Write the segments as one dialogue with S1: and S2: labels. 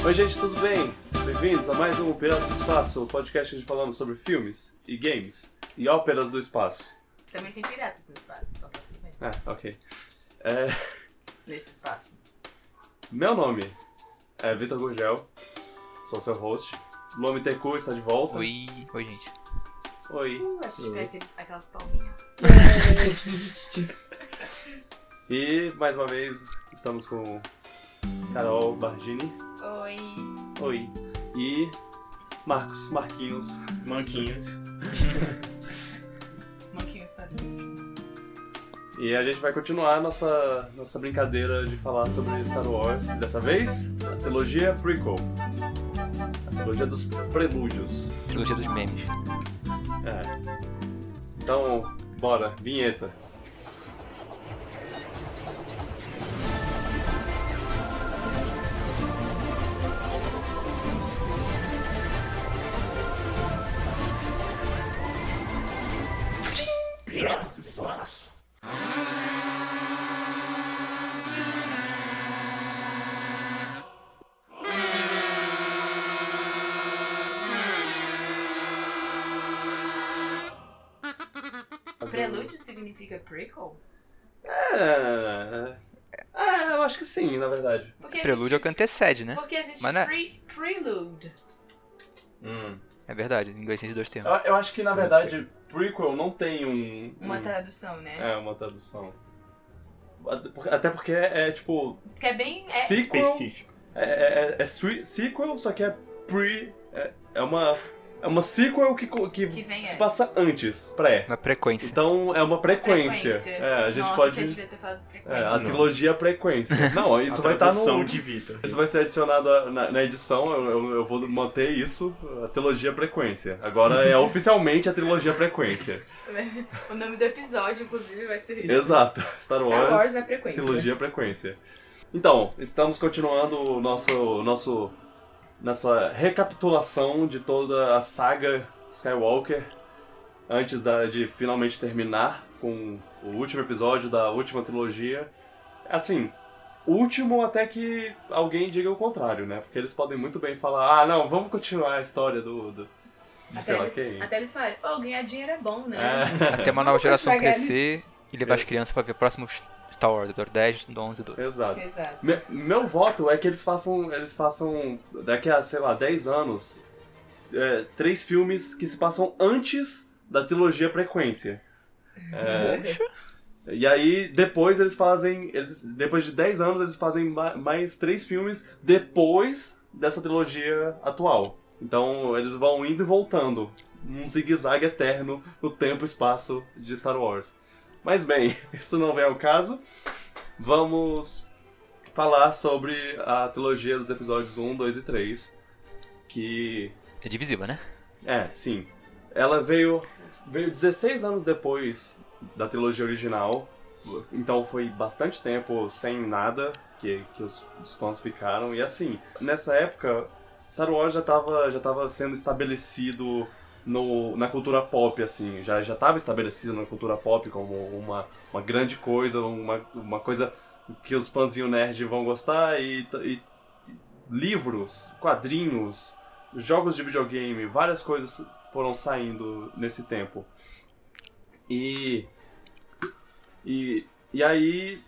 S1: Oi, gente, tudo bem? Bem-vindos a mais um Piratas do Espaço, o podcast onde falamos sobre filmes e games e óperas do espaço.
S2: Também tem piratas no espaço, então tá tudo bem.
S1: Ah, ok. É,
S2: Nesse espaço.
S1: meu nome é Vitor Gurgel, sou seu host. Lomi Tecu está de volta.
S3: Oi, oi gente.
S1: Oi.
S2: Uh, acho que
S1: Oi.
S2: pega aqueles, aquelas palminhas.
S1: E mais uma vez estamos com Carol Bargini.
S2: Oi.
S1: Oi. E Marcos Marquinhos.
S4: Manquinhos.
S2: Manquinhos para os enfins.
S1: E a gente vai continuar nossa, nossa brincadeira de falar sobre Star Wars. Dessa vez, a trilogia prequel. A trilogia dos prelúdios.
S3: Trilogia dos memes.
S1: É. Então, bora, vinheta.
S2: Prelúdio significa prequel?
S1: É. É, eu acho que sim, na verdade.
S2: Porque
S3: Prelúdio é o
S2: existe,
S3: que antecede, né?
S2: Porque existe
S3: Mas não é-
S2: pre, prelude.
S3: É verdade, em inglês tem dois
S1: Eu,
S3: termos.
S1: eu acho que, na verdade, prequel não tem um...
S2: Uma
S3: Hum.
S1: um-
S2: tradução, né?
S1: É, uma tradução. Até por- Até porque é, tipo,
S2: Porque é bem. É,
S1: sequel...
S4: Específico.
S1: É, é, é- é sui- sequel, só que é pre... É, é uma... É uma sequel que, co- que,
S2: Que vem é
S1: se
S2: antes.
S1: passa antes, pré.
S3: Uma frequência.
S1: Então, é uma frequência.
S2: Frequência.
S1: É, a gente
S2: Nossa,
S1: pode...
S2: você devia ter falado frequência.
S1: É, a
S4: Nossa.
S1: trilogia frequência. Não, isso
S4: a
S1: vai estar
S4: tradução
S1: no...
S4: de Vitor.
S1: Isso vai ser adicionado a- na, na edição, eu, eu- eu vou manter isso, a trilogia Frequência. Agora é oficialmente a trilogia Frequência.
S2: O nome do episódio, inclusive, vai ser isso.
S1: Exato, Star Wars,
S5: Star Wars na frequência.
S1: trilogia é Frequência. Então, estamos continuando o nosso, nosso, nossa recapitulação de toda a saga Skywalker, antes da- de finalmente terminar com o último episódio da última trilogia. Assim, último até que alguém diga o contrário, né? Porque eles podem muito bem falar, ah, não, vamos continuar a história do... do de sei lá quem.
S5: Até eles falarem, ô, ganhar dinheiro é bom, né?
S1: É,
S3: Até uma nova geração
S5: devagar,
S3: crescer e levar as crianças pra ver o próximo Star Wars, Doutor 10, do 11 e 12.
S1: exato.
S2: Exato.
S1: Me- meu voto é que eles façam, eles façam daqui a, sei lá, 10 anos, é, três filmes que se passam antes da trilogia Frequência. É, E aí, depois eles fazem. Eles, depois de 10 anos, eles fazem ma- mais três filmes depois dessa trilogia atual. Então, eles vão indo e voltando. Um zigue-zague eterno no tempo e espaço de Star Wars. Mas bem, isso não vem ao caso. Vamos falar sobre a trilogia dos episódios 1, 2 e 3. Que
S3: É divisiva, né?
S1: é, sim. Ela veio, veio 16 anos depois da trilogia original. Então foi bastante tempo sem nada que, que os, os fãs ficaram. E assim, nessa época, Star Wars já estava já tava sendo estabelecido no, na cultura pop, assim. Já estava já tava estabelecido na cultura pop como uma, uma grande coisa, uma, uma coisa que os fãs e o nerd vão gostar. E, t- e livros, quadrinhos, jogos de videogame, várias coisas foram saindo nesse tempo. E. E, e aí.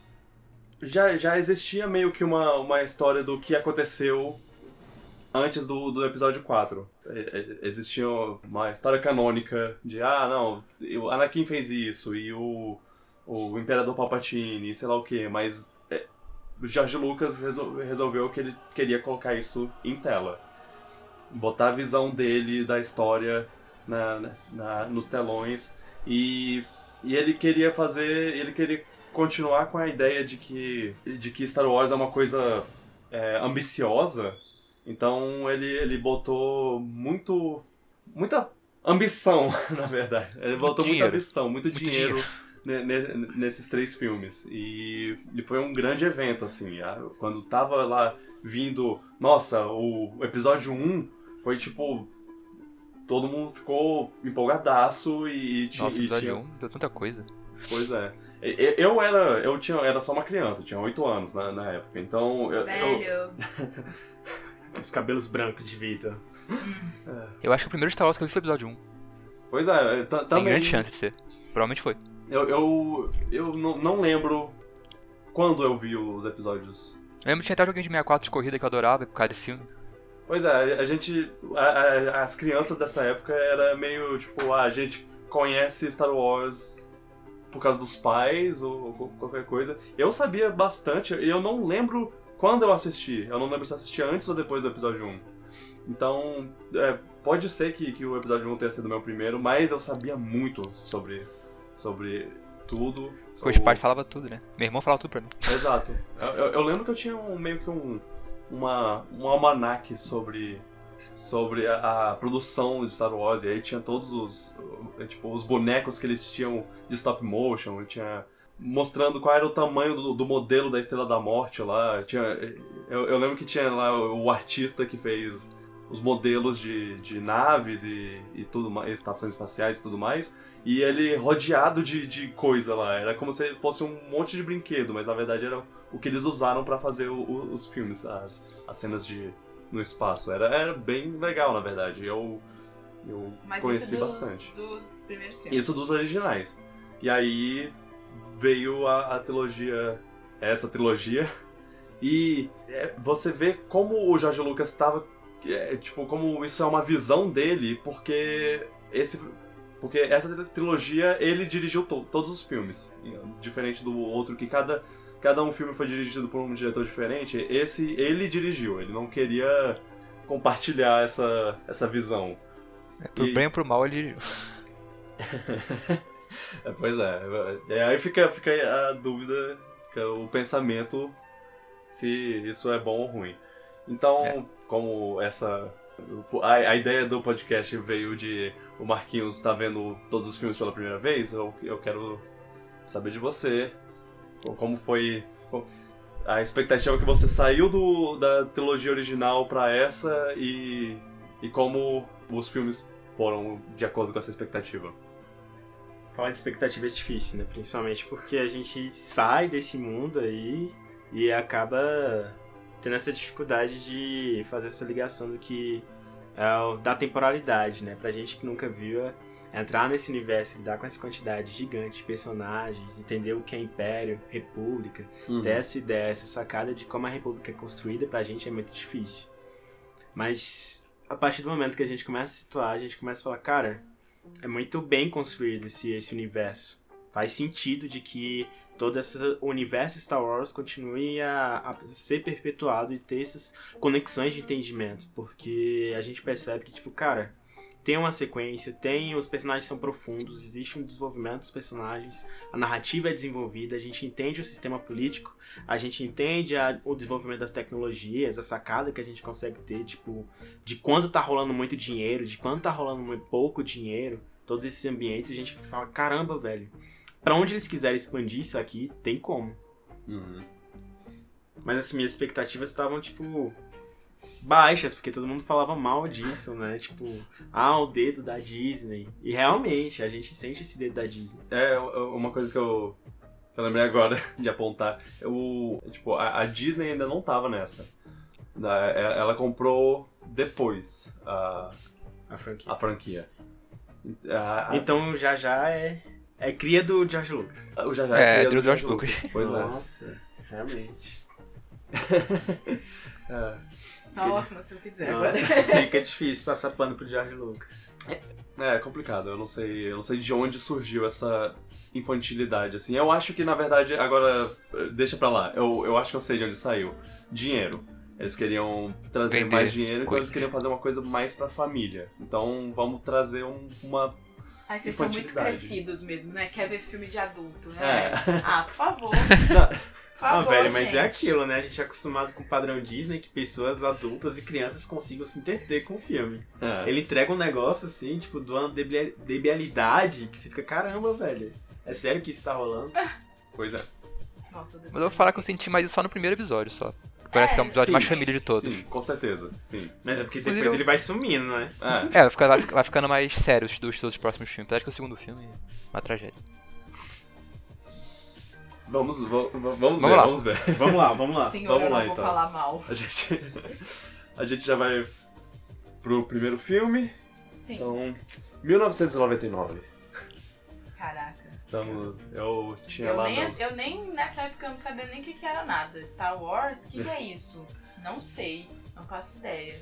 S1: Já, já existia meio que uma, uma história do que aconteceu antes do, do episódio 4. E- e- Existia uma história canônica de, ah, não, o Anakin fez isso, e o, o Imperador Palpatine, e sei lá o que, mas é, o George Lucas resol- resolveu que ele queria colocar isso em tela botar a visão dele da história na, na- na- nos telões e, e ele queria fazer ele queria continuar com a ideia de que de que Star Wars é uma coisa é, ambiciosa então ele ele botou muito muita ambição na verdade ele botou muita
S3: dinheiro.
S1: ambição muito,
S3: Muito
S1: dinheiro, ne- ne- nesses três filmes e, e foi um grande evento assim a- quando tava lá vindo nossa o episódio 1 foi tipo. Todo mundo ficou empolgadaço e, e ti-
S3: Nossa,
S1: e tinha.
S3: episódio 1 deu tanta coisa.
S1: Pois é. E- e- Eu era. Eu tinha, era só uma criança, eu tinha 8 anos na, na época. Então. Eu, eu-
S2: Velho.
S4: Os cabelos brancos de Vita.
S3: Eu acho que o primeiro Star Wars que eu vi foi o episódio 1.
S1: Pois é, eu ta-
S3: Tem
S1: também.
S3: grande chance de ser. Provavelmente foi.
S1: Eu, eu, eu não, não lembro quando eu vi os episódios.
S3: Eu lembro que tinha até joguinho de 64 de corrida que eu adorava por causa desse filme.
S1: Pois é, a gente. a- a- as crianças dessa época era meio tipo, ah, a gente conhece Star Wars por causa dos pais ou, ou qualquer coisa. Eu sabia bastante, e eu não lembro quando eu assisti. Eu não lembro se eu assisti antes ou depois do episódio 1. Então, é, pode ser que, que o episódio 1 tenha sido meu primeiro, mas eu sabia muito sobre, sobre tudo.
S3: Porque os
S1: O-
S3: pais falavam tudo, né? Meu irmão falava tudo pra mim.
S1: Exato. Eu, eu- eu lembro que eu tinha um, meio que um, uma, um almanac sobre, sobre a, a produção de Star Wars, e aí tinha todos os, eh, tipo, os bonecos que eles tinham de stop motion, e tinha mostrando qual era o tamanho do, do modelo da Estrela da Morte lá. Tinha, eu, eu lembro que tinha lá o, o artista que fez os modelos de, de naves e, e tudo mais, estações espaciais e tudo mais. E ele rodeado de, de coisa lá. Era como se fosse um monte de brinquedo, mas na verdade era o que eles usaram pra fazer o- o- os filmes, as, as cenas de no espaço. Era, era bem legal, na verdade. Eu, eu
S2: Mas
S1: conheci
S2: isso é dos,
S1: bastante.
S2: dos primeiros filmes.
S1: Isso dos originais. E aí veio a, a trilogia, essa trilogia, e é, você vê como o Jorge Lucas estava, é, tipo, como isso é uma visão dele, porque esse, porque essa trilogia ele dirigiu to- todos os filmes, e, diferente do outro que cada cada um filme foi dirigido por um diretor diferente. Esse ele dirigiu, ele não queria compartilhar essa essa visão.
S3: É, Pro
S1: E-
S3: bem ou pro mal, ele.
S1: É, pois é. é, Aí fica, fica a dúvida, fica o pensamento se isso é bom ou ruim. Então,
S3: É.
S1: como essa. A, a ideia do podcast veio de o Marquinhos está vendo todos os filmes pela primeira vez, eu, eu quero saber de você. co- Como foi. co- A expectativa que você saiu do, da trilogia original pra essa e, e como os filmes foram de acordo com essa expectativa.
S4: Falar de expectativa é difícil, né? Principalmente porque a gente sai desse mundo aí e acaba tendo essa dificuldade de fazer essa ligação do que é o- da temporalidade, né? Pra gente que nunca viu, é entrar nesse universo, lidar com essa quantidade gigante de personagens, entender o que é Império, República, ter
S1: Uhum.
S4: essa ideia, essa sacada de como a República é construída pra gente é muito difícil. Mas a partir do momento que a gente começa a situar, a gente começa a falar, cara, é muito bem construído esse, esse universo. Faz sentido de que todo esse universo Star Wars continue a, a ser perpetuado e ter essas conexões de entendimento. Porque a gente percebe que, tipo, cara, tem uma sequência, tem os personagens são profundos, existe um desenvolvimento dos personagens, a narrativa é desenvolvida, a gente entende o sistema político, a gente entende a- o desenvolvimento das tecnologias, a sacada que a gente consegue ter, tipo, de quando tá rolando muito dinheiro, de quando tá rolando muito pouco dinheiro, todos esses ambientes, a gente fala, caramba, velho, pra onde eles quiserem expandir isso aqui, tem como.
S1: Uhum.
S4: Mas assim, minhas expectativas estavam, tipo, baixas, porque todo mundo falava mal disso, né? Tipo, ah, o dedo da Disney. E realmente, a gente sente esse dedo da Disney.
S1: É u- uma coisa que eu, que eu lembrei agora de apontar. O, tipo, a, a Disney ainda não tava nessa. Na- e- Ela comprou depois a,
S4: A franquia.
S1: a franquia. A- a-
S4: Então já já é. É cria do George Lucas.
S1: o já já
S3: É,
S1: cria
S3: do George
S1: Pois é.
S4: Nossa, realmente.
S1: É.
S2: Nossa, não sei o que dizer agora.
S4: Nossa, fica difícil passar pano pro George Lucas.
S1: É, é complicado. Eu não sei, eu não sei de onde surgiu essa infantilidade assim. Eu acho que na verdade agora eh, deixa pra lá. Eu, eu acho que eu sei de onde saiu. Dinheiro. Eles queriam trazer
S3: Vender
S1: mais dinheiro, então
S3: coisas.
S1: eles queriam fazer uma coisa mais pra família. Então vamos trazer um- uma
S2: Aí vocês são muito
S1: Infantilidade.
S2: crescidos mesmo, né? Quer ver filme de adulto, né?
S1: É.
S2: Ah, por favor.
S1: Não.
S2: Por favor,
S4: ah, velho, mas é
S2: gente.
S4: aquilo, né? A gente é acostumado com o padrão Disney que pessoas adultas e crianças consigam se interter com o filme.
S1: É.
S4: Ele entrega um negócio assim, tipo, de uma debi- debilidade que você fica, caramba, velho. É sério que isso tá rolando?
S1: Pois é.
S2: Nossa, Deus
S3: Mas eu vou falar que eu senti mais isso só no primeiro episódio só. Parece que é o episódio
S4: sim.
S3: mais família de todos.
S1: Sim, com certeza. Sim.
S4: Mas é porque
S3: Inclusive,
S4: depois
S3: eu-
S4: ele vai sumindo, né?
S1: É.
S3: É, vai, ficar- vai ficar- vai ficando mais sério os dois todos os próximos filmes. Apesar que o segundo filme é uma tragédia.
S1: Vamos, va- va- vamos,
S3: Vamos
S1: ver,
S3: lá.
S1: vamos ver.
S4: Vamos lá, então. vamos lá.
S2: Senhor,
S1: Vamos
S2: eu não
S1: lá,
S2: vou
S1: então.
S2: falar mal.
S1: A gente. A gente já vai pro primeiro filme.
S2: Sim.
S1: Então, 1999.
S2: Caraca.
S1: Estamos. Eu tinha
S2: Eu
S1: lá.
S2: nem,
S1: meus-
S2: eu nem, nessa época, eu não sabia nem o que, que era nada. Star Wars, o que, que é isso? Não sei. Não faço ideia.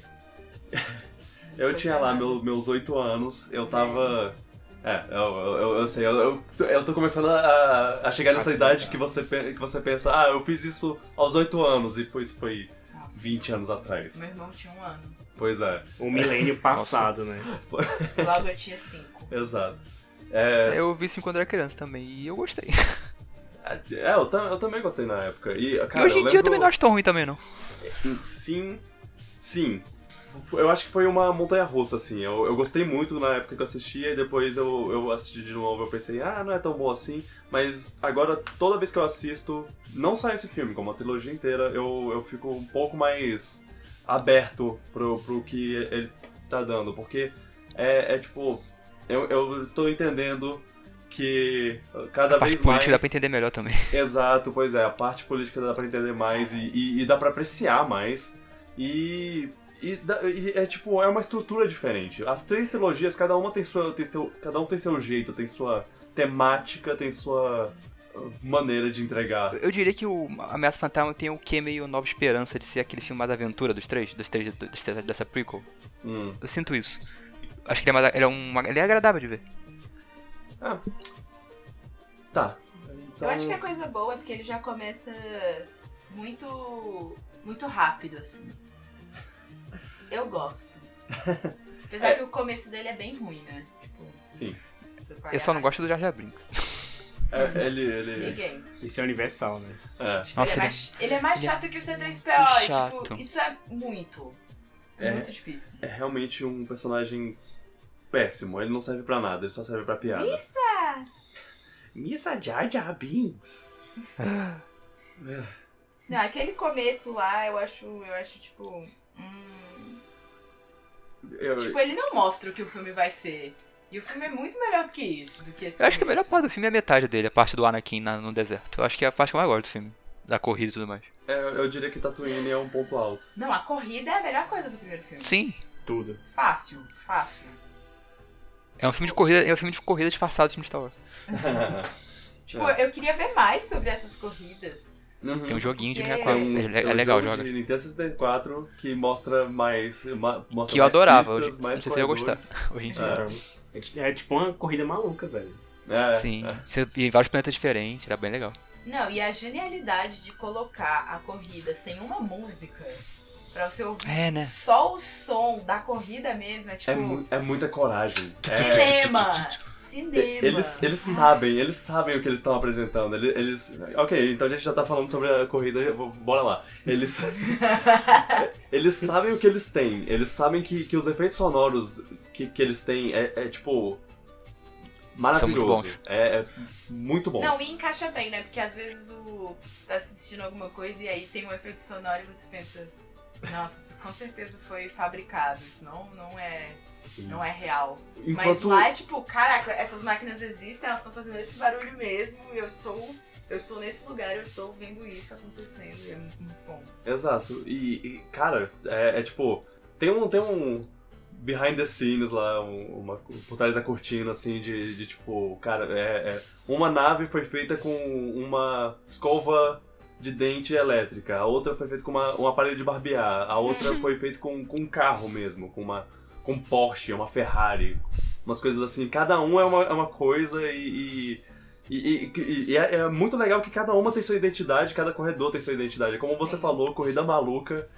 S1: Eu tinha lá meu- meus oito anos, eu tava. É, eu, eu, eu- eu sei, eu, eu, eu tô começando a, a chegar nessa
S4: Assim,
S1: idade
S4: tá.
S1: que você, pe- que você pensa, ah, eu fiz isso aos oito anos, e foi, isso foi
S2: Nossa,
S1: 20 anos atrás.
S3: Né?
S2: Meu irmão tinha um ano.
S1: Pois é,
S4: O Um milênio passado, né?
S2: Logo eu tinha cinco.
S1: exato.
S3: Eu vi isso quando era criança também e eu gostei.
S1: É, eu, tam- eu também gostei na época. E, cara,
S3: e hoje
S1: eu
S3: em dia eu
S1: lembro-
S3: também não acho tão ruim também, não.
S1: Sim, sim. F- Eu acho que foi uma montanha russa, assim. Eu, eu gostei muito na época que eu assistia e depois eu, eu assisti de novo. Eu pensei, ah, não é tão bom assim. Mas agora, toda vez que eu assisto, não só esse filme, como a trilogia inteira, eu, eu fico um pouco mais aberto pro, pro que ele tá dando. Porque é, é tipo, eu, eu tô entendendo que cada
S3: a parte
S1: vez mais.
S3: política dá pra entender melhor também.
S1: Exato, pois é, a parte política dá pra entender mais e, e- e dá pra apreciar mais. E, e dá- e é tipo, é uma estrutura diferente. As três trilogias, cada uma tem sua. Tem seu, cada um tem seu jeito, tem sua temática, tem sua uh, maneira de entregar.
S3: Eu diria que o Ameaça Fantasma tem o que meio Nova Esperança de ser aquele filme mais aventura dos três, dos três, dos três dessa prequel.
S1: Hum.
S3: Eu sinto isso. Acho que ele é, mais, ele é, um, ele é agradável de ver.
S1: Tá.
S2: Eu acho que a coisa boa é porque ele já começa muito, muito rápido, assim. Eu gosto. Apesar
S1: É.
S2: que o começo dele é bem ruim, né? Tipo,
S1: Sim.
S2: se for
S3: Eu só não
S2: parar,
S3: gosto do Jar Jar Brinks.
S1: É, ele. ele
S2: Ninguém.
S4: Isso é universal, né?
S1: é.
S2: Tipo, ele,
S3: Nossa,
S2: é
S3: ele-
S2: mais, ele é mais
S3: ele é
S2: chato que o C3PO.
S3: muito
S2: e, Tipo,
S3: chato.
S2: isso é muito.
S1: É.
S2: Muito difícil.
S1: é realmente um personagem péssimo. Ele não serve pra nada, ele só serve pra piada.
S2: Missa!
S1: Missa Jar Jar Binks.
S2: Não, aquele começo lá, eu acho, eu acho, tipo. hum,
S1: Eu-
S2: Tipo, ele não mostra o que o filme vai ser. E o filme é muito melhor do que isso, do que esse
S3: Eu acho que a melhor
S2: começo.
S3: parte do filme é a metade dele, a parte do Anakin na- no deserto. Eu acho que é a parte que eu mais gosto do filme. Da corrida e tudo mais.
S1: É, eu diria que Tatooine é um ponto alto.
S2: Não, a corrida é a melhor coisa do primeiro filme.
S3: Sim.
S4: Tudo.
S2: Fácil, fácil.
S3: É um filme de corrida, é um filme de corrida disfarçado de filme de Star Wars.
S1: É.
S2: Tipo, eu queria ver mais sobre essas corridas.
S1: Uhum.
S3: Tem um joguinho de
S2: Porque-
S3: 64.
S1: Tem um-
S3: É, le- é
S1: tem um
S3: legal,
S1: jogo
S3: joga.
S1: De Nintendo 64 que mostra mais. ma- mostra
S3: Que eu
S1: mais
S3: adorava,
S1: pistas,
S3: eu-
S1: mais
S3: não sei se eu ia gostar.
S1: corredores.
S3: Hoje em dia.
S1: É.
S4: É ti- É tipo uma corrida maluca, velho.
S1: É,
S3: Sim.
S1: é.
S3: Você- E em vários planetas diferentes, era bem legal.
S2: Não, e a genialidade de colocar a corrida sem uma música pra você ouvir
S3: É, né?
S2: só o som da corrida mesmo. É tipo.
S1: É, mu- é muita coragem. É.
S2: Cinema! Cinema!
S1: Eles, eles sabem, eles sabem o que eles estão apresentando. Eles, eles- Ok, então a gente já tá falando sobre a corrida, eu vou- bora lá. Eles. eles sabem o que eles têm. Eles sabem que, que os efeitos sonoros que, que eles têm é, é, tipo. Maravilhoso.
S3: bons.
S1: É, é muito bom.
S2: Não, e encaixa bem, né? Porque às vezes o... você tá assistindo alguma coisa e aí tem um efeito sonoro e você pensa. Nossa, isso com certeza foi fabricado. Isso não, não, é,
S4: Sim.
S2: não é real. Mas
S1: Enquanto.
S2: lá é tipo, caraca, essas máquinas existem, elas estão fazendo esse barulho mesmo, e eu estou, eu estou nesse lugar, eu estou vendo isso acontecendo, e é muito bom.
S1: Exato. E, e, cara, é, é tipo. Tem um, tem um behind the scenes lá, um- uma, por trás da cortina, assim, de, de tipo, cara, é, é- uma nave foi feita com uma escova de dente elétrica, a outra foi feita com uma, um aparelho de barbear, a
S2: Uhum.
S1: outra foi feita com, com um carro mesmo, com uma com um Porsche, uma Ferrari, umas coisas assim. Cada um é uma, é uma coisa e. e e, e- e é, é muito legal que cada uma tem sua identidade, cada corredor tem sua identidade. Como você
S2: Sim.
S1: falou, corrida maluca,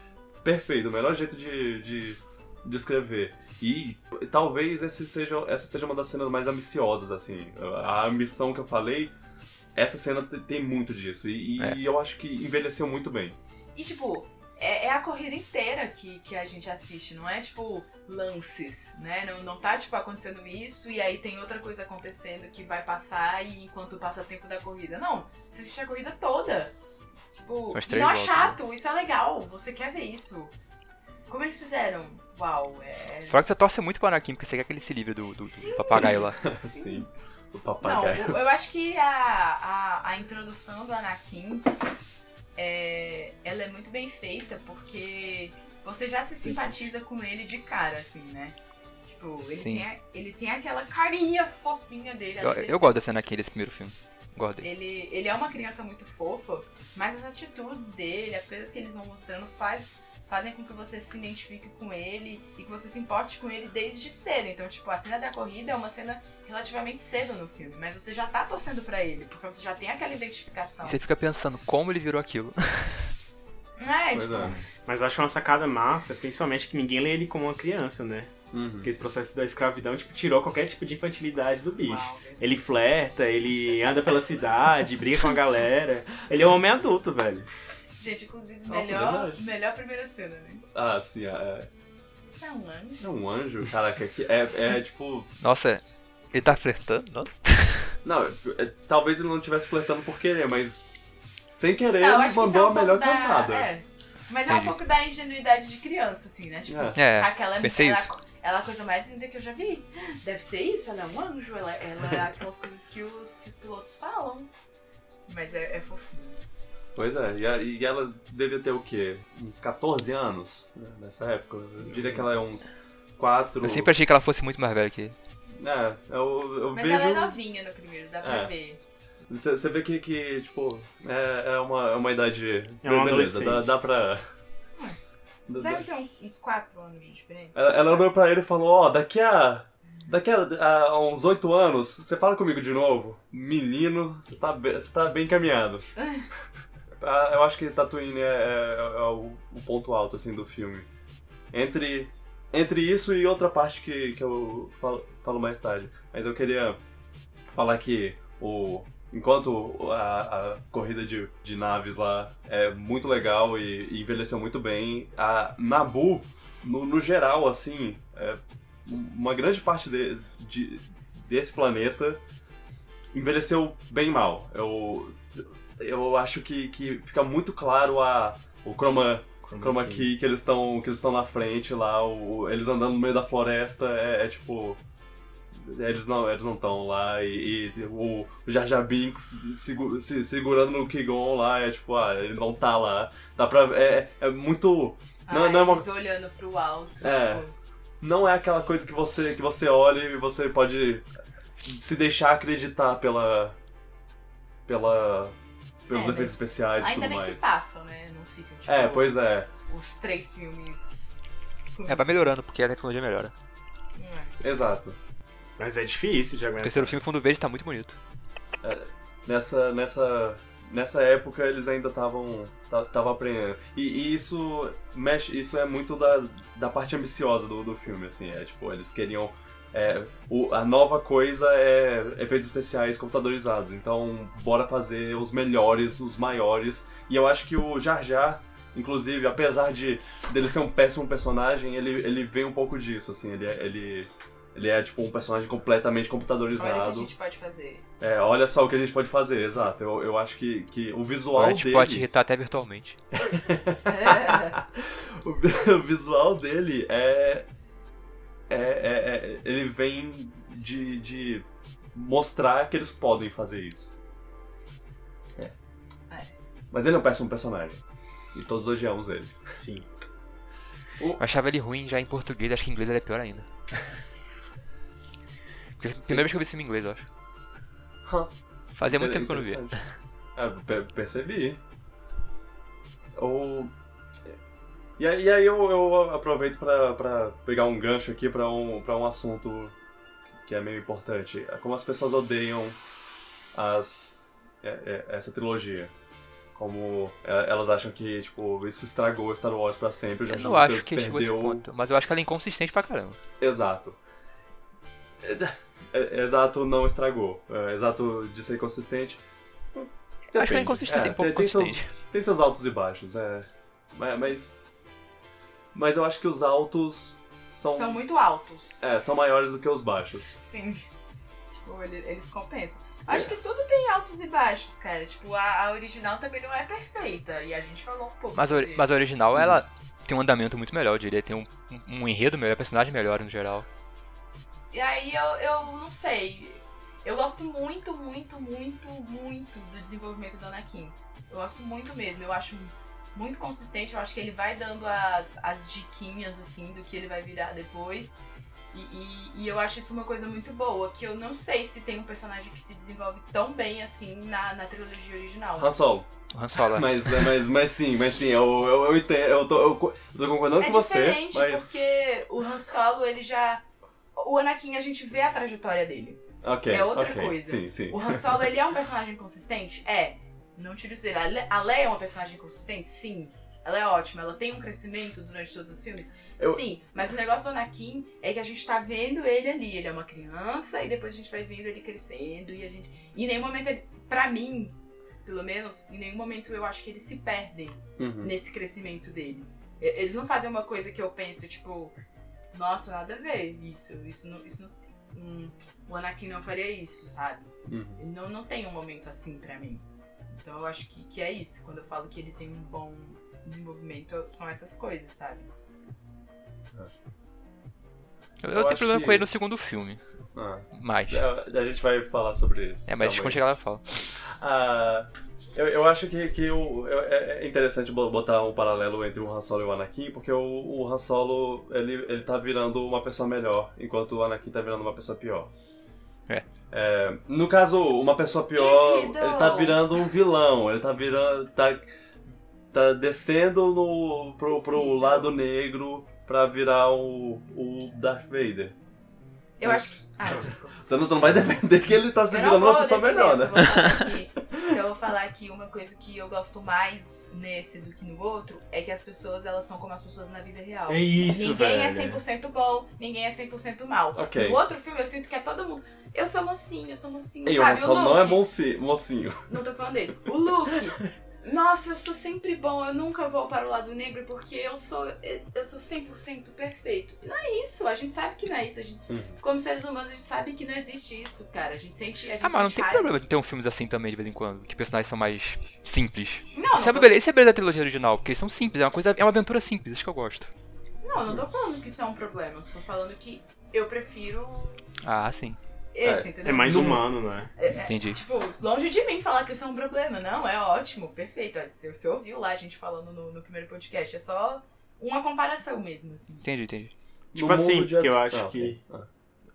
S1: perfeito, o melhor jeito de, de descrever. E talvez esse seja, essa seja uma das cenas mais ambiciosas, assim. A ambição que eu falei, essa cena te- tem muito disso. E, e
S3: É.
S1: eu acho que envelheceu muito bem.
S2: E tipo, é, é a corrida inteira que, que a gente assiste, não é tipo lances, né? Não, não tá tipo acontecendo isso e aí tem outra coisa acontecendo que vai passar e enquanto passa o tempo da corrida. Não, você assiste a corrida toda. Tipo,
S3: As
S2: e
S3: três
S2: não é
S3: voltas, né?
S2: chato, isso é legal, você quer ver isso. Como eles fizeram? Uau, é.
S3: Fora que você torce muito pro Anakin, porque você quer que ele se livre do, do- do
S2: Sim.
S3: papagaio lá.
S2: é
S1: Assim, o
S2: Não,
S1: papagaio.
S2: eu, eu acho que a, a, a introdução do Anakin é, ela é muito bem feita porque Você já se simpatiza com ele de cara, assim, né? Tipo, ele,
S3: Sim.
S2: tem, a- ele tem aquela carinha fofinha dele.
S3: Eu, eu
S2: adolescente.
S3: gosto da cena aqui desse primeiro filme. Gosto dele.
S2: Ele, ele é uma criança muito fofa, mas as atitudes dele, as coisas que eles vão mostrando faz, fazem com que você se identifique com ele e que você se importe com ele desde cedo. Então, tipo, a cena da corrida é uma cena relativamente cedo no filme, mas você já tá torcendo pra ele, porque você já tem aquela identificação.
S3: E você fica pensando como ele virou aquilo.
S2: É,
S1: Pois
S2: tipo,
S1: é.
S4: Mas eu acho uma sacada massa, principalmente que ninguém lê ele como uma criança, né?
S1: Uhum.
S4: Porque esse processo da escravidão, tipo, tirou qualquer tipo de infantilidade do bicho.
S2: uau, né? velho.
S4: Ele flerta, ele anda pela cidade, briga com a galera. Ele é um homem adulto, velho.
S2: Gente, inclusive,
S1: Nossa,
S2: melhor,
S1: verdade.
S2: melhor primeira cena, né?
S1: Ah, sim, é.
S2: Isso é um anjo.
S1: Isso é um anjo? Caraca, que é, é tipo.
S3: Nossa, ele tá flertando? Nossa.
S1: Não, é- talvez ele não estivesse flertando por querer, mas. Sem querer,
S2: Não, eu
S1: ele
S2: acho que isso é
S1: mandou
S2: um
S1: a melhor
S2: pouco da-
S1: cantada.
S2: é. Mas é um
S3: Entendi.
S2: pouco da ingenuidade de criança, assim, né? Tipo,
S1: É.
S3: É,
S2: aquela
S3: pensei
S2: ela,
S3: isso.
S2: ela é a coisa mais linda que eu já vi. Deve ser isso, ela é um anjo, ela, ela é aquelas coisas que os, que os pilotos falam. Mas é, é fofinho.
S1: Pois é, e, a- e ela devia ter o quê? Uns 14 anos né, nessa época. Eu diria que ela é uns 4.
S3: Eu sempre achei que ela fosse muito mais velha que ele.
S1: É, eu, eu
S2: Mas
S1: vejo.
S2: ela é novinha no primeiro, dá pra
S1: É.
S2: ver.
S1: Você você vê que, que tipo, é, é, uma, é uma idade.
S4: É uma
S1: beleza, dá,
S4: adolescente.
S1: dá pra. Dá- dá-
S2: Deve ter um- uns 4 anos de diferença.
S1: Ela, ela olhou pra ele e falou: Ó, daqui a. Daqui a, a uns 8 anos, você fala comigo de novo. Menino, você tá, be- você tá bem encaminhado. Ah, eu acho que Tatooine é, é- é o, o ponto alto, assim, do filme. Entre, entre isso e outra parte que, que eu falo, falo mais tarde. Mas eu queria falar que o. Enquanto a, a corrida de, de naves lá é muito legal e, e envelheceu muito bem, a Nabu, no, no geral, assim, é, uma grande parte de- de- desse planeta envelheceu bem mal. Eu, eu acho que, que fica muito claro a, o chroma, chroma key que eles estão que eles estão na frente lá, o- eles andando no meio da floresta, é, é tipo... Eles não eles não estão lá e, e o Jar Jar Binks segu- se, segurando no Kigon lá, é tipo, ah, ele não tá lá. Dá pra... É, é muito... não-
S2: Ah,
S1: não é uma-
S2: eles olhando pro alto,
S1: É.
S2: tipo,
S1: não é aquela coisa que você que você olha e você pode se deixar acreditar pela pela pelos
S2: É, mas
S1: efeitos especiais e
S2: Ainda
S1: tudo
S2: bem
S1: mais.
S2: que passam, né? Não ficam, tipo,
S1: É, pois é,
S2: os três filmes. com
S3: É, vai
S2: isso.
S3: melhorando, porque a tecnologia melhora.
S2: Não é.
S1: exato.
S4: Mas é difícil de
S3: O
S4: aguentar.
S3: terceiro filme, Fundo Verde, tá muito bonito.
S1: Nessa nessa nessa época eles ainda estavam ta- tava aprendendo. E, e isso mexe, isso é muito da, da parte ambiciosa do, do filme assim, é tipo, eles queriam é, o- a nova coisa é efeitos especiais computadorizados. Então, bora fazer os melhores, os maiores E eu acho que o Jar Jar, inclusive, apesar de dele ser um péssimo personagem, ele, ele vem um pouco disso, assim, ele, é- ele, ele é tipo um personagem completamente
S2: Olha tá o que a
S1: computadorizado.
S2: gente pode fazer.
S1: É, olha só o que a gente pode fazer, exato. Eu, eu acho que, que o visual
S3: a gente
S1: dele.
S3: pode te irritar até virtualmente.
S1: o vi- o visual dele é. é, é- é- ele vem de, de mostrar que eles podem fazer isso. É.
S2: É.
S1: Mas ele é um péssimo personagem. E todos odiamos ele.
S4: Sim.
S3: Eu achava ele ruim já em português, acho que em inglês ele é pior ainda. Porque é a primeira vez que eu vi esse filme em inglês, eu acho.
S1: Huh.
S3: Fazia muito tempo que eu não via.
S1: Interessante. Ah, per- percebi. Ou... E aí, e aí eu, eu aproveito pra, pra pegar um gancho aqui pra um, pra um assunto que é meio importante. É Como as pessoas odeiam as, é- é- essa trilogia. Como é, elas acham que, tipo, isso estragou Star Wars pra sempre. O
S3: Eu
S1: George
S3: não
S1: Lucas
S3: acho que a gente chegou a esse
S1: perdeu
S3: ponto, mas eu acho que ela é inconsistente pra caramba.
S1: Exato. É, é, Exato não estragou. É, Exato de ser consistente.
S3: Eu acho que ela
S1: Depende.
S3: é inconsistente,
S1: É,
S3: é, um pouco
S1: tem- tem seus-
S3: consistente.
S1: Tem seus altos e baixos, é. Ma- Mas. Mas eu acho que os altos são.
S2: São muito altos.
S1: É, são maiores do que os baixos.
S2: Sim. Tipo, ele- eles compensam. Acho
S3: É.
S2: que tudo tem altos e baixos, cara. Tipo, a, a original também não é perfeita. E a gente falou um pouco
S3: Mas, a
S2: sobre
S3: ori- mas a original, ela tem um andamento muito melhor, eu diria. Tem um, um- um enredo melhor, personagem melhor no geral.
S2: E aí eu, eu não sei. Eu gosto muito, muito, muito, muito do desenvolvimento do Anakin. Eu gosto muito mesmo. Eu acho muito consistente. Eu acho que ele vai dando as, as diquinhas, assim, do que ele vai virar depois. E, e- e eu acho isso uma coisa muito boa, que eu não sei se tem um personagem que se desenvolve tão bem assim na, na trilogia original.
S1: Han Solo.
S3: O Han Solo.
S1: Mas, é, mas, mas sim, mas sim, eu, eu, eu entendo, eu tô, eu co- eu tô concordando
S2: É
S1: com você,
S2: diferente
S1: mas...
S2: porque o Han Solo, ele já. O Anakin, a gente vê a trajetória dele.
S1: Ok,
S2: é outra
S1: ok,
S2: coisa.
S1: Sim, sim.
S2: O Han Solo, ele é um personagem consistente? É. Não tiro isso dele. A Le- A Leia é uma personagem consistente? Sim. Ela é ótima. Ela tem um crescimento durante todos os filmes?
S1: Eu-
S2: Sim. Mas o negócio do Anakin é que a gente tá vendo ele ali. Ele é uma criança e depois a gente vai vendo ele crescendo e a gente... Em nenhum momento, ele... pra mim, pelo menos, em nenhum momento eu acho que eles se perdem
S1: Uhum.
S2: nesse crescimento dele. E- Eles não fazem uma coisa que eu penso, tipo, nossa, nada a ver isso, isso não. Isso não hum, o Anakin não faria isso, sabe?
S1: Uhum.
S2: Ele Não, não tem um momento assim pra mim. Então eu acho que, que é isso. Quando eu falo que ele tem um bom desenvolvimento, são essas coisas, sabe?
S3: Eu,
S1: eu acho
S3: eu tenho problema
S1: que-
S3: com ele no segundo filme.
S1: Ah,
S3: Mas.
S1: a, a gente vai falar sobre isso. tá
S3: É, mas
S1: talvez.
S3: quando chegar lá eu falo.
S1: Ah, eu, eu acho que, que o- eu- é é interessante bo- botar um paralelo entre o Han Solo e o Anakin, porque o, o Han Solo ele, ele tá virando uma pessoa melhor, enquanto o Anakin tá virando uma pessoa pior.
S3: É.
S1: É, no caso, uma pessoa pior,
S2: Kiss me,
S1: ele tá
S2: though.
S1: virando um vilão, ele tá virando. tá, tá descendo no, pro,
S2: Sim,
S1: pro
S2: though.
S1: lado negro pra virar o, o Darth Vader.
S2: Eu
S1: Mas-
S2: acho. Ah, desculpa.
S1: Você não, você não vai defender que ele tá se
S2: Eu
S1: virando uma
S2: vou
S1: pessoa
S2: defender,
S1: melhor,
S2: só
S1: né?
S2: vou falar aqui- Se eu vou falar aqui uma coisa que eu gosto mais nesse do que no outro, é que as pessoas, elas são como as pessoas na vida real.
S4: É isso,
S2: ninguém
S4: velho.
S2: é 100% bom, ninguém é 100% mal.
S1: Ok.
S2: No outro filme eu sinto que é todo mundo. Eu sou mocinho, eu sou mocinho,
S1: Ei, o Han
S2: sabe?
S1: Solo
S2: o
S1: não é
S2: Luke.
S1: moci- mocinho.
S2: Não tô falando dele. O Luke. Nossa, eu sou sempre bom, eu nunca vou para o lado negro porque eu sou eu sou 100% perfeito. Não é isso, a gente sabe que não é isso, a gente
S1: Uhum.
S2: como seres humanos a gente sabe que não existe isso, cara. A gente sente, a gente
S3: Ah, mas não
S2: sente
S3: tem
S2: raiva.
S3: problema de ter um filmes assim também de vez em quando, que personagens são mais simples.
S2: Não,
S3: Isso
S2: não
S3: é, a
S2: tô,
S3: beleza, isso é a beleza da trilogia original, porque eles são simples, é uma coisa, é uma aventura simples, isso que eu gosto.
S2: não, não tô falando que isso é um problema, eu estou falando que eu prefiro
S3: Ah, sim,
S2: esse, entendeu?
S4: É mais humano, né?
S3: entendi.
S2: Tipo, longe de mim falar que isso é um problema. Não, é ótimo, perfeito. Olha, Você, você ouviu lá a gente falando no, no primeiro podcast. É só uma comparação mesmo, assim.
S3: Entendi, entendi.
S4: Tipo
S1: No
S4: assim,
S1: mundo de
S4: porque eu
S1: abs-
S4: acho
S1: Ah,
S4: que-
S1: ok.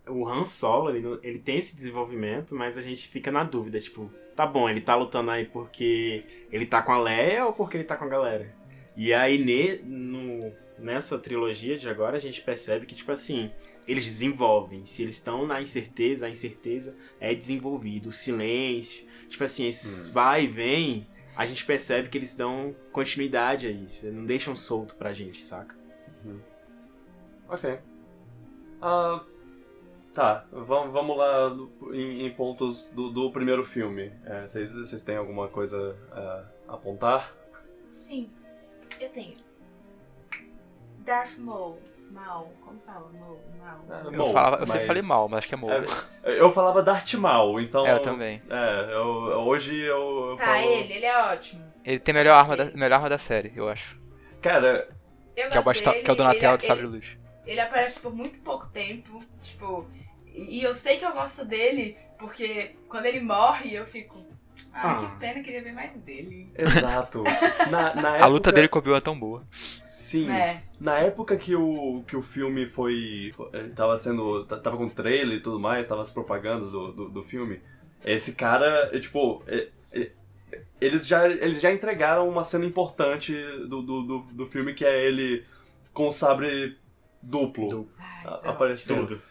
S1: Ah.
S4: O Han Solo, ele, não- ele tem esse desenvolvimento, mas a gente fica na dúvida, tipo, tá bom, ele tá lutando aí porque ele tá com a Leia ou porque ele tá com a galera? E aí, ne, no, nessa trilogia de agora, a gente percebe que, tipo assim, eles desenvolvem. Se eles estão na incerteza, a incerteza é desenvolvida. O silêncio, tipo assim, esses vai e vem, a gente percebe que eles dão continuidade a isso. Não deixam solto pra gente, saca?
S1: Ok. Ah, tá, vamos, vamos lá em, em pontos do, do primeiro filme. É, Vocês vocês têm alguma coisa é, a apontar?
S2: Sim, eu tenho. Darth Maul. Mal. Como fala? Maul.
S4: É,
S1: Ah,
S2: Mal.
S1: Eu
S3: Eu,
S1: Maul,
S3: falava, eu
S1: mas-
S3: sempre falei mal, mas acho que é mal.
S1: É, Eu falava Darth Maul, então...
S3: É, eu também.
S1: É, eu, hoje eu, eu
S2: Tá,
S1: falo...
S2: ele. Ele é ótimo.
S3: Ele tem a melhor arma da, melhor arma da série, eu acho.
S1: Cara,
S2: Eu
S3: Que é o,
S2: gosto
S3: Basta-
S2: dele,
S3: que é o Donatello
S2: ele-
S3: do Sabre de Luz.
S2: Ele aparece por muito pouco tempo, tipo, e e eu sei que eu gosto dele, porque quando ele morre eu fico, ah,
S4: Ah.
S2: que pena, eu queria ver mais dele.
S1: exato. na, na
S3: A luta
S1: época-
S3: dele com o Obi-Wan é tão boa.
S1: Sim.
S2: É,
S1: Na época que o, que o filme foi. é, tava sendo. ta- tava com trailer e tudo mais, tava as propagandas do, do, do filme. Esse cara, é, tipo. é- é- eles, já, eles já entregaram uma cena importante do, do, do, do filme, que é ele com o sabre duplo.
S4: Duplo.
S2: Ai,
S1: a-
S2: isso é
S1: Aparecendo.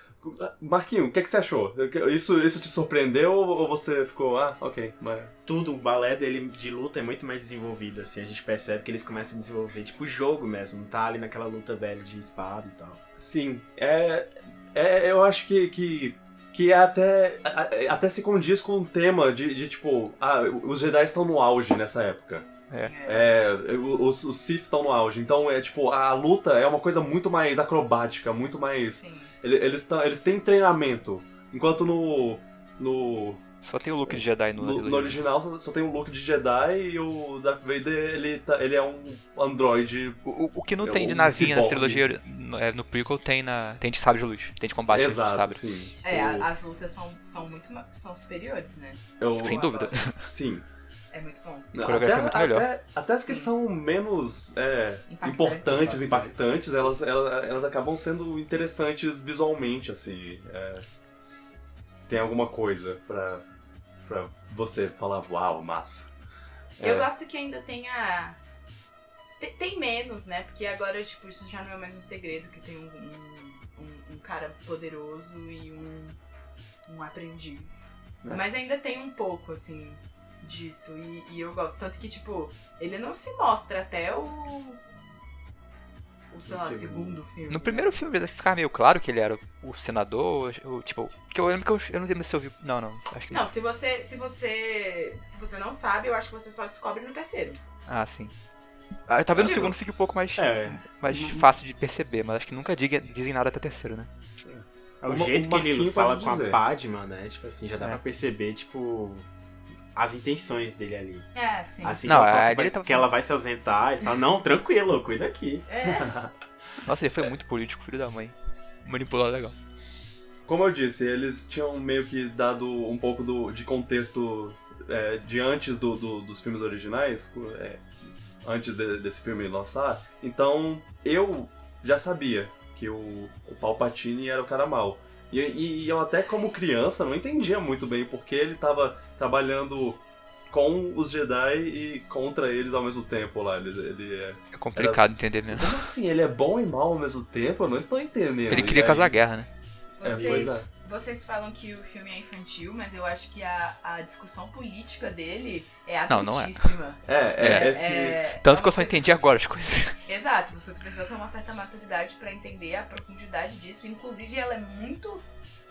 S1: Marquinho, o que, é que você achou? Isso, isso te surpreendeu ou você ficou, ah, ok, mas.
S4: tudo, o balé dele de luta é muito mais desenvolvido, assim, a gente percebe que eles começam a desenvolver, tipo, o jogo mesmo, tá ali naquela luta velha de espada e tal.
S1: Sim, é, é eu acho que, que, que é até, a- a- até se condiz com o tema de, de tipo, ah, os Jedi estão no auge nessa época.
S3: É.
S1: É, os, os Sith estão no auge. Então é tipo, a luta é uma coisa muito mais acrobática, muito
S2: ótimo.
S1: mais.
S2: Sim.
S1: ele- Eles, tão, eles têm treinamento. Enquanto no. No,
S3: Só tem o look de Jedi no,
S1: no- no original só- só tem o look de Jedi e o Darth Vader ele, tá- ele é um androide.
S3: O, o- o que não
S1: É
S3: tem de
S1: um
S3: nazinha nessa
S1: ciborgue.
S3: trilogia, ori- no, é, no prequel, tem, na, tem de Sabre de Luz. Tem de combate de
S1: Exato,
S3: Sabre.
S1: sim.
S2: É,
S1: O-
S2: a- as lutas são, são muito ma- são superiores, né?
S1: Tipo, eu-
S3: Sem dúvida.
S1: sim.
S2: É, É muito bom.
S3: A coreografia é muito melhor.
S1: Até, até as que
S2: Sim.
S1: são menos é,
S2: Impactante.
S1: importantes,
S4: Impactantes.
S1: impactantes, elas, elas, elas acabam sendo interessantes visualmente, assim. é. tem alguma coisa pra, pra você falar, uau, massa.
S2: Eu
S1: É.
S2: gosto que ainda tenha. Te- Tem menos, né? Porque agora, tipo, isso já não é mais um segredo que tem um, um- um- um cara poderoso e um, um aprendiz.
S1: É.
S2: Mas ainda tem um pouco, assim, disso. E, e eu gosto. Tanto que, tipo, ele não se mostra até o. O, sei
S4: No
S2: lá,
S4: segundo.
S2: segundo filme.
S3: No primeiro filme já ficava meio claro que ele era o senador, o, tipo. Que eu lembro que eu, eu não lembro se eu vi. Não, não. Acho que.
S2: Não, se você. Se você. Se você não sabe, eu acho que você só descobre no terceiro.
S3: Ah, sim. Ah, talvez no
S1: Tipo,
S3: segundo fique um pouco mais,
S4: É,
S3: mais
S1: não-
S3: fácil de perceber, mas acho que nunca diga- dizem nada até terceiro, né?
S4: É o
S1: O Ma-
S4: jeito
S1: o
S4: que ele
S1: Marquinho
S4: fala
S1: pode
S4: com a
S1: dizer.
S4: Padma, né? Tipo assim, já dá
S3: É.
S4: pra perceber, tipo, as intenções dele ali.
S2: É, sim.
S4: Assim
S3: Não,
S4: que, ela fala
S3: a
S4: que vai-
S3: dele tá-
S4: que ela vai se ausentar, ele fala, não, tranquilo, cuida aqui.
S2: É.
S3: Nossa, ele foi muito político, filho da mãe. Manipular legal.
S1: Como eu disse, eles tinham meio que dado um pouco do, de contexto é, de antes do, do- dos filmes originais, é, antes de- desse filme lançar. Então eu já sabia que o, o Palpatine era o cara mal. E, e eu até como criança não entendia muito bem porque ele estava trabalhando com os Jedi e contra eles ao mesmo tempo lá. Ele, ele é...
S3: É complicado entender, né?
S1: Como assim? Ele é bom e mal ao mesmo tempo? Eu não tô entendendo.
S3: Ele
S1: E
S3: queria
S1: aí-
S3: causar guerra, né?
S1: É,
S2: Vocês,
S1: pois
S2: vocês falam que o filme é infantil, mas eu acho que a, a discussão política dele é
S3: Não, não é.
S2: adultíssima.
S1: É, é,
S3: É.
S1: esse...
S2: é uma
S3: Tanto que eu só
S2: coisa-
S3: entendi agora as coisas.
S2: Exato, você precisa ter uma certa maturidade pra entender a profundidade disso. Inclusive, ela é muito,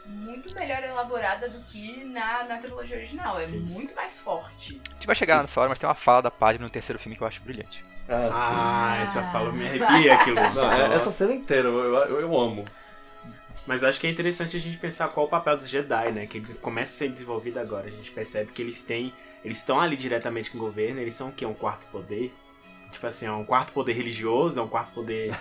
S2: muito melhor elaborada do que na, na trilogia original. É
S4: Sim.
S2: muito mais forte.
S3: A gente vai chegar lá nessa hora, mas tem uma fala da página no terceiro filme que eu acho brilhante.
S1: Ah, sim.
S4: Ah, essa fala me arrepia aquilo.
S1: Não, é- essa cena inteira, eu, eu, eu amo.
S4: Mas eu acho que é interessante a gente pensar qual o papel dos Jedi, né? Que eles começam a ser desenvolvidos agora. A gente percebe que eles têm. Eles estão ali diretamente com o governo, eles são o quê? Um quarto poder? Tipo assim, é um quarto poder religioso, é um quarto poder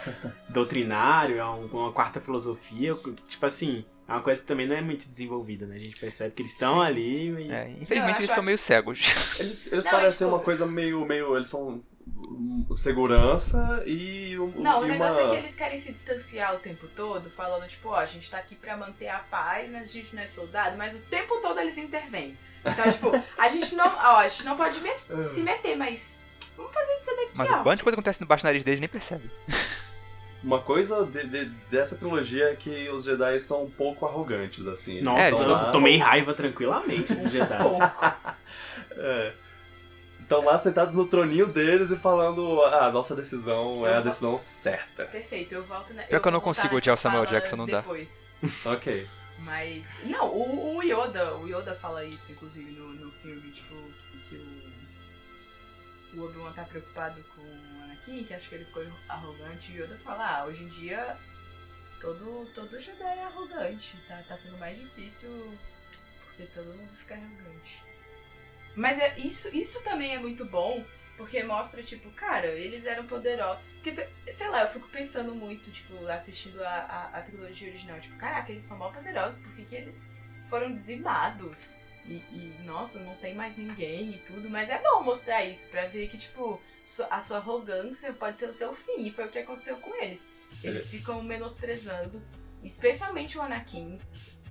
S4: doutrinário, é um- uma quarta filosofia. Tipo assim, é uma coisa que também não é muito desenvolvida, né? A gente percebe que eles estão ali e.
S3: É,
S2: Eu
S3: infelizmente
S2: acho-
S3: eles são meio cegos.
S1: Eles, eles
S2: Não,
S1: parecem
S2: tipo-
S1: uma coisa meio, meio. Eles são hum, segurança e, um,
S2: Não, o
S1: e
S2: negócio é
S1: uma.
S2: que eles querem se distanciar o tempo todo, falando, tipo, ó, a gente tá aqui pra manter a paz, mas a gente não é soldado, mas o tempo todo eles intervêm. Então, tipo, a gente não. Ó, a gente não pode me- se meter, mas. Vamos fazer isso daqui,
S3: Mas
S2: ó.
S3: um bando de coisa acontece no baixo do nariz deles nem percebe.
S1: Uma coisa de- de- dessa trilogia é que os Jedi são um pouco arrogantes, assim. Eles
S4: Nossa,
S3: É,
S1: estão
S3: eles
S4: eu
S1: lá,
S4: tomei raiva tranquilamente dos Jedi.
S2: Pouco.
S1: é, estão lá sentados no troninho deles e falando: ah, a nossa decisão
S2: Uhum.
S1: é a decisão certa.
S2: Perfeito, eu volto na.
S3: Pior que eu não
S2: vou voltar
S3: consigo
S2: nessa
S3: odiar o Samuel
S2: fala
S3: Jackson, não dá.
S2: Depois.
S1: Ok.
S2: Mas. Não, o, o Yoda, o Yoda fala isso, inclusive, no, no filme, tipo, que o. O Obi-Wan tá preocupado com o Anakin, que acho que ele ficou arrogante, e o Yoda fala, ah, hoje em dia todo, todo Jedi é arrogante, tá, tá sendo mais difícil porque todo mundo fica arrogante. Mas é, isso, isso também é muito bom, porque mostra, tipo, cara, eles eram poderosos. Porque, te- sei lá, eu fico pensando muito, tipo, assistindo a, a, a trilogia original. Tipo, caraca, eles são mal poderosos, porque que eles foram dizimados? E, e, nossa, não tem mais ninguém e tudo. Mas é bom mostrar isso, pra ver que, tipo, su- a sua arrogância pode ser o seu fim. E foi o que aconteceu com eles. Eles ficam menosprezando, especialmente o Anakin.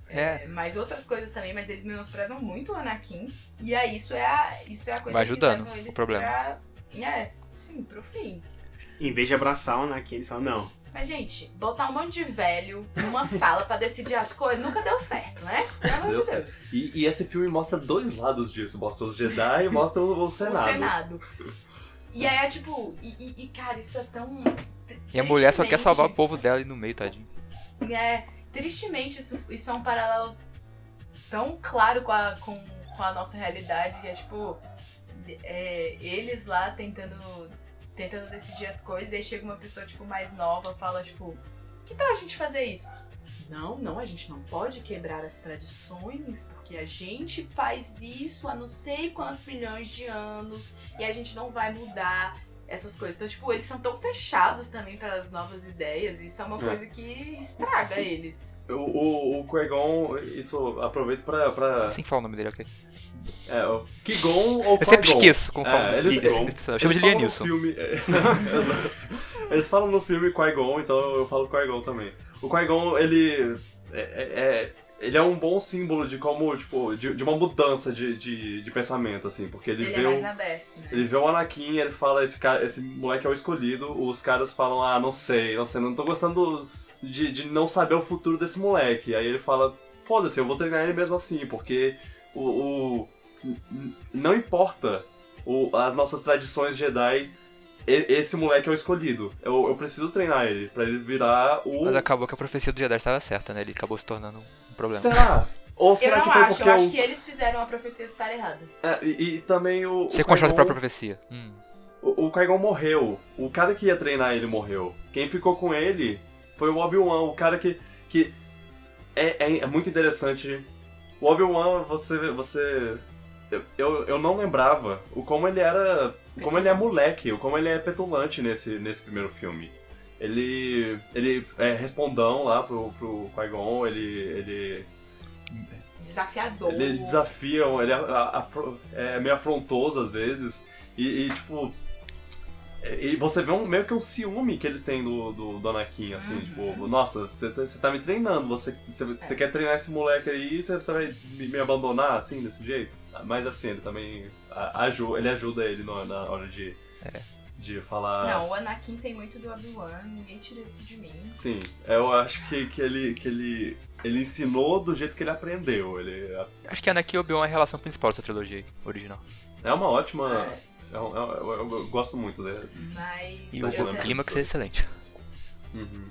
S3: É.
S2: mas outras coisas também, mas eles menosprezam muito o Anakin. E aí isso é a, isso é a coisa
S3: Vai ajudando
S2: que levam eles
S3: o problema.
S2: pra... É, sim, pro fim.
S4: Em vez de abraçar o Anakin, eles falam, não.
S2: Mas, gente, botar um monte de velho numa sala pra decidir as coisas nunca deu certo, né? Pelo amor
S1: Deu
S2: de Deus.
S1: E, e esse filme mostra dois lados disso: mostra os Jedi e mostra o, o
S2: O
S1: Senado.
S2: Senado. E aí é tipo, e, e- e, cara, isso é tão.
S3: E a mulher só quer
S2: Tristemente.
S3: salvar o povo dela ali no meio, tadinho.
S2: É, tristemente, isso, isso é um paralelo tão claro com a, com, com a nossa realidade, que é tipo, é, eles lá tentando, tentando decidir as coisas, aí chega uma pessoa, tipo, mais nova, fala, tipo, que tal a gente fazer isso? Não, não, a gente não pode quebrar as tradições, porque a gente faz isso há não sei quantos milhões de anos e a gente não vai mudar. essas coisas. Então, tipo, eles são tão fechados também para as novas ideias. Isso é uma
S1: É.
S2: coisa que estraga eles.
S1: O, o, o Qui-Gon, isso aproveito pra. pra
S3: Sem falar o nome dele, ok.
S1: é, o Qui-Gon ou
S3: Eu sempre
S1: Qui-Gon.
S3: esqueço como falar o
S1: É,
S3: nome
S1: eles
S3: desse-
S1: vão.
S3: desse personagem. Chama
S1: Eles
S3: de Liam
S1: falam no
S3: Neeson.
S1: filme- é, exato. Eles falam no filme Qui-Gon, então eu falo Qui-Gon também. O Qui-Gon, ele é, é- é- ele é um bom símbolo de como, tipo, de, de uma mudança de, de, de pensamento, assim, porque ele,
S2: Ele,
S1: vê
S2: é
S1: o,
S2: mais aberto, né?
S1: ele vê o Anakin e ele fala, esse, cara, esse moleque é o escolhido, os caras falam, ah, não sei, não sei, não tô gostando de, de não saber o futuro desse moleque. Aí ele fala, foda-se, eu vou treinar ele mesmo assim, porque o. o- n- n- não importa o- as nossas tradições Jedi, e- esse moleque é o escolhido. Eu, eu preciso treinar ele, pra ele virar o.
S3: Mas acabou que a profecia do Jedi estava certa, né? Ele acabou se tornando um problema.
S1: Será? Ou
S2: Eu
S1: será
S2: não
S1: que foi
S2: acho,
S1: porque
S2: eu acho
S1: o-
S2: que eles fizeram a profecia estar errada.
S1: é, e, e também o. o
S3: Você constrói a
S1: Qui-Gon-
S3: própria profecia. Hum.
S1: O, o Qui-Gon morreu. O cara que ia treinar ele morreu. Quem ficou com ele foi o Obi-Wan, o cara que. que é, é- é muito interessante. O Obi-Wan, você. você. eu- Eu, eu não lembrava o como ele era. Como ele é moleque, o como ele é petulante nesse, nesse primeiro filme. Ele. ele é respondão lá pro, pro Qui-Gon, ele. ele
S2: Desafiador.
S1: ele é desafia, ele a- a- afro- é meio afrontoso às vezes. E, e, tipo. E e você vê um, meio que um ciúme que ele tem do, do, do Anakin, assim,
S2: Uhum. É.
S1: tipo, nossa, você, tá- você tá me treinando, você, você, você quer treinar esse moleque aí, você, você vai me, me abandonar, assim, desse jeito? Mas assim, ele também ajuda, ele ajuda ele na, na hora de, de falar.
S2: Não, o Anakin tem muito do Obi-Wan, ninguém tira isso de mim.
S1: Sim, eu acho que, que, ele, que ele, ele ensinou do jeito que ele aprendeu. Ele,
S3: Acho que Anakin e Obi-Wan é a relação principal dessa trilogia aí, original.
S1: é uma ótima.
S2: É,
S1: É um- é um- eu, eu- eu gosto muito dele.
S2: Mas
S3: E
S1: Sim,
S3: o,
S1: eu
S3: o
S1: também.
S2: ta-
S3: clímax é excelente.
S1: Uhum.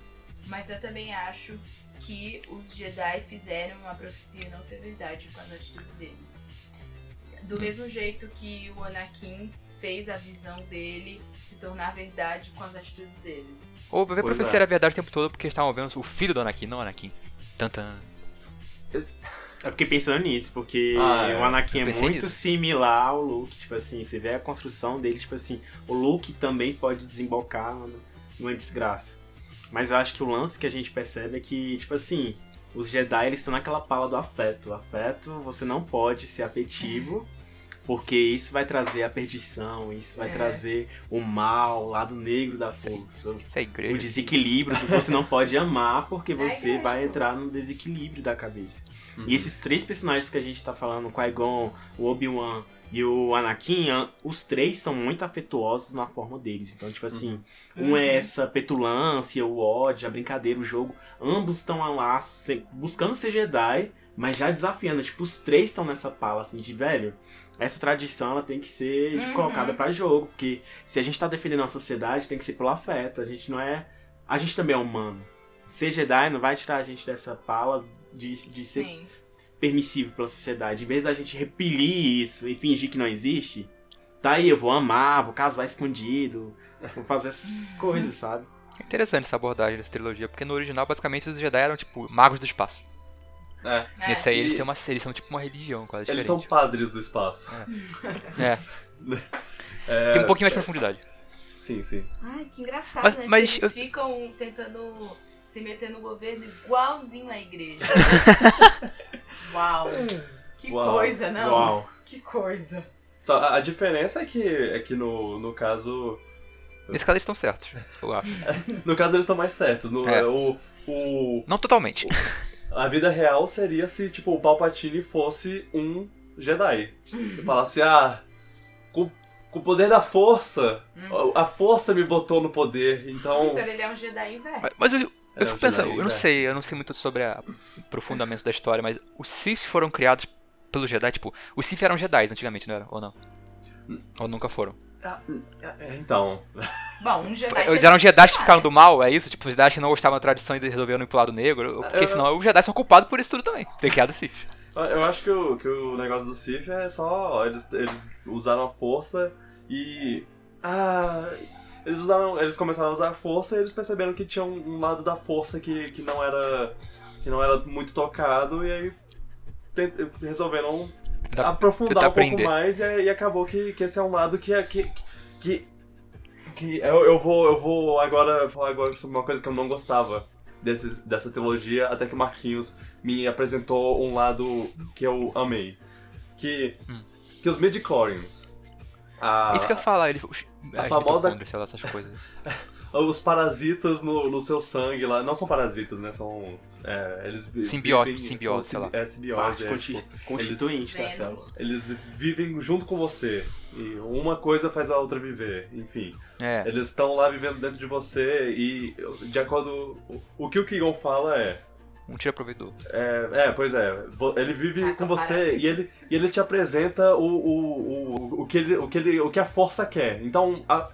S2: mas eu também acho que os Jedi fizeram a profecia não ser verdade com as atitudes deles. Do mesmo jeito que o Anakin fez a visão dele se tornar verdade com as atitudes dele.
S3: Ou a
S1: Pois
S3: profecia
S1: é.
S3: era verdade o tempo todo porque eles estavam vendo o filho do Anakin, não o Anakin. Tantan.
S4: Eu fiquei pensando nisso, porque
S1: Ah, é.
S4: o Anakin
S3: Eu
S4: é
S3: pensei
S4: muito
S3: nisso.
S4: similar ao Luke, tipo assim, você vê a construção dele, tipo assim, o Luke também pode desembocar numa- numa desgraça. Mas eu acho que o lance que a gente percebe é que, tipo assim, os Jedi eles estão naquela pala do afeto. Afeto, você não pode ser afetivo, porque isso vai trazer a perdição, isso vai
S2: É.
S4: trazer o mal, o lado negro da força
S3: Isso é
S4: o
S3: igreja.
S4: desequilíbrio que você não pode amar porque
S2: Ai,
S4: você
S2: que
S4: vai
S2: ótimo.
S4: entrar no desequilíbrio da cabeça. E esses três personagens que a gente tá falando, o Qui-Gon, o Obi-Wan e o Anakin, an- os três são muito afetuosos na forma deles. Então, tipo assim, um
S2: Uhum.
S4: é essa petulância, o ódio, a brincadeira, o jogo. Ambos estão lá se- buscando ser Jedi, mas já desafiando. Tipo, os três estão nessa pala, assim, de velho. Essa tradição, ela tem que ser
S2: Uhum.
S4: colocada pra jogo. Porque se a gente tá defendendo a sociedade, tem que ser pelo afeto. A gente não é... A gente também é humano. Ser Jedi não vai tirar a gente dessa pala de, de ser
S2: Sim.
S4: permissivo pela sociedade. Em vez da gente repelir isso e fingir que não existe, tá aí, eu vou amar, vou casar escondido, vou fazer essas coisas, sabe?
S3: É interessante essa abordagem dessa trilogia, porque no original, basicamente, os Jedi eram, tipo, magos do espaço.
S1: É,
S2: É.
S3: Nesse aí, eles,
S1: E-
S3: têm uma, eles são, tipo, uma religião quase
S1: eles são
S3: diferente.
S1: padres do espaço.
S3: É.
S1: É,
S3: Tem um pouquinho mais de profundidade.
S1: Sim, sim.
S2: Ai, que engraçado,
S3: Mas-
S2: né?
S3: mas
S2: Porque
S3: eu-
S2: eles ficam tentando se meter no governo igualzinho à igreja. Uau! Que
S1: Uau.
S2: coisa, não?
S4: Uau.
S2: Que coisa.
S1: Só a, a diferença é que, é que no, no caso.
S3: Nesse caso, eles estão certos, eu acho.
S1: No caso, eles estão mais certos. No,
S3: É.
S1: o, o,
S3: Não totalmente.
S1: a vida real seria se, tipo, o Palpatine fosse um Jedi. E falasse, ah, com, com o poder da força,
S2: Hum.
S1: a, a força me botou no poder, então.
S2: Então ele é um Jedi inverso.
S3: Mas, mas eu, eu
S1: É,
S3: fico
S1: o Jedi
S3: pensando, eu não
S1: inverso.
S3: sei, eu não sei muito sobre a- o aprofundamento da história, mas os Sith foram criados pelo Jedi, tipo, os Sith eram Jedi antigamente, não era? Ou não?
S1: Hum.
S3: Ou nunca foram?
S1: Ah, é, então.
S2: Bom, um Jedi.
S3: Eles eram Jedi que
S2: Ah,
S3: ficaram do mal, é isso? Tipo, os Jedi que não gostavam da tradição e eles resolveram ir pro lado negro? Porque
S1: Eu-
S3: senão os Jedi são culpados por isso tudo também. Ter criado o Sith.
S1: Ah, Eu acho que o, que o negócio do Sif é só. Eles, eles usaram a força e. Ah. Eles, usaram, eles começaram a usar a força e eles perceberam que tinha um, um lado da força que, que não era. que não era muito tocado e aí tent- resolveram
S3: Tá- Tentar-
S1: aprofundar
S3: tentar
S1: um pouco
S3: aprender.
S1: mais e, aí acabou que, que esse é um lado que, é- que, que que eu, eu vou, eu vou agora falar agora sobre uma coisa que eu não gostava desses, dessa trilogia, até que o Marquinhos me apresentou um lado que eu amei. Que.
S3: Hum.
S1: Que os midi-chlorians. a-
S3: Isso que eu ia falar, ele.
S1: A
S3: gente
S1: famosa-
S3: tá contra, sei lá, essas coisas.
S1: os parasitas no, no seu sangue lá. Não são parasitas, né? São. É, eles vi-
S3: Simbiótico,
S1: vivem-
S3: simbiose,
S1: são
S3: sei
S1: simbi- É, simbiose.
S4: Parte
S1: é,
S4: conti-
S1: tipo,
S4: constituinte da
S2: Vênus.
S4: célula.
S1: eles vivem junto com você. E uma coisa faz a outra viver. Enfim.
S3: É.
S1: Eles estão lá vivendo dentro de você e, de acordo. O, o que o Kigon fala é.
S3: Um tira proveito do outro.
S1: É, é, pois é. vo- Ele vive
S2: Ah,
S1: com você
S2: parasitas.
S1: e ele, e ele te apresenta o, o, o, o, que ele, o, que ele, o que a força quer. Então, a-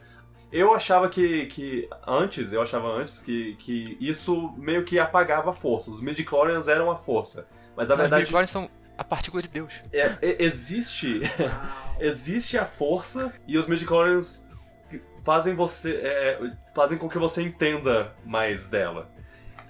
S1: eu achava que, que antes, eu achava antes que, que isso meio que apagava a força. Os midichlorians eram a força. Mas na
S3: Mas os
S1: verdade,
S3: Midichlorians são a partícula de Deus.
S1: é- é- existe, existe a força e os midichlorians fazem você é, fazem com que você entenda mais dela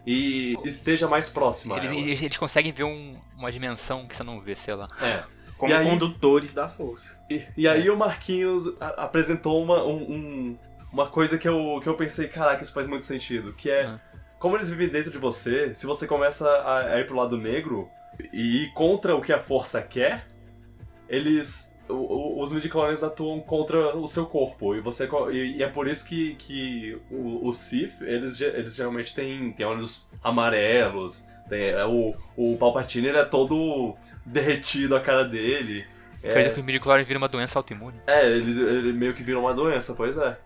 S1: e esteja mais próxima. a
S3: Eles,
S1: ela.
S3: eles- eles conseguem ver um- uma dimensão que você não vê, sei lá.
S1: É.
S4: Como
S1: E aí-
S4: condutores da força.
S1: E, e aí o Marquinhos a- apresentou uma, um- um- uma coisa que eu, que eu pensei, caraca, isso faz muito sentido, que é
S3: Ah.
S1: como eles vivem dentro de você, se você começa a, a ir pro lado negro e ir contra o que a força quer, eles. o- o- Os midichlorians atuam contra o seu corpo, e você co- e e é por isso que, que o- os Sith, eles, ge- eles geralmente têm, têm olhos amarelos, tem- é, o, o Palpatine ele é todo derretido a cara dele.
S3: Quer dizer que o midichlorian vira uma doença autoimune.
S1: É, eles, ele meio que viram uma doença, pois é.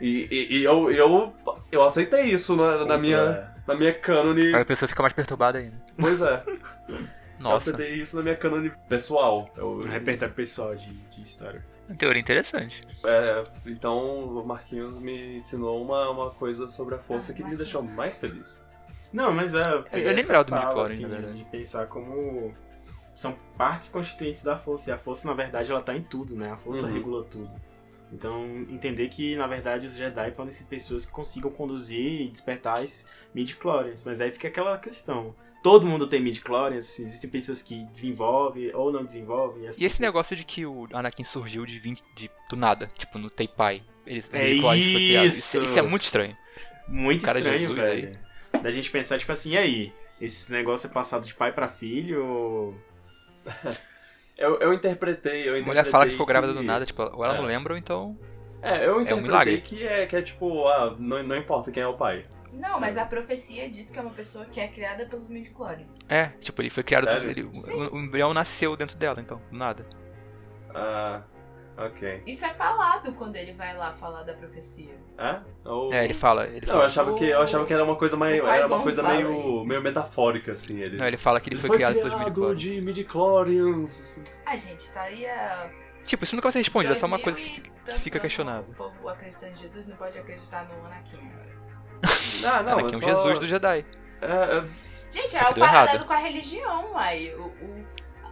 S1: E, e- e eu, eu, eu aceitei isso na, na minha,
S3: é.
S1: na minha cânone.
S3: Aí a pessoa fica mais perturbada ainda.
S1: Pois é, eu
S3: Nossa,
S1: aceitei isso na minha cânone pessoal. Eu-
S4: Um repertório pessoal de, de história.
S3: uma teoria interessante.
S1: então o Marquinhos me ensinou uma, uma coisa sobre a força
S2: Ah,
S1: que me
S2: Marquinhos.
S1: mais, mais feliz.
S4: Não, mas é.
S3: eu
S4: essa
S3: lembrava do
S4: fala,
S3: midichlorian,
S4: assim,
S3: na
S4: de-
S3: verdade.
S4: De pensar como são partes constituintes da força. E a força, na verdade, ela tá em tudo, né? A força
S1: Uhum.
S4: regula tudo. Então, entender que, na verdade, os Jedi podem ser pessoas que consigam conduzir e despertar as midichlorians. Mas aí fica aquela questão. Todo mundo tem midichlorians, existem pessoas que desenvolvem ou não desenvolvem. Assim,
S3: E esse negócio de que o Anakin surgiu de, 20 de- do nada, tipo no Teipai. Eles,
S4: É
S3: o midichlorian foi criado. Isso,
S4: isso!
S3: isso é muito estranho.
S4: Muito
S3: Cara
S4: estranho,
S3: Jesus
S4: velho. Da gente pensar, tipo assim, e aí? Esse negócio é passado de pai pra filho ou...
S1: Eu, eu interpretei, eu
S3: A
S1: interpretei.
S3: mulher fala que ficou grávida do
S1: que-
S3: nada, tipo, ou ela não
S1: É.
S3: lembra, ou então.
S1: É, eu interpretei
S3: milagre.
S1: que, é, que é tipo, ah, não, não importa quem é o pai.
S2: Não, mas a profecia diz que é uma pessoa que é criada pelos midichlorians.
S3: É, tipo, ele foi criado. do-
S1: Sério?
S3: ele-
S2: Sim.
S3: o, o embrião nasceu dentro dela, então, do nada.
S1: Ah, ok.
S2: Isso é falado quando ele vai lá falar da profecia.
S1: Ah? Ou-
S3: É, ele fala. Ele
S1: Não,
S3: fala,
S1: eu achava, que, eu achava que era uma coisa, meio,
S2: O pai
S1: era uma
S2: não
S1: coisa
S2: fala
S1: meio,
S2: isso.
S1: meio metafórica, assim. Ele,
S3: não, ele fala que ele, foi, criado, pelos midichlorians.
S1: de midichlorians.
S2: A Ah, gente tá estaria.
S3: Tipo, isso nunca vai ser respondido, é só uma coisa que você fica.
S2: fica
S3: questionado.
S2: O povo acreditando em Jesus não pode acreditar no Anakin.
S1: Ah, não,
S3: Anakin
S1: é
S3: é um
S1: só...
S3: Jesus do Jedi.
S1: É, é,
S2: Gente,
S3: Só que
S2: é o
S3: deu
S2: paralelo
S3: errado.
S2: com a religião, uai. O, o-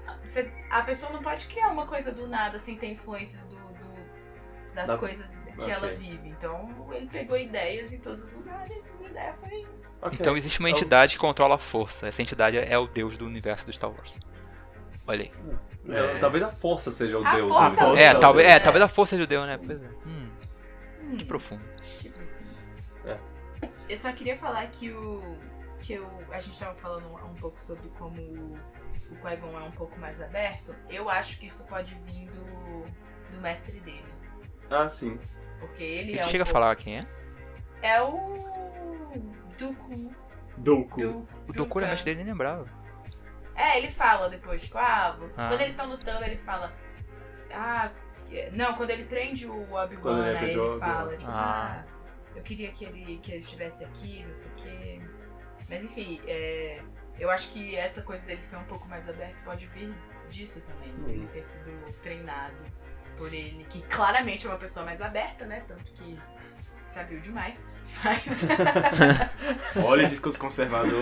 S2: a- cê- a pessoa não pode criar uma coisa do nada sem ter influências do, do- das
S1: Da-
S2: coisas que
S1: ok.
S2: ela vive. Então, ele pegou ideias em todos os lugares e a ideia foi.
S1: ok.
S3: Então existe uma
S1: Então-
S3: entidade que controla a força. Essa entidade é o deus do universo do Star Wars. Olha aí.
S1: É, Talvez a força seja o
S2: A
S1: deus.
S2: força-
S1: né?
S4: Nossa,
S3: É,
S4: meu
S3: talvez,
S2: Deus.
S3: é, talvez a força judeu, né? Pois é. Hum,
S2: Hum,
S3: que profundo.
S2: que profundo.
S1: É.
S2: Eu só queria falar que o. que eu, a gente tava falando um, um pouco sobre como o, o Qui-Gon é um pouco mais aberto. Eu acho que isso pode vir do, do mestre dele.
S1: Ah, sim.
S2: Porque ele
S3: Ele
S2: é um
S3: chega a
S2: pouco-
S3: falar quem é?
S2: É o. Dooku.
S4: Douco.
S2: Du,
S3: O Doku era mais dele, nem lembrava.
S2: É, ele fala depois, tipo, ah, vo-
S3: Ah.
S2: quando eles estão lutando, ele fala. Ah, que- não, quando ele prende o
S1: Quando
S2: Obi-Wan,
S1: ele
S2: aí
S1: prende o
S2: ele
S1: Obi-Wan.
S2: fala, tipo,
S3: Ah.
S2: ah. eu queria que ele, que ele estivesse aqui, não sei o quê. Mas enfim, é, eu acho que essa coisa dele ser um pouco mais aberto pode vir disso também,
S1: Hum.
S2: dele ter sido treinado por ele, que claramente é uma pessoa mais aberta, né? Tanto que sabia demais. Mas.
S4: Olha o discurso conservador.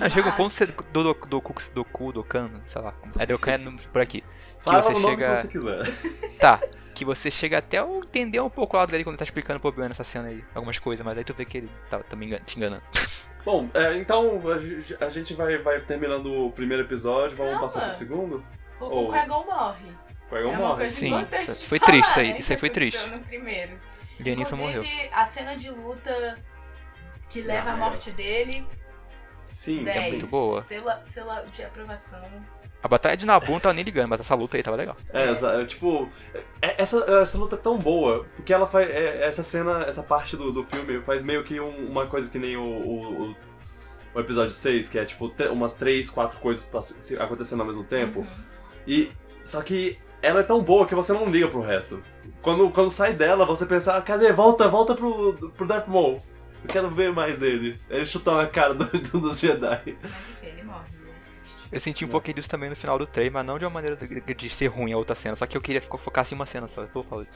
S3: Não, chega um
S2: Mas-
S3: ponto que você. Do Doku, Doku, Doku, Dokan, sei lá. É Dokan é no- por aqui. Que
S1: Fala
S3: você
S1: o nome
S3: chega.
S1: que você quiser.
S3: Tá. Que você chega até a entender um pouco o lado dele quando ele tá explicando pro Obi-Wan essa cena aí. Algumas coisas, mas aí tu vê que ele tá, tá me engan- te enganando.
S1: Bom, é, então a ge- a gente vai, vai terminando o primeiro episódio, vamos
S2: Calma.
S1: passar pro segundo?
S2: O,
S1: Ou-
S2: o Qui-Gon morre.
S1: Pegou
S2: É uma
S1: morre.
S2: coisa
S3: Sim,
S2: importante
S3: isso
S2: de
S3: foi
S2: falar,
S3: triste isso aí,
S2: né,
S3: isso aí
S2: que
S3: foi
S2: aconteceu
S3: triste.
S2: No primeiro.
S3: Lianissa morreu.
S2: Inclusive, a cena de luta que leva
S1: Ah,
S2: à
S1: é. Hum,
S2: morte dele,
S1: Sim, é
S2: 10.
S3: muito boa.
S2: Selo, selo de aprovação.
S3: A batalha de Nabu não tava nem ligando, mas essa luta aí tava legal.
S1: É, exa- é, tipo, é- essa, essa luta é tão boa, porque ela faz. é- essa cena, essa parte do, do filme faz meio que um- uma coisa que nem o, o, o- o episódio 6, que é tipo tre- umas três, quatro coisas pass- se- acontecendo ao mesmo tempo.
S2: Uhum.
S1: E. Só que ela é tão boa que você não liga pro resto. Quando, quando sai dela, você pensa, ah, cadê? Volta, volta pro, pro Darth Maul. Eu quero ver mais dele. Ele chutar na cara do- do- dos Jedi.
S2: Mas enfim, ele morre. né?
S3: Eu senti um
S1: É.
S3: pouquinho disso também no final do trailer, mas não de uma maneira de, de ser ruim a outra cena, só que eu queria ficar- focar em uma cena só, eu tô falando.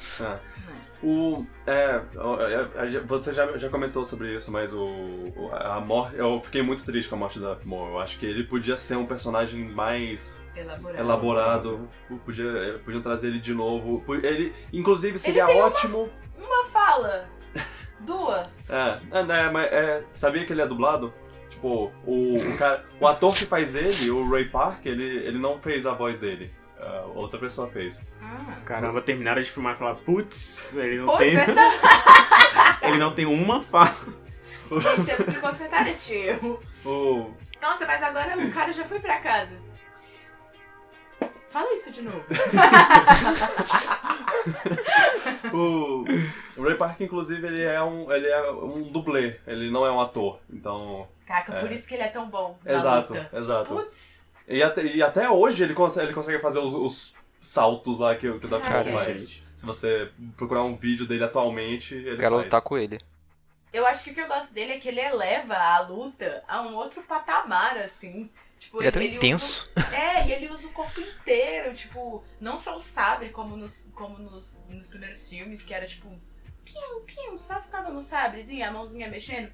S1: O. É. o- é, a gen- Você já, já comentou sobre isso, mas o. o- A morte. Eu fiquei muito triste com a morte do Darth Maul. Eu acho que ele podia ser um personagem mais
S2: Elaborado.
S1: elaborado. Podia, é, podiam trazer ele de novo. Po- Ele, inclusive, seria
S2: tem uma-
S1: ótimo.
S2: Uma fala. Duas.
S1: É, é, né, mas é, sabia que ele é dublado? Tipo, o, o, cara, o ator que faz ele, o Ray Park, ele, ele não fez a voz dele. Ah, outra pessoa fez.
S2: Ah.
S4: Caramba, terminaram de filmar e falaram, putz, ele não
S2: Pois é
S4: tem.
S2: essa
S4: Ele não tem uma fala.
S2: deixamos que consertar este erro.
S1: O,
S2: Nossa, mas agora o cara já foi pra casa. Fala isso de novo.
S1: O, o Ray Park, inclusive, ele é, um, ele é um dublê, ele não é um ator. Então.
S2: Caraca, por
S1: É.
S2: isso que ele é tão bom. na
S1: exato,
S2: luta.
S1: exato.
S2: Putz,
S1: E até, e até hoje ele consegue, ele consegue fazer os, os saltos lá que, o- que o Darth
S2: Cara,
S1: Maul faz.
S4: gente.
S1: Se você procurar um vídeo dele atualmente, ele
S3: Eu quero
S1: faz.
S3: lutar com ele.
S2: eu acho que o que eu gosto dele é que ele eleva a luta a um outro patamar, assim. Tipo,
S3: Ele é tão
S2: ele usa-
S3: intenso.
S2: É, e ele usa o corpo inteiro, tipo, não só o sabre, como nos, como nos, nos primeiros filmes, que era tipo, pium, pium, só ficava no sabrezinho, a mãozinha mexendo.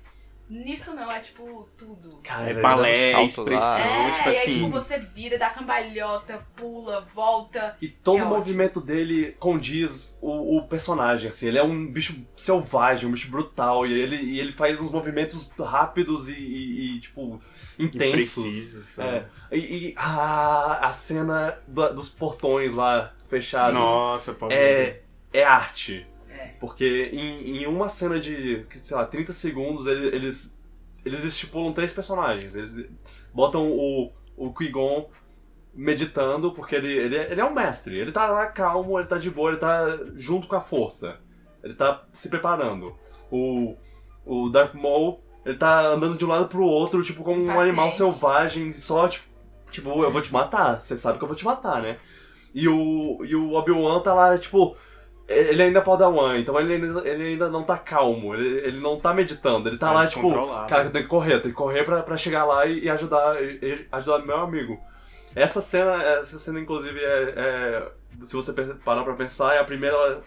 S2: Nisso não, é tipo, tudo.
S1: Cara,
S4: É
S1: ele
S4: balé,
S3: dando um salto lá.
S4: expressão,
S2: É,
S4: tipo
S2: e aí, tipo,
S4: assim.
S2: você vira, dá cambalhota, pula, volta.
S1: E todo
S2: É
S1: o
S2: ótimo.
S1: movimento dele condiz o, o personagem, assim. Ele é um bicho selvagem, um bicho brutal. E ele, e ele faz uns movimentos rápidos e, e- e, tipo, intensos.
S4: Preciso, sabe?
S1: É. E, e a, a cena da- dos portões lá assim. fechados
S4: Nossa, Paulo.
S1: é, é arte.
S2: É.
S1: Porque em, em uma cena de, que, sei lá, 30 segundos, ele- eles, eles estipulam três personagens. Eles botam o, o Qui-Gon meditando, porque ele, ele, é- ele é um mestre. Ele tá lá calmo, ele tá de boa, ele tá junto com a força. Ele tá se preparando. O, o Darth Maul, ele tá andando de um lado pro outro, tipo, como um
S2: Impaciente.
S1: animal selvagem, só, tipo, tipo, eu vou te matar. Você sabe que eu vou te matar, né? E o, e o Obi-Wan tá lá, tipo. Ele ainda é Padawan, então ele ainda, ele ainda não tá calmo, ele, ele não tá meditando, ele tá, lá, tipo. Cara, eu tenho que correr, eu tenho que correr pra, pra chegar lá e, e ajudar e- e ajudar meu amigo. Essa cena, essa cena inclusive, é, é- se você pe- parar pra pensar, é a primeira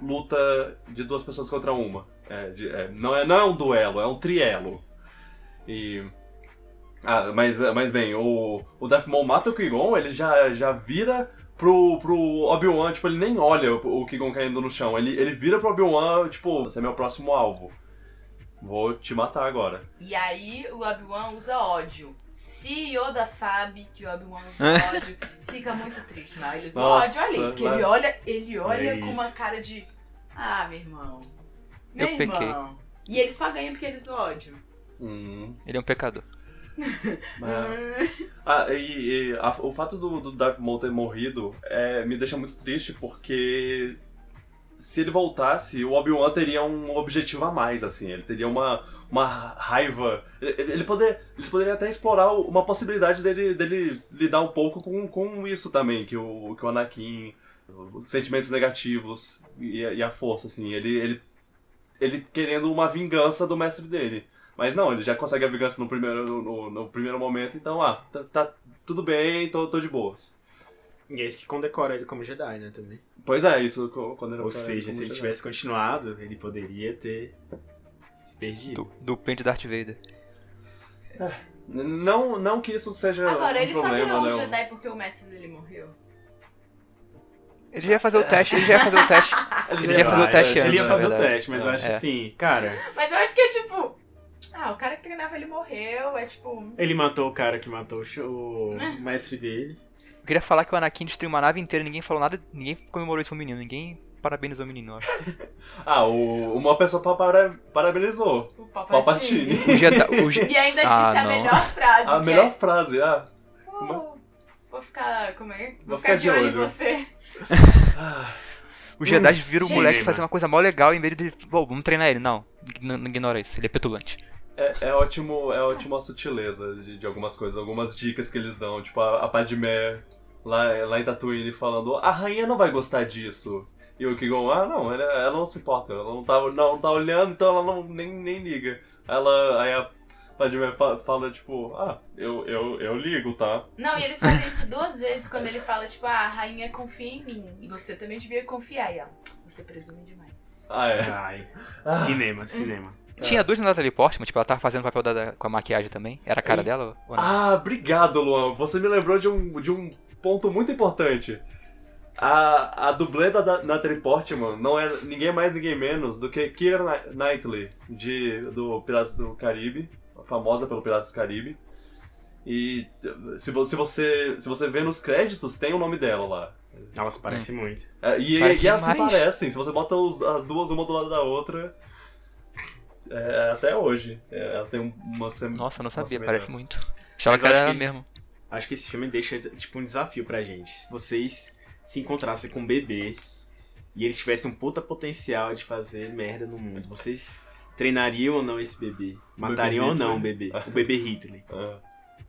S1: luta de duas pessoas contra uma. É, de- é, não, é, não é um duelo, é um trielo. E... Ah, mas, mas bem, o, o Darth Maul mata o Qui-Gon, ele já, já vira pro, pro Obi-Wan, tipo, ele nem olha o, o Qui-Gon caindo no chão, ele, ele vira pro Obi-Wan, tipo, você é meu próximo alvo. Vou te matar agora.
S2: E aí o Obi-Wan usa ódio. Se Yoda sabe que o Obi-Wan usa ódio, fica muito triste. Mas ele usa
S1: Nossa,
S2: ódio ali. Porque
S1: mas-
S2: ele olha, ele olha
S4: É
S2: com uma
S4: isso.
S2: cara de. Ah, meu irmão. Meu
S3: Eu pequei.
S2: irmão. E ele só ganha porque ele usa ódio.
S1: Hum,
S3: Ele é um pecador.
S1: mas-
S2: Hum,
S1: Ah, e, e a- o fato do, do Darth Maul ter morrido é, me deixa muito triste porque se ele voltasse, o Obi-Wan teria um objetivo a mais, assim. Ele teria uma, uma raiva. Ele, ele poder, eles poderiam até explorar o- uma possibilidade dele, dele lidar um pouco com, com isso também, que o, que o Anakin, os sentimentos negativos e, a- e a força, assim. Ele, ele, ele querendo uma vingança do mestre dele. Mas não, ele já consegue a vingança no primeiro, no, no- no primeiro momento, então, ah, tá, tá tudo bem, tô, tô de boas.
S4: E é isso que condecora ele como Jedi, né, também.
S1: Pois é, isso co- quando ele
S4: Ou
S1: tá-
S4: seja,
S1: como
S4: se ele
S1: Jedi.
S4: tivesse continuado, ele poderia ter se perdido.
S3: Do, do pen de Darth Vader.
S1: Não, não que isso seja
S2: Agora,
S1: um
S2: ele só
S1: problema,
S2: virou um
S1: né?
S2: Jedi porque o mestre dele morreu.
S3: Ele já ia fazer o teste, ele já ia fazer o teste. Ele ia
S1: é,
S3: fazer o teste
S4: Ele ia
S3: antes,
S4: fazer
S3: né?
S4: o teste, mas eu acho
S3: É.
S4: assim, cara,
S2: Mas eu acho que é tipo. Ah, o cara que treinava ele morreu. É tipo.
S4: ele matou o cara que matou o, sh- o mestre dele.
S3: Eu queria falar que o Anakin destruiu uma nave inteira, ninguém falou nada, ninguém comemorou isso com o menino, ninguém parabenizou o menino, eu acho.
S1: Ah, o, uma pessoa pa- para- parabenizou.
S2: O
S1: Palpatine.
S2: Palpatine.
S3: O Jedi, o Je-
S2: E ainda disse
S3: Ah,
S2: a
S3: não.
S2: melhor frase.
S1: A
S2: que
S1: melhor frase, ah.
S2: É, "Vou- Vou ficar. Como é? Vou,
S1: Vou
S2: ficar de olho em
S1: olho.
S2: você.
S1: ah,
S3: o Jedi vira o
S2: Gente.
S3: moleque fazer uma coisa mó legal em vez de. Pô, vamos treinar ele. Não, Ign- ignora isso, ele é petulante.
S1: É, é ótimo, é ótimo a sutileza de, de algumas coisas, algumas dicas que eles dão. Tipo, a, a Padmé lá, lá em Tatooine falando, a rainha não vai gostar disso. E o Kigon, ah não, ela, ela não se importa, ela não tá, não tá olhando, então ela não, nem, nem liga. Ela, aí a Padmé fa- fala, tipo, ah, eu, eu, eu ligo, tá?
S2: Não, e eles fazem isso duas vezes quando ele fala, tipo, ah, a rainha confia em mim. E você também devia confiar. E ela, você presume demais.
S1: Ah, é.
S4: Ai.
S1: Ah.
S4: Cinema, cinema.
S3: Tinha dois na Natalie Portman, tipo, ela tava fazendo o papel da, da- com a maquiagem também. Era a cara
S1: E-
S3: dela ou não?
S1: Ah, obrigado, Luan. Você me lembrou de um, de um ponto muito importante. A, a dublê da, da Natalie Portman não é ninguém mais, ninguém menos do que Keira Knight- Knightley, de, do Piratas do Caribe, famosa pelo Piratas do Caribe. E se, vo- se você, se você vê nos créditos, tem o nome dela lá.
S4: Ela se parece muito.
S1: É, E,
S3: Parece
S1: e elas se
S3: demais.
S1: parecem, se você bota os- as duas uma do lado da outra, é, até hoje. É, ela tem uma sem-
S3: Nossa, eu não sabia,
S1: Nossa,
S3: parece
S1: beleza.
S3: muito. Achava
S4: Mas
S3: que era
S4: acho
S3: ela
S4: que-
S3: mesmo.
S4: Acho que esse filme deixa tipo um desafio pra gente. Se vocês se encontrassem com um bebê e ele tivesse um puta potencial de fazer merda no mundo, vocês treinariam ou não esse bebê? Matariam ou não o bebê? O bebê Hitler.
S1: Ah.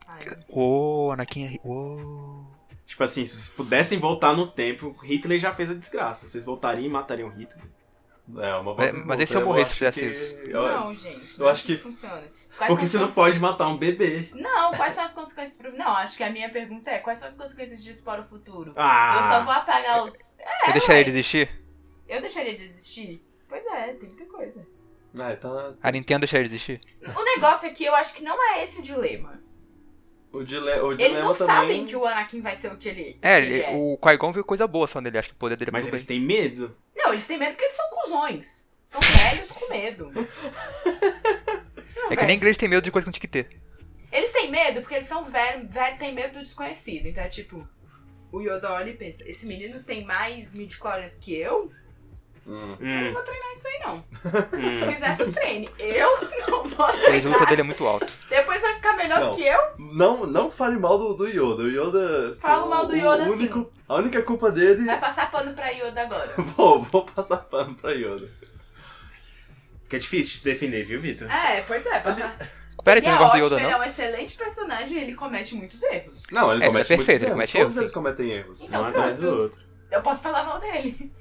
S2: Ai,
S3: Ô, Anakin é. ri- Ô.
S4: Tipo assim, se vocês pudessem voltar no tempo, Hitler já fez a desgraça. Vocês voltariam e matariam Hitler?
S1: É, uma
S3: É, mas e se eu morresse se assim? fizesse isso?
S1: Eu,
S2: não, gente.
S1: eu
S2: não é
S1: acho
S2: assim
S1: que-
S2: funciona. Quais
S4: Porque você
S2: são
S4: não
S2: as-
S4: pode matar um bebê.
S2: Não, quais são as consequências pro. Não, acho que a minha pergunta é: quais são as consequências disso para o futuro? Eu só vou
S4: Ah!
S2: apagar os.
S3: Eu deixaria ele existir?
S2: Eu deixaria de existir? Pois é, tem muita coisa.
S1: Ah, tá.
S3: A Nintendo deixaria ele existir?
S2: O negócio é que eu acho que não é esse o dilema.
S1: O, dile... o
S2: Eles
S1: dilema
S2: não
S1: também.
S2: sabem que o Anakin vai ser o que ele,
S3: É,
S2: que ele
S3: ele- o Qui-Gon viu coisa boa só nele, acho que o poder dele é
S4: Mas
S3: muito
S4: eles
S3: bem.
S4: têm medo.
S2: Não, eles têm medo porque eles são cuzões. São velhos com medo. Não,
S3: É que
S2: velho.
S3: nem igreja tem medo de coisa que não tinha que ter.
S2: Eles têm medo porque eles são velhos, velho, têm medo do desconhecido. Então é tipo, o Yoda olha e pensa, esse menino tem mais midichlorians que eu?
S1: Hum.
S2: Eu não
S4: Hum,
S2: vou treinar isso aí não. Se tu
S4: hum.
S2: quiser, tu treine. Eu não vou
S3: A luta
S2: treinar.
S3: dele é muito alto.
S2: Depois vai ficar melhor
S1: Não.
S2: do que eu.
S1: Não, não fale mal do, do Yoda. O Yoda.
S2: Falo
S1: o-
S2: mal do
S1: o
S2: Yoda, É.
S1: único... A única culpa dele.
S2: Vai passar pano pra Yoda agora.
S1: Vou, vou passar pano pra Yoda.
S4: Fica é difícil de defender, viu, Vitor?
S2: É, pois é, passar.
S3: Pera aí,
S2: Ele
S3: esse
S2: é
S3: negócio
S2: ótimo,
S3: do Yoda
S2: ele
S3: não.
S2: é um excelente personagem e ele comete muitos erros.
S1: Não, ele
S3: É,
S1: comete
S3: ele é perfeito,
S1: muitos erros.
S3: ele comete
S1: Todos
S3: erros,
S1: eles cometem erros.
S2: Então,
S4: Um atrás do
S2: pronto.
S4: outro.
S2: Eu posso falar mal dele.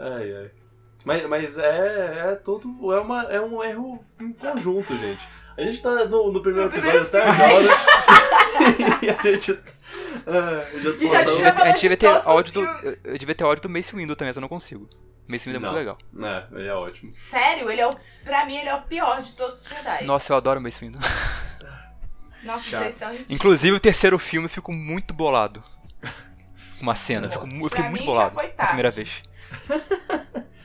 S1: Ai, ai. Mas, mas é, é todo. É, uma, é um erro em conjunto, gente. A gente tá no, no primeiro
S2: No primeiro
S1: episódio até agora. e a gente. tá, ah, já se
S2: E já
S1: lançou-
S2: tivemos-
S3: A gente devia ter
S2: Todos os
S3: áudio do.
S2: filmes.
S3: Eu eu devia ter áudio do Mace Windu também, mas eu não consigo. Mace Windu é muito
S1: Não.
S3: legal.
S1: É, ele é ótimo.
S2: Sério, ele é o. Pra mim, ele é o pior de todos os Jedi.
S3: Nossa, eu adoro Mace Windu.
S2: Nossa,
S4: Chato.
S2: vocês são ridículos.
S3: Inclusive, o terceiro filme eu fico muito bolado. Com uma cena, eu, fico mu- eu
S2: Pra
S3: fiquei
S2: mim,
S3: muito
S2: já
S3: bolado.
S2: foi
S3: A
S2: tarde.
S3: primeira vez.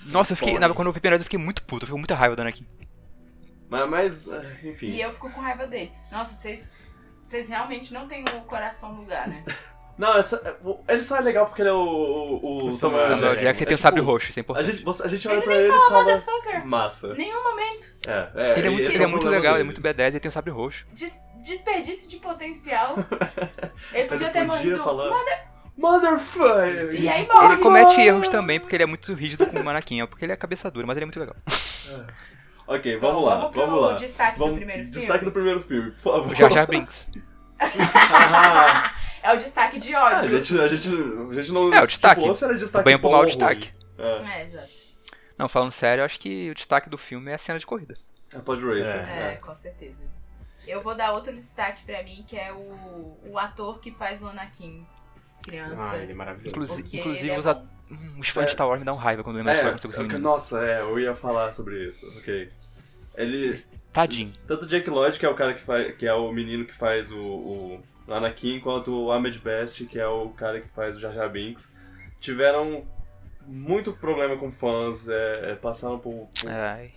S3: Nossa, eu fiquei.
S1: Porra.
S3: na- quando eu vi a primeira vez, eu fiquei muito puto, eu fiquei com muita raiva dando aqui.
S1: Mas, mas ah, enfim.
S2: E eu fico com raiva dele. Nossa, vocês. Vocês realmente não têm o coração no lugar, né?
S1: Não, é só- é, o- ele só é legal porque ele é o, o, o Samuel,
S4: O Samuel
S3: Samuel
S4: Jackson.
S3: Jackson
S1: É
S3: tem um
S1: tipo,
S3: sabre roxo, isso é
S1: A
S3: importante.
S1: gente, você- a gente
S2: Ele
S1: olha pra ele e fala.
S2: Motherfucker!
S1: Massa.
S2: Nenhum momento.
S1: É, é,
S3: Ele é muito,
S1: esse
S3: ele é
S1: o
S3: muito
S1: problema
S3: legal, ele é
S1: dele.
S3: muito B10, ele tem um sabre roxo.
S2: Des- desperdício de potencial. Ele podia
S1: Ele podia
S2: ter morrido.
S1: falar. Motherfucker!
S2: E aí morre.
S3: Ele comete erros também, porque ele é muito rígido com o Anakin, ó, porque ele é cabeça dura, mas ele é muito legal.
S1: Ok,
S2: Bom,
S1: vamos lá,
S2: Vamos, pro
S1: vamos lá.
S2: destaque do
S1: Vamos-
S2: primeiro
S1: Destaque do
S2: filme.
S1: primeiro filme, por favor.
S3: O Jar Jar Binks.
S1: Ah,
S2: É o destaque de
S1: a,
S2: ódio.
S1: Ah, gente, a, gente, a gente não.
S3: É, o destaque.
S1: Tipo, ou se era destaque
S3: Bem ou
S1: bom
S3: mal o
S1: ou
S3: destaque.
S1: ruim. É,
S2: É, exato.
S3: Não, falando sério, eu acho que o destaque do filme é a cena de corrida.
S1: é Pod Racer.
S2: É,
S1: É.
S2: com certeza. Eu vou dar outro destaque pra mim, que é o, o ator que faz o Anakin criança.
S4: Ah, ele é maravilhoso.
S3: Inclusive-
S2: porque
S3: inclusive
S2: ele é
S3: os
S2: bom.
S3: at- Hum, os fãs
S1: É.
S3: de Star Wars me dão raiva quando eu lembro
S1: É,
S3: da história com esse um menino.
S1: nossa, é, eu ia falar sobre isso, ok. Ele.
S3: Tadinho.
S1: Tanto o Jake Lloyd, que é o cara que faz. que é o menino que faz o, o Anakin, quanto o Ahmed Best, que é o cara que faz o Jar Jar Binks, tiveram muito é, problema com fãs, é, é, passaram por. por-
S3: Ai.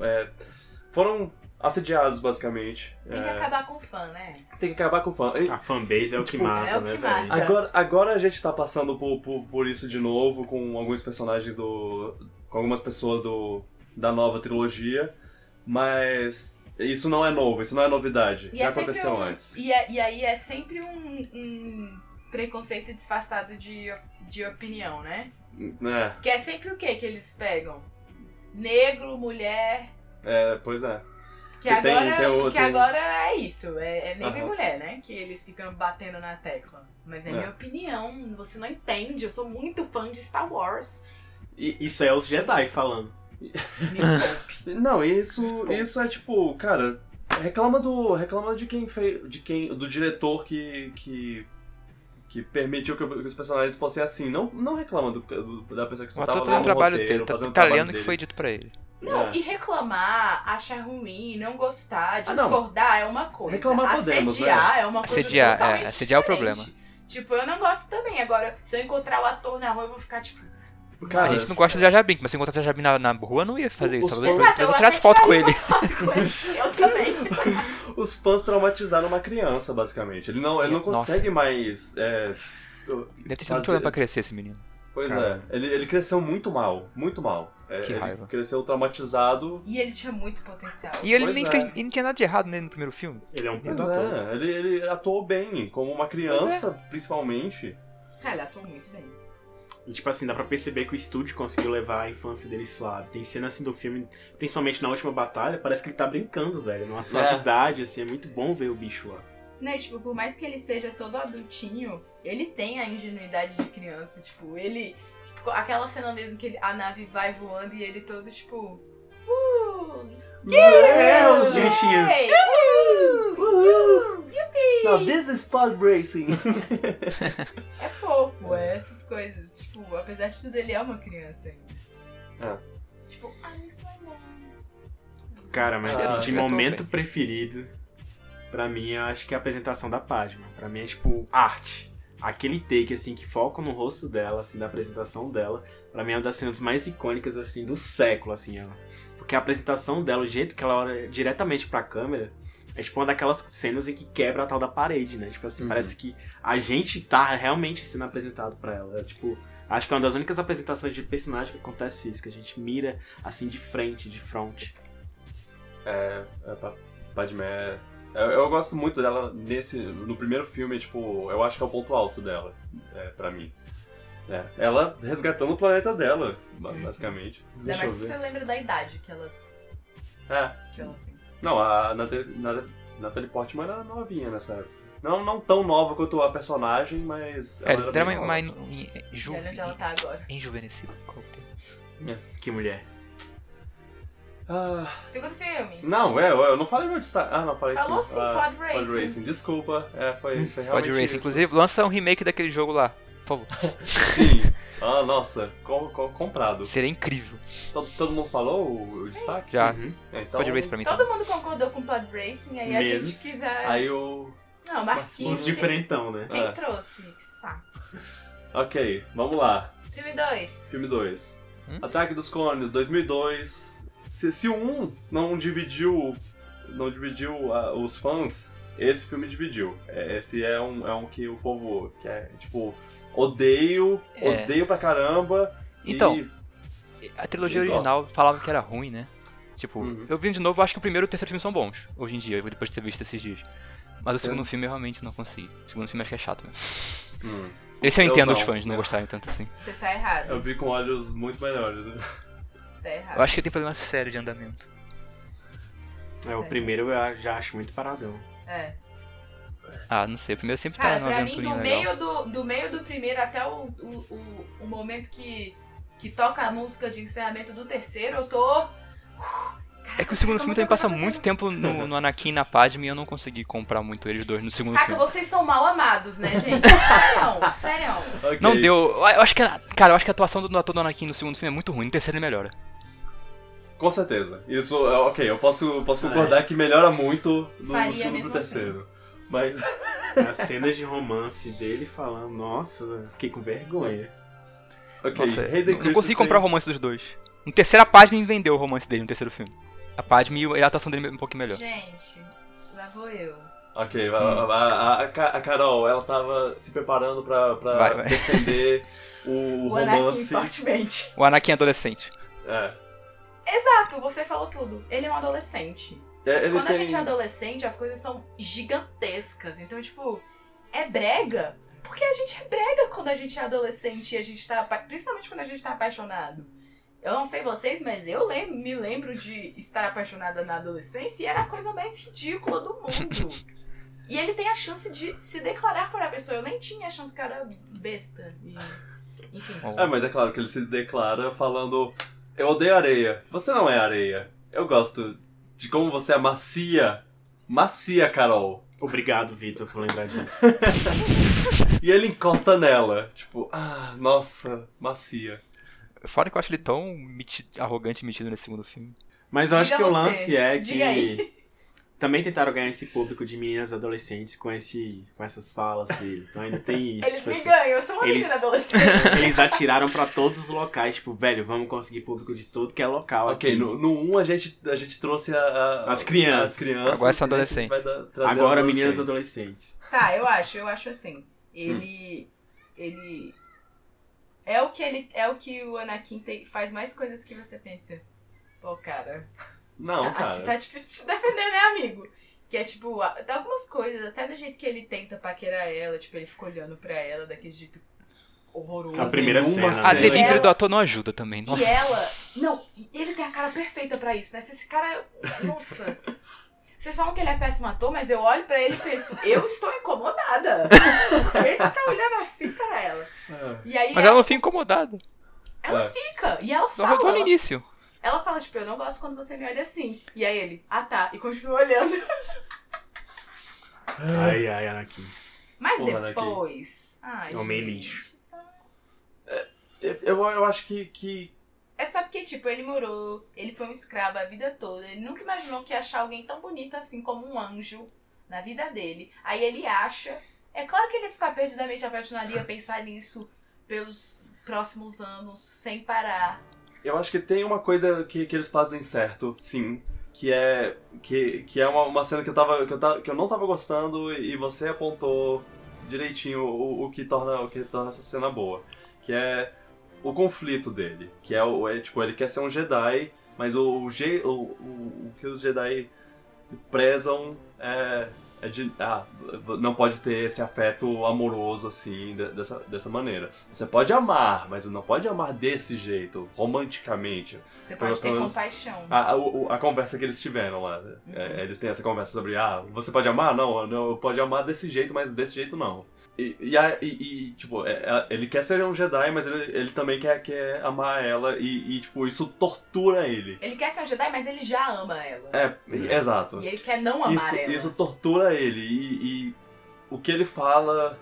S1: é, foram assediados, basicamente.
S2: Tem que
S1: É,
S2: acabar com o fã, né?
S1: tem que acabar com o fã. E-
S4: A fanbase é o que
S1: Tipo,
S4: mata,
S2: é o
S4: né,
S2: que
S4: velho?
S2: mata.
S1: Agora, agora a gente tá passando por, por, por isso de novo, com alguns personagens do. com algumas pessoas do, da nova trilogia, mas isso não é novo, isso não é novidade. Já
S2: sempre
S1: aconteceu
S2: um-
S1: antes.
S2: E, é- e aí é sempre um, um preconceito disfarçado de, de opinião, né?
S1: É,
S2: Que é sempre o que que eles pegam? Negro, mulher.
S1: é, pois é.
S2: Que,
S1: Que tem-
S2: agora,
S1: tem o-
S2: que
S1: tem-
S2: agora é isso, é, é negro e
S1: Aham.
S2: mulher, né? Que eles ficam batendo na tecla. Mas é,
S1: É.
S2: minha opinião, você não entende. Eu sou muito fã de Star Wars.
S4: Isso é os Jedi falando.
S2: Me poupe.
S1: Não, isso, isso é tipo, cara, reclama do. reclama de quem fez. de quem. do diretor que. que. que permitiu que os personagens fossem assim. Não, não reclama do, do- da pessoa que
S3: O
S1: só
S3: ator
S1: tava
S3: tá no
S1: lendo o
S3: trabalho
S1: roteiro,
S3: dele, tá,
S1: fazendo o
S3: tá
S1: trabalho
S3: lendo o que
S1: dele.
S3: foi dito pra ele.
S2: Não,
S1: É.
S2: e reclamar, achar ruim, não gostar,
S1: Ah, não.
S2: discordar é uma coisa.
S1: Reclamar podemos, né?
S2: assediar é uma coisa
S3: Assediar, é,
S2: totalmente
S3: assediar é o
S2: diferente.
S3: problema.
S2: Tipo, eu não gosto também. Agora, se eu encontrar o ator na rua, eu vou ficar tipo.
S1: É. Cara,
S3: a gente não gosta de Jar Jar Binks, mas se encontrar Jar Jar Binks na, na rua, não ia fazer isso.
S1: Os-
S3: Talvez
S2: Exato,
S3: eu
S2: eu
S3: tirasse
S2: até
S3: foto com
S1: é
S2: tiraria
S3: ele.
S2: "Foda com ele." Eu também.
S1: Os fãs traumatizaram uma criança, basicamente. Ele não, ele não
S3: Nossa.
S1: consegue mais. é,
S3: Deve ter sido um
S1: Fazer-
S3: problema pra crescer esse menino.
S1: pois
S4: Cara.
S1: é, ele, ele cresceu muito mal, muito mal. É,
S3: Que
S1: ele
S3: raiva.
S1: Cresceu traumatizado.
S2: E ele tinha muito potencial.
S3: E ele
S1: Pois
S3: nem
S1: é. Então,
S3: fez, e não tinha nada de errado nele no primeiro filme.
S4: Ele é um
S1: Pois
S4: puta ator.
S1: é, ele, ele atuou bem, como uma criança, principalmente.
S2: Cara, ele atua muito bem.
S4: E, tipo assim, dá pra perceber que o estúdio conseguiu levar a infância dele suave. Tem cena assim do filme, principalmente na última batalha, parece que ele tá brincando, velho. Numa suavidade, assim, é muito bom ver o bicho lá.
S2: Né, tipo, por mais que ele seja todo adultinho, ele tem a ingenuidade de criança, tipo, ele. Aquela cena mesmo que ele- a nave vai voando e ele todo, tipo. Uh,
S4: É, os bichinhos.
S2: hey,
S1: Now this is pod racing.
S2: é fofo, é essas coisas. Tipo, apesar de tudo, ele é uma criança ainda. Tipo, ah, isso é bom.
S4: Cara, mas
S1: Ah,
S4: assim, de
S3: eu tô
S4: momento
S3: bem.
S4: preferido, pra mim, eu acho que é a apresentação da Padma. Pra mim é tipo arte. Aquele take, assim, que foca no rosto dela, assim, da apresentação dela. Pra mim é uma das cenas mais icônicas, assim, do século, assim, ela. Porque a apresentação dela, o jeito que ela olha diretamente pra câmera, é tipo uma daquelas cenas em que quebra a tal da parede, né? Tipo assim,
S1: Uhum.
S4: parece que a gente tá realmente sendo apresentado pra ela. É, tipo, acho que é uma das únicas apresentações de personagem que acontece isso, que a gente mira, assim, de frente, de frente.
S1: É, é Pa- Padmé. Eu, eu gosto muito dela nesse. No primeiro filme, tipo, eu acho que é o ponto alto dela, é, pra mim. É, ela resgatando o planeta dela, ba- basicamente.
S2: Ainda
S1: Deixa eu
S2: mais que você
S1: ver.
S2: lembra da idade que ela,
S1: É.
S2: que ela tem.
S1: Não, a Natalie, Nat- Natalie Portman era novinha nessa época. Não, não tão nova quanto a personagem, mas.
S3: É,
S1: ela
S3: eles
S1: era
S3: deram
S1: bem
S3: uma,
S1: nova.
S3: uma inu- em- ju-
S2: Olha
S1: então-
S2: onde ela tá agora.
S3: enjuvenescida. Qual é? o termo?
S4: Que mulher.
S1: Ah,
S2: Segundo filme.
S1: não, é, eu eu não falei meu destaque. Ah, não, falei
S2: Falou
S1: sim.
S2: sim,
S1: Ah,
S2: Pod
S1: Pod
S2: Racing.
S1: Racing, desculpa. É, foi, foi realmente.
S3: Pod Racing.
S1: isso.
S3: Inclusive, lança um remake daquele jogo lá. Por favor.
S1: Sim. Ah, nossa, com- com- comprado.
S3: Seria incrível.
S1: Todo, todo mundo falou o, o
S2: Sim.
S1: destaque?
S3: Já.
S4: Uhum.
S1: É, então,
S3: Pod Racing pra mim também.
S2: Todo mundo concordou com Pod Racing, aí a
S4: Menos.
S2: gente quiser.
S1: é. Aí o.
S2: Não, Marquinhos.
S4: Uns diferentão, né?
S2: Quem
S1: É.
S2: trouxe? Que saco.
S1: Ok, vamos lá.
S2: Filme 2.
S1: Filme 2.
S3: Hum?
S1: Ataque dos Clones, 2002. Se, se o 1 um não dividiu. Não dividiu ah, os fãs, esse filme dividiu. É, Esse é um, é um que o povo quer, tipo, odeio,
S3: É.
S1: odeio pra caramba.
S3: Então,
S1: e-
S3: A trilogia
S1: Eu gosto.
S3: original falavam que era ruim, né? Tipo,
S1: Uhum.
S3: eu vi de novo, acho que o primeiro e o terceiro filme são bons, hoje em dia, depois de ter visto esses dias. Mas o
S1: Sério?
S3: segundo filme eu realmente não consegui. O segundo filme acho que é chato mesmo.
S1: hum,
S3: Esse eu,
S1: Eu
S3: entendo
S1: não,
S3: os fãs não
S1: eu-
S3: gostarem tanto assim.
S2: Você tá errado.
S1: eu vi com olhos muito melhores, né?
S2: Você tá errado.
S3: Eu acho que tem problema sério de andamento.
S4: É, o primeiro eu já acho muito paradão.
S2: É.
S3: Ah, não sei, o primeiro sempre tá
S2: Cara,
S3: numa
S2: pra mim, do
S3: aventurinha legal.
S2: meio do, do meio do primeiro até o, o, o, o momento que, que toca a música de encerramento do terceiro, eu tô. uh,
S3: É que o segundo
S2: Tá
S3: filme
S2: muita
S3: também
S2: coisa
S3: passa muito tempo no, no Anakin e na Padme e eu não consegui comprar muito eles dois no segundo
S2: Caraca,
S3: filme.
S2: vocês são mal amados, né, gente? Sério, sério.
S1: Ok.
S3: Não deu. Eu eu acho que. a- Cara, eu acho que a atuação do ator do Anakin no segundo filme é muito ruim, no terceiro ele melhora.
S1: Com certeza. Isso, é, ok, eu posso, posso concordar que melhora muito no,
S2: Faria
S1: no segundo e
S2: mesmo
S1: no terceiro. Mas
S4: É As cenas de romance dele falando, nossa, fiquei com vergonha.
S1: Ok,
S3: Nossa,
S1: Hayden
S3: não, não consegui
S1: Christensen-
S3: comprar o romance dos dois. No terceira página me vendeu o romance dele no terceiro filme. A Padme e a atuação dele é um pouquinho melhor.
S2: Gente, lá vou eu.
S1: Ok, a,
S3: Hum.
S1: a- a- a Ca- a Carol, ela tava se preparando pra, pra
S3: Vai, vai.
S1: defender o,
S2: O Anakin
S1: romance.
S2: fortemente.
S3: O Anakin é adolescente.
S1: É.
S2: Exato, você falou tudo. Ele é um adolescente.
S1: É, ele
S2: Quando
S1: tem...
S2: a gente é adolescente, as coisas são gigantescas. Então, tipo, é brega. Porque a gente é brega quando a gente é adolescente e a gente tá. apa- Principalmente quando a gente tá apaixonado. Eu não sei vocês, mas eu lem- me lembro de estar apaixonada na adolescência e era a coisa mais ridícula do mundo. e ele tem a chance de se declarar para a pessoa. Eu nem tinha a chance que eu era besta. E, enfim.
S3: Bom,
S1: É, mas é claro que ele se declara falando: Eu odeio areia. Você não é areia. Eu gosto de como você é macia. Macia, Carol.
S4: Obrigado, Vitor, por lembrar disso.
S1: E ele encosta nela. Tipo, ah, nossa, macia.
S3: Fora que eu acho ele tão meti- arrogante e metido nesse segundo filme.
S4: Mas eu acho
S2: Diga
S4: que o
S2: você.
S4: lance é
S2: Diga
S4: que também tentaram ganhar esse público de meninas adolescentes com, esse, com essas falas dele. Então ainda tem isso.
S2: Eles
S4: tipo
S2: me
S4: assim.
S2: ganham, eu sou uma
S4: eles-
S2: menina adolescente.
S4: Eles atiraram pra todos os locais, tipo, velho, vamos conseguir público de tudo que é local
S1: Ok,
S4: aqui.
S1: no, no 1 a gente, a gente trouxe a, a-
S4: As crianças.
S1: as crianças.
S3: Agora são
S1: e nesse a gente vai dar- trazer
S4: Agora,
S1: adolescentes.
S4: meninas adolescentes.
S2: Tá, eu acho, eu acho assim. Ele. Ele. É o que ele. É o que o Anakin tem- faz mais coisas que você pensa. Pô, cara.
S1: Não,
S2: tá,
S1: cara.
S2: Tá difícil te defender, né, amigo? Que é tipo, a- dá algumas coisas, até do jeito que ele tenta paquerar ela, tipo, ele fica olhando pra ela daquele jeito horroroso.
S4: A primeira
S1: Nenhuma
S4: cena.
S3: A
S1: cena.
S2: dele-
S3: delivery
S2: Ela-
S3: do ator não ajuda também.
S2: E
S3: Nossa.
S2: ela. Não, e ele tem a cara perfeita pra isso, né? Se esse cara. Nossa. Vocês falam que ele é péssimo ator, mas eu olho pra ele e penso, eu estou incomodada. ele está olhando assim pra ela.
S1: Ah,
S2: E aí
S3: Mas ela não fica incomodada.
S2: ela
S1: É.
S2: fica. E ela
S3: Só
S2: fala.
S3: faltou no
S2: Ela,
S3: início.
S2: ela fala, tipo, eu não gosto quando você me olha assim. E aí ele, ah tá. E continua olhando.
S4: Ai, ai, Anakin.
S2: Mas
S1: Porra, né,
S2: depois. Ai,
S4: Homem
S2: gente,
S4: lixo.
S2: isso é
S1: É. Eu, eu eu acho que, que.
S2: É só porque, tipo, ele morou, ele foi um escravo a vida toda. Ele nunca imaginou que ia achar alguém tão bonito assim como um anjo na vida dele. Aí ele acha. É claro que ele ia ficar perdidamente apaixonado e ia pensar nisso pelos próximos anos, sem parar.
S1: Eu acho que tem uma coisa que, que eles fazem certo, sim. Que é. Que, que é uma, uma cena que eu, tava, que, eu tava, que eu não tava gostando e você apontou direitinho o, o que torna, o que torna essa cena boa. Que é o conflito dele. Que é o. é, tipo, ele quer ser um Jedi, mas o, o, je- o, o- o que os Jedi prezam é. é de, ah, não pode ter esse afeto amoroso assim, de- dessa, dessa maneira. Você pode amar, mas não pode amar desse jeito, romanticamente.
S2: Você
S1: Pelo
S2: pode ter
S1: menos-
S2: compaixão.
S1: A, a, o- a conversa que eles tiveram lá. né? É, eles têm essa conversa sobre, ah, você pode amar? Não, não, pode amar desse jeito, mas desse jeito não. E, e, a- e- e, tipo, é- é- ele quer ser um Jedi, mas ele, ele também quer, quer amar ela e, e, tipo, isso tortura ele.
S2: Ele quer ser um Jedi, mas ele já ama ela.
S1: É, e- exato.
S2: E ele quer não amar
S1: Isso,
S2: ela.
S1: isso tortura ele. E, e o que ele fala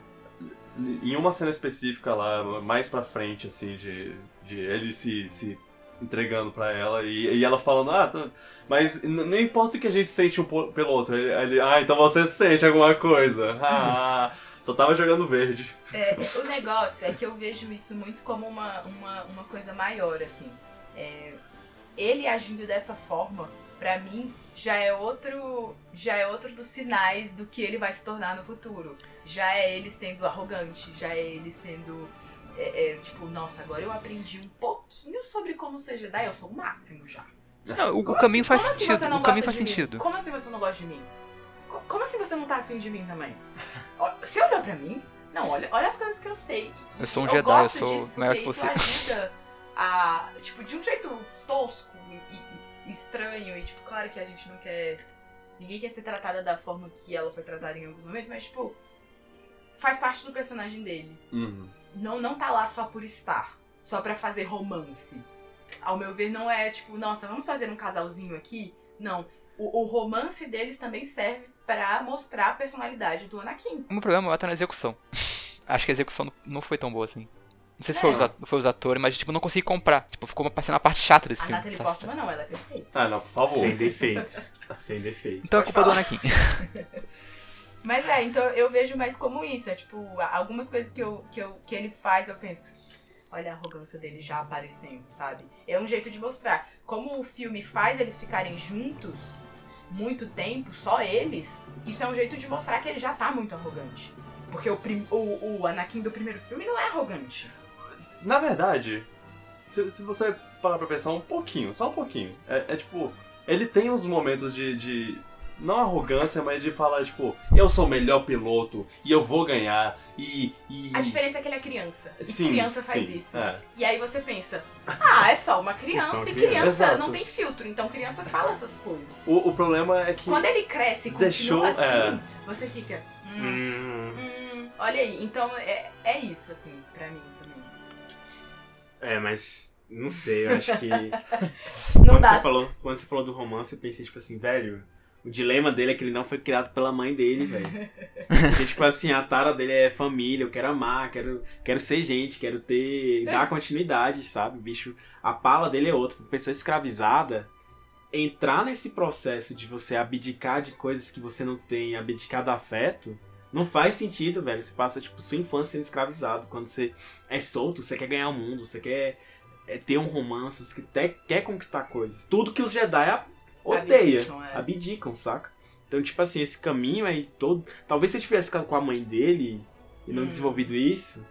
S1: em uma cena específica lá, mais pra frente, assim, de, de ele se, se entregando pra ela e, e ela falando, ah, tá- mas n- não importa o que a gente sente um po- pelo outro. Ele, ele, ah, então você sente alguma coisa. Ah, só tava jogando verde.
S2: É, o negócio é que eu vejo isso muito como uma, uma, uma coisa maior, assim. É, ele agindo dessa forma, pra mim, já é outro já é outro dos sinais do que ele vai se tornar no futuro. Já é ele sendo arrogante, já é ele sendo. é, é, tipo, nossa, agora eu aprendi um pouquinho sobre como ser Jedi, eu sou o máximo já.
S3: Não, o, o
S2: Como
S3: caminho
S2: assim-
S3: faz
S2: como assim
S3: sentido.
S2: você não
S3: o caminho
S2: gosta
S3: faz
S2: de mim?
S3: sentido.
S2: Como assim você não gosta de mim? Co- Como assim você não tá afim de mim também? Ó, Você olhou pra mim? Não, olha, olha as coisas que eu sei.
S3: Eu sou um
S2: eu
S3: Jedi,
S2: gosto
S3: eu sou
S2: disso porque
S3: maior que
S2: isso
S3: você.
S2: ajuda a. Tipo, de um jeito tosco e, e- e estranho. E, tipo, claro que a gente não quer. Ninguém quer ser tratada da forma que ela foi tratada em alguns momentos, mas, tipo, faz parte do personagem dele
S1: Uhum.
S2: não, não tá lá só por estar, só pra fazer romance. Ao meu ver, não é tipo, nossa, vamos fazer um casalzinho aqui. Não. O, o romance deles também serve pra mostrar a personalidade do Anakin.
S3: O meu problema tá na execução. Acho que a execução não- não foi tão boa assim. Não sei se
S2: É.
S3: foi, os at- foi os atores, mas tipo, não consegui comprar. Tipo, ficou uma parecendo a parte chata desse
S2: A
S3: filme.
S2: Ah, Natalie
S3: sabe?
S2: Portman não, ela é perfeita.
S1: Ah, não, por favor.
S4: Sem defeitos. Sem defeitos.
S3: Então é
S2: Pode
S3: culpa do
S2: falar.
S3: Anakin.
S2: Mas é, então eu vejo mais como isso. É tipo, a- algumas coisas que, eu, que, eu, que ele faz, eu penso. olha a arrogância dele já aparecendo, sabe? É um jeito de mostrar. Como o filme faz eles ficarem juntos muito tempo, só eles, isso é um jeito de mostrar que ele já tá muito arrogante. Porque o, prim- o, o Anakin do primeiro filme não é arrogante.
S1: Na verdade, se, se você parar pra pensar um pouquinho, só um pouquinho, é, é tipo, ele tem uns momentos de, de. Não arrogância, mas de falar, tipo, eu sou o melhor piloto e eu vou ganhar e. e...
S2: A diferença é que ele é criança. E
S1: Sim,
S2: criança faz
S1: sim,
S2: isso.
S1: é.
S2: E aí você pensa, ah, é só uma criança
S4: Só uma
S2: e
S1: criança.
S2: criança
S1: Exato.
S2: não tem filtro, então criança fala essas coisas.
S1: O, o problema é que.
S2: Quando ele cresce e
S1: Deixou,
S2: continua assim,
S1: é.
S2: você fica. Hum,
S4: Hum,
S2: hum, olha aí. Então é, é isso, assim, pra mim também.
S4: é, mas não sei, eu acho que.
S2: Não
S4: quando,
S2: dá.
S4: você falou, quando você falou do romance, eu pensei, tipo assim, velho, o dilema dele é que ele não foi criado pela mãe dele, velho. Porque, tipo assim, a tara dele é família, eu quero amar, quero, quero ser gente, quero ter. dar continuidade, sabe? Bicho, a pala dele é outra. Pessoa escravizada, entrar nesse processo de você abdicar de coisas que você não tem, abdicar do afeto. Não faz sentido, velho. Você passa, tipo, sua infância sendo escravizado. Quando você é solto, você quer ganhar o mundo, você quer é, ter um romance, você até quer conquistar coisas. Tudo que os Jedi a- odeia,
S2: Abdicam, é.
S4: abdicam, saca? Então, tipo assim, esse caminho aí todo. Talvez se ele tivesse ficado com a mãe dele e não
S2: Hum.
S4: desenvolvido isso.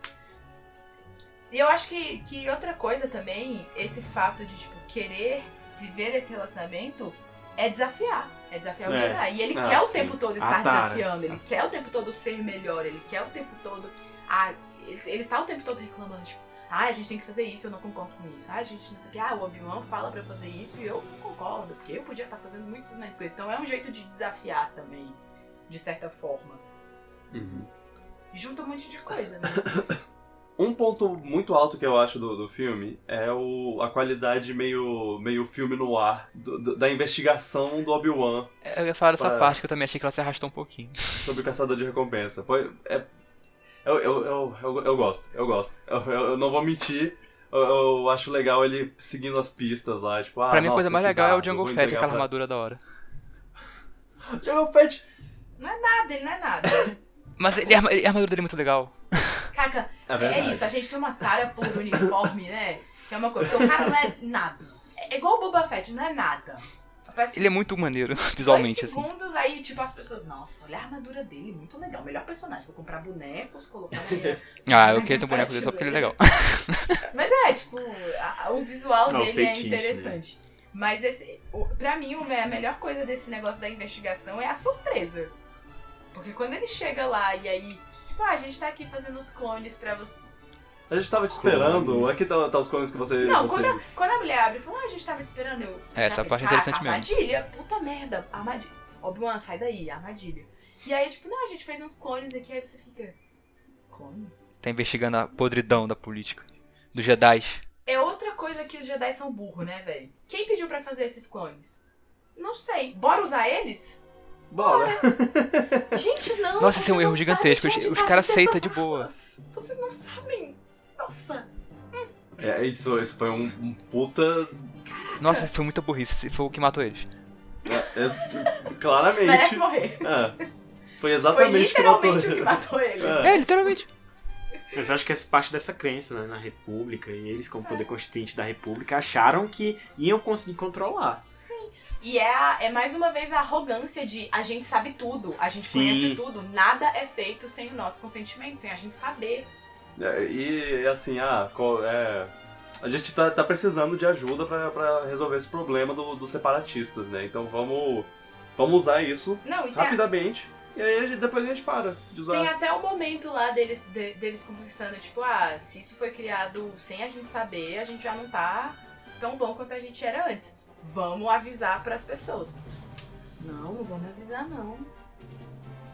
S2: E eu acho que, que outra coisa também, esse fato de, tipo, querer viver esse relacionamento é desafiar. É desafiar o
S4: É.
S2: Jedi. E ele
S1: Ah, tá.
S2: quer o
S1: sim.
S2: tempo todo estar
S4: Tara.
S2: desafiando, ele quer o tempo todo ser melhor, ele quer o tempo todo. Ah, ele, ele tá o tempo todo reclamando, tipo, ah, a gente tem que fazer isso, eu não concordo com isso. Ah, a gente não sei o que, ah, o Obi-Wan fala pra eu fazer isso e eu não concordo, porque eu podia estar fazendo muitas mais coisas. Então é um jeito de desafiar também, de certa forma.
S1: Uhum.
S2: Junta um monte de coisa, né?
S1: Um ponto muito alto que eu acho do, do filme é o, a qualidade meio, meio filme no ar do- do- da investigação do Obi-Wan
S3: Eu ia falar dessa
S1: Para-
S3: parte que eu também achei que ela se arrastou um pouquinho.
S1: sobre o Caçador de Recompensa. Foi- é- eu, eu, eu, eu, eu gosto, eu gosto. Eu, eu- eu não vou mentir, eu, eu acho legal ele seguindo as pistas lá. Tipo, ah,
S3: pra mim a
S1: nossa,
S3: coisa mais
S1: esse
S3: legal é o
S1: dardo,
S3: Jungle
S1: vou
S3: Fett,
S1: entregar
S3: aquela
S1: pra-
S3: armadura da hora.
S1: Jungle Fett!
S2: Nada, ele não é nada.
S3: Mas ele, a arma- ele- a armadura dele é muito legal.
S2: Caca,
S1: É
S2: É
S1: verdade.
S2: isso, a gente tem uma tara por uniforme, né? Que é uma coisa. Porque o cara não é nada. É igual o Boba Fett, não é nada. Parece
S3: Ele é muito maneiro,
S2: dois
S3: visualmente, assim.
S2: segundos aí, tipo, as pessoas, nossa, olha a armadura dele, muito legal. Melhor personagem, vou comprar bonecos, colocar na minha.
S3: Ah, eu queria ter um boneco dele só porque ele é legal.
S2: Mas é, tipo, a- a- o visual
S4: Ah, o
S2: dele
S4: fetiche,
S2: é interessante. Mas esse, o, pra mim, o me- a melhor coisa desse negócio da investigação é a surpresa. Porque quando ele chega lá e aí, tipo, ah, a gente tá aqui fazendo os clones pra você.
S1: A gente tava te esperando,
S4: Clones.
S1: aqui tá, tá os comes que você,
S2: Não,
S1: vocês...
S2: quando, eu- quando a mulher abre e fala, ah, a gente tava te esperando, eu.
S3: É, essa parte é interessante mesmo.
S2: Armadilha, puta merda, armadilha. Obi-Wan, sai daí, armadilha. E aí, tipo, não, a gente fez uns clones aqui, aí você fica. Clones?
S3: Tá investigando a podridão da política. Dos Jedi.
S2: É outra coisa que os Jedi são burro, né, velho? Quem pediu pra fazer esses clones? Não sei. Bora usar eles?
S1: Bora!
S2: Gente, não!
S3: Nossa,
S2: vocês
S3: esse é um erro
S2: não
S3: gigantesco.
S2: sabem de
S3: Os,
S2: onde
S3: os
S2: tá
S3: caras
S2: vindo
S3: aceitam
S2: essas
S3: de boa.
S2: armas. Vocês não sabem. Nossa,
S1: É, isso, isso foi um, um puta...
S3: Nossa, foi muita burrice. esse Foi o que matou eles.
S1: é- é- claramente.
S2: merece morrer.
S1: É. Foi
S2: Foi
S1: exatamente
S2: literalmente
S1: o que
S2: o que
S1: matou.
S2: matou eles.
S1: É.
S3: É, literalmente.
S4: Mas eu acho que essa parte dessa crença, né? Na República, e eles, como poder constituinte da República, acharam que iam conseguir controlar.
S2: Sim. E é, a- é mais uma vez a arrogância de a gente sabe tudo, a gente
S4: Sim.
S2: conhece tudo, nada é feito sem o nosso consentimento, sem a gente saber.
S1: É, E é assim, ah, co- é, a gente tá, tá precisando de ajuda pra- pra resolver esse problema do- dos separatistas, né? Então vamos, vamos usar isso
S2: Não, e tem, a-
S1: rapidamente e aí a gente- depois a gente para de usar.
S2: tem até o momento lá deles, de- deles conversando, tipo, ah, se isso foi criado sem a gente saber, a gente já não tá tão bom quanto a gente era antes. Vamos avisar pras pessoas. Não, não vamos avisar, não.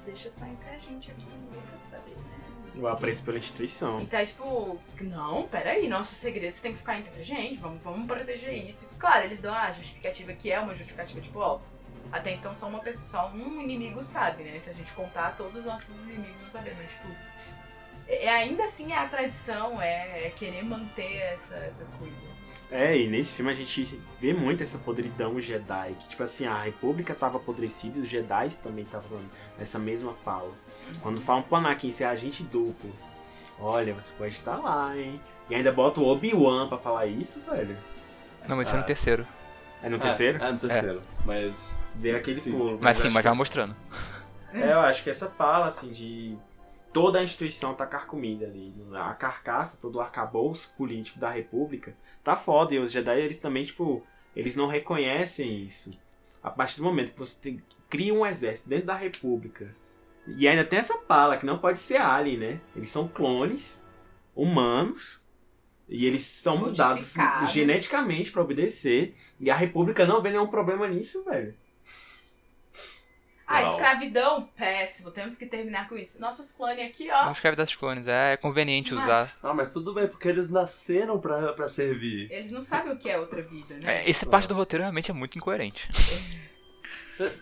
S2: Deixa só entre a gente aqui, ninguém pode saber, né?
S4: O apreço pela instituição.
S2: Então é tipo, não, peraí, nossos segredos têm que ficar entre a gente, vamos, vamos proteger isso. Claro, eles dão a justificativa que é uma justificativa, tipo, ó, até então só uma pessoa, só um inimigo sabe, né? Se a gente contar, todos os nossos inimigos não sabemos de tudo. É, é ainda assim é a tradição, é, é querer manter essa, essa coisa.
S4: É, e nesse filme a gente vê muito essa podridão Jedi, que tipo assim, a República tava apodrecida e os Jedi
S1: Uhum.
S4: também estavam nessa mesma fala. Quando falam pro Anakin ser agente duplo, Olha, você pode estar lá, hein? E ainda bota o Obi-Wan pra falar isso, velho.
S3: Não, mas isso é no
S1: Ah.
S3: terceiro.
S4: É no terceiro?
S1: É, é no terceiro. Mas.
S4: Deu aquele
S1: Sim.
S4: pulo.
S3: Mas sim,
S4: acho
S3: mas
S4: que-
S3: vai mostrando.
S4: É, eu acho que essa fala, assim, de toda a instituição tá carcomida ali. A carcaça, todo o arcabouço político da república tá foda. E os Jedi, eles também, tipo, eles não reconhecem isso. A partir do momento que você tem- cria um exército dentro da república. E ainda tem essa fala, que não pode ser alien, né? Eles são clones, humanos, e eles são mudados
S2: Modificados.
S4: geneticamente pra obedecer. E a república não vê nenhum problema nisso, velho.
S2: Ah,
S1: Uau.
S2: escravidão, péssimo. Temos que terminar com isso. Nossos clones aqui,
S3: Não
S2: ó.
S3: escreve das clones, é conveniente usar.
S2: Mas
S1: Ah, mas tudo bem, porque eles nasceram pra, pra servir.
S2: eles não sabem o que é outra vida, né?
S3: É, Essa parte do roteiro realmente é muito incoerente.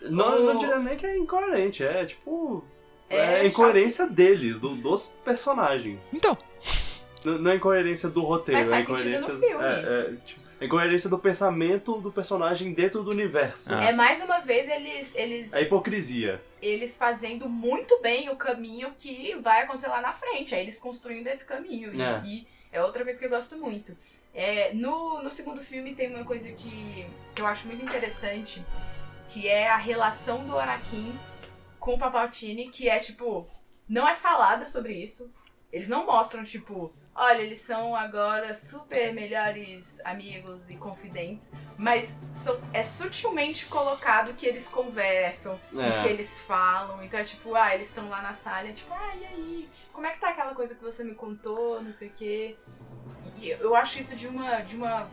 S1: Não,
S2: O-
S1: não diria nem que é incoerente, é tipo.
S2: É,
S1: É, a
S2: chato.
S1: incoerência deles, do- dos personagens.
S3: Então,
S1: N- Não é incoerência do roteiro,
S2: Mas
S1: é
S2: faz
S1: incoerência.
S2: sentido no filme.
S1: É, é, tipo, é incoerência do pensamento do personagem dentro do universo.
S3: Ah.
S2: É mais uma vez eles, eles,
S1: A hipocrisia.
S2: eles fazendo muito bem o caminho que vai acontecer lá na frente. Aí eles construindo esse caminho. E-
S1: É.
S2: E, é outra coisa que eu gosto muito. É, no, no segundo filme tem uma coisa que, que eu acho muito interessante, que é a relação do Anakin com o Papaltini, que é tipo, não é falada sobre isso. Eles não mostram, tipo, olha, eles são agora super melhores amigos e confidentes, mas so- é sutilmente colocado que eles conversam, o que
S1: É.
S2: eles falam. Então é tipo, ah, eles estão lá na sala, é tipo, ah, e aí? Como é que tá aquela coisa que você me contou, não sei o quê? E eu acho isso de uma, de uma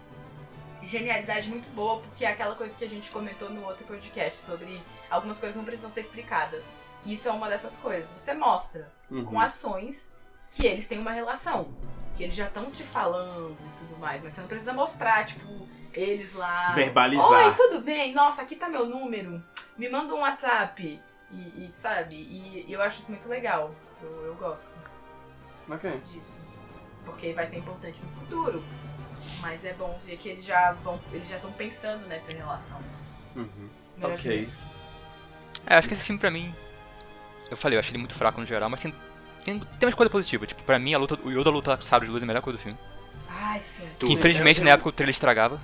S2: genialidade muito boa, porque é aquela coisa que a gente comentou no outro podcast sobre algumas coisas não precisam ser explicadas. E isso é uma dessas coisas. Você mostra com
S1: Uhum.
S2: ações que eles têm uma relação. Que eles já estão se falando e tudo mais, mas você não precisa mostrar, tipo, eles lá.
S4: Verbalizar.
S2: Ah. Oi, tudo bem? Nossa, aqui tá meu número. Me manda um WhatsApp. E, e, sabe? E, eu acho isso muito legal. Eu, eu gosto
S1: Ok.
S2: disso. Porque vai ser importante no futuro. Mas é bom ver que eles já vão. Eles já estão pensando nessa relação.
S1: Uhum.
S2: Melhor
S1: Ok.
S2: que-
S3: é, acho que esse filme pra mim. Eu falei, eu achei ele muito fraco no geral, mas tem, tem, tem umas coisas positivas. Tipo, pra mim, a luta, o Yoda luta com sabre de luz é a melhor coisa do filme.
S2: Ai, sim.
S3: Que infelizmente
S2: É,
S1: Eu- eu-
S3: na época o trailer estragava.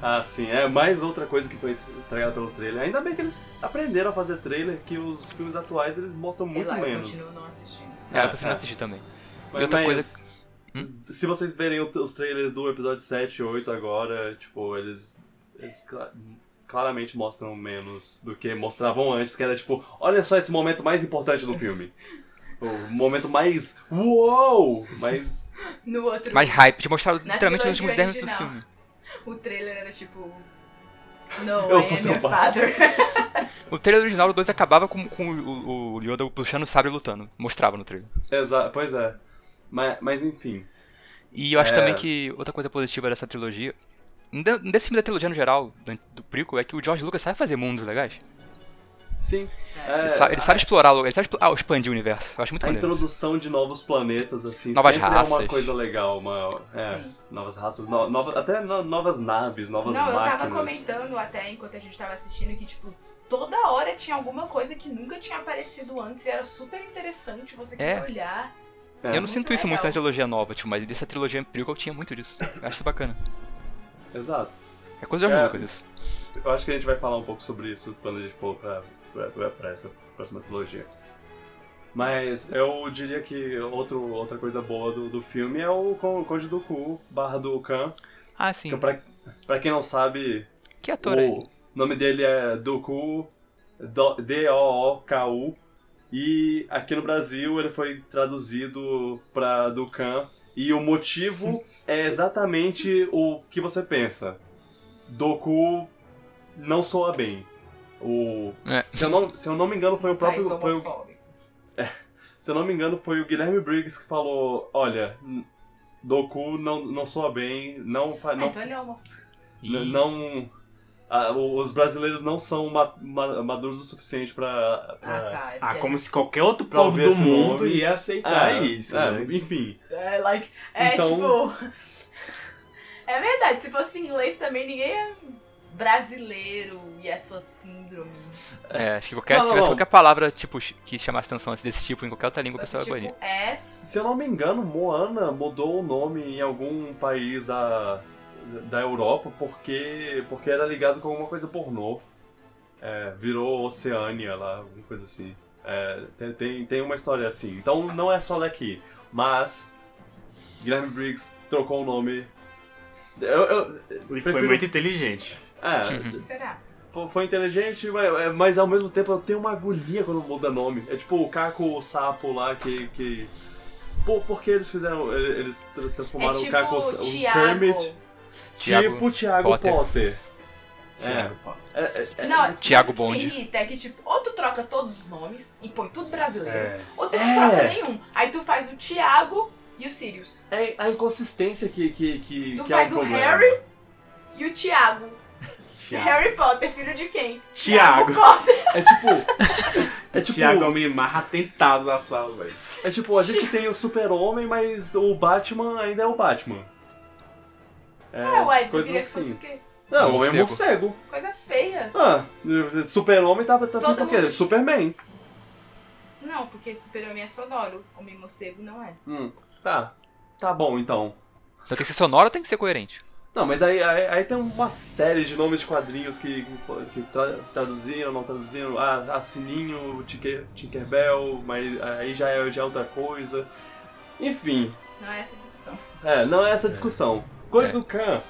S1: Ah, sim, é mais outra coisa que foi estragada pelo trailer. Ainda bem que eles aprenderam a fazer trailer, que os filmes atuais eles mostram
S2: Sei
S1: muito
S2: lá, eu
S1: menos.
S2: continuo não assistindo.
S3: É, eu
S1: é.
S3: prefiro não assistir também. E outra coisa- Hum?
S1: Se vocês verem o- os trailers do episódio 7 e 8 agora, tipo, eles, eles cla- claramente mostram menos do que mostravam antes, que era tipo, olha só esse momento mais importante do filme. o momento mais uou! Mas.
S2: No outro,
S3: Mais hype, te mostraram
S2: Na
S3: literalmente nos últimos 10
S2: trilogia
S3: minutos do filme.
S2: o trailer era tipo. No,
S1: Eu
S2: I
S1: sou
S2: am
S1: seu
S2: your
S1: pai."
S2: father.
S3: O trailer original do 2 acabava com, com o, o Yoda puxando o sabre e lutando. Mostrava no trailer.
S1: Exa pois é. Mas, mas enfim.
S3: E eu acho
S1: É.
S3: também que outra coisa positiva dessa trilogia. um de- Desse filme da trilogia no geral, do, do Prequel, é que o George Lucas sabe fazer mundos legais.
S1: Sim.
S3: Ele
S1: é,
S3: sabe, ele sabe explorar, lo- ele sabe explo- ah, expandir o universo. Eu acho muito
S1: A
S3: maneiro. isso.
S1: introdução de novos planetas, assim,
S3: Novas
S1: sempre é
S3: raças.
S1: uma coisa legal, uma. É,
S2: Sim.
S1: novas raças, no, nova- até no- novas naves, novas
S2: Não, eu
S1: máquinas.
S2: tava comentando até enquanto a gente tava assistindo que, tipo, toda hora tinha alguma coisa que nunca tinha aparecido antes e era super interessante você queria
S3: É.
S2: olhar.
S1: É.
S3: eu não
S2: muito
S3: sinto isso muito
S2: legal.
S3: na trilogia nova, tipo, mas dessa trilogia Prequel tinha muito disso. Eu acho isso bacana.
S1: Exato.
S3: É coisa do George
S1: É.
S3: Lucas isso.
S1: Eu acho que a gente vai falar um pouco sobre isso quando a gente for pra, pra, pra- pra essa próxima trilogia. Mas eu diria que outro, outra coisa boa do, do filme é o Con- Conde do Ku barra do Khan.
S3: Ah, sim.
S1: Que pra, Oh, pra quem não sabe,
S3: Que
S1: o
S3: ator é ele?
S1: nome dele é Dooku, Do- D-O-O-K-U. E aqui no Brasil ele foi traduzido pra Dukan. E o motivo é exatamente o que você pensa. Doku não soa bem. O,
S3: É.
S1: se, eu não, se eu não me engano, foi o próprio.
S2: Mas
S1: Foi o,
S2: homofóbico.
S1: se eu não me engano, foi o Guilherme Briggs que falou: olha, n- Doku não, não soa bem, não, fa,
S2: Ah,
S1: não
S2: então ele é homofóbico.
S1: N-
S3: Ih,
S1: Não. ah, o- os brasileiros não são ma- ma- maduros o suficiente pra.
S2: Ah,
S1: pra-
S2: tá. É
S4: Ah,
S2: porque
S4: como se qualquer outro
S1: Pra
S4: povo
S1: ouvir
S4: do
S1: esse
S4: mundo
S1: nome.
S4: ia aceitar
S1: É,
S4: isso,
S1: é,
S4: né?
S1: Enfim.
S2: a gente- É, like, é
S1: Então-
S2: tipo. É verdade, se fosse em inglês também ninguém ia brasileiro e a sua síndrome.
S3: É, acho que qualquer,
S1: Não,
S3: se
S1: não,
S3: tivesse
S1: não.
S3: qualquer palavra tipo, que chamasse atenção assim, desse tipo em qualquer outra língua, o pessoal ia
S2: tipo,
S3: banir.
S2: S.
S1: Se eu não me engano, Moana mudou o nome em algum país da, da Europa porque, porque era ligado com alguma coisa pornô. É, virou Oceânia lá, alguma coisa assim. É, tem, tem, tem uma história assim. Então não é só daqui. Mas Guilherme Briggs trocou o nome. Eu, eu-
S4: E foi
S1: Prefiro-
S4: muito inteligente.
S1: é,
S2: Será?
S1: Fo- Foi inteligente, mas, é, mas ao mesmo tempo eu tenho uma agonia quando muda nome. É tipo o Caco o Sapo lá que. que... Por, por que eles fizeram. ele- Eles tra-
S2: É
S1: transformaram o Caco o Sa-
S2: tipo
S1: o
S2: Tiago.
S1: Kermit?
S3: Thiago
S1: tipo Thiago
S3: Potter.
S1: Potter.
S4: Thiago
S1: É, é, é,
S2: Não, mas
S3: Thiago
S2: o que
S3: Bond.
S2: me irrita é que, tipo, ou tu troca todos os nomes e põe tudo brasileiro,
S4: É.
S2: ou tu
S1: É.
S2: não troca nenhum. Aí tu faz o Thiago e o Sirius.
S1: é a inconsistência que, que, que,
S2: Tu
S1: que é
S2: faz
S1: o
S2: o
S1: problema.
S2: Harry? E o Thiago.
S4: Thiago.
S2: Harry Potter, filho de quem?
S4: Thiago.
S2: Potter.
S1: É tipo. É tipo,
S4: Thiago é o menino mais atentado da sala, velho.
S1: é tipo, a gente tem o Super-Homem, mas o Batman ainda é o Batman. É,
S2: Ué, ué, tu
S1: coisas
S2: queria que fosse o
S1: assim.
S2: quê?
S1: Não, o homem é morcego.
S2: Coisa feia.
S1: Ah, Super-Homem tá, tá assim
S2: Todo
S1: porque
S2: mundo-
S1: é Superman.
S2: Não, porque super-homem é sonoro. Homem morcego não é.
S1: Hum, tá. Tá bom, então.
S3: Então tem que ser sonoro ou tem que ser coerente?
S1: Não, mas aí, aí, aí tem uma série de nomes de quadrinhos que, que tra- traduziram, não traduziram. Ah, ah, Sininho, Tinker, Tinkerbell, mas aí já é, já é outra coisa. Enfim,
S2: Não é essa discussão.
S1: é, não é essa discussão. Coisa
S3: É.
S1: do Khan,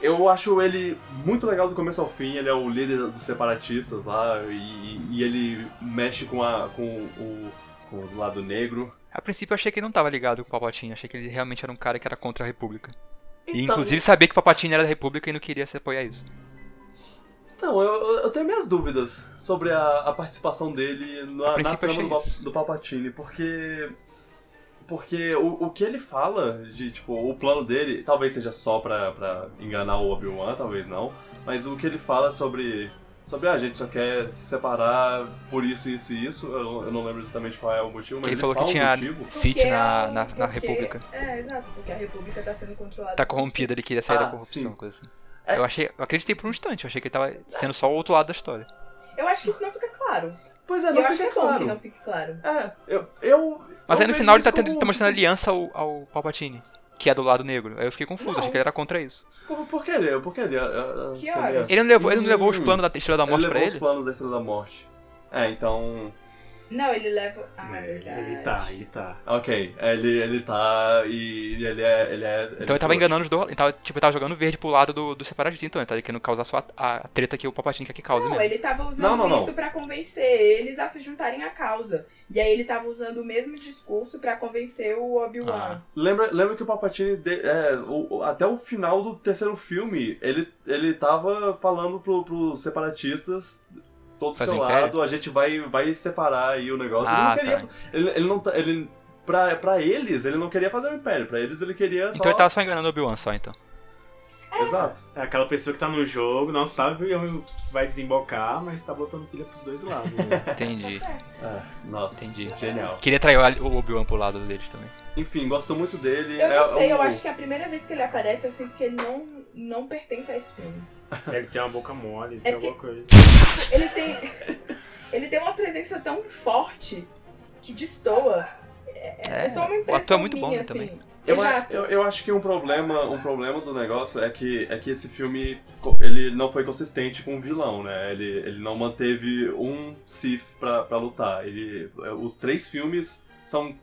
S1: eu acho ele muito legal do começo ao fim. Ele é o líder dos separatistas lá e, e ele mexe com, a, com, o, com o lado negro.
S3: A princípio eu achei que ele não tava ligado com o Palpatine, achei que ele realmente era um cara que era contra a República. E
S1: Então-
S3: inclusive sabia que o Palpatine era da República e não queria se apoiar isso.
S1: Então, eu, eu tenho minhas dúvidas sobre a, a participação dele
S3: A
S1: na, na
S3: princípio,
S1: trama do,
S3: achei
S1: Pal- do Palpatine, porque. Porque o, o que ele fala, de tipo, o plano dele, talvez seja só pra, pra enganar o Obi-Wan, talvez não, mas o que ele fala sobre. Sobre ah, a gente só quer se separar por isso, isso e isso, eu, não- eu não lembro exatamente qual é o motivo, mas
S3: Ele
S1: ele,
S3: falou que
S1: fala um
S3: tinha
S1: motivo.
S3: City
S5: Porque é
S3: na,
S5: um-
S3: na, na
S5: porque-
S3: República.
S5: É, exato, porque a República tá sendo controlada.
S3: Tá corrompida, ele queria sair da
S1: Ah,
S3: corrupção,
S1: sim.
S3: coisa assim.
S1: É.
S3: Eu achei. Eu acreditei por um instante, eu achei que ele tava sendo só o outro lado da história.
S5: Eu acho que isso não fica claro.
S1: Pois é,
S5: E eu
S1: não
S5: acho que
S1: fica
S5: é bom que
S1: claro.
S5: não fique claro.
S1: É, eu. eu
S3: Mas
S1: eu
S3: aí no
S1: vejo
S3: final ele tá,
S1: isso
S3: tendo,
S1: como,
S3: ele tá mostrando
S1: tipo,
S3: aliança ao, ao Palpatine, que é do lado negro. Aí eu fiquei confuso,
S1: Não.
S3: achei que ele era contra isso.
S1: Por, por que ele? Por que ele? ah, ah,
S5: Que
S1: seria-
S5: horas?
S3: Ele não levou, ele não levou os
S1: Hum.
S3: planos da Estrela da Morte
S1: ele
S3: Tá pra
S1: levou os
S3: ele?
S1: planos da Estrela da Morte. É, então.
S5: Não, ele leva. Ah,
S4: É,
S5: verdade.
S4: ele tá, ele tá.
S1: Ok. Ele, ele tá. E ele é. Ele é
S3: Então ele tava enganando os dois. Ele tava, tipo, ele tava jogando verde pro lado do, do separatista, então. Ele tava querendo causar só a, a treta que o Palpatine quer que cause
S5: Não,
S3: mesmo.
S5: ele tava usando
S1: Não, não, não.
S5: isso pra convencer eles a se juntarem à causa. E aí ele tava usando o mesmo discurso pra convencer o
S3: Ah,
S5: Obi-Wan.
S1: Lembra, lembra que o Papatini. é, o- o- até o final do terceiro filme, ele, ele tava falando pro, pros separatistas. Todo do
S3: Fazer
S1: seu
S3: um império?
S1: lado, a gente vai, vai separar aí o negócio.
S3: Ah,
S1: ele não queria. Ele, ele não. tá- Ele, pra, pra eles, ele não queria fazer o império. Pra eles, ele queria só.
S3: Então ele tava só enganando o Obi-Wan só, então.
S1: Exato.
S4: É aquela pessoa que tá no jogo, não sabe o que vai desembocar, mas tá botando pilha pros dois lados. Né?
S3: Entendi,
S5: Tá certo.
S1: É, nossa.
S3: entendi.
S1: Genial.
S3: Queria trair o Obi-Wan pro lado deles também.
S1: Enfim, gosto muito dele.
S5: Eu
S1: é,
S5: não sei, eu
S1: um-
S5: acho que a primeira vez que ele aparece, eu sinto que ele não, não pertence a esse filme.
S4: ele tem uma boca mole, tem
S5: É porque-
S4: alguma coisa.
S5: Ele tem. Ele tem uma presença tão forte que destoa. É, é só uma
S3: o
S5: impressão.
S3: ator é muito bom,
S5: minha,
S3: né,
S5: assim.
S3: também.
S1: Eu,
S5: Exato.
S1: eu, eu acho que um problema, um problema do negócio é que, é que esse filme co- ele não foi consistente com o vilão, né? Ele, ele não manteve um Sith pra, pra lutar. Ele, é, os três filmes são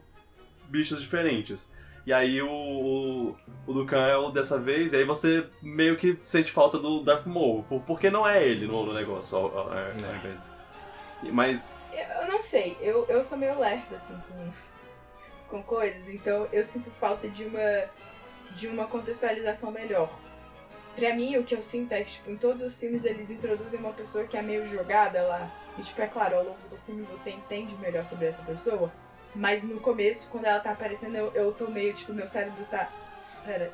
S1: bichos diferentes. E aí o, o, o Lucan é o dessa vez, e aí você meio que sente falta do Darth Maul, por- porque não é ele no, no negócio. ao- ao- ao- ao invés. é, Mas,
S5: Eu, eu não sei, eu, eu sou meio lerda, assim, com, com coisas, então eu sinto falta de uma, de uma contextualização melhor. Pra mim, o que eu sinto é que, tipo, em todos os filmes eles introduzem uma pessoa que é meio jogada lá. E, tipo, é claro, ao longo do filme você entende melhor sobre essa pessoa, mas no começo, quando ela tá aparecendo, eu, eu tô meio, tipo, meu cérebro tá. Pera,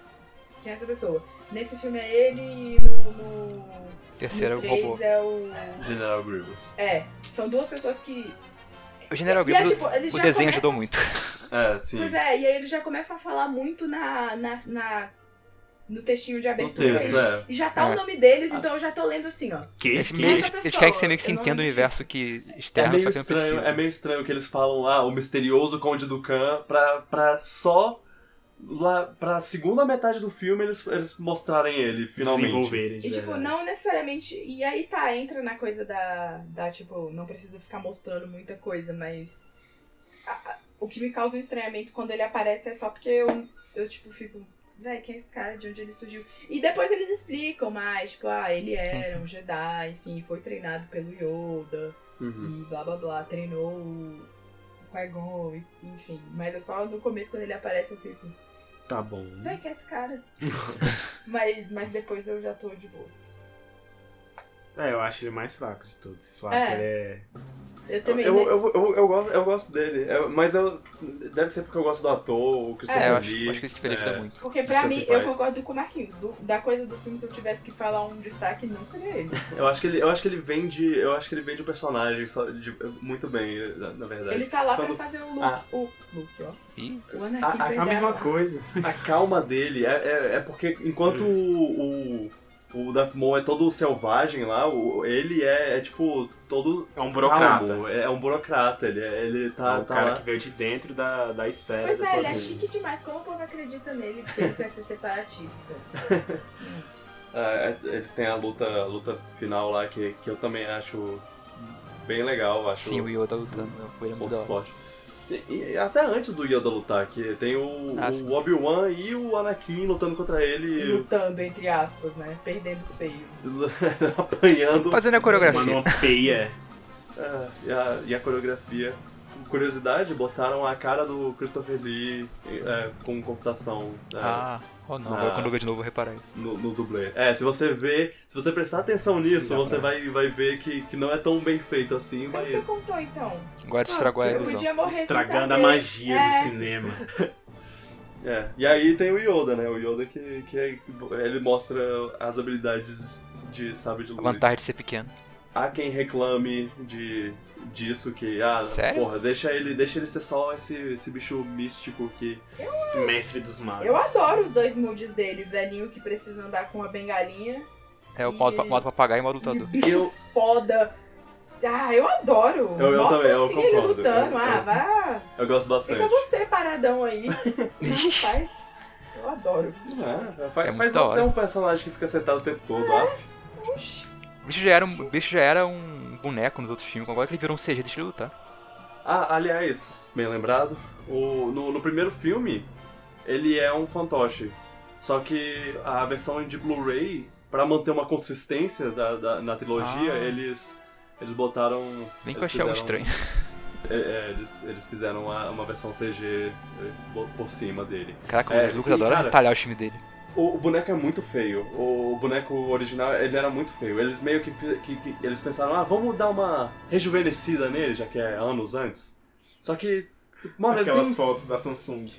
S5: quem é essa pessoa? Nesse filme é ele e no. no, no
S3: Terceiro é o
S5: 3
S3: robô.
S5: é o.
S1: General Grievous.
S5: É, são duas pessoas que
S3: O General
S5: e é,
S3: Grievous,
S5: tipo, eles
S3: o
S5: já
S3: desenho
S5: começam-
S3: ajudou
S2: assim.
S3: muito.
S1: É, sim.
S5: Pois é, e aí eles já começam a falar muito na, na, na
S2: no textinho de
S1: No
S2: abertura.
S1: texto, é.
S2: E já tá
S3: É.
S2: o nome deles, então eu já tô lendo assim, ó.
S4: Que?
S3: Eles,
S4: que?
S3: eles,
S2: Essa
S3: eles
S2: pessoa,
S3: querem que você É meio que
S2: eu
S3: se
S2: não
S3: entenda
S2: lembro
S3: o universo que
S1: É
S3: externo,
S1: meio,
S3: só que não
S1: estranho,
S3: precisa.
S1: é meio estranho que eles falam, ah, o misterioso Conde Dukan, pra, pra só lá pra segunda metade do filme eles, eles mostrarem ele, finalmente.
S4: Desenvolverem. de
S2: E, tipo,
S4: verdade.
S2: não necessariamente. E aí tá, entra na coisa da. da tipo, não precisa ficar mostrando muita coisa, mas. a- a- o que me causa um estranhamento quando ele aparece é só porque eu, eu tipo, fico. Véi, quem é esse cara? De onde ele surgiu? E depois eles explicam mais, tipo, ah, ele era um Jedi, enfim, foi treinado pelo Yoda,
S1: Uhum.
S2: e blá blá blá, treinou o Qui-Gon, e- enfim. Mas é só no começo quando ele aparece eu fico,
S4: Tá bom.
S2: véi, quem é esse cara? mas, mas depois eu já tô de boas.
S4: É, eu acho ele mais fraco de todos. Vocês falaram
S2: É.
S4: que ele é.
S2: Eu
S1: Eu,
S2: também.
S1: eu,
S2: né?
S1: eu, eu, gosto, eu gosto dele, eu- mas eu, deve ser porque eu gosto do ator, o Christopher
S3: É, eu
S1: Lee.
S3: acho, acho que isso te ajuda
S1: é.
S3: muito.
S2: Porque
S1: Os
S2: pra mim, eu
S1: principais.
S2: concordo com o Marquinhos. Do- da coisa do filme, se eu tivesse que falar um destaque, não seria ele.
S1: Eu acho que ele, eu acho que ele vende, eu acho que ele vende o personagem só de- muito bem, na na verdade.
S2: Ele tá lá pra
S1: Quando-
S2: fazer o Luke,
S1: Ah.
S2: o Luke, ó.
S3: Ih,
S2: O
S1: Ah,
S2: Anakin
S1: ah,
S4: É a mesma
S2: Vader.
S4: coisa.
S1: A calma dele é, é, é porque enquanto o, o, o Darth Maul é todo selvagem lá, o, ele é, é, tipo todo
S4: É um burocrata.
S1: calmo, é, é um burocrata, ele, é- ele
S4: É
S1: tá,
S4: o
S1: tá
S4: cara
S1: lá.
S4: que veio de dentro da, da esfera.
S2: Pois
S4: do
S2: é, ele é
S4: poder.
S2: chique demais. Como o povo acredita nele que ele quer ser separatista?
S1: É, é, eles têm a luta, a luta final lá que, que eu também acho bem legal, acho
S3: sim, o Yoda lutando, o Yoda é muito
S1: ponto
S3: da hora.
S1: forte. E, e até antes do Yoda lutar, que tem o,
S3: Ah,
S1: o
S3: sim.
S1: Obi-Wan e o Anakin lutando contra ele,
S2: Lutando, entre aspas, né? Perdendo feio.
S1: apanhando.
S3: Fazendo a coreografia.
S4: Mano, uma peia.
S1: Ah, e, a, e a coreografia. Curiosidade, botaram a cara do Christopher Lee é, com computação né,
S3: Ah, oh não, agora
S1: Ah.
S3: quando eu ver de novo eu vou reparar isso.
S1: no, no dublê. É, se você ver, se você prestar atenção nisso,
S4: Dá pra-
S1: você vai, vai ver que, que não é tão bem feito assim,
S2: Como você
S1: mas.
S2: contou, então?
S3: Agora estragou a
S2: eu
S3: ilusão.
S2: podia morrer sem
S4: Estragando a
S2: saber.
S4: magia
S2: É.
S4: do cinema.
S1: É. E aí tem o Yoda, né? O Yoda que, que é- ele mostra as habilidades de sábio de
S3: A
S1: luz.
S3: vantagem de ser pequeno.
S1: Há quem reclame de, disso, que, ah,
S3: Sério?
S1: porra, deixa ele, deixa ele ser só esse, esse bicho místico que.
S4: Mestre dos magos.
S2: Eu adoro os dois moods dele. Velhinho que precisa andar com uma bengalinha.
S3: É o modo,
S2: E-
S3: modo papagaio e
S2: E
S3: modo lutador.
S2: bicho
S1: Eu-
S2: foda. Ah, eu adoro.
S1: Eu- eu
S2: Nossa,
S1: também, eu
S2: sim, ele
S1: concordo,
S2: lutando.
S1: eu-
S2: ah,
S1: eu-
S2: vá.
S1: É Eu gosto bastante.
S2: Fica você paradão aí. Rapaz, eu adoro.
S1: É, faz,
S3: É muito
S1: faz
S3: da
S1: você
S3: hora.
S1: um personagem que fica sentado o tempo todo. Ah,
S2: Oxi.
S3: O bicho já era um, o bicho já era um boneco nos outros filmes, agora que ele virou um CG, deixa ele lutar.
S1: Ah, aliás, bem lembrado, o- no, no primeiro filme, ele é um fantoche. Só que a versão de Blu-ray, pra manter uma consistência da- da- na trilogia,
S3: Ah.
S1: eles, eles botaram.
S3: Bem que eu
S1: eles
S3: achei algo
S1: fizeram- um-
S3: estranho.
S1: é, é, eles, eles fizeram uma, uma versão CG por cima dele.
S3: Caraca,
S1: É,
S3: o Lucas
S1: e,
S3: adora
S1: cara-
S3: detalhar o time dele.
S1: O, o boneco é muito feio. O, boneco original, ele era muito feio. Eles meio que, fi- que- que- eles pensaram, ah, vamos dar uma rejuvenescida nele, já que é anos antes. Só que, mano, ele
S4: Aquelas
S1: tem,
S4: fotos da Samsung.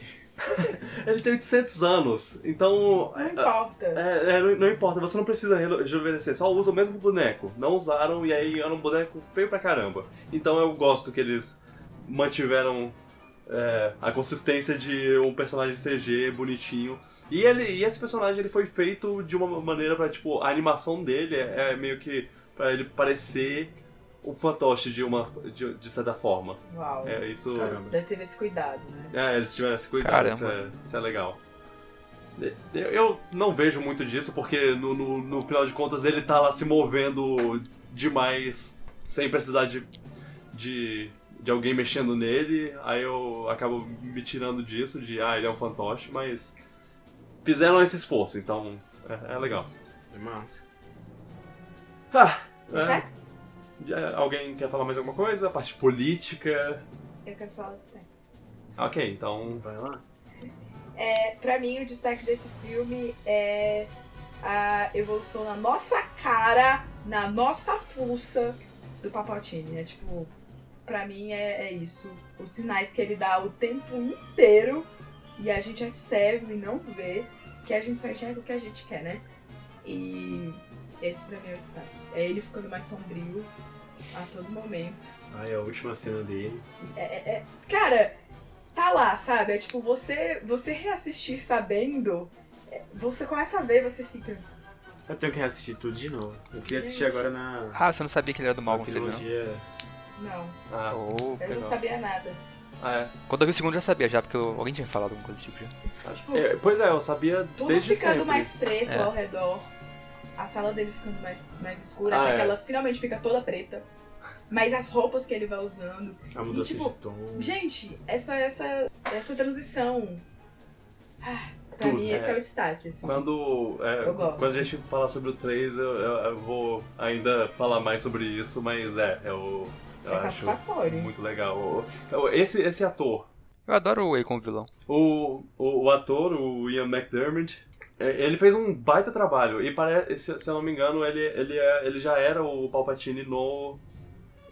S1: ele tem 800 anos. Então,
S2: Não importa.
S1: é, é, não- não importa, você não precisa re- rejuvenescer, só usa o mesmo boneco. Não usaram e aí era um boneco feio pra caramba. Então eu gosto que eles mantiveram é, a consistência de um personagem CG bonitinho. E, ele, e esse personagem ele foi feito de uma maneira pra, tipo, a animação dele é, é meio que pra ele parecer um fantoche de, uma, de, de certa forma.
S2: Uau.
S1: É isso.
S4: Caramba.
S2: Deve ter esse cuidado, né?
S1: É, eles tiveram esse cuidado,
S3: Caramba.
S1: isso é, isso é legal. Eu, eu não vejo muito disso, porque no, no, no final de contas ele tá lá se movendo demais, sem precisar de, de, de alguém mexendo nele, aí eu acabo me tirando disso, de ah, ele é um fantoche, mas fizeram esse esforço, então é, é legal.
S4: É massa.
S1: Ah, é,
S2: Sex?
S1: já- alguém quer falar mais alguma coisa? A parte política?
S2: Eu quero falar do sex.
S1: Ok, então.
S4: Vai lá.
S2: É, pra mim, o destaque desse filme é a evolução na nossa cara, na nossa fuça do Papaltini. É tipo, pra mim é, é isso. Os sinais que ele dá o tempo inteiro e a gente é cego e não vê, que a gente só enxerga o que a gente quer, né? E esse pra mim é o destaque. É ele ficando mais sombrio a todo momento.
S4: Aí a última cena dele.
S2: Cara, tá lá, sabe? É tipo, você, você reassistir sabendo Você começa a ver, você fica.
S4: Eu tenho que reassistir tudo de novo. Eu queria assistir
S2: Gente.
S4: agora na,
S3: Ah, você não sabia que ele era do mal
S4: na
S3: quando você viu, não?
S4: trilogia.
S2: Não,
S1: Ah, sim.
S3: Oh,
S2: eu não
S3: legal.
S2: sabia nada.
S1: Ah, é.
S3: Quando eu vi o segundo eu já sabia já, porque eu- alguém tinha me falado alguma coisa desse tipo já.
S2: Tipo,
S1: É, Pois é, eu sabia
S2: tudo
S1: desde
S2: ficando
S1: sempre.
S2: mais preto
S3: É.
S2: ao redor. A sala dele ficando mais, mais escura,
S1: Ah,
S2: até
S1: é.
S2: que ela finalmente fica toda preta. Mas as roupas que ele vai usando.
S4: A mudança
S2: tipo,
S4: de tom.
S2: Gente, essa, essa, essa transição. Ah, pra
S1: Tudo,
S2: mim,
S1: é.
S2: esse é o destaque. Assim.
S1: Quando, é,
S2: Eu gosto.
S1: quando a gente falar sobre o 3, eu, eu- eu vou ainda falar mais sobre isso, mas é, eu, eu
S2: é
S1: acho
S2: satisfatório.
S1: muito legal. O- o- Esse, esse ator,
S3: Eu adoro o Way como vilão.
S1: o, o, o ator, o Ian McDermott, é, ele fez um baita trabalho, e parece, se, se eu não me engano, ele, ele, é- ele já era o Palpatine no...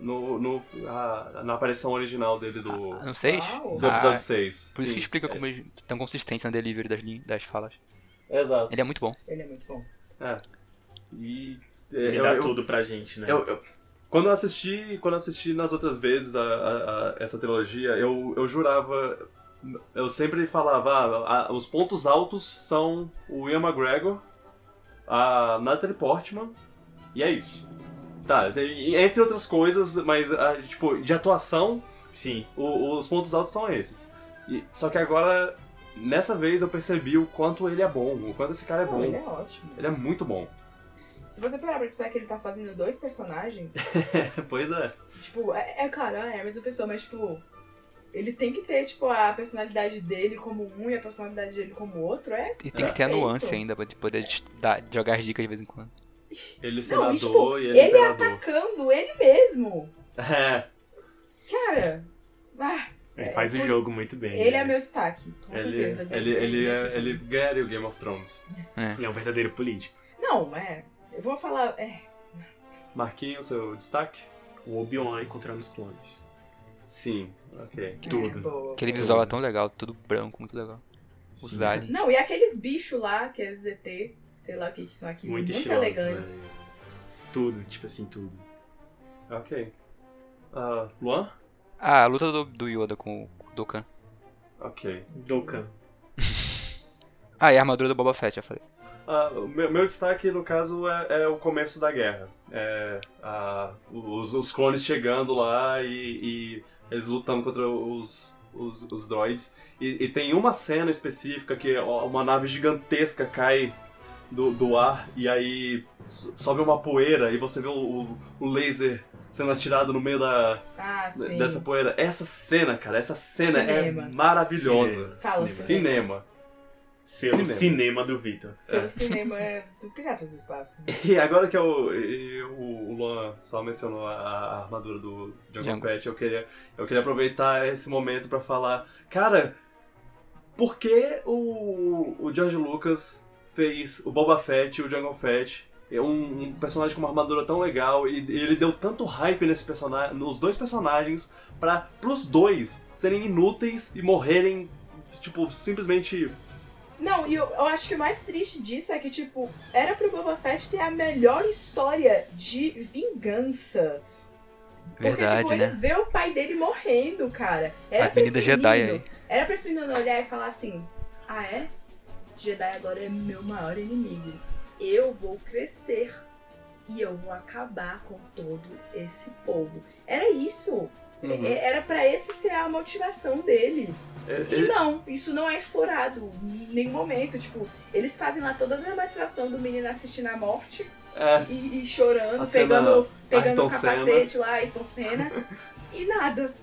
S1: No, no- a- na aparição original dele do,
S3: Não sei?
S2: Uau.
S1: do
S3: Ah,
S1: episódio 6.
S3: Por isso
S1: Sim,
S3: que explica
S1: é,
S3: como eles estão consistentes na delivery das, lin- das falas.
S1: Exato.
S3: Ele é muito bom.
S2: Ele é muito bom.
S1: E, é,
S4: Ele
S1: eu-
S4: dá
S1: eu-
S4: tudo pra gente, né?
S1: Eu, eu- quando eu assisti, quando eu assisti nas outras vezes a, a- a- essa trilogia, eu, eu jurava, eu sempre falava, ah, a- os pontos altos são o Ian McGregor, a Natalie Portman e é isso. Tá, e- entre outras coisas, mas ah, tipo de atuação,
S4: Sim.
S1: o- os pontos altos são esses. E- só que agora nessa vez eu percebi o quanto ele é bom, o quanto esse cara é
S2: Não, ele
S1: bom.
S2: é ótimo.
S1: Ele é muito bom.
S2: Se você parar pra pensar que ele tá fazendo dois personagens,
S1: pois é.
S2: Tipo, é, é claro, é a mesma pessoa, mas tipo, ele tem que ter, tipo, a personalidade dele como um e a personalidade dele como outro, é?
S3: E tem que ter a
S2: Perfeito.
S3: nuance ainda pra de poder de dar- de jogar as dicas de vez em quando.
S1: Ele é
S2: Não,
S1: senador
S2: e, tipo,
S1: e
S2: ele,
S1: ele é
S2: é
S1: imperador.
S2: atacando ele mesmo.
S1: É.
S2: Cara, ah,
S4: Ele faz o
S2: por-
S4: jogo muito bem.
S2: ele é
S4: né?
S2: meu destaque, com
S1: Ele,
S2: certeza.
S1: ele,
S2: desse-
S1: ele, é-
S2: desse
S1: ele
S2: filme.
S1: ganharia o Game of Thrones.
S4: Ele é um verdadeiro político.
S2: Não, é. Eu vou falar. É,
S1: Marquinhos, seu destaque?
S4: O Obi-Wan encontrando os clones.
S1: Sim, ok.
S2: é,
S4: Tudo.
S2: boa,
S3: Aquele
S2: boa.
S3: visual é tão legal, tudo branco, muito legal. Os
S4: Sim.
S3: aliens.
S2: Não, e aqueles bichos lá, que é ZT, sei lá o que, que são aqui,
S4: Muito
S2: muito,
S4: estiloso.
S2: elegantes.
S4: né? Tudo, tipo assim, tudo.
S1: Ok. Ah, Luan?
S3: Ah, a luta do, do Yoda com o Dokkan.
S1: Ok.
S4: Dokkan.
S3: Ah, e a armadura do Boba Fett, já falei.
S1: Ah, o meu, meu destaque, no caso, é, é o começo da guerra. É, ah, os, os clones chegando lá e, e eles lutando contra os, os, os droids. E, e tem uma cena específica que ó, uma nave gigantesca cai do, do ar e aí so- sobe uma poeira e você vê o, o- o laser sendo atirado no meio da,
S2: Ah, sim.
S1: dessa poeira. Essa cena, cara, essa cena
S2: Cinema.
S1: é maravilhosa.
S2: Fala,
S1: Cinema.
S4: Seu
S1: Cinema.
S4: cinema. do Vitor.
S2: Seu cinema é do Piratas do Espaço.
S1: E agora que eu, e o o Luan só mencionou a, a armadura do Jungle
S3: Jango.
S1: Fett, eu queria, eu queria aproveitar esse momento pra falar, cara, por que o, o George Lucas fez o Boba Fett e o Jungle Fett? É um, um personagem com uma armadura tão legal e, e ele deu tanto hype nesse personagem, nos dois personagens, para os dois serem inúteis e morrerem, tipo, simplesmente
S2: Não, e eu, eu acho que o mais triste disso é que, tipo, era pro Boba Fett ter a melhor história de vingança. Porque,
S3: Verdade,
S2: tipo, ele
S3: né?
S2: vê o pai dele morrendo, cara. Era pra
S3: Avenida
S2: esse
S3: Jedi
S2: menino-
S3: aí.
S2: Era pra esse menino olhar e falar assim: Ah, é? Jedi agora é meu maior inimigo. Eu vou crescer e eu vou acabar com todo esse povo. Era isso.
S1: Uhum.
S2: É- Era pra esse ser a motivação dele. E não, isso não é explorado em nenhum momento. Tipo, eles fazem lá toda a dramatização do menino assistindo a morte
S1: é,
S2: e, e chorando,
S1: A cena
S2: pegando, pegando
S1: Ayrton
S2: o capacete lá, Ayrton Senna, e nada.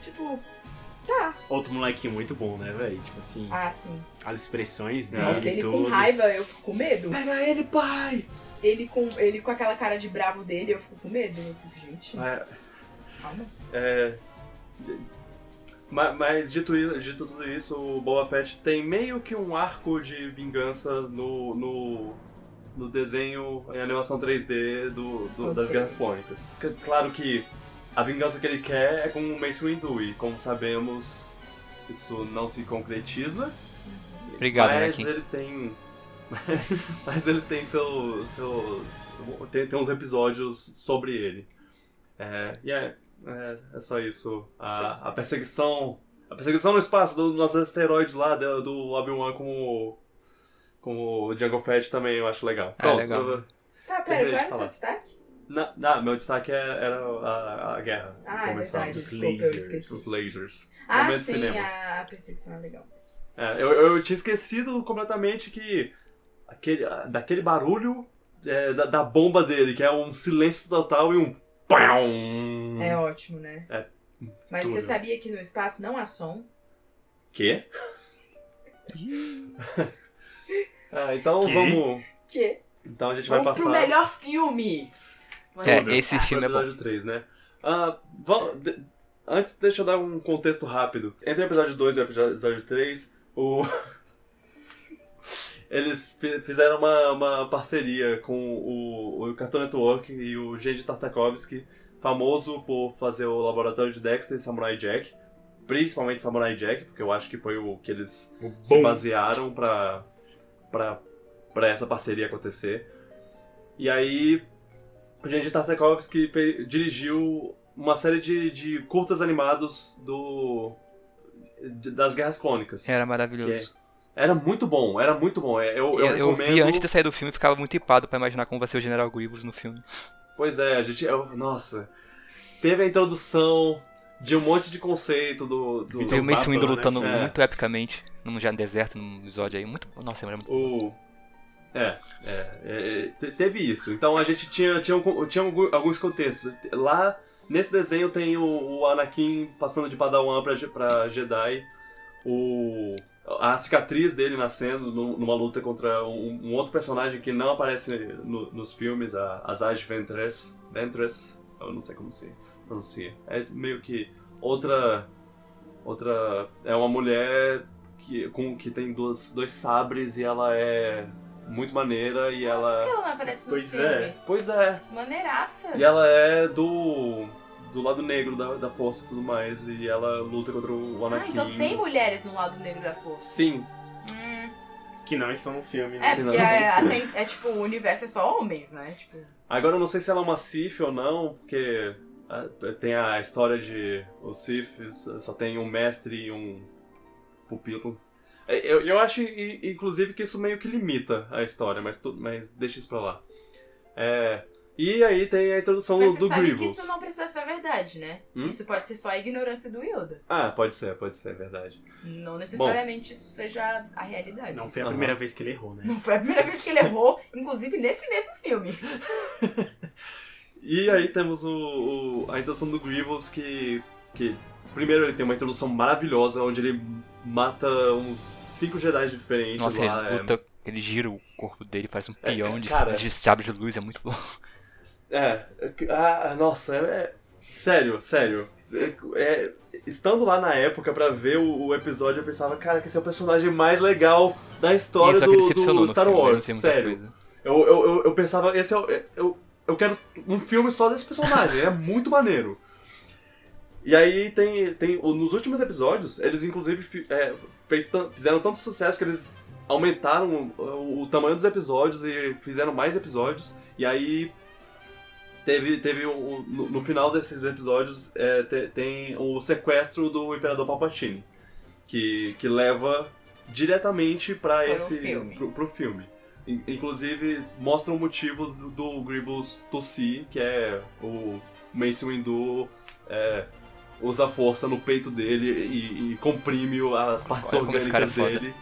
S2: Tipo, tá.
S4: Outro moleque muito bom, né, velho? Tipo assim,
S2: Ah, sim.
S4: as expressões
S1: É,
S4: dele
S2: Nossa,
S4: e
S2: ele com
S4: tudo.
S2: raiva, eu fico com medo.
S1: Pega ele, pai!
S2: Ele com, ele com aquela cara de bravo dele, eu fico com medo. Eu fico, gente,
S1: É,
S2: calma.
S1: é, ma- mas dito, i- dito tudo isso, o Boba Fett tem meio que um arco de vingança no, no, no desenho em animação 3D do, do- das
S2: Ok.
S1: Guerras Clônicas. C- Claro que a vingança que ele quer é com o Mace Windu, e como sabemos, isso não se concretiza.
S3: Obrigado,
S1: mas
S3: Anakin.
S1: ele tem. mas ele tem seu. seu tem, tem uns episódios sobre ele. É, e é, é, é só isso. A, a perseguição. A perseguição no espaço do- dos asteroides lá, do, do Obi-Wan com o. Como o Jungle Fett também eu acho legal. Pronto,
S3: É, legal.
S1: eu-
S5: Tá, pera,
S1: Terminei de
S5: qual
S2: é
S5: era o seu
S1: falar.
S5: destaque?
S1: Na- na- meu destaque é- era a, a guerra.
S5: Ah, é
S1: começando.
S5: verdade,
S4: dos
S5: desculpa, eu
S4: lasers,
S1: Os
S5: esqueci.
S1: lasers.
S5: Ah,
S1: Momento de
S5: sim,
S1: cinema.
S5: a perseguição é legal mesmo.
S1: É, eu, eu tinha esquecido completamente que aquele, ah, daquele barulho é, da, da bomba dele, que é um silêncio total e um pão.
S5: É ótimo, né?
S1: Hum. É,
S5: Mas
S1: tudo.
S5: você sabia que no espaço não há som?
S1: Quê? Ah, então
S4: Quê?
S1: vamos.
S5: Que?
S1: Então a gente vai
S2: Vamos
S1: passar.
S2: pro melhor filme! Vamos
S3: É,
S2: lá.
S3: esse
S1: pro
S3: filme é bom.
S1: episódio 3, né? Ah, va- de- antes, deixa eu dar um contexto rápido. Entre o episódio 2 e o episódio 3, o... eles fi- fizeram uma, uma parceria com o, o Cartoon Network e o Gene Tartakovsky, famoso por fazer o Laboratório de Dexter e Samurai Jack. Principalmente Samurai Jack, porque eu acho que foi o que eles
S4: O
S1: se
S4: bom.
S1: basearam pra, pra, pra essa parceria acontecer. E aí, o Genji Tartakovsky fe- dirigiu uma série de, de curtas animados do de- das Guerras Clônicas.
S3: Era
S1: É.
S3: maravilhoso.
S1: Era muito bom, era muito bom. É, Eu, eu,
S3: Eu, eu
S1: recomendo...
S3: vi antes de sair do filme e ficava muito hipado pra imaginar como vai ser o General Grievous no filme.
S1: Pois é, a gente... eu- nossa, teve a introdução de um monte de conceito do... do
S4: Então,
S3: Tem o Mace
S4: Bárbara,
S3: Windu
S4: né,
S3: lutando
S1: que é-
S3: muito epicamente num já deserto, num episódio aí. Muito. Nossa, era muito.
S1: O. É, é, é, é, te- teve isso. Então a gente tinha, tinha, um co- tinha algu- alguns contextos. Lá, nesse desenho, tem o, o Anakin passando de Padawan pra, Je- pra Jedi, o, a cicatriz dele nascendo nu- numa luta contra um, um outro personagem que não aparece no- nos filmes, a Asajj Ventress. Ventress, eu não sei como se pronuncia. É meio que outra. Outra. É uma mulher que, com, que tem duas, dois sabres e ela é muito maneira e
S2: Por que
S1: ela.
S2: ela não aparece nos
S4: Pois é,
S2: filmes?
S1: Pois é.
S2: Maneiraça! Ah,
S1: E ela é do. do lado negro da, da força e tudo mais. E ela luta contra o Anakin.
S2: Ah, então tem mulheres no lado negro da força.
S1: Sim,
S2: Hum,
S4: Que não estão no filme, né?
S2: é,
S1: Que
S2: porque
S1: não.
S2: é, até- é tipo, o universo é só homens, né? Tipo,
S1: Agora eu não sei se ela é uma Sif ou não, porque ah, tem a história de os Sif só tem um mestre e um pupilo. É, Eu, eu acho, i- inclusive, que isso meio que limita a história, mas, tu- mas deixa isso pra lá. É, e aí tem a introdução
S2: mas
S1: do,
S2: você sabe que
S1: Grievous.
S2: isso não precisa ser verdade, né?
S1: Hum?
S2: Isso pode ser só a ignorância do Yoda.
S1: Ah, pode ser, pode ser, é verdade.
S2: Não necessariamente isso seja a realidade.
S4: Não foi a
S1: Aham.
S4: primeira vez que ele errou, né?
S2: Não foi a primeira vez que ele errou, inclusive nesse mesmo filme.
S1: E aí temos o, o- a introdução do Grievous, que, que primeiro ele tem uma introdução maravilhosa, onde ele mata uns cinco Jedi diferentes
S3: Nossa,
S1: lá. é
S3: ele luta, ele gira o corpo dele, parece um
S1: É,
S3: peão de,
S1: cara.
S3: de sabre de luz, é muito bom.
S1: É, é, ah, nossa, é, é- sério, sério. É, é, estando lá na época pra ver o, o episódio, eu pensava, cara, que esse é o personagem mais legal da história
S3: Isso é que
S1: do,
S3: decepcionou
S1: do
S3: no
S1: Star
S3: filme, eu não
S1: Wars,
S3: sei muita
S1: sério.
S3: coisa.
S1: Eu, eu, eu, eu pensava, esse é o. é- Eu, eu quero um filme só desse personagem, é muito maneiro. E aí tem. tem o- nos últimos episódios, eles inclusive fi- é, fez tan- fizeram tanto sucesso que eles aumentaram o, o- o tamanho dos episódios e fizeram mais episódios. E aí. Teve, teve o- o- no, no final desses episódios é, te- tem o sequestro do Imperador Palpatine, que, que leva diretamente para
S2: Para o
S1: esse
S2: filme.
S1: Pro, pro filme. In- Inclusive, mostra o motivo do, do Grievous tossir, que é o Mace Windu é, usa força no peito dele e, e comprime o- as partes
S3: Olha como esse cara é
S1: orgânicas
S3: foda.
S1: dele.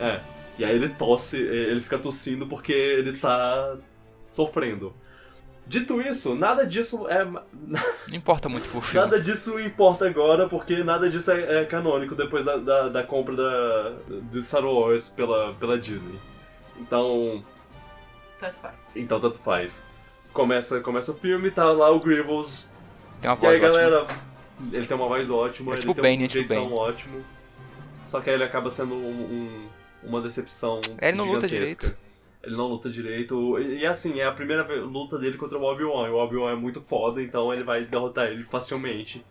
S1: É. E aí ele tosse, ele fica tossindo porque ele tá sofrendo. Dito isso, nada disso é
S3: Não importa muito pro filme.
S1: nada disso importa agora porque nada disso é, é canônico depois da, da, da compra da de Star Wars pela pela Disney. Então,
S2: Tanto faz.
S1: então tanto faz. Começa começa o filme, tá lá o Grievous
S3: Tem uma
S1: e aí,
S3: voz ótima.
S1: galera, ele tem uma voz ótima,
S3: É
S1: ele
S3: tipo
S1: tem
S3: Bane,
S1: um
S3: é tipo
S1: jeitão
S3: Bane.
S1: ótimo. Só que aí ele acaba sendo um- um- uma decepção
S3: É, ele não luta
S1: gigantesca. Ele não luta direito. E, e, assim, é a primeira ve- luta dele contra o Obi-Wan. E o Obi-Wan é muito foda, então ele vai derrotar ele facilmente.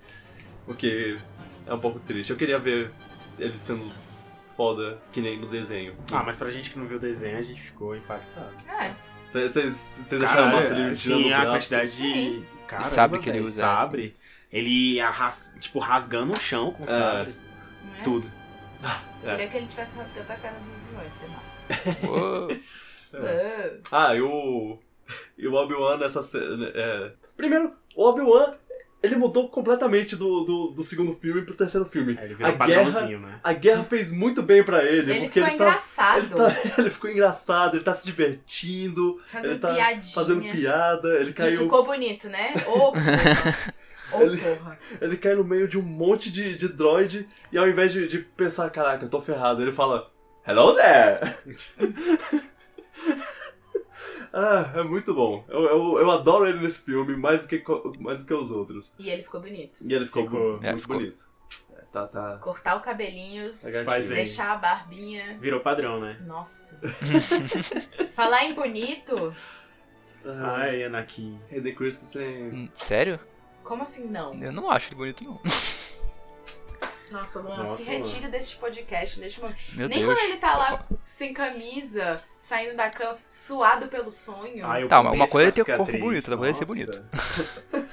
S1: O que é um pouco triste. Eu queria ver ele sendo foda, que nem no desenho.
S4: Ah, mas pra gente que não viu o desenho, a gente ficou impactado.
S2: É,
S1: Vocês acharam massa ele tirando o
S4: Sim, a
S1: braço?
S4: quantidade de.
S2: Sim.
S4: Cara,
S3: sabre que ele usa,
S4: Sabre. Ele arras... tipo, rasgando o chão com o
S1: É.
S4: sabre.
S2: não é?
S4: Tudo.
S1: É.
S2: Queria que ele tivesse rasgando a cara do Obi-Wan, isso é massa.
S3: Uou.
S2: Ah,
S1: Ah, e o. E o Obi-Wan nessa cena. é. Primeiro, o Obi-Wan, ele mudou completamente do, do, do segundo filme pro terceiro filme.
S4: Aí É, ele vira
S1: a guerra,
S4: padrãozinho, né?
S1: a guerra fez muito bem pra ele,
S2: Ele
S1: porque
S2: ficou
S1: ele tá,
S2: engraçado,
S1: ele tá- ele ficou engraçado, ele tá se divertindo,
S2: fazendo
S1: ele tá
S2: piadinha.
S1: fazendo piada, ele
S2: E
S1: caiu,
S2: ficou bonito, né? Ô, porra. Ô,
S1: Ele-
S2: porra.
S1: ele cai no meio de um monte de, de droid e ao invés de, de pensar, caraca, eu tô ferrado, ele fala, hello there! ah, é muito bom. Eu, eu, eu adoro ele nesse filme, mais do que, co- mais do que os outros.
S2: E ele ficou bonito.
S1: E ele ficou,
S4: Ficou.
S1: mu- muito,
S3: É, ficou.
S1: bonito. É, tá, tá,
S2: Cortar o cabelinho,
S1: tá gatinho.
S4: Faz bem.
S2: deixar a barbinha.
S4: Virou padrão, né?
S2: Nossa. Falar em bonito?
S1: Ah,
S4: Ai, Anakin.
S1: Hayden Christensen...
S3: Hum, Sério?
S2: Como assim não?
S3: Eu não acho ele bonito, não.
S2: Nossa, Luan,
S4: Nossa,
S2: se retire deste podcast, deixa uma...
S3: Meu
S2: Nem
S3: Deus.
S2: quando ele tá lá sem camisa, saindo da cama, suado pelo sonho.
S4: Ai, o
S3: Tá, mas uma
S4: começo
S3: coisa é
S4: da
S3: ter um corpo
S4: cicatriz,
S3: bonito, outra coisa é ser
S4: nossa.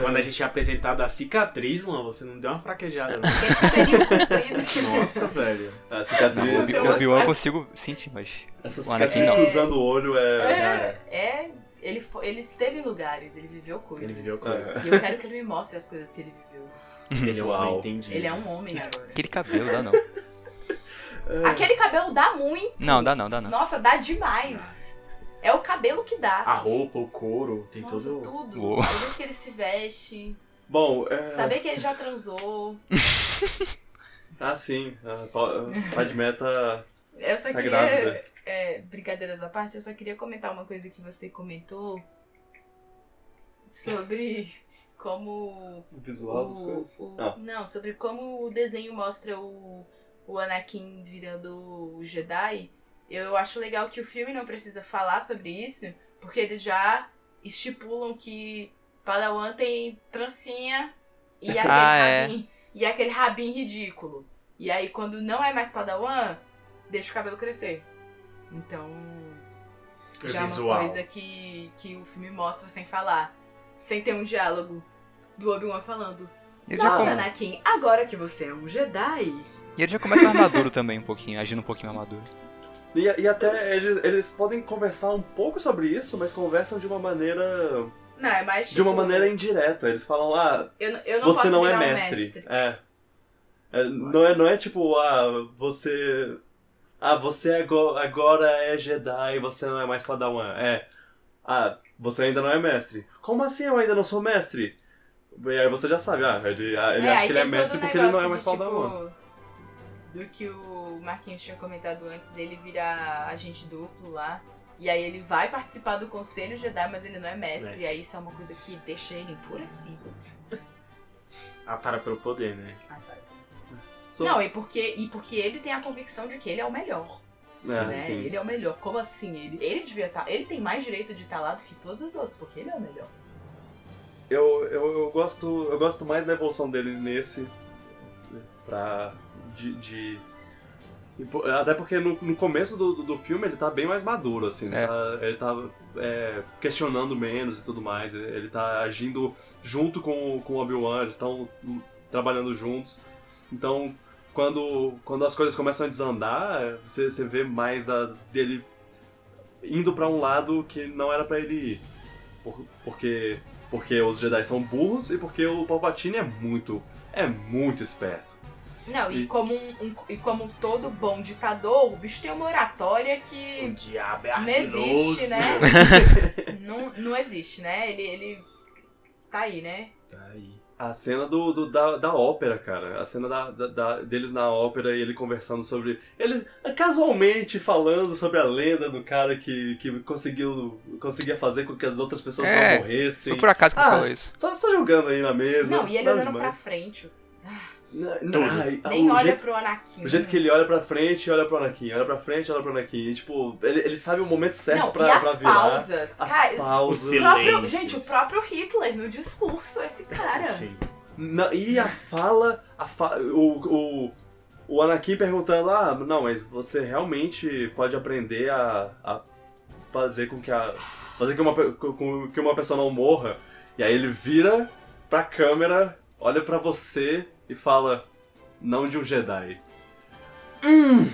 S4: Quando a gente é apresentado a cicatriz, mano, você não deu uma fraquejada, não.
S2: Ele teria cumprido.
S4: Nossa, velho.
S1: A
S3: Não,
S1: cicatriz...
S2: Meu
S3: o
S2: Deus.
S3: Obi- o Obi-Wan eu consigo sentir, mas...
S1: Essa
S3: O Anakin
S1: cicatriz
S2: não.
S1: cruzando o olho é...
S2: É, é, ele, fo- ele esteve em lugares, ele viveu coisas.
S4: Ele viveu coisas.
S2: E eu quero que ele me mostre as coisas que ele viveu.
S4: Ele é um
S1: Uau.
S4: homem, entendi.
S2: Ele é um homem agora.
S3: Aquele cabelo, dá não.
S2: Aquele cabelo dá muito.
S3: Não, dá não, dá não.
S2: Nossa, dá demais. É o cabelo que dá.
S4: A roupa, o couro, Ah, tem
S2: Nossa,
S4: todo...
S2: tudo.
S3: Uou.
S2: O jeito que ele se veste.
S1: Bom, é...
S2: Saber que ele já transou.
S1: Ah, sim. A Pa- a Padmé tá,
S2: Eu só
S1: tá
S2: queria.
S1: grávida.
S2: é, brincadeiras à parte, eu só queria comentar uma coisa que você comentou sobre como.
S1: O visual das
S2: o-
S1: coisas.
S2: o-
S1: Ah.
S2: Não, sobre como o desenho mostra o, o Anakin virando o Jedi. Eu acho legal que o filme não precisa falar sobre isso, porque eles já estipulam que Padawan tem trancinha e aquele,
S3: Ah, é.
S2: rabinho, e aquele rabinho ridículo. E aí, quando não é mais Padawan, deixa o cabelo crescer. Então,
S4: É
S2: já é uma
S4: visual.
S2: coisa que, que o filme mostra sem falar. Sem ter um diálogo do Obi-Wan falando.
S3: E ele, já
S2: Nossa, né?
S3: come...
S2: Anakin, agora que você é um Jedi.
S3: e ele já começa mais maduro também, um pouquinho, agindo um pouquinho mais maduro.
S1: E, e até eles, eles podem conversar um pouco sobre isso, mas conversam de uma maneira.
S2: Não, é mais.
S1: De uma
S2: tipo,
S1: maneira indireta. Eles falam, ah,
S2: Eu, eu não
S1: você
S2: posso
S1: não
S2: virar
S1: é
S2: um
S1: mestre. É. É, não, é, não é tipo, ah, você. Ah, você ago- agora é Jedi, você não é mais Padawan. É. Ah, você ainda não é mestre. Como assim eu ainda não sou mestre? E aí você já sabe, ah, ele, ah, ele
S2: é,
S1: acha
S2: aí
S1: que ele é
S2: tem todo
S1: mestre
S2: o
S1: porque ele não é
S2: negócio
S1: mais
S2: de,
S1: Padawan.
S2: tipo, Do que o Marquinhos tinha comentado antes dele virar agente duplo lá. E aí ele vai participar do Conselho Jedi, mas ele não é mestre.
S4: Mestre.
S2: E aí isso é uma coisa que deixa ele assim. enfurecido.
S4: A tara pelo poder, né?
S2: Ah, tá.
S1: Só-
S2: Não, e porque, e porque ele tem a convicção de que ele é o melhor.
S1: É,
S2: né?
S1: sim.
S2: Ele é o melhor. Como assim? Ele, ele devia estar. ele tem mais direito de estar lá do que todos os outros, porque ele é o melhor.
S1: Eu, eu, eu gosto eu gosto mais da evolução dele nesse pra de, de- e po- até porque no, no começo do, do- do filme ele tá bem mais maduro assim ele
S3: É.
S1: tá, ele tá, é, questionando menos e tudo mais ele, ele tá agindo junto com o- com o Obi Wan eles estão trabalhando juntos então quando quando as coisas começam a desandar você, você vê mais da, dele indo pra um lado que não era pra ele ir Por- porque porque os Jedi são burros e porque o Palpatine é muito, é muito esperto.
S2: Não, e,
S1: E-
S2: como um, um- e como todo bom ditador, o bicho tem uma oratória que
S4: diabo é
S2: não existe, né? não, não existe, né? Ele, ele tá aí, né?
S4: Tá aí.
S1: A cena do, do- da, da ópera, cara. A cena da, da- da- deles na ópera e ele conversando sobre. Eles casualmente falando sobre a lenda do cara que, que conseguiu, conseguia fazer com que as outras pessoas
S3: É,
S1: não morressem.
S3: Foi por acaso que ele
S1: Ah,
S3: falou isso.
S1: Só, só jogando aí na mesa.
S2: não, e ele
S1: nada
S2: olhando pra
S1: demais.
S2: frente.
S1: Na- na-
S4: Tudo.
S1: ai, ah,
S2: nem
S1: o
S2: olha
S1: jeito-
S2: pro Anakin.
S1: O jeito que ele olha pra frente e olha pro Anakin, olha pra frente e olha pro Anakin. E, tipo, ele, ele sabe o momento certo
S2: não,
S1: pra,
S2: e as
S1: pra virar.
S2: pausas.
S1: As
S2: cara,
S1: pausas.
S2: o próprio,
S4: Silêncios.
S2: gente, o próprio Hitler no discurso, esse cara.
S4: Sim.
S1: Não, e a fala, a fa- o, o, o Anakin perguntando, ah, não, mas você realmente pode aprender a, a fazer com que a fazer que uma, pe- com- com- que uma pessoa não morra. E aí ele vira pra câmera, olha pra você e fala, não de um Jedi. Hum,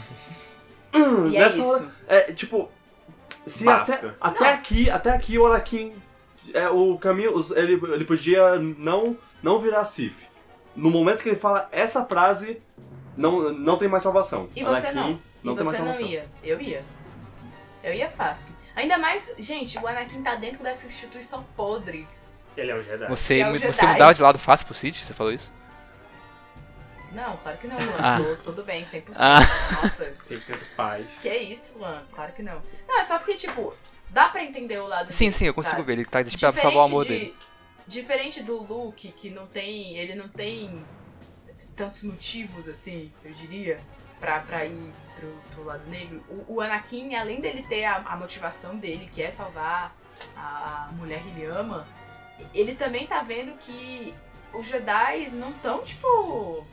S1: hum,
S2: E é
S1: nessa
S2: isso.
S1: hora- é, tipo, se
S4: Basta.
S1: até, até aqui, até aqui o Anakin, é, o caminho, os- ele, ele podia não, não virar Sith. No momento que ele fala essa frase, não, não tem mais salvação.
S2: E você
S1: Anakin
S2: não.
S1: não
S2: e
S1: tem mais
S2: você não
S1: salvação.
S2: ia. Eu ia. Eu ia fácil. Ainda mais, gente, o Anakin tá dentro dessa instituição podre.
S4: Ele é um Jedi.
S3: Você,
S2: É o
S3: você
S2: Jedi.
S3: mudava de lado fácil pro Cid? Você falou isso?
S2: Não, claro que não, Luan.
S3: Ah.
S2: Sou, sou do bem, 100%.
S3: Ah.
S2: Nossa,
S4: 100% paz.
S2: que é isso, Luan? Claro que não. Não, é só porque, tipo, dá pra entender o lado
S3: Sim,
S2: dele,
S3: sim, eu consigo
S2: sabe?
S3: ver. Ele tá desesperado pra
S2: Diferente
S3: salvar o amor
S2: de-
S3: dele.
S2: Diferente do Luke, que não tem. Ele não tem tantos motivos, assim, eu diria, pra, pra ir pro, pro lado negro. O, o Anakin, além dele ter a, a motivação dele, que é salvar a, a mulher que ele ama, ele também tá vendo que os Jedi não estão, tipo.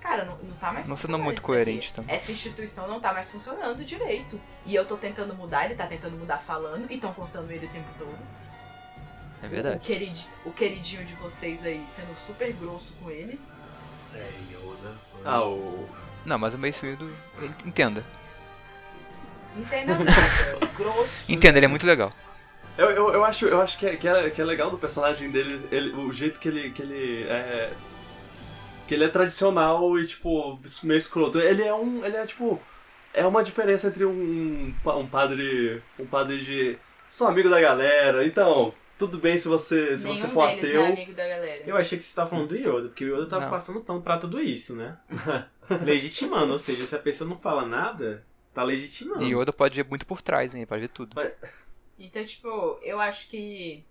S2: Cara, não, não tá mais
S3: Não sendo
S2: funcionando
S3: muito
S2: isso daqui.
S3: coerente tá? também.
S2: Essa instituição não tá mais funcionando direito. E eu tô tentando mudar, ele tá tentando mudar falando, e estão cortando ele o tempo todo.
S3: É
S2: O,
S3: verdade.
S2: queridi- o queridinho de vocês aí sendo super grosso com ele.
S4: É, Yoda.
S1: Ah, o...
S3: Não, mas o Mace Windu... ele- Entenda.
S2: Entendeu nada. grosso.
S3: Entenda, ele é muito legal.
S1: Eu, eu, eu acho, eu acho que, é, que, é, que é legal do personagem dele, ele- o jeito que ele, que ele é. Que ele é tradicional e, tipo, meio escroto. Ele é um. Ele é tipo. É uma diferença entre um, pa- um padre. Um padre de. Sou amigo da galera, então. Tudo bem se você, se
S2: Nenhum
S1: você for
S2: deles
S1: ateu.
S2: é amigo da galera.
S4: Eu achei que você estava falando do Yoda, porque o Yoda tava
S3: Não.
S4: passando pano pra tudo isso, né? legitimando, ou seja, se a pessoa não fala nada, tá legitimando.
S3: E Yoda pode ver muito por trás, hein? Ele Pode ver tudo.
S2: Então, tipo, eu acho que.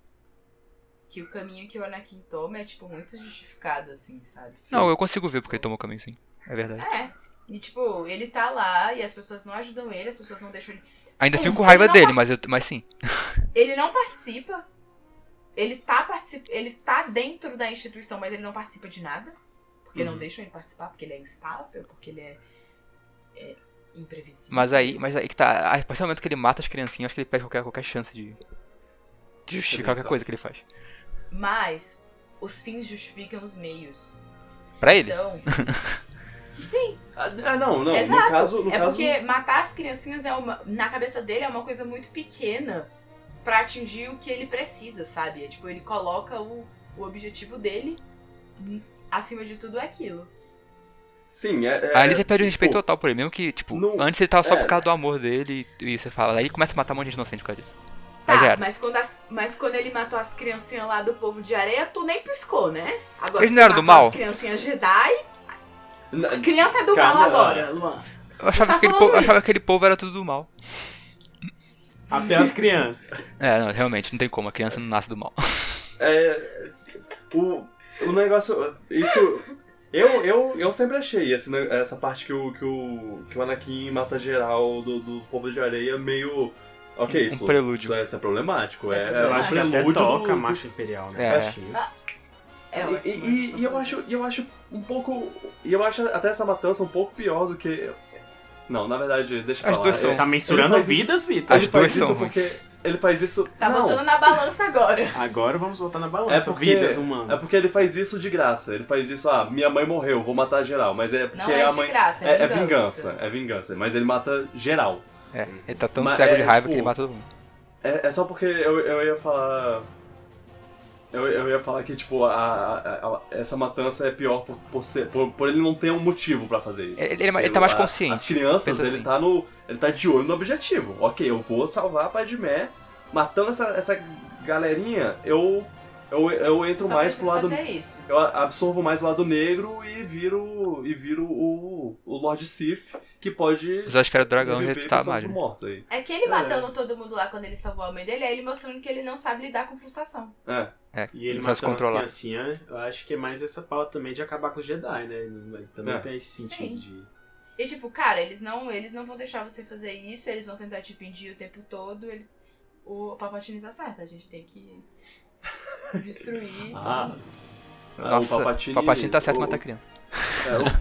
S2: Que o caminho que o Anakin toma é, tipo, muito justificado, assim, sabe?
S3: Não, eu consigo ver porque ele tomou o caminho, sim. É verdade.
S2: É. E, tipo, ele tá lá e as pessoas não ajudam ele, as pessoas não deixam ele.
S3: Ainda
S2: Ele-
S3: fico com raiva
S2: ele não
S3: dele, mas, eu,
S2: participa.
S3: mas sim.
S2: Ele não participa. Ele tá, particip... ele tá dentro da instituição, mas ele não participa de nada. Porque não
S4: Uhum.
S2: deixam ele participar, porque ele é instável, porque ele é, é imprevisível.
S3: Mas aí, mas aí que tá. A partir do momento que ele mata as criancinhas, acho que ele perde qualquer, qualquer chance de, de justificar qualquer
S1: Redenção.
S3: coisa que ele faz.
S2: Mas os fins justificam os meios.
S3: Pra ele.
S2: Então. Sim,
S1: Ah, não, não.
S2: Exato.
S1: No caso. No
S2: é
S1: caso
S2: porque matar as criancinhas é uma, na cabeça dele é uma coisa muito pequena pra atingir o que ele precisa, sabe? É tipo, ele coloca o, o objetivo dele hum, acima de tudo é aquilo.
S1: Sim, é. é
S3: Aí ele já perde o respeito
S1: tipo,
S3: total por ele, mesmo que, tipo,
S1: não-
S3: antes ele tava só
S1: é.
S3: por causa do amor dele e, e você fala. Aí ele começa a matar um monte de inocente por causa disso.
S2: Tá,
S3: Aí já era.
S2: mas quando, as- mas quando ele matou as criancinhas lá do povo de areia, tu nem piscou, né? Agora
S3: Eles não eram
S2: que
S3: do
S2: matou
S3: mal?
S2: As criancinhas Jedi.
S1: na-
S2: Criança é do
S1: Calma.
S2: mal agora, Luan.
S3: Eu achava,
S2: tá
S3: que aquele
S2: falando
S3: povo, eu achava
S2: isso.
S3: que aquele povo era tudo do mal.
S4: Até as crianças.
S3: É, não, realmente, não tem como. A criança não nasce do mal.
S1: É, o, o negócio. Isso. Eu, eu, eu sempre achei esse ne- essa parte que o, que o, que o Anakin mata geral do, do povo de areia meio. Ok,
S3: Um
S1: isso,
S3: prelúdio.
S1: isso, é, isso é problemático.
S2: Isso é
S1: É, é
S4: Eu
S1: um
S4: acho que até
S1: prelúdio
S4: toca a
S1: do- do-
S4: marcha imperial, né?
S3: É.
S4: Baixinho.
S2: É
S1: e-
S2: ótimo,
S1: e,
S2: só
S1: e eu
S2: pra-
S1: acho, e eu acho um pouco. E eu acho até essa matança um pouco pior do que. Não, na verdade, deixa é. eu
S3: As
S1: falar.
S3: duas
S4: Você
S3: são.
S1: Ele,
S4: tá mensurando
S1: Ele faz isso-
S4: vidas, Vitor?
S1: ele
S3: As duas
S1: faz isso
S3: são ruins.
S1: porque. Ele faz isso.
S2: Tá
S1: não,
S2: botando na balança agora.
S4: Agora vamos voltar na balança.
S1: É porque-
S4: Vidas um
S1: É
S4: humanas.
S1: porque ele faz isso de graça. Ele faz isso, ah, minha mãe morreu, vou matar geral. Mas é porque
S2: Não é
S1: a
S2: de
S1: mãe.
S2: graça,
S1: É, é vingança, é vingança. Mas ele mata geral.
S3: É, ele tá tão
S1: Mas
S3: cego de
S1: é,
S3: raiva
S1: tipo,
S3: que ele mata todo mundo.
S1: É, é só porque eu, eu ia falar. Eu, eu ia falar que, tipo, a, a- a- essa matança é pior por, por, ser- por- por ele não ter um motivo pra fazer isso.
S3: Ele, ele, ele tá mais
S1: a-
S3: consciente.
S1: As crianças,
S3: pensa
S1: ele
S3: assim.
S1: tá no. Ele tá de olho no objetivo. Ok, eu vou salvar a Padmé. Matando essa, essa galerinha, eu, eu, eu entro
S2: Só
S1: mais
S2: preciso
S1: pro lado
S2: fazer isso.
S1: eu a- absorvo mais o lado negro e viro e viro o, o Lord Sif, que pode
S3: Usar a esfera do dragão já
S1: reviver
S3: tá
S1: pessoas
S3: mágico.
S1: morto aí.
S2: É que ele
S1: É.
S2: matando todo mundo lá quando ele salvou a mãe dele, é ele mostrando que ele não sabe lidar com frustração.
S1: É.
S3: É,
S4: E ele
S3: precisa se
S4: matando as
S3: controlar.
S4: criancinhas, eu acho que é mais essa pauta também de acabar com os Jedi, né? Ele Também
S1: É.
S4: tem esse sentido de...
S2: E tipo, cara, eles não, eles não vão deixar você fazer isso, eles vão tentar te impedir o tempo todo. Ele... O Palpatine tá certo, a gente tem que destruir.
S1: Ah,
S3: Nossa,
S1: o Palpatine,
S3: Palpatine tá certo
S1: o,
S3: em matar criança.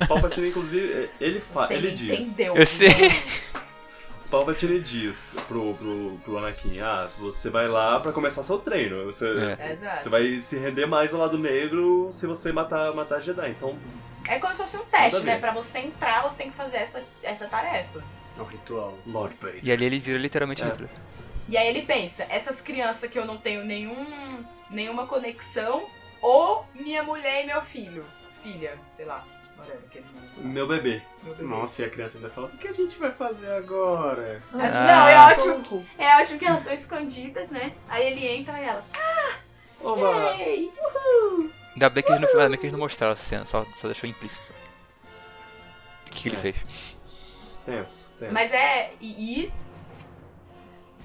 S1: é, o Palpatine, inclusive, é, ele, fa,
S2: Você
S1: ele
S2: me
S1: diz.
S2: entendeu.
S3: Eu sei.
S2: Então,
S1: O Palpatine diz pro, pro, pro Anakin, ah, você vai lá pra começar seu treino. Você,
S3: É.
S2: é, Exato.
S1: você vai se render mais ao lado negro se você matar, matar Jedi. Então,
S2: É como se fosse um teste,
S1: Nada
S2: né?
S1: mesmo.
S2: Pra você entrar, você tem que fazer essa, essa tarefa.
S4: É um ritual.
S1: Lord Vader.
S3: E ali ele vira literalmente
S1: É.
S3: Hitler.
S2: E aí ele pensa, essas crianças que eu não tenho nenhum, nenhuma conexão, ou minha mulher e meu filho. Filha, sei lá. whatever, que ele não usa.
S1: Meu bebê.
S2: Meu Deus.
S4: Nossa, e a criança ainda fala, o que a gente vai fazer agora?
S2: Ah, Não,
S3: Ah.
S2: é ótimo. É ótimo que elas estão escondidas, né? Aí ele entra e elas. É.
S1: Oba!
S2: Ei!
S3: Ainda bem que eles não, ainda bem que eles não mostraram essa cena, só, só deixou implícito. O que, que ele
S1: É.
S3: fez?
S1: Tenso, tenso.
S2: Mas é. E, e.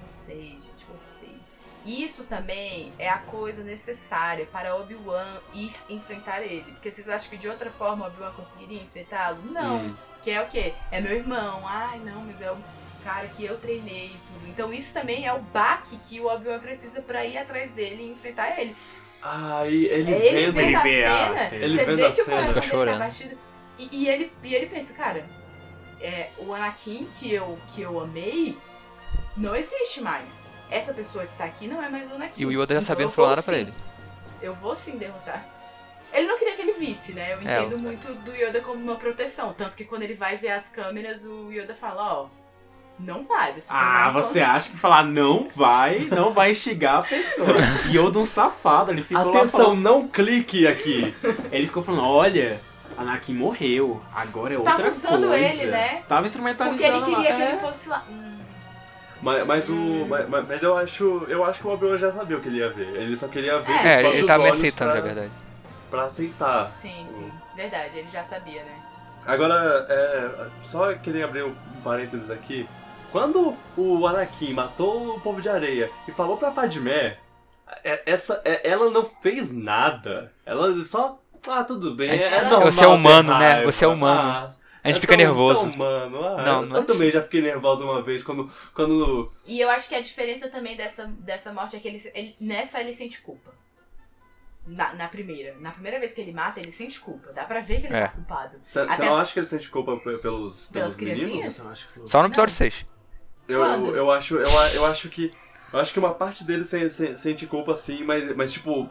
S2: Vocês, gente, vocês. Isso também é a coisa necessária para Obi-Wan ir enfrentar ele. Porque vocês acham que de outra forma Obi-Wan conseguiria enfrentá-lo? Não.
S1: Hum,
S2: Que é o quê? É meu irmão. Ai, não, mas é o cara que eu treinei e tudo. Então isso também é o baque que o Obi-Wan precisa pra ir atrás dele e enfrentar ele.
S1: Aí ele
S2: É ele
S1: vendo.
S2: vendo a
S4: vê
S2: cena,
S4: a cena.
S1: Ele
S2: você
S1: vendo
S2: vê
S1: a
S2: que o
S1: cena.
S2: coração
S3: Fica
S2: dele tá
S3: chorando.
S2: batido. E, e ele, e ele pensa, cara, é, o Anakin que eu, que eu amei não existe mais. Essa pessoa que tá aqui não é mais o Anakin.
S3: E o Yoda já
S2: Então
S3: sabendo
S2: eu
S3: não falou
S2: vou
S3: nada pra
S1: assim,
S2: sim-
S3: ele.
S2: Eu vou sim derrotar. Ele não queria que ele visse, né? Eu
S3: É,
S2: entendo muito do Yoda como uma proteção. Tanto que quando ele vai ver as câmeras, o Yoda fala, ó, não vai. Você só
S4: Ah,
S2: vai
S4: você acha que falar não vai, não vai instigar a pessoa. E eu de um safado, ele ficou lá
S1: Atenção,
S4: falando,
S1: não clique aqui!
S4: ele ficou falando, olha, Anakin morreu, agora é outra
S2: Tava
S4: coisa.
S2: usando ele, né?
S4: Tava
S2: Porque
S4: instrumentalizando
S2: ele queria
S4: lá.
S2: que ele
S4: É.
S2: fosse lá. Hum.
S1: mas, mas o. Mas, mas- mas eu acho. Eu acho que o Obi-Wan já sabia o que ele ia ver. Ele só queria ver
S2: É,
S3: É,
S1: só
S3: ele, ele
S1: dos
S3: tá me
S1: olhos
S3: aceitando,
S1: pra,
S3: na verdade.
S1: pra aceitar.
S2: Sim, sim. Verdade, ele já sabia, né?
S1: Agora, é, só queria abrir um parênteses aqui. Quando o Anakin matou o povo de areia e falou pra Padmé, é- essa, é- ela não fez nada. Ela só. Ah, tudo bem.
S3: A gente-
S1: é normal
S3: você é humano,
S1: ter
S3: né?
S1: raiva.
S3: Você é humano.
S1: Ah,
S3: A gente
S1: é
S3: fica
S1: tão-
S3: nervoso.
S1: tão humano. Ah,
S3: Não,
S1: eu,
S3: não é
S1: eu também já fiquei nervosa uma vez quando. quando
S2: E eu acho que a diferença também dessa, dessa morte é que ele, ele- nessa ele sente culpa. Na, na primeira. Na primeira vez que ele mata, ele sente culpa. Dá pra ver que ele
S3: É.
S2: tá culpado.
S1: Você
S2: Até-
S1: você não acha que ele sente culpa pe- pelos, pelos
S2: Pelas
S1: meninos?
S2: criancinhas?
S4: Nossa, eu acho que não.
S3: Só no episódio 6.
S1: Eu, eu,
S2: Quando?
S1: eu acho, eu, a- eu acho que. Eu acho que uma parte dele se- se- sente culpa sim, mas, mas tipo.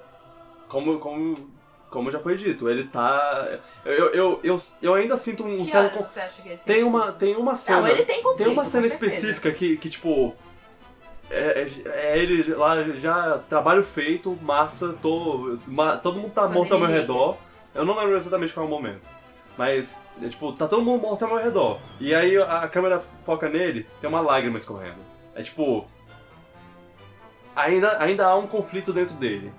S1: Como, como, como já foi dito, ele tá. Eu, eu, eu, eu, eu ainda sinto um
S2: que
S1: certo.
S2: horas
S1: con-
S2: você acha que ele sente
S1: Tem uma,
S2: culpa?
S1: tem uma cena.
S2: Não, ele tem conflito.
S1: Tem uma cena
S2: com certeza.
S1: específica que, que tipo. É, é- é ele lá, já trabalho feito, massa, tô, ma- todo mundo tá
S2: Quando
S1: morto ao meu
S2: ele liga.
S1: redor. Eu não lembro exatamente qual é o momento. Mas, é, tipo, tá todo mundo morto ao meu redor. E aí a câmera foca nele, tem uma lágrima escorrendo. É tipo. Ainda, ainda há um conflito dentro dele.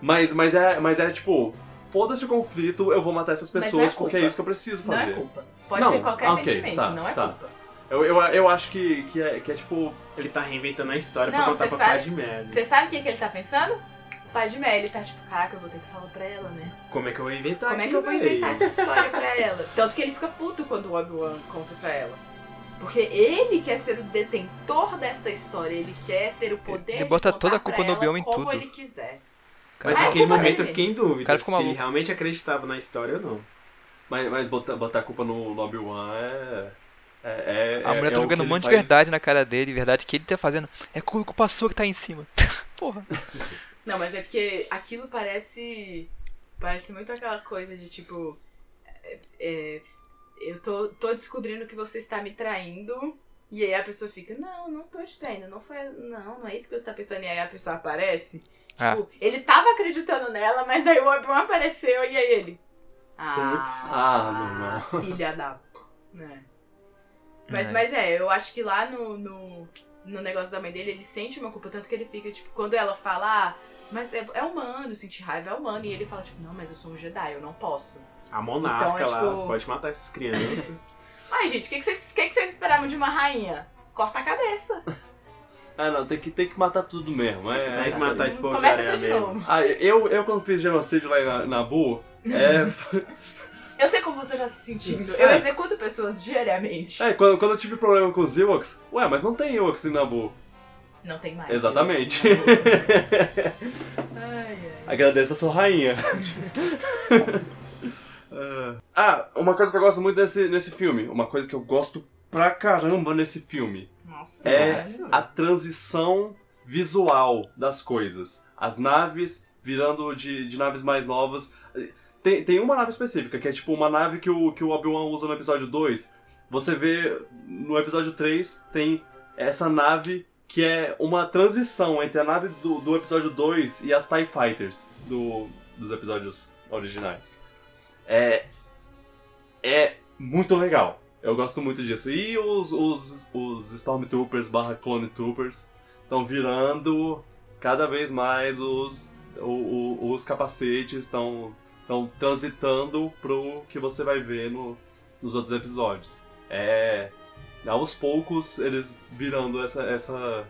S1: Mas, mas, é, mas é tipo, foda-se o conflito, eu vou matar essas
S2: Mas não é
S1: pessoas porque é
S2: culpa.
S1: isso que eu preciso
S2: Não
S1: fazer.
S2: é culpa. Pode
S1: Não,
S2: ser qualquer
S1: ok,
S2: sentimento,
S1: tá,
S2: não é
S1: tá.
S2: culpa.
S1: Eu, eu, eu acho que, que, é, que é tipo.
S4: Ele tá reinventando a história
S2: Não,
S4: pra contar
S2: cê
S4: pra
S2: sabe-
S4: Padmé. né?
S2: Você sabe o que, que ele tá pensando? Pai de Mel, ele tá tipo, caraca, eu vou ter que falar pra ela, né?
S4: Como é que eu vou inventar
S2: Como é
S4: aqui,
S2: que eu vou
S4: véi?
S2: inventar essa história pra ela? Tanto que ele fica puto quando o Obi-Wan conta pra ela. Porque ele quer ser o detentor desta história, ele quer ter o poder
S3: Ele bota
S2: de contar
S3: toda a culpa
S2: pra
S3: no
S2: ela
S3: Obi-Wan em
S2: como
S3: tudo.
S2: ele quiser.
S3: Cara,
S4: Mas
S2: Ah, é
S4: naquele
S2: culpa
S4: momento eu
S2: dele.
S4: fiquei em
S3: O
S4: dúvida
S3: cara
S4: se
S3: ficou
S4: ele
S3: maluco.
S4: realmente acreditava na história ou não.
S1: Mas, mas botar, botar a culpa no no Obi-Wan é. é, é-
S3: a mulher
S1: é
S3: tá
S1: o
S3: jogando
S1: que
S3: um
S1: ele
S3: monte de
S1: faz.
S3: verdade na cara dele, verdade que ele tá fazendo. É culpa sua que tá aí em cima. Porra.
S2: Não, mas é porque aquilo parece. Parece muito aquela coisa de tipo. é, é, eu tô, tô descobrindo que você está me traindo. E aí a pessoa fica, não, não tô te traindo, não foi. Não, não é isso que você tá pensando. E aí a pessoa aparece.
S3: Ah.
S2: Tipo, ele tava acreditando nela, mas aí o Obi-Wan apareceu e aí ele. Ah,
S4: Putz.
S1: Ah,
S2: não, filha da. Né? Mas,
S3: É.
S2: mas é, eu acho que lá no, no, no negócio da mãe dele, ele sente uma culpa, tanto que ele fica, tipo, quando ela fala, ah, mas é, é humano, sentir raiva é humano, e ele fala, tipo, não, mas eu sou um Jedi, eu não posso.
S4: A monarca
S2: Então, é
S4: lá
S2: tipo-
S4: pode matar essas crianças.
S2: Mas, gente, o que, que, vocês, o que, que vocês esperavam de uma rainha? Corta a cabeça.
S1: Ah, não, tem que, tem que matar tudo mesmo. É,
S4: Tem que
S1: é
S4: matar
S1: isso
S4: esse povo de
S2: Começa
S4: areia
S2: tudo de
S4: mesmo.
S2: novo.
S1: aí. Ah, eu, eu quando fiz genocídio lá em Na- Nabu, é,
S2: Eu sei como você tá se sentindo. Eu
S1: É.
S2: executo pessoas diariamente.
S1: é quando, quando eu tive problema com os Ewoks, ué, mas não tem Ewoks em Nabu.
S2: Não tem mais.
S1: Exatamente.
S2: Ai, ai.
S1: Agradeço a sua rainha. ah, uma coisa que eu gosto muito desse, nesse filme, uma coisa que eu gosto pra caramba nesse filme.
S2: Nossa
S1: é
S2: Senhora.
S1: a transição visual das coisas. As naves virando de, de naves mais novas. Tem, tem uma nave específica, que é tipo uma nave que o, que o Obi-Wan usa no episódio 2. Você vê no episódio 3 tem essa nave que é uma transição entre a nave do, do episódio 2 e as TIE Fighters do, dos episódios originais. É. É muito legal. Eu gosto muito disso. E os, os, os Stormtroopers barra Clone Troopers estão virando cada vez mais os, o, o- os capacetes, estão estão transitando pro que você vai ver no, nos outros episódios. É. Aos poucos eles virando essa, essa,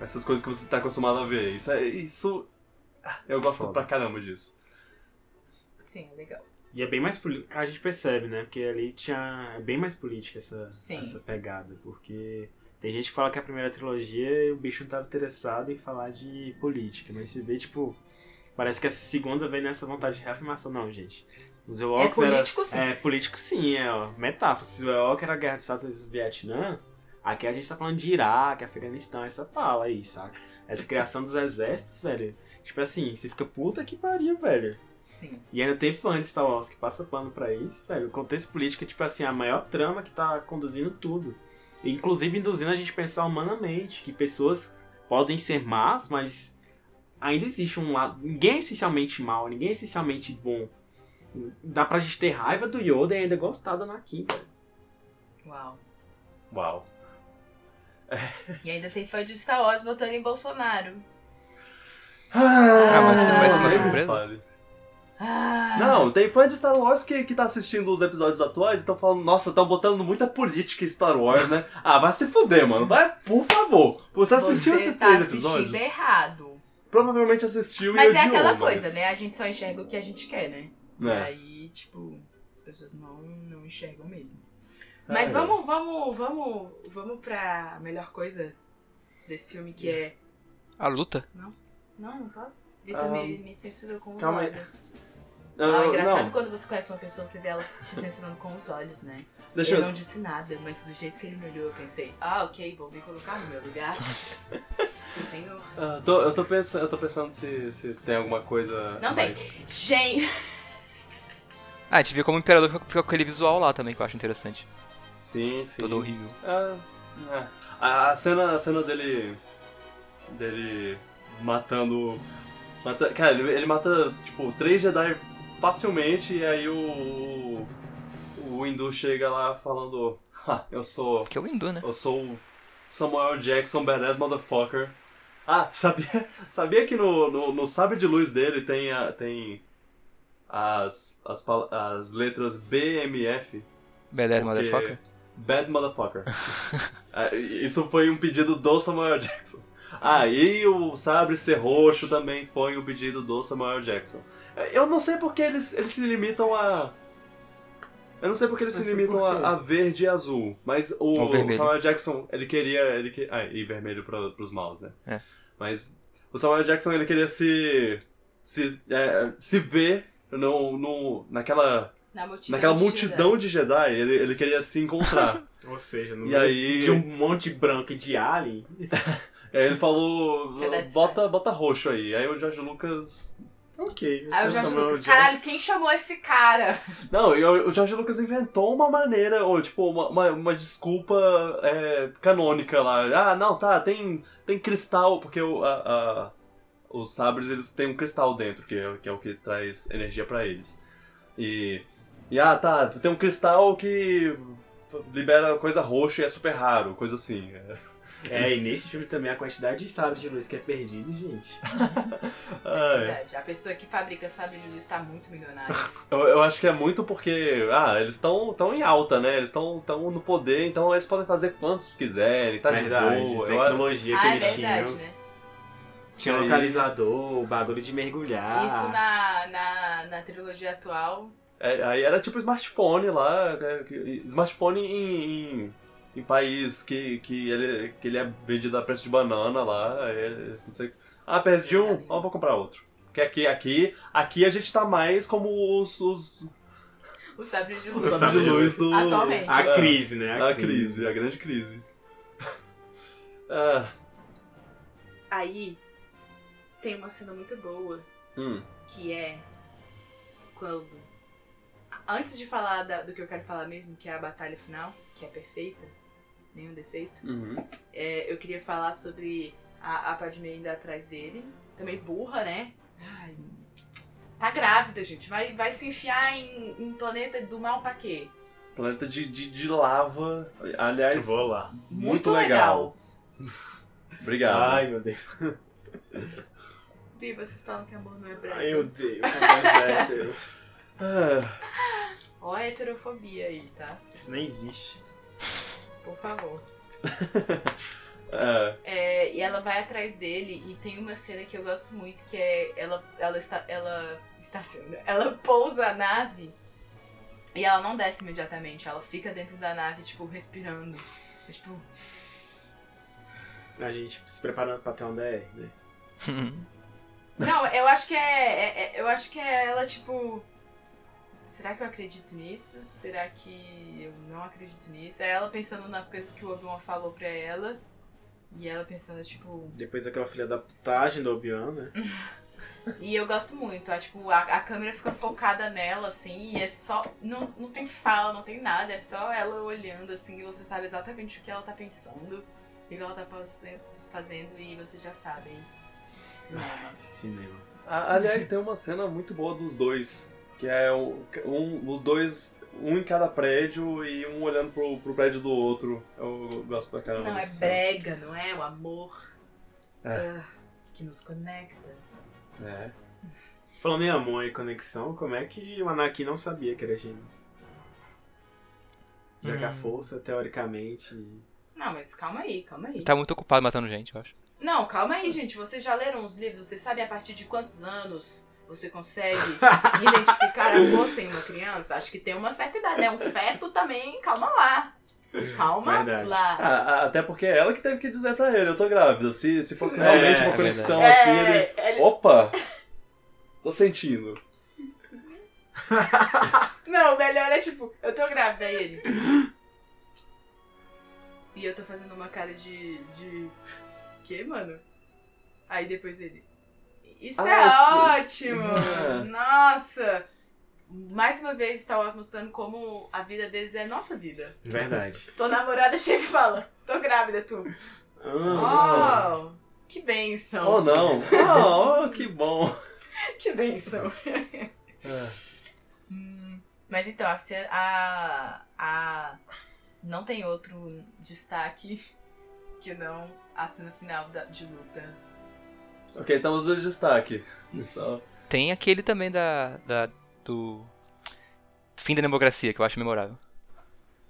S1: essas coisas que você tá acostumado a ver. Isso é. Isso. ah, Eu gosto
S4: Foda.
S1: pra caramba disso.
S2: Sim, é legal.
S4: E é bem mais política. A gente percebe, né? Porque ali tinha. É bem mais política essa,
S2: Sim.
S4: essa pegada. Porque tem gente que fala que a primeira trilogia o bicho não tava interessado em falar de política. Mas se vê, tipo. Parece que essa segunda vem nessa vontade de reafirmação. Não, gente. Os
S2: É
S4: Ewoks era.
S2: político, sim.
S4: É político sim, é ó, metáfora. Se o Ewok era a guerra dos Estados Unidos e do Vietnã, aqui a gente tá falando de Iraque, Afeganistão, essa fala aí, saca? Essa criação dos exércitos, velho. Tipo assim, você fica puta que pariu, velho.
S2: Sim.
S4: E ainda tem fã de Star Wars que passa pano pra isso, velho. O contexto político é, tipo assim, a maior trama que tá conduzindo tudo. E, Inclusive induzindo a gente a pensar humanamente, que pessoas podem ser más, mas ainda existe um lado. Ninguém é essencialmente mal, ninguém é essencialmente bom. Dá pra gente ter raiva do Yoda e ainda gostar da Anakin, velho.
S2: Uau.
S1: Uau.
S2: E ainda tem fã de Star Wars votando em Bolsonaro.
S1: Ah,
S2: mas- mas isso não é
S1: nem me
S3: surpresa?
S1: fale.
S2: Ah,
S1: Não, tem fã de Star Wars que, que tá assistindo os episódios atuais e estão falando, nossa, estão botando muita política em Star Wars, né? Ah, vai se fuder, mano. Vai, por favor. Você assistiu
S2: você
S1: esses
S2: tá
S1: três
S2: assistindo
S1: episódios?
S2: errado.
S1: Provavelmente assistiu e
S2: Mas é
S1: odiou,
S2: aquela
S1: mas-
S2: coisa, né? A gente só enxerga o que a gente quer, né? E
S1: né?
S2: aí, tipo, as pessoas não, não enxergam mesmo. Mas
S1: é.
S2: vamos, vamos, vamos, vamos pra melhor coisa desse filme que é.
S3: A luta?
S2: Não, não posso. Vitor me, me censura com os
S1: Ah, calma aí.
S2: olhos.
S1: Não,
S2: Ah, é engraçado
S1: não,
S2: quando você conhece uma pessoa, você vê ela te censurando com os olhos, né?
S1: deixa
S2: eu
S1: eu...
S2: não disse nada, mas do jeito que ele me olhou, eu pensei, ah, ok, vou me colocar no meu lugar. Sim, senhor.
S1: Ah, tô- eu, tô pensando, eu tô pensando se, se tem alguma coisa...
S2: Não tem.
S1: mais...
S2: Gente,
S3: Ah, a gente viu como o Imperador fica- fica com aquele visual lá também, que eu acho interessante.
S1: Sim, sim.
S3: Todo horrível.
S1: Ah, é. a, a cena, a cena dele. dele matando. mata- cara, ele, ele mata, tipo, três Jedi facilmente e aí o. O Windu chega lá falando. "Ha, eu sou.
S3: Porque é o Hindu, né?
S1: Eu sou o Samuel Jackson, badass motherfucker. Ah, sabia, sabia que no, no, no sabre de luz dele tem, a, tem as, as, pal- as letras BMF?
S3: Beleza,
S1: Porque-
S3: motherfucker.
S1: Bad motherfucker. Ah, Isso foi um pedido do Samuel Jackson. Ah, e o sabre ser roxo também foi um pedido do Samuel Jackson. É, Eu não sei porque eles, eles se limitam a. Eu não sei porque eles
S4: Mas
S1: se
S4: por
S1: limitam
S4: quê?
S1: a, a verde e azul. Mas o,
S3: Ou vermelho.
S1: Samuel Jackson, ele queria. Ele que... Ah, e vermelho pra, pros maus, né?
S3: É.
S1: Mas o Samuel Jackson, ele queria se. se, é, se ver no, no, naquela,
S2: na multidão.
S1: naquela
S2: de
S1: multidão de Jedi. Ele, ele queria se encontrar.
S4: Ou seja, no
S1: E aí-
S4: de um monte branco e de alien.
S1: Aí ele falou,
S2: Que é Dead
S1: bota, bota roxo aí. Aí o George Lucas...
S4: ok,
S2: Aí eu
S4: você
S2: já
S4: Samuel
S2: Lucas,
S4: Jackson.
S2: caralho, quem chamou esse cara?
S1: Não, e o o George Lucas inventou uma maneira, ou tipo, uma, uma, uma desculpa é, canônica lá. Ah, não, tá, tem, tem cristal, porque o, a- a- os sabres eles têm um cristal dentro, que é, que é o que traz energia pra eles. E, e, ah, tá, tem um cristal que libera coisa roxa e é super raro, coisa assim.
S4: É, e nesse filme também a quantidade de sabres de luz que é perdido, gente.
S1: Ai.
S2: Verdade, a pessoa que fabrica sabre de luz tá muito milionária.
S1: Eu, eu acho que é muito porque, ah, eles estão tão em alta, né? Eles estão tão no poder, então eles podem fazer quantos quiserem, tá de boa. Eu-
S4: tecnologia
S2: ah,
S4: que um
S2: é
S4: eles
S2: verdade,
S4: tinham.
S2: né?
S4: Tinha
S1: Aí-
S4: localizador, bagulho de mergulhar.
S2: Isso
S1: Ah.
S2: na, na, na trilogia atual.
S1: é, aí era tipo smartphone lá, né? Que- smartphone em, em, em país que, que, ele, que ele é vendido a preço de banana lá, é, não sei. Ah, perdi um, ó, vou comprar outro. Porque aqui, aqui, aqui a gente tá mais como os, os,
S2: O sabre de
S1: os
S2: luz.
S4: sabre
S1: sabres de
S4: de
S1: luz do...
S2: Atualmente.
S4: A
S1: É.
S4: crise, né?
S1: A crise, a grande crise. Ah,
S2: Aí tem uma cena muito boa
S1: hum.
S2: que é quando. Antes de falar da- do que eu quero falar mesmo, que é a batalha final, que é perfeita, nenhum defeito,
S1: Uhum.
S2: é, eu queria falar sobre a, a Padme indo atrás dele. Também burra, né? Ai, tá grávida, gente. Vai, vai se enfiar em, em planeta do mal pra quê?
S1: Planeta de, de, de lava. Aliás,
S4: Vou lá.
S1: muito legal. Obrigado.
S4: Ai, meu Deus.
S2: Vi, vocês falam que amor não é breve.
S4: Ai, meu Deus. Mas é, Deus.
S1: Ah,
S2: Ó a heterofobia aí, tá?
S4: Isso nem existe.
S2: Por favor.
S1: ah,
S2: É, e ela vai atrás dele e tem uma cena que eu gosto muito que é ela ela está ela está sendo ela pousa a nave e ela não desce imediatamente ela fica dentro da nave tipo respirando tipo
S4: A gente se preparando pra ter um DR, né?
S2: não eu acho que é, é- é- eu acho que é ela tipo será que eu acredito nisso será que eu não acredito nisso é ela pensando nas coisas que o Obi Wan falou pra ela e ela pensando tipo
S4: Depois daquela filha da putagem do Obi-Wan, né?
S2: E eu gosto muito, a, tipo, a, a câmera fica focada nela, assim, e é só. Não, não tem fala, não tem nada, é só ela olhando, assim, e você sabe exatamente o que ela tá pensando, e o que ela tá pas- fazendo, e você já sabe. hein? Cinema.
S4: Cinema.
S1: a- aliás, tem uma cena muito boa dos dois. Que é o- um, os dois, um em cada prédio e um olhando pro, pro prédio do outro. Eu gosto pra caramba.
S2: Não, é
S1: dessa cena.
S2: brega, não é? O amor
S1: É.
S2: ah, que nos conecta.
S1: É.
S4: Falando em amor e conexão, como é que o Anakin não sabia que era gêmeos? Já que a
S3: Hum.
S4: força, teoricamente.
S2: Não, mas calma aí, calma aí.
S3: Tá muito ocupado matando gente, eu acho.
S2: Não, calma aí, gente. Vocês já leram os livros? Vocês sabem a partir de quantos anos você consegue identificar a força em uma criança? Acho que tem uma certa idade, né? Um feto também, calma lá. Calma
S4: Verdade.
S2: lá.
S1: Ah, ah, até porque é ela que teve que dizer pra ele, eu tô grávida. Se, se fosse
S4: É,
S1: realmente
S4: é
S1: uma
S4: verdade.
S1: conexão assim, ele
S2: É, ele-
S1: Opa! Tô sentindo.
S2: Não, o melhor é tipo, eu tô grávida, aí ele. E eu tô fazendo uma cara de. de. Que, mano? Aí depois ele. Isso
S1: Ah,
S2: é ótimo!
S1: Ah.
S2: Nossa! Mais uma vez Star Wars mostrando como a vida deles é nossa vida.
S4: Verdade.
S2: Tô namorada, chega e fala, tô grávida, tu.
S4: Ah,
S2: Oh, que benção.
S1: Oh não! Oh, oh, que bom!
S2: Que benção.
S4: É.
S2: Hum, Mas então, a, ce- a, a- Não tem outro destaque que não a cena final da- de luta.
S1: ok, estamos no destaque. Só-
S3: Tem aquele também da. da do. Fim da democracia, que eu acho memorável.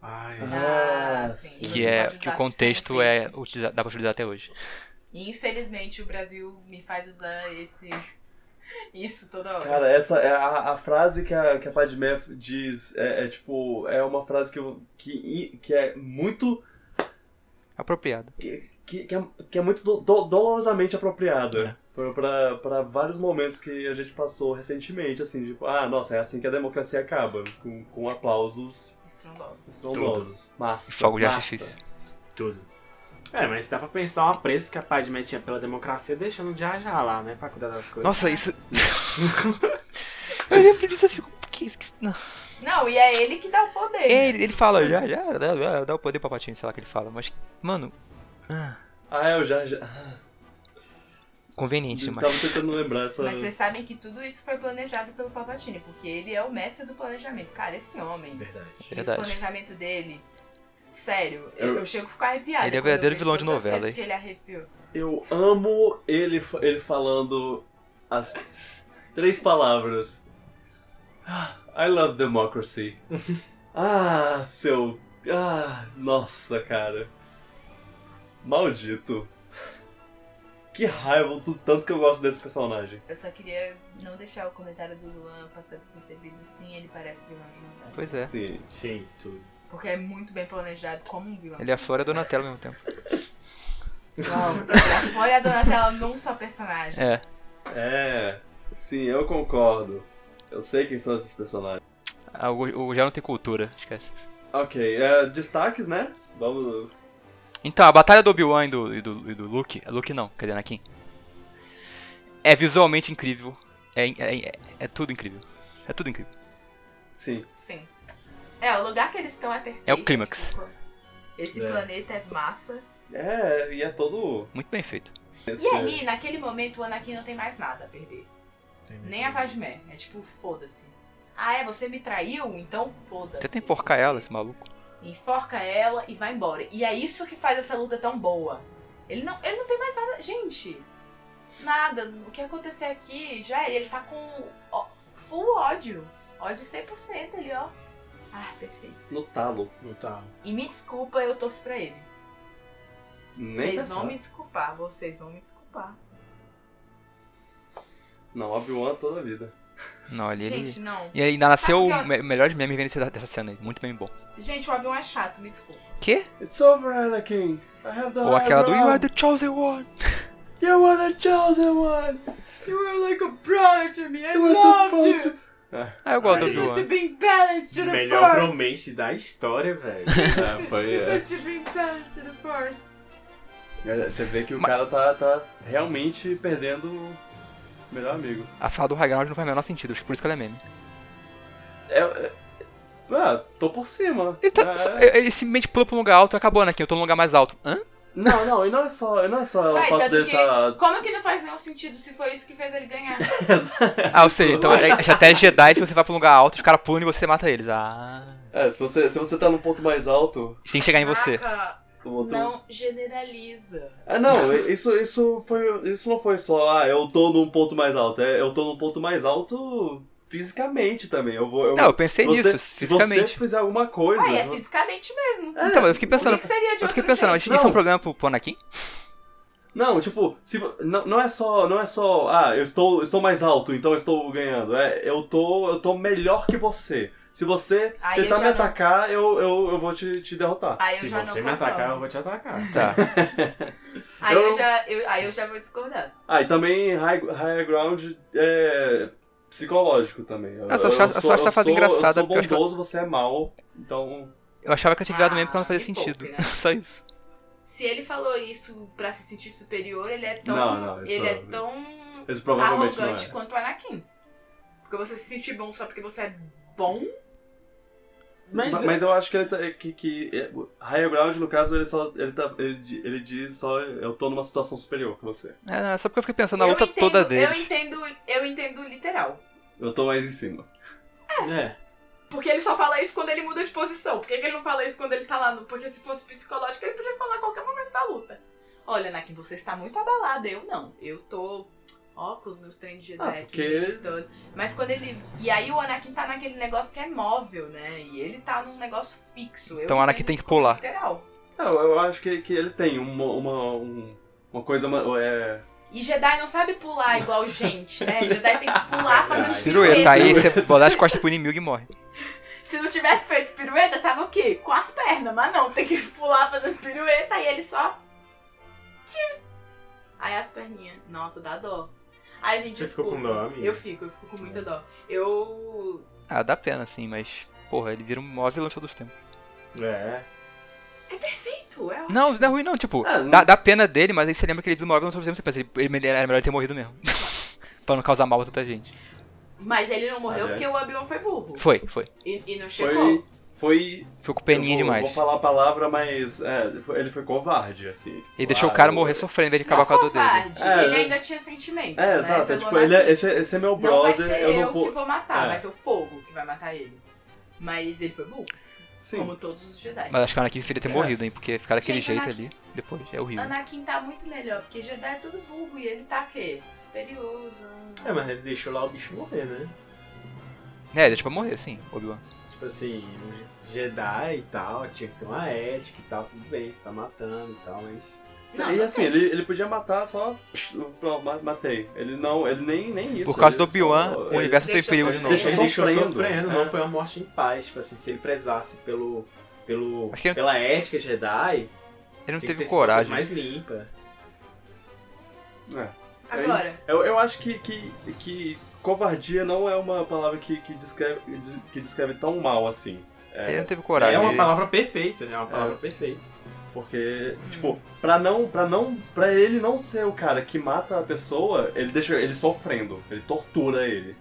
S4: Ai,
S1: Ah,
S2: sim.
S1: sim.
S3: que
S2: Você
S3: é
S2: pode
S3: que o
S2: usar
S3: contexto
S2: sempre.
S3: é utiliza- dá pra utilizar até hoje.
S2: E infelizmente o Brasil me faz usar esse. Isso toda hora.
S1: Cara, essa é a, a frase que a, que a Padme diz é, é tipo. É uma frase que, eu- que, que é muito.
S3: Apropriado.
S1: Que, que, é, que é muito do- do- dolorosamente
S3: É.
S1: apropriada. Pra, pra, pra vários momentos que a gente passou recentemente, assim, tipo, ah, nossa, é assim que a democracia acaba, com, com aplausos
S2: Estrondoso.
S1: estrondosos. Massa.
S3: Fogo de
S1: massa.
S3: artifício.
S4: tudo. É, mas dá pra pensar o apreço que a Padme tinha pela democracia, deixando de ajar lá, né? Pra cuidar das coisas.
S3: Nossa, isso. eu lembro disso, eu fico. Que, que, não.
S2: Não, e é ele que dá o poder. né?
S3: Ele, ele fala, já, já, dá, dá- dá o poder pra patinha, sei lá o que ele fala. Mas, mano. ah,
S1: Ah, eu já. já...
S3: conveniente
S1: Eu
S2: Então
S3: demais.
S1: tava tentando lembrar essa.
S2: Mas vocês sabem que tudo isso foi planejado pelo Palpatine, porque ele é o mestre do planejamento. Cara, esse homem,
S4: Verdade.
S2: esse
S3: Verdade.
S2: planejamento dele, sério, eu,
S1: Eu-
S2: eu chego a ficar arrepiada.
S3: Ele é o
S2: quando eu
S3: verdadeiro
S2: vejo
S3: vilão de
S2: todas as
S3: novela,
S2: vezes
S3: hein?
S2: que ele arrepiou.
S1: Eu amo ele, fa- ele falando as três palavras. Ah, I love democracy. ah, seu. Ah, nossa, cara. Maldito. Que raiva do tanto que eu gosto desse personagem.
S2: Eu só queria não deixar o comentário do Luan passar despercebido. Sim, ele parece vilão de novela.
S3: Pois é.
S1: Sim.
S4: Sim, tudo.
S2: Porque é muito bem planejado como um vilão.
S3: Ele é a Flora e a Donatello ao mesmo tempo.
S2: Uau, ela foi a Donatella num só personagem.
S3: É.
S1: É. Sim, eu concordo. Eu sei quem são esses personagens.
S3: Ah, O, o já não tem cultura, esquece.
S1: Ok, é, destaques, né? Vamos.
S3: Então, a batalha do Obi-Wan e do, e, do, e do Luke. Luke não, cadê Anakin? É visualmente incrível. É, in- é, é- é tudo incrível. É tudo incrível.
S1: Sim.
S2: Sim. É, o lugar que eles estão é perfeito.
S3: É o clímax.
S2: tipo, Esse
S4: É.
S2: planeta é massa.
S1: É, e é todo.
S3: Muito bem feito.
S2: E ali, naquele momento, o Anakin não tem mais nada a perder. Nem a Padmé. É tipo, foda-se. Ah, é? Você me traiu? Então foda-se.
S3: Tenta enforcar ela, esse maluco.
S2: Enforca ela e vai embora. E é isso que faz essa luta tão boa. Ele não, ele não tem mais nada. Gente, nada. O que acontecer aqui já era. Ele tá com ó, full ódio. Ódio 100% ali, ó. Ah, perfeito.
S1: no talo.
S4: Não tá.
S2: E me desculpa, eu torço pra ele.
S1: Nem
S2: Vocês
S1: pensar.
S2: vão me desculpar, vocês vão me desculpar.
S1: Não, Obi-Wan toda a vida.
S3: Não, ali ele.
S2: Gente, não.
S3: E ainda nasceu
S2: Sabe
S3: o
S2: que
S3: me- melhor meme vindo dessa- dessa cena aí. Muito meme bom.
S2: Gente, o Obi-Wan é chato, me desculpa.
S3: Quê?
S1: It's over, Anakin. I have the
S3: Ou
S1: high
S3: aquela do
S2: Ah,
S3: You
S1: ground.
S3: are the chosen one.
S1: You were the chosen one.
S2: You were like a brother to me, I
S1: You were supposed to.
S3: Ah, eu gosto do
S4: Aí,
S3: Obi-Wan.
S2: be balanced
S4: Melhor bromance da história, velho.
S1: É, foi. é.
S2: to be balanced to the force.
S1: É, Você vê que o
S3: Mas-
S1: cara tá, tá realmente perdendo o melhor amigo.
S3: A fala do Ragnarok não faz o menor sentido, acho que por isso que ela é meme.
S1: É, é- Ah, tô por cima.
S3: Ele, tá,
S1: É-
S3: só- ele simplesmente pulou pra um lugar alto e acabou, Anakin. Eu tô num lugar mais alto. Hã?
S1: Não, não, e não é só, e não é só o
S2: Vai,
S1: fato
S2: tanto
S1: dele
S2: que-
S1: tá.
S2: Como que não faz nenhum sentido se foi isso que fez ele ganhar?
S3: Ah, ou seja, então é estratégia Jedi, se você vai pra um lugar alto, os caras pulam e você mata eles. Ah.
S1: É, se você, se você tá num ponto mais alto,
S3: Eles têm que chegar em você.
S2: Caraca,
S1: o outro.
S2: Não generaliza.
S1: Ah, não, isso, isso, foi, isso não foi só, ah, eu tô num ponto mais alto. É, eu tô num ponto mais alto fisicamente também. Eu vou. Eu,
S3: Não, eu pensei
S1: você-
S3: nisso,
S1: se você É,
S3: fisicamente.
S1: fizer alguma coisa.
S2: Ah, é
S1: se você-
S2: fisicamente mesmo.
S3: Então, mas eu fiquei
S2: o
S3: pensando.
S2: que, que seria de
S3: Eu fiquei
S2: outro
S3: pensando,
S2: jeito?
S3: isso é um problema pro, pro Anakin?
S1: Não, tipo, se, vo- não, não é só, não é só, ah, eu estou, estou mais alto, então eu estou ganhando. É, eu tô, eu tô melhor que você. Se você
S2: Aí eu
S1: tentar
S2: já
S1: me
S2: não. Ah.
S1: atacar, eu, eu, eu vou te, te derrotar.
S2: Aí eu
S4: Se
S2: já
S4: você me
S2: não
S4: atacar, eu
S2: concordo.
S4: vou te atacar.
S3: Tá.
S2: Aí eu,
S1: Eu-
S2: já, eu- aí eu já vou discordar.
S1: Ah, e também high, high ground é psicológico também. Eu,
S3: Ah, só acho- só acho
S1: eu
S3: essa fase
S1: sou-
S3: engraçada,
S1: Eu
S3: porque eu
S1: sou
S3: acho que-
S1: bondoso, você é mal, então...
S3: Eu achava que eu tinha virado
S2: Ah,
S3: meme porque não fazia
S2: me poupe,
S3: sentido.
S2: né?
S3: Só isso.
S2: Se ele falou isso pra se sentir superior, ele é tão.
S1: Não, não, isso
S2: ele é
S1: não.
S2: tão
S1: Esse provavelmente não
S2: arrogante
S1: é.
S2: quanto o Anakin. Porque você se sentir bom só porque você é bom.
S1: Mas,
S4: Mas, é-
S1: eu acho que ele tá, que, que é, o high ground, no caso, ele só, ele, tá, ele, di- ele diz só, eu tô numa situação superior que você.
S3: É, não, é só porque eu fiquei pensando na
S2: eu
S3: luta
S2: entendo,
S3: toda
S2: eu
S3: deles.
S2: entendo, eu entendo literal.
S1: Eu tô mais em cima.
S4: é.
S2: Porque ele só fala isso quando ele muda de posição. Por que, que ele não fala isso quando ele tá lá? No... Porque se fosse psicológico, ele podia falar a qualquer momento da luta. Olha, Anakin, você está muito abalado. Eu não. Eu tô. Ó, com os meus treinos de
S1: Ah,
S2: Jedi aqui,
S1: porque-
S2: meditando. Mas quando ele. E aí o Anakin tá naquele negócio que é móvel, né? E ele tá num negócio fixo. Eu
S3: Então o Anakin
S2: entendo
S3: tem que
S2: isso como
S3: pular.
S2: Literal.
S1: Não, É, eu acho que, que ele tem uma, uma, um- uma coisa. Uma, é,
S2: E Jedi não sabe pular igual gente, né? Jedi tem que pular fazendo
S3: Pirueta, tá aí você botar as costas pro inimigo e morre.
S2: Se não tivesse feito pirueta, tava o quê? Com as pernas, mas não, tem que pular fazendo pirueta, aí ele só. Tchim. Aí as perninhas. Nossa, dá dó. Ai, gente,
S4: Você
S2: desculpa.
S4: ficou com dó, amigo?
S2: Eu fico, eu fico com muita dó. Eu.
S3: Ah, dá pena, assim, mas. Porra, ele vira um maior vilão de todos os tempos.
S4: É.
S2: É perfeito, é ótimo.
S3: Não, isso não é ruim, não. Tipo,
S1: Ah, não-
S3: dá, dá pena dele, mas aí você lembra que ele viu o maior vilão de todos os tempos. Você pensa, ele, ele era melhor ele ter morrido mesmo. pra não causar mal a tanta gente.
S2: Mas ele não morreu
S1: Aliás.
S2: porque o Abion foi burro.
S3: Foi, foi.
S2: E, e não chegou.
S1: foi. Foi.
S3: Ficou com peninha
S1: eu vou,
S3: demais.
S1: Vou falar a palavra, mas. É, foi- ele foi covarde, assim.
S3: Ele deixou o cara
S1: Ah,
S3: morrer
S1: eu-
S3: sofrendo em vez de
S2: Não
S3: acabar com a
S2: só
S3: dor dele.
S2: covarde,
S1: É,
S2: ele
S1: é.
S2: ainda tinha sentimento.
S1: É,
S2: né,
S1: exato. é
S2: pelo
S1: tipo, ele é-
S2: Anakin.
S1: esse, esse é meu
S2: Não vai
S1: brother,
S2: ser
S1: eu
S2: eu,
S1: não vou.
S2: que vou matar,
S1: É.
S2: vai ser o fogo que vai matar ele. Mas ele foi burro,
S1: Sim.
S2: como todos os Jedi.
S3: Mas acho que o Anakin seria ter
S1: É.
S3: morrido, hein? Porque ficar daquele
S2: Gente,
S3: jeito
S2: Anakin-
S3: ali, depois, é horrível.
S2: Anakin tá muito melhor, porque Jedi é tudo burro e ele tá o quê? Superiorzão.
S4: É, mas ele deixou lá o bicho morrer, né?
S3: É, deixa pra morrer, sim, Obi-Wan.
S4: Tipo assim, um Jedi e tal, tinha que ter uma ética e tal, tudo bem, você tá matando e tal, mas.
S2: Não,
S1: e
S2: não tá.
S1: assim,
S2: tem.
S1: ele, ele podia matar só. psh, pronto, ma- matei. Ele não. Ele nem, nem isso. é
S3: Por causa do
S1: ele
S3: Obi-Wan,
S1: só-
S3: o
S1: ele-
S3: universo tem
S2: deixa
S3: perigo de
S2: eu
S4: Ele
S3: novo.
S4: deixou,
S1: Deixou
S4: ele deixou
S1: sofrendo.
S4: sofrendo,
S3: né?
S1: É.
S4: não foi uma morte em paz. Tipo assim, se ele prezasse pelo. pelo
S3: Acho que ele-
S4: pela ética Jedi,
S3: Ele não teve
S4: tinha que ter sido uma coisa
S3: coragem.
S4: mais limpa.
S1: É.
S2: Agora,
S1: Eu, eu acho que, que, que covardia não é uma palavra que, que, descreve, que descreve tão mal assim.
S3: Ele não teve
S4: É,
S3: coragem.
S4: uma
S3: ele-
S4: palavra perfeita, né? É uma palavra perfeita.
S1: Porque, tipo, pra não, pra não, pra ele não ser o cara que mata a pessoa, ele deixa ele sofrendo, ele tortura ele.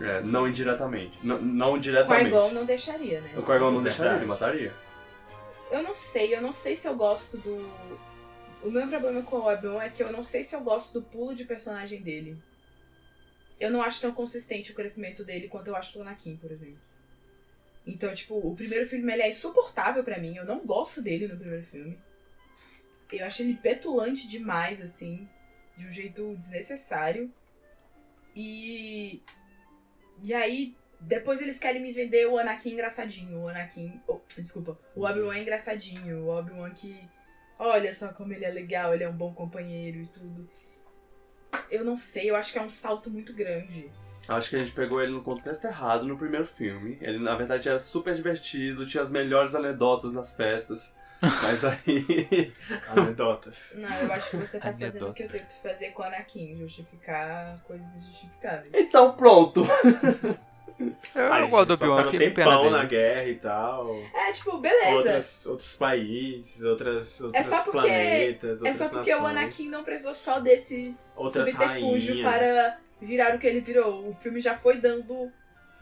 S1: É, não indiretamente. N- não
S2: O
S1: diretamente.
S2: Qui-Gon não deixaria, né?
S1: O Qui-Gon não deixaria,
S4: Verdade.
S1: ele mataria.
S2: Eu não sei, eu não sei se eu gosto do. O meu problema com o Obi-Wan é que eu não sei se eu gosto do pulo de personagem dele. Eu não acho tão consistente o crescimento dele quanto eu acho do Anakin, por exemplo. Então, tipo, o primeiro filme ele é insuportável pra mim. Eu não gosto dele no primeiro filme. Eu acho ele petulante demais, assim, de um jeito desnecessário. E. E aí, depois eles querem me vender o Anakin engraçadinho, o Anakin. oh, desculpa, o Obi-Wan engraçadinho, o Obi-Wan que. Olha só como ele é legal, ele é um bom companheiro e tudo. Eu não sei, eu acho que é um salto muito grande.
S1: Acho que a gente pegou ele no contexto errado no primeiro filme. Ele, na verdade, era super divertido, tinha as melhores anedotas nas festas. Mas aí.
S4: Anedotas.
S2: Não, eu acho que você tá fazendo
S3: Anedota.
S2: o que eu tento fazer com o Anakin, justificar coisas justificáveis.
S1: então pronto! Ah,
S3: Eu
S4: Aí,
S3: não gosto do
S4: eles
S3: Obi-Wan,
S1: um
S4: passaram
S3: fiquei com pena
S4: tempão
S3: dele.
S1: né?
S4: na guerra e tal.
S2: É, tipo, beleza. É
S4: Outros, outros países, outras, outros
S2: só porque-
S4: planetas,
S2: é
S4: outras
S2: só porque o
S4: nações,
S2: Anakin não precisou só desse
S4: outras
S2: subterfúgio
S4: rainhas.
S2: para virar o que ele virou. O filme já foi dando,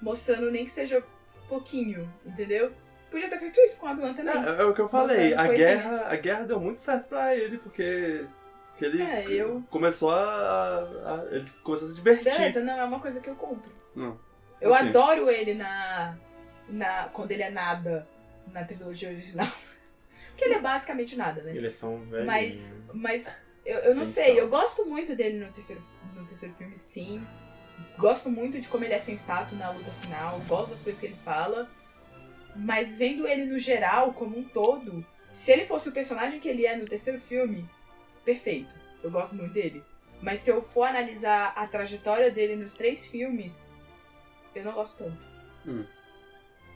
S2: mostrando nem que seja pouquinho, entendeu? Podia ter feito isso com o Obi-Wan também.
S1: É, é o que eu falei,
S2: Mostrando
S1: a
S2: coisinhas.
S1: guerra, a guerra deu muito certo pra ele, porque, porque ele
S2: É, eu-
S1: começou a, a- Ele começou a se divertir.
S2: Beleza, não, é uma coisa que eu compro.
S1: Não.
S2: Eu
S1: Ok.
S2: adoro ele na, na. Quando ele é nada na trilogia original. Porque ele é basicamente nada, né?
S4: Eles são velhinhos.
S2: Mas. Mas eu, eu não
S4: Sem
S2: sei,
S4: sal.
S2: eu gosto muito dele no terceiro, no terceiro filme, sim. Gosto muito de como ele é sensato na luta final, gosto das coisas que ele fala. Mas vendo ele no geral, como um todo, se ele fosse o personagem que ele é no terceiro filme, perfeito. Eu gosto muito dele. Mas se eu for analisar a trajetória dele nos três filmes, eu não gosto tanto.
S1: Hum.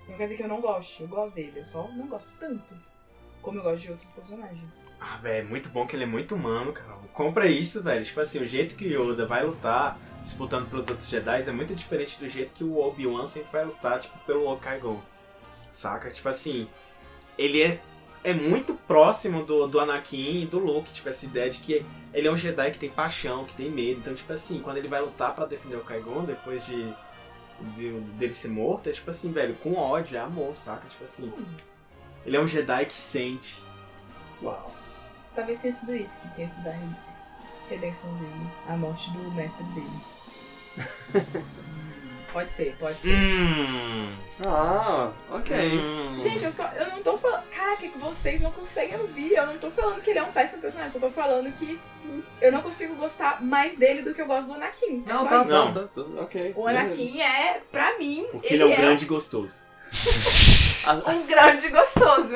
S2: Não quer dizer que eu não goste, eu gosto dele, eu só não gosto tanto. Como eu gosto de outros personagens.
S4: Ah, velho, é muito bom que ele é muito humano, cara. Compra isso, velho. Tipo assim, o jeito que o Yoda vai lutar disputando pelos outros Jedi é muito diferente do jeito que o Obi-Wan sempre vai lutar, tipo, pelo Okai-Gon. Saca? Tipo assim, ele é, é muito próximo do, do Anakin e do Luke, tipo, essa ideia de que ele é um Jedi que tem paixão, que tem medo. Então, tipo assim, quando ele vai lutar pra defender o Okai-Gon depois de, de- dele ser morto, é tipo assim, velho, com ódio, é amor, saca? Tipo assim, ele é um Jedi que sente. Uau.
S2: Talvez tenha sido isso que tenha sido a redenção dele, a morte do mestre dele. pode ser, pode ser.
S4: Hum.
S1: Ah, ok.
S4: Hum.
S2: Gente, eu só. Eu não tô falando. Caraca, é que vocês não conseguem ouvir. Eu não tô falando que ele é um péssimo personagem, só tô falando que eu não consigo gostar mais dele do que eu gosto do Anakin. É só
S1: tá,
S2: isso.
S1: tá, tá, tá, ok.
S2: O Anakin é, pra mim,
S4: Porque ele é um grande e gostoso.
S1: A-
S2: um grande gostoso.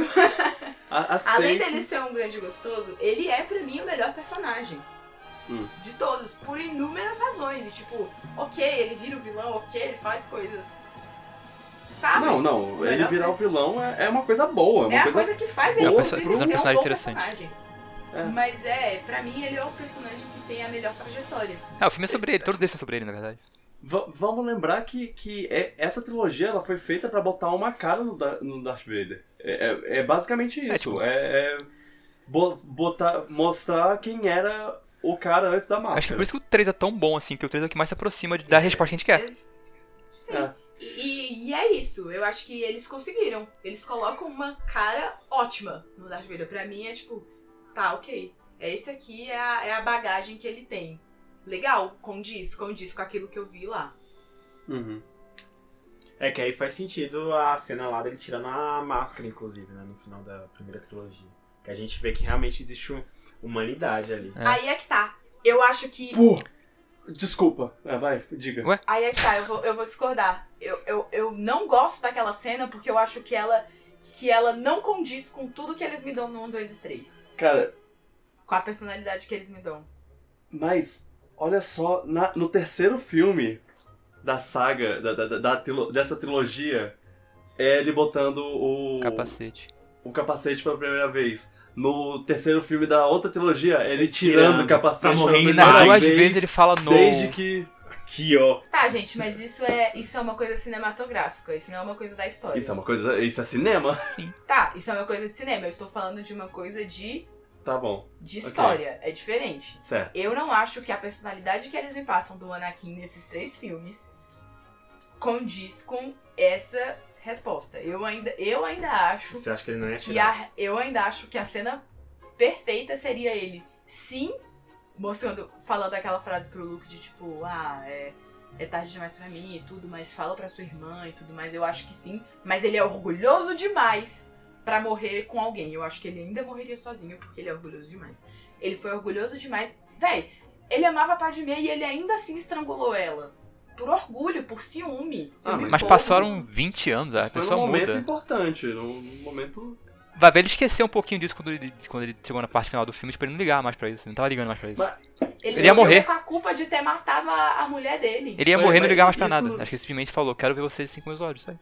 S1: a-
S2: Além
S1: aceito.
S2: dele ser um grande gostoso, ele é pra mim o melhor personagem.
S1: Hum.
S2: De todos, por inúmeras razões. E tipo, ok, ele vira o vilão, ok, ele faz coisas. Tá,
S1: Não,
S2: mas o
S1: não, ele
S2: melhor-
S1: virar o vilão é, é uma coisa boa, é uma
S2: É a
S1: coisa.
S2: coisa, que faz
S1: É
S2: ele
S1: um
S2: inclusive,
S1: perso-
S2: ser um
S1: é um
S2: bom
S3: personagem interessante.
S2: personagem.
S1: É.
S2: Mas é, pra mim ele é o personagem que tem a melhor trajetória, assim.
S3: Ah, o filme é sobre ele, todo desse é sobre ele, na verdade.
S1: Va- vamos lembrar que, que é- essa trilogia ela foi feita pra botar uma cara no, Da- no Darth Vader. É, é- é basicamente isso. É,
S3: tipo-
S1: é bo- botar, mostrar quem era o cara antes da
S3: Acho que
S1: máscara.
S3: por isso que o 3 é tão bom, assim, que o 3 é o que mais se aproxima de dar a resposta que a gente quer.
S2: Ex- Sim.
S1: É.
S2: E, e é isso, eu acho que eles conseguiram. Eles colocam uma cara ótima no Darth Vader. Pra mim é tipo, tá, ok. É esse aqui é a, é a bagagem que ele tem. Legal, condiz, condiz com aquilo que eu vi lá.
S1: Uhum.
S4: É que aí faz sentido a cena lá dele tirando a máscara, inclusive, né? No final da primeira trilogia. Que a gente vê que realmente existe um- humanidade ali.
S3: É.
S2: Aí é que tá. Eu acho que.
S1: Pô! Desculpa. É, vai, diga.
S3: Ué?
S2: Aí é que tá, eu vou, eu vou discordar. Eu, eu, eu não gosto daquela cena porque eu acho que ela, que ela não condiz com tudo que eles me dão no 1, 2 e 3.
S1: Cara,
S2: Com a personalidade que eles me dão.
S1: mas olha só, na- no terceiro filme da saga, da, da- da- da trilo- dessa trilogia, é ele botando o.
S3: Capacete.
S1: o capacete pela primeira vez. No terceiro filme da outra trilogia, ele
S4: Tirando,
S1: tirando, o capacete
S4: pra morrer
S1: pela
S4: em
S3: E
S1: primeira
S3: nas duas
S4: Mas
S1: vez,
S3: vezes ele fala no.
S1: Desde que.
S4: Aqui, ó.
S2: Tá, gente, mas isso é, isso é uma coisa cinematográfica, isso não é uma coisa da história.
S1: Isso é uma coisa. Isso é cinema.
S2: Tá, isso é uma coisa de cinema, eu estou falando de uma coisa de,
S1: Tá bom,
S2: de
S1: Ok.
S2: história, é diferente.
S1: certo.
S2: Eu não acho que a personalidade que eles me passam do Anakin nesses três filmes condiz com essa resposta. Eu ainda, eu ainda acho
S4: Você acha que ele
S3: né,
S4: não ia
S2: que
S4: tirar?
S2: a, eu ainda acho que a cena perfeita seria ele sim mostrando falando aquela frase pro Luke de tipo ah é, é tarde demais pra mim e tudo mas fala pra sua irmã e tudo mais eu acho que sim mas ele é orgulhoso demais pra morrer com alguém eu acho que ele ainda morreria sozinho porque ele é orgulhoso demais ele foi orgulhoso demais véi ele amava a Padmé e ele ainda assim estrangulou ela por orgulho por ciúme,
S1: Ah,
S2: ciúme
S3: Mas
S2: bobo.
S3: passaram 20 anos, a
S1: Isso Foi num
S3: pessoa
S1: momento
S3: muda.
S1: importante, num num momento.
S3: Vai ver, ele esqueceu um pouquinho disso quando ele, quando ele chegou na parte final do filme, tipo, ele não ligava mais pra isso, ele não tava ligando mais pra isso.
S1: Mas-
S3: Ele ia
S2: morreu
S3: morrer.
S2: com a culpa de ter matado a, a mulher dele
S3: Ele ia
S1: Mas-
S3: morrer e não
S1: mas
S3: ligava mais pra
S1: isso-
S3: nada. Acho que ele simplesmente falou, quero ver vocês assim com meus olhos, sabe?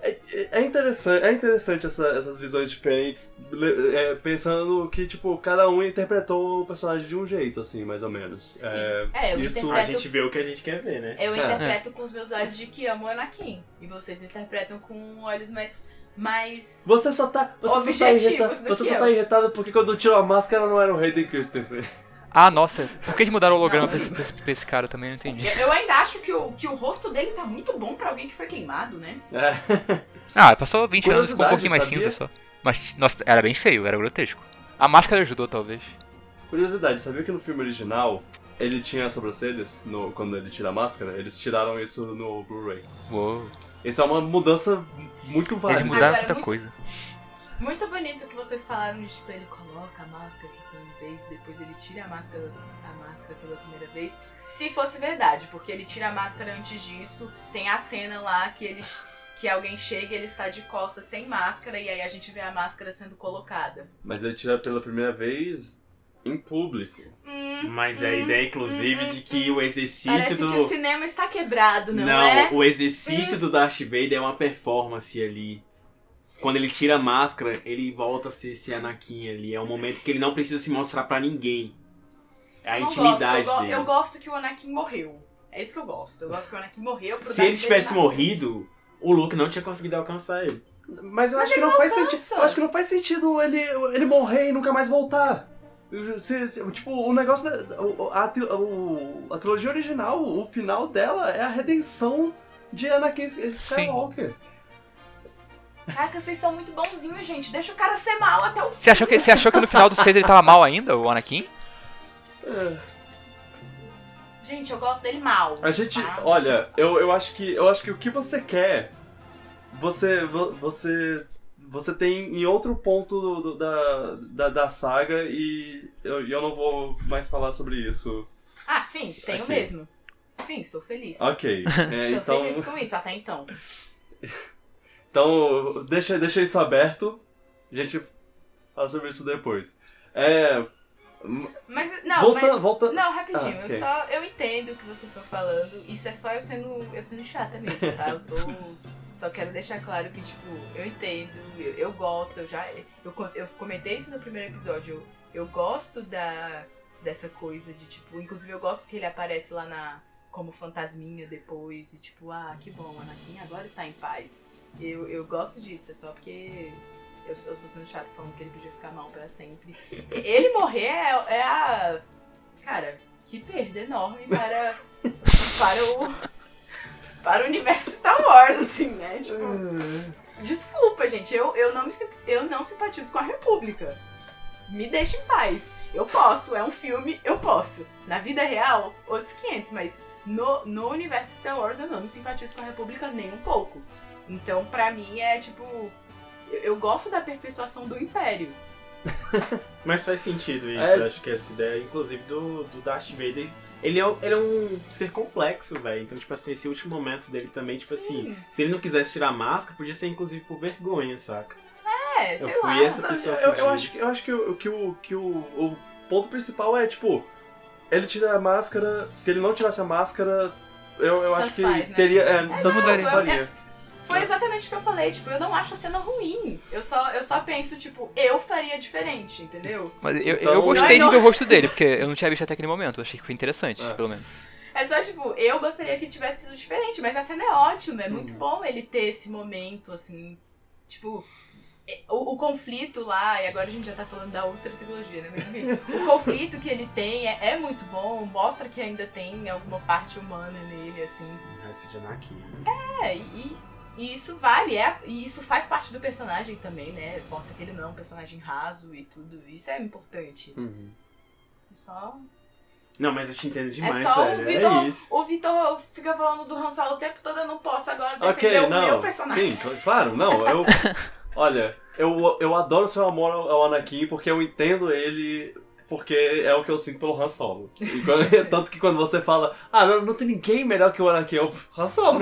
S1: É é interessante, é interessante essa- essas visões diferentes, le- é, pensando que, tipo, cada um interpretou o personagem de um jeito, assim, mais ou menos.
S2: Sim.
S1: É,
S2: É, eu
S1: Isso-
S4: A
S2: interpreto,
S4: gente vê o que a gente quer ver, né?
S2: eu
S1: É.
S2: interpreto com os meus olhos de que amo Anakin. E vocês interpretam com olhos mais. mais...
S1: Você só tá. Você só tá,
S2: Objetivos
S1: irrita-
S2: do
S1: você
S2: que é
S1: só
S2: eu.
S1: tá irritado porque quando tirou a máscara não era o Hayden Christensen.
S3: Ah, nossa, por que eles mudaram o holograma
S2: Não.
S3: pra esse, pra esse- pra esse cara? Eu também não entendi.
S2: Eu eu ainda acho que o, que o rosto dele tá muito bom pra alguém que foi queimado, né?
S1: É.
S3: Ah, passou 20 anos, ficou um
S1: Curiosidade,
S3: pouquinho mais
S1: sabia?
S3: cinza só. Mas, nossa, era bem feio, era grotesco. A máscara ajudou, talvez.
S1: Curiosidade, sabia que no filme original ele tinha sobrancelhas no- quando ele tira a máscara? Eles tiraram isso no Blu-ray.
S3: Uou,
S1: Isso é uma mudança muito
S3: eles
S1: válida.
S3: mudaram
S2: Agora,
S3: muita
S2: muito-
S3: coisa.
S2: Muito bonito que vocês falaram de tipo, ele coloca a máscara pela primeira vez, depois ele tira a máscara, a máscara pela primeira vez. Se fosse verdade, porque ele tira a máscara antes disso, tem a cena lá que eles. Que alguém chega e ele está de costas sem máscara, e aí a gente vê a máscara sendo colocada.
S1: Mas ele tira pela primeira vez em público.
S2: Hum,
S4: Mas é a ideia, inclusive, de que o exercício
S2: Parece
S4: do.
S2: que o cinema está quebrado, não,
S4: Não,
S2: é?
S4: o exercício do Darth Vader é uma performance ali. Quando ele tira a máscara, ele volta a ser esse Anakin ali. É um momento que ele não precisa se mostrar pra ninguém. É a
S2: Eu gosto,
S4: intimidade
S2: eu go-
S4: dele.
S2: Eu gosto que o Anakin morreu. É isso que eu gosto. Eu gosto que o Anakin morreu. pro
S4: Se
S2: Darth
S4: ele tivesse
S2: Vader nascer.
S4: morrido, o Luke não tinha conseguido alcançar ele.
S1: Mas eu
S2: Mas
S1: acho que não faz
S2: alcança.
S1: sentido. Eu acho que não faz sentido ele, ele morrer e nunca mais voltar. Se- se- tipo, o negócio da. o- A, tri- o- a trilogia original, o final dela é a redenção de Anakin Skywalker.
S2: Caraca, vocês são muito bonzinhos, gente. Deixa o cara ser mal até o fim.
S3: Você achou que, você achou que no final do 6 ele tava mal ainda, o Anakin?
S1: É.
S2: Gente, eu gosto dele mal.
S1: A gente,
S2: Ah,
S1: olha, eu, eu acho que eu acho que o que você quer, você vo- você você tem em outro ponto do- do- da, da, da saga e eu, e eu não vou mais falar sobre isso.
S2: Ah, sim, tenho
S1: Aqui.
S2: mesmo. Sim, sou feliz.
S1: Ok. é,
S2: sou
S1: então
S2: feliz com isso até então.
S1: então deixa deixa isso aberto. A gente fala sobre isso depois. É,
S2: Mas não,
S1: volta
S2: mas-
S1: volta.
S2: Não, rapidinho,
S1: Ah, ok.
S2: eu só eu entendo o que vocês estão falando. Isso é só eu sendo eu sendo chata mesmo, tá? Eu tô só quero deixar claro que tipo, eu entendo, eu, eu gosto, eu já eu, co- eu comentei isso no primeiro episódio. Eu, eu gosto da dessa coisa de tipo, inclusive eu gosto que ele aparece lá na como fantasminha depois e tipo, ah, que bom, Anakin agora está em paz. Eu, eu gosto disso, é só porque eu, eu tô sendo chata falando que ele podia ficar mal pra sempre. Ele morrer é- é a Cara, que perda enorme para, para o. Para o universo Star Wars, assim, né?
S1: Ah,
S2: Tipo, desculpa, gente, eu, eu, não, me, sim- eu não simpatizo com a República. Me deixa em paz. Eu posso, é um filme, eu posso. Na vida real, outros 500, mas no, no universo Star Wars eu não me simpatizo com a República nem um pouco. Então, pra mim, é tipo. Eu, eu gosto da perpetuação do Império.
S4: Mas faz sentido isso,
S1: É.
S4: eu acho que essa ideia, inclusive, do, do Darth Vader. Ele é, um- ele é um ser complexo, velho. Então, tipo assim, esse último momento dele também, tipo assim,
S2: Sim.
S4: Se ele não quisesse tirar a máscara, podia ser inclusive por vergonha, saca?
S2: É,
S4: Eu
S2: sei
S4: fui
S2: lá.
S4: essa pessoa
S1: eu, eu
S4: fingida.
S1: acho que eu acho que, o, que, o, que o, o ponto principal é tipo ele tira a máscara se ele não tirasse a máscara eu, eu acho
S2: Tanto
S1: que
S2: faz, né?
S1: teria é, tanto
S3: mudaria.
S1: não faria.
S2: Foi exatamente o que eu falei, tipo, eu não acho a cena ruim. Eu só, eu só penso, tipo, eu faria diferente, entendeu?
S3: Mas eu,
S1: Então-
S3: eu gostei
S2: Não,
S3: de
S2: não.
S3: ver o rosto dele, porque eu não tinha visto até aquele momento. Eu achei que foi interessante,
S1: É.
S3: pelo menos.
S2: É só, tipo, eu gostaria que tivesse sido
S1: Uhum.
S2: diferente, mas a cena é ótima, é muito bom ele ter esse momento, assim, tipo, o, o conflito lá, e agora a gente já tá falando da outra trilogia, né? Mas enfim, o conflito que ele tem é, é muito bom, mostra que ainda tem alguma parte humana nele, assim.
S1: Ah,
S4: Essa de Anaki.
S1: né?
S2: É, e, e isso vale, é, e isso faz parte do personagem também, né? Mostra que ele não é um personagem raso e tudo. Isso é importante.
S1: Uhum.
S2: É só
S4: Não, mas eu te entendo demais,
S2: é só
S4: velho.
S2: o Vitor.
S4: É isso.
S2: o Vitor fica falando do Han Solo o tempo todo, eu não posso agora defender
S1: Ok,
S2: o meu
S1: não.
S2: personagem.
S1: Sim, cl- claro, não. Eu. Olha, eu, eu adoro seu amor ao ao Anakin porque eu entendo ele. Porque é o que eu sinto pelo Han Solo. E quando- tanto que quando você fala, ah, não, não tem ninguém melhor que o Anakin, é o Han Solo.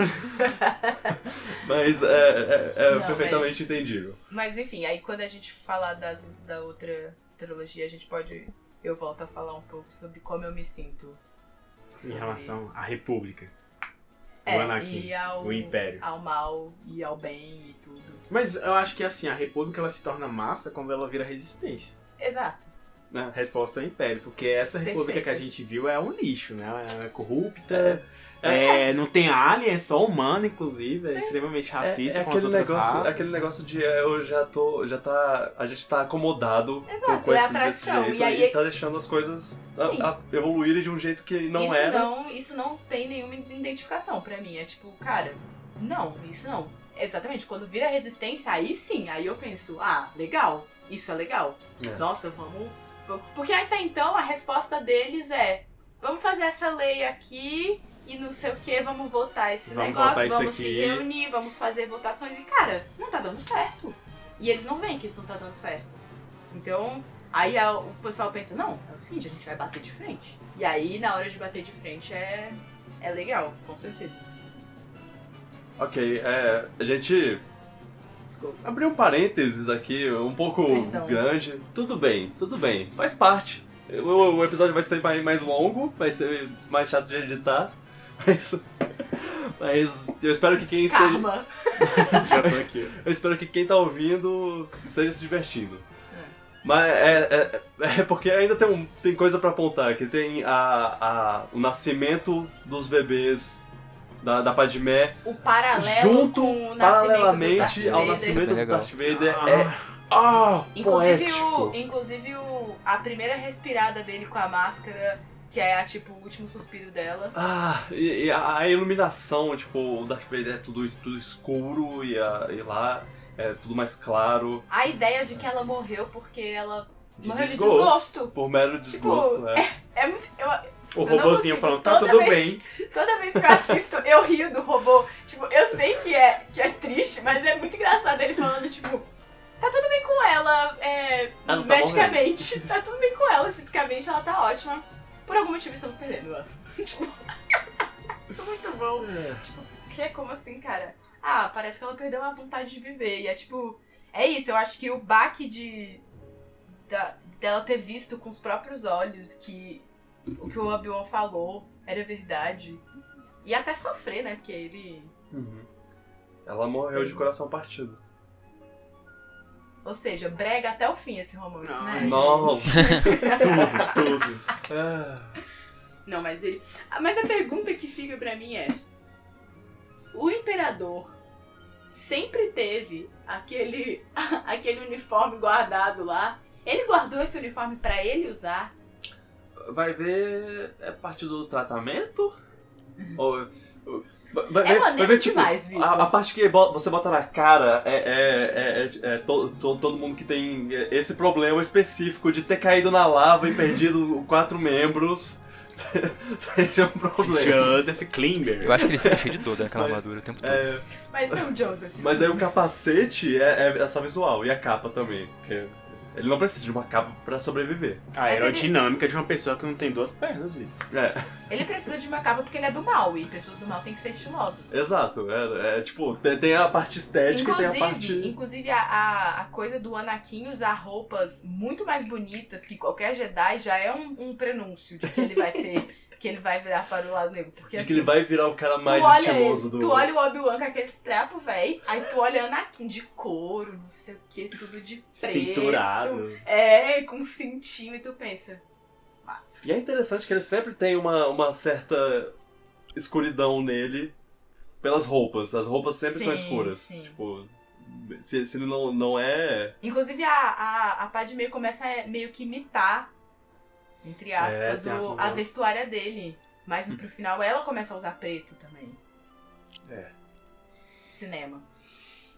S1: mas é, é- é
S2: Não,
S1: perfeitamente
S2: mas-
S1: entendível.
S2: Mas enfim, aí quando a gente falar das, da outra trilogia, a gente pode. Eu volto a falar um pouco sobre como eu me sinto.
S4: Em
S2: sobre-
S4: relação à República.
S2: é,
S4: o Anakin.
S2: e ao,
S4: o Império.
S2: ao mal e ao bem e tudo.
S4: Mas eu acho que assim, a República ela se torna massa quando ela vira resistência.
S2: Exato.
S1: É.
S4: Resposta ao Império, porque essa República
S2: Perfeito.
S4: que a gente viu é um lixo, né? Ela é corrupta,
S1: É.
S4: é, não tem alien, é só humano, inclusive, é
S2: Sim. Ah.
S4: extremamente
S1: É-
S4: racista
S1: é
S4: com as
S1: aquele
S4: outras
S1: negócio,
S4: raças. né?
S1: aquele negócio de é, eu já tô, já tá, a gente tá acomodado
S2: Exato,
S1: com, com
S2: é a
S1: esse, desse
S2: tradição,
S1: jeito
S2: e aí- é
S1: tá deixando as coisas
S2: Sim.
S1: a, a evoluírem de um jeito que não
S2: isso
S1: era.
S2: não, isso não tem nenhuma identificação pra mim. É tipo, cara, não, isso não. Exatamente, quando vira resistência, aí sim, aí eu penso, ah, legal, isso é legal.
S1: É.
S2: Nossa, vamos. vamos- Porque até então a resposta deles é: vamos fazer essa lei aqui e não sei o que, vamos votar esse
S4: Vamos
S2: negócio,
S4: votar isso
S2: vamos se
S4: aqui.
S2: reunir, vamos fazer votações. E cara, não tá dando certo. E eles não veem que isso não tá dando certo. Então, aí a- o pessoal pensa, não, é o seguinte, a gente vai bater de frente. E aí, na hora de bater de frente, é, é legal, com certeza.
S1: Ok, é, a gente
S2: Desculpa.
S1: abriu um parênteses aqui, um pouco
S2: Perdão.
S1: grande. Tudo bem, tudo bem, faz parte. O, o episódio vai ser mais, mais longo, vai ser mais chato de editar, mas, mas eu espero que quem esteja,
S2: Karma.
S4: Já tô aqui.
S1: Eu espero que quem tá ouvindo esteja se divertindo. Mas é, é- é porque ainda tem, um- tem coisa pra apontar, que tem a, a- o nascimento dos bebês da, da Padmé,
S2: O paralelo
S1: Junto,
S2: com o nascimento do
S1: paralelamente
S2: Darth
S1: ao
S2: Vader.
S1: nascimento
S3: Bem
S1: do
S3: legal.
S1: Darth Vader,
S4: Ah.
S1: é ah,
S2: Inclusive, o,
S1: poético.
S2: inclusive o, a primeira respirada dele com a máscara, que é tipo o último suspiro dela.
S1: Ah, e, e a a iluminação, tipo, o Darth Vader é tudo, tudo escuro e, a- e lá é tudo mais claro,
S2: A ideia de que ela morreu porque ela
S4: De
S2: morreu
S4: desgosto.
S2: de desgosto.
S1: por mero desgosto, é.
S2: É muito. Eu,
S4: O
S2: Eu não consigo.
S4: robôzinho falando, tá
S2: Toda
S4: tudo
S2: vez-
S4: bem.
S2: Toda vez que eu assisto, eu rio do robô. Tipo, eu sei que é, que é triste, mas é muito engraçado ele falando, tipo, tá tudo bem com ela, é,
S1: Ela tá
S2: medicamente, tá tudo bem com ela, fisicamente ela tá ótima. Por algum motivo estamos perdendo ela. tipo, muito bom. Tipo, que é como assim, cara? Ah, parece que ela perdeu a vontade de viver. E é tipo, é isso, eu acho que o baque de. da- dela ter visto com os próprios olhos que o que o Obi-Wan falou era verdade. E até sofrer, né? Porque ele.
S1: Uhum. Ela morreu de coração partido.
S2: Ou seja, brega até o fim esse romance, né?
S4: Ai,
S1: Nossa. é,
S4: gente. tudo, tudo.
S2: Não, mas ele. Ah, Mas a pergunta que fica pra mim é: o imperador sempre teve aquele aquele uniforme guardado lá? Ele guardou esse uniforme pra ele usar?
S1: Vai ver. É parte do tratamento? Ou. ou- Vai,
S2: É
S1: vai- vai
S2: maneiro
S1: ver, tipo,
S2: demais, Vitor.
S1: a, a parte que bo- você bota na cara é, é, é- é- é to- to- todo mundo que tem esse problema específico de ter caído na lava e perdido quatro membros seja um problema.
S4: Joseph Klimber.
S3: Eu acho que ele fica cheio de dor naquela
S1: Mas,
S3: armadura o tempo todo.
S1: É,
S2: Mas não, Joseph.
S1: mas aí o capacete é, é- é só visual e a capa também. Porque ele não precisa de uma capa pra sobreviver.
S4: A aerodinâmica de uma pessoa que não tem duas pernas, Vitor.
S1: É.
S2: Ele precisa de uma capa porque ele é do mal e pessoas do mal têm que ser estilosas.
S1: Exato, é, é, tipo, tem, tem a parte estética e É tem a
S2: Inclusive,
S1: parte.
S2: inclusive a, a, a coisa do Anakin usar roupas muito mais bonitas que qualquer Jedi já é um, um prenúncio de que ele vai ser. que ele vai virar para o lado negro.
S1: De
S2: Porque assim,
S1: que ele vai virar o cara mais
S2: tu olha
S1: estiloso
S2: ele,
S1: do
S2: Tu olha o Obi-Wan com aqueles trapos, véi. Aí tu olha Anakin de couro, não sei o que, tudo de preto.
S4: Cinturado.
S2: É, com centímetro, pensa. Massa.
S1: E é interessante que ele sempre tem uma, uma certa escuridão nele pelas roupas. As roupas sempre são
S2: Sim,
S1: escuras.
S2: sim.
S1: Tipo, Se, se ele não, não é.
S2: Inclusive, a, a, a Padme começa a meio que imitar, entre aspas,
S4: É, tem as Hum.
S2: o- a
S4: mudanças.
S2: vestuária dele. Mas pro final ela começa a usar preto também.
S1: É.
S2: Cinema.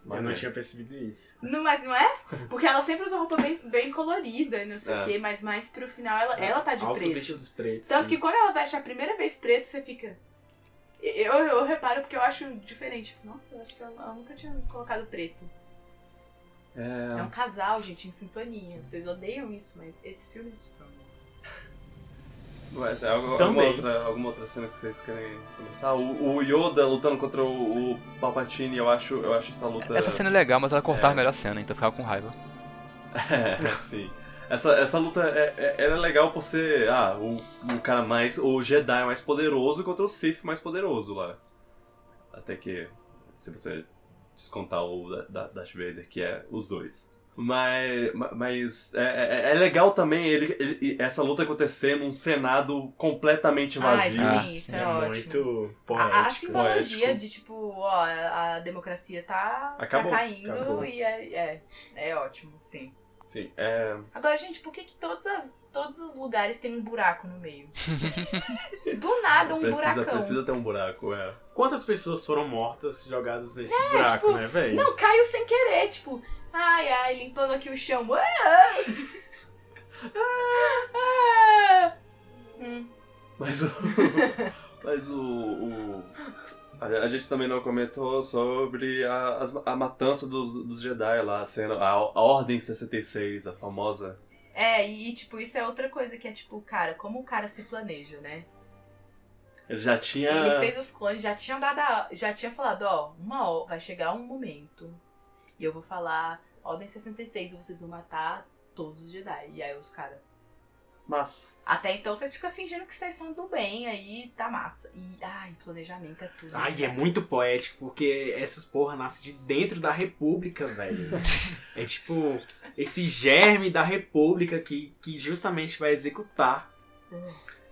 S4: Eu não tinha percebido isso.
S2: Não, mas não é? Porque ela sempre usa roupa bem, bem colorida, não sei
S1: É.
S2: o quê, mas mais pro final ela, ela tá de
S4: É. Altos
S2: preto.
S4: vestidos pretos.
S2: Tanto
S4: sim.
S2: que quando ela veste a primeira vez preto, você fica. Eu, eu reparo porque eu acho diferente. Tipo, Nossa, eu acho que ela, ela nunca tinha colocado preto. É. um casal, gente, em sintonia. Vocês odeiam isso, mas esse filme é super bom.
S1: Mas é algo- alguma,
S4: Também.
S1: outra, alguma outra cena que vocês querem começar? O, o Yoda lutando contra o, o Palpatine, eu acho, eu acho essa luta.
S3: Essa cena é legal, mas ela cortava
S1: É.
S3: a melhor cena, então eu ficava com raiva.
S1: É, sim. Essa, essa luta é, é, ela é legal por ser ah, o, o cara mais. o Jedi mais poderoso contra o Sith mais poderoso lá. Até que. Se você descontar o da- da- Darth Vader, que é os dois. Mas, ma- mas é, é- é legal também ele, ele- essa luta acontecer num Senado completamente vazio.
S2: Ai, Ah, sim, isso é,
S4: É
S2: ótimo.
S4: muito poético.
S2: A, a simbologia
S1: Poético.
S2: de tipo, ó, a democracia tá, tá
S1: Acabou,
S2: caindo
S4: acabou.
S2: e é, é, é ótimo, sim.
S1: Sim, é,
S2: Agora, gente, por que, que todas as- todos os lugares têm um buraco no meio? Do nada, um
S1: precisa,
S2: buracão.
S1: precisa ter um buraco, é.
S4: Quantas pessoas foram mortas jogadas nesse buraco,
S2: tipo,
S4: né, velho?
S2: Não, caiu sem querer, tipo, ai, ai, limpando aqui o chão. Ah! Ah! Hum.
S1: Mas o. mas o. o- a, a gente também não comentou sobre a, as- a matança dos, dos Jedi lá, a cena. A, a Ordem 66, a famosa.
S2: É, e tipo, isso é outra coisa que é tipo, cara, como o cara se planeja, né?
S1: Ele já tinha.
S2: Ele fez os clones, já tinha dado, a- já tinha falado, ó, uma hora, vai chegar um momento e eu vou falar, ordem 66, vocês vão matar todos os Jedi. E aí os caras,
S1: Mas.
S2: até então vocês ficam fingindo que vocês são do bem, aí tá massa. E, ai, planejamento é tudo. né,
S4: Ai, é
S2: cara?
S4: muito poético, porque essas porra nascem de dentro da república, velho. é tipo, esse germe da república que, que justamente vai executar.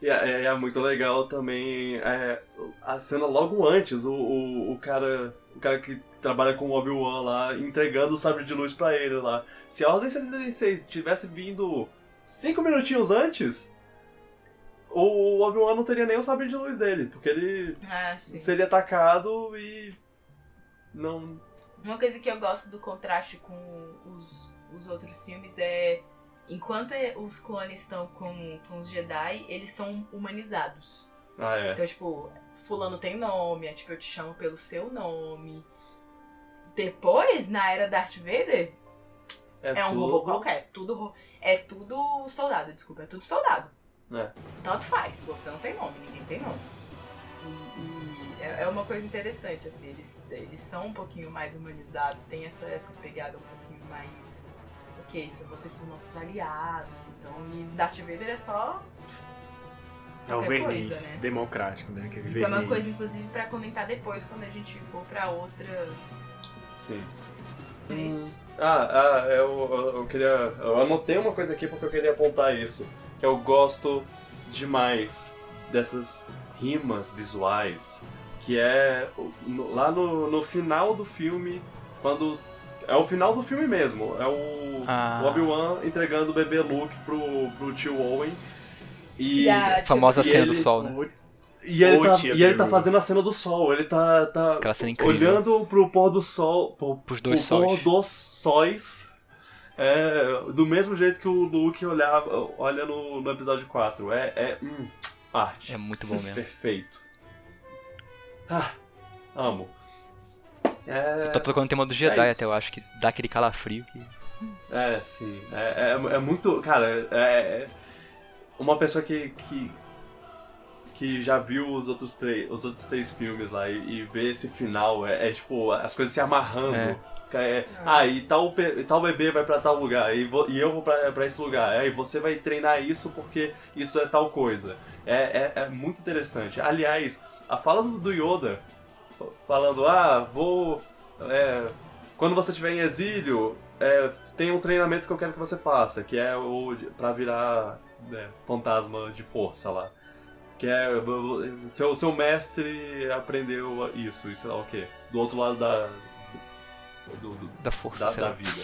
S1: E é, é muito legal também é, a cena logo antes, o, o, o cara. O cara que trabalha com o Obi-Wan lá, entregando o sabre de luz pra ele lá. Se a Ordem 66 tivesse vindo cinco minutinhos antes, o o Obi-Wan não teria nem o sabre de luz dele, porque ele
S2: Ah, sim.
S1: seria atacado e não
S2: Uma coisa que eu gosto do contraste com os, os outros filmes é. Enquanto é- os clones estão com, com os Jedi, eles são humanizados.
S1: ah é
S2: Então, tipo, fulano tem nome, é tipo, eu te chamo pelo seu nome. Depois, na era Darth Vader, é, um
S1: tudo-
S2: robô qualquer. Tudo, ro- é tudo soldado, desculpa, é tudo soldado.
S1: É.
S2: Tanto faz, você não tem nome, ninguém tem nome. E, e é, é uma coisa interessante, assim, eles, eles são um pouquinho mais humanizados, tem essa, essa pegada um pouquinho mais. Ok, isso, vocês são nossos aliados, então. E Darth Vader é só.
S4: É o
S2: qualquer
S4: verniz
S2: coisa, né?
S4: democrático, né? Aquele
S2: Isso é uma
S4: verniz.
S2: coisa, inclusive, pra comentar depois quando a gente for pra outra.
S1: sim
S3: É
S2: Hum.
S1: ah, ah eu, eu, eu queria eu anotei uma coisa aqui porque eu queria apontar isso que eu gosto demais dessas rimas visuais que é o- no- lá no, no final do filme quando é o final do filme mesmo é o
S3: Ah.
S1: o Obi-Wan entregando o bebê Luke pro, pro tio Owen e
S2: a tipo,
S3: Famosa
S1: E
S3: cena do
S1: ele-
S3: sol, né?
S1: E ele,
S4: Ô,
S1: tá,
S4: tia
S1: e ele tá
S4: Peru.
S1: fazendo a cena do sol, ele tá, tá
S3: Aquela cena incrível.
S1: olhando pro pôr do sol. Pro,
S3: Pros dois
S1: pro pôr
S3: sóis.
S1: dos sóis. É, do mesmo jeito que o Luke olhava, olha no, no episódio 4. É, é hum, arte.
S3: É muito bom mesmo.
S1: Perfeito. Ah, amo. É,
S3: Tá tocando o tema do Jedi
S1: isso.
S3: até, eu acho, que dá aquele calafrio que.
S1: é sim. É, é, é muito. Cara, é. é- Uma pessoa que. que que já viu os outros três, os outros três filmes lá e, e vê esse final, é, é tipo, as coisas se amarrando.
S3: É.
S1: Cara, é, ah, e tal, pe- e tal bebê vai pra tal lugar, e, vo- e eu vou pra, pra esse lugar, é, e você vai treinar isso porque isso é tal coisa. É, é, é muito interessante. Aliás, a fala do, do Yoda, falando, ah, vou. é, quando você estiver em exílio, é, tem um treinamento que eu quero que você faça, que é o de- pra virar né, fantasma de força lá. Que é. b- b- Seu, seu mestre aprendeu isso, e sei lá o quê. Do outro lado da. do- do-
S3: da força,
S1: da,
S3: sei
S1: da
S3: lá.
S1: vida.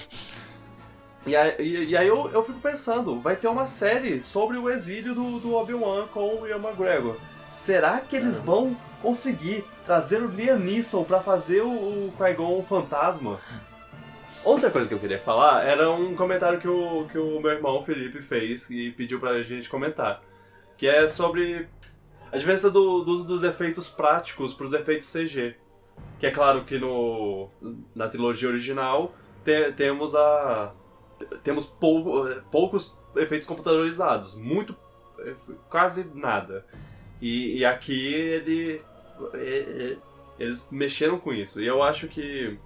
S1: E aí, e- e aí eu, eu fico pensando, vai ter uma série sobre o exílio do, do Obi-Wan com o Ian McGregor. Será que eles vão conseguir trazer o Liam Neeson pra fazer o, o Qui-Gon fantasma? Outra coisa que eu queria falar era um comentário que o, que o meu irmão Felipe fez e pediu pra gente comentar. Que é sobre a diferença do, do uso dos efeitos práticos pros efeitos CG. Que é claro que no, na trilogia original te- temos a temos pou- eh, poucos efeitos computadorizados muito eh, quase nada e, e aqui ele eh, eh, eles mexeram com isso e eu acho que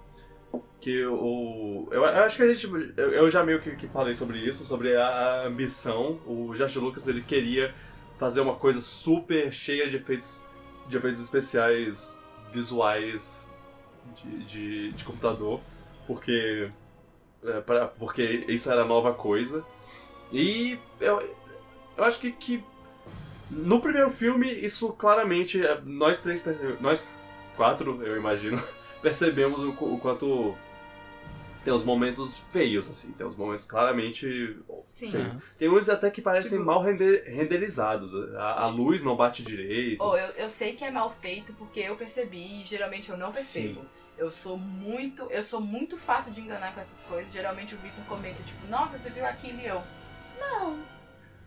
S1: que o eu a- acho que a gente eu eu já meio que, que falei sobre isso sobre a a ambição o George Lucas ele queria fazer uma coisa super cheia de efeitos de efeitos especiais visuais de, de, de computador porque é, pra- porque isso era nova coisa. E eu, eu acho que, que no primeiro filme, isso claramente, é, nós três, perce- nós quatro, eu imagino, percebemos o, qu- o quanto tem os momentos feios, assim, tem os momentos claramente...
S2: Sim.
S1: feios. Tem uns até que parecem
S2: Tipo-
S1: mal rende- renderizados, a, a luz não bate direito.
S2: Oh, eu, eu sei que é mal feito porque eu percebi e geralmente eu não percebo. Eu sou muito, eu sou muito fácil de enganar com essas coisas. Geralmente o Victor comenta, tipo, nossa, você viu aquilo e eu.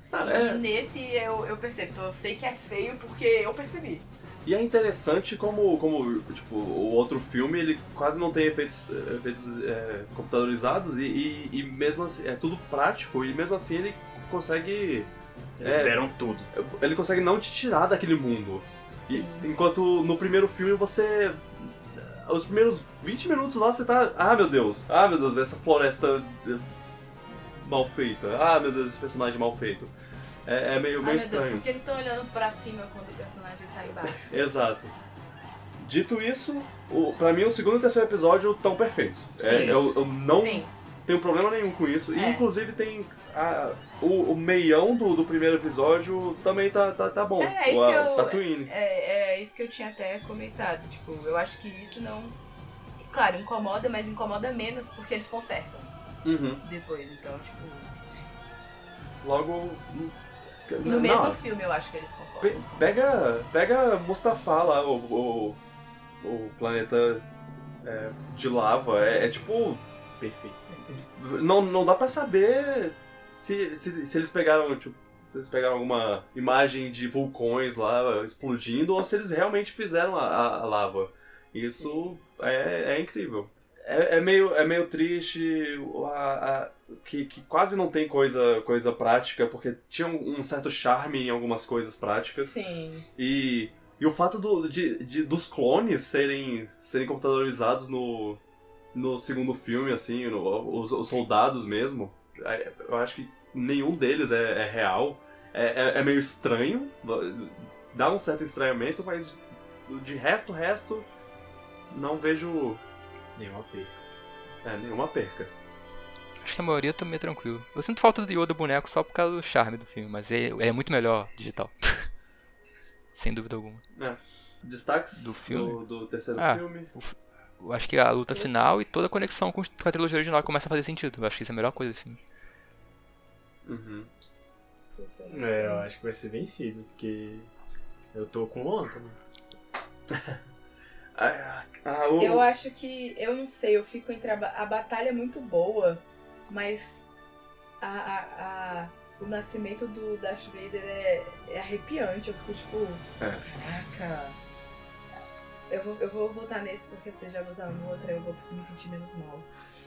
S1: Ah,
S2: E
S1: é,
S2: nesse eu, eu percebo. Então eu sei que é feio porque eu percebi.
S1: E é interessante como, como tipo, o outro filme ele quase não tem efeitos, efeitos é, computadorizados e, e, e mesmo assim é tudo prático e mesmo assim ele consegue
S4: Eles
S1: É.
S4: deram tudo.
S1: ele consegue não te tirar daquele mundo. E-
S2: Sim.
S1: enquanto no primeiro filme você os primeiros 20 minutos lá você tá ah meu Deus ah meu Deus essa floresta eh, mal feita ah meu Deus esse personagem mal feito é, é meio
S2: Ai,
S1: meio
S2: Ah, meu Deus,
S1: estranho
S2: porque eles estão olhando pra cima quando o personagem tá embaixo.
S1: Exato. Dito isso, o, pra mim o segundo e o terceiro episódio estão perfeitos. É,
S2: Sim.
S1: eu, eu não
S2: Sim.
S1: tenho problema nenhum com isso. E
S2: É.
S1: inclusive tem a- o, o meião do, do primeiro episódio também tá, tá, tá bom.
S2: É, isso
S1: o,
S2: que eu-
S1: Tatooine.
S2: É, é isso que eu tinha até comentado. Tipo, eu acho que isso não. Claro, incomoda, mas incomoda menos porque eles consertam
S1: Uhum.
S2: depois. Então, tipo.
S1: Logo.
S2: No
S1: não,
S2: mesmo filme eu acho que eles concordam.
S1: pe- pega, pega Mustafa lá, o, o, o planeta é, de lava. É, é tipo.
S4: Perfeito.
S1: Não, não dá pra saber se, se, se eles pegaram, tipo, se eles pegaram alguma imagem de vulcões lá explodindo ou se eles realmente fizeram a, a- a lava. Isso é, é incrível. É, é meio, é meio triste o- a- a- que, que quase não tem coisa, coisa prática, porque tinha um, um certo charme em algumas coisas práticas.
S5: Sim.
S1: E, e o fato do, de, de- dos clones serem, serem computadorizados no, no segundo filme, assim, no- os, os soldados mesmo, é, eu acho que nenhum deles é, é real. É, é- é meio estranho, dá um certo estranhamento, mas de resto, resto, não vejo
S4: Nenhuma perda.
S1: é, nenhuma perca.
S3: Acho que a maioria também é tranquilo. Eu sinto falta do Yoda boneco só por causa do charme do filme, mas é, é muito melhor digital. Sem dúvida alguma.
S1: Destaques
S3: Do
S1: do,
S3: filme?
S1: do terceiro
S3: Ah.
S1: filme.
S3: Eu acho que a luta
S5: Putz.
S3: final e toda a conexão com os- com a trilogia original começa a fazer sentido. Eu acho que isso é a melhor coisa, assim.
S1: Uhum.
S5: Putz, eu não
S4: É,
S5: sei.
S4: eu acho que vai ser vencido, porque eu tô com ontem.
S1: Ah, ah, o-
S5: Eu acho que, eu não sei, eu fico entre a, ba- a batalha é muito boa, mas a, a- a- o nascimento do Darth Vader é, é arrepiante. Eu fico tipo,
S1: É.
S5: caraca. Eu vou, eu vou votar nesse porque vocês já votaram no outro, aí eu vou me sentir menos mal.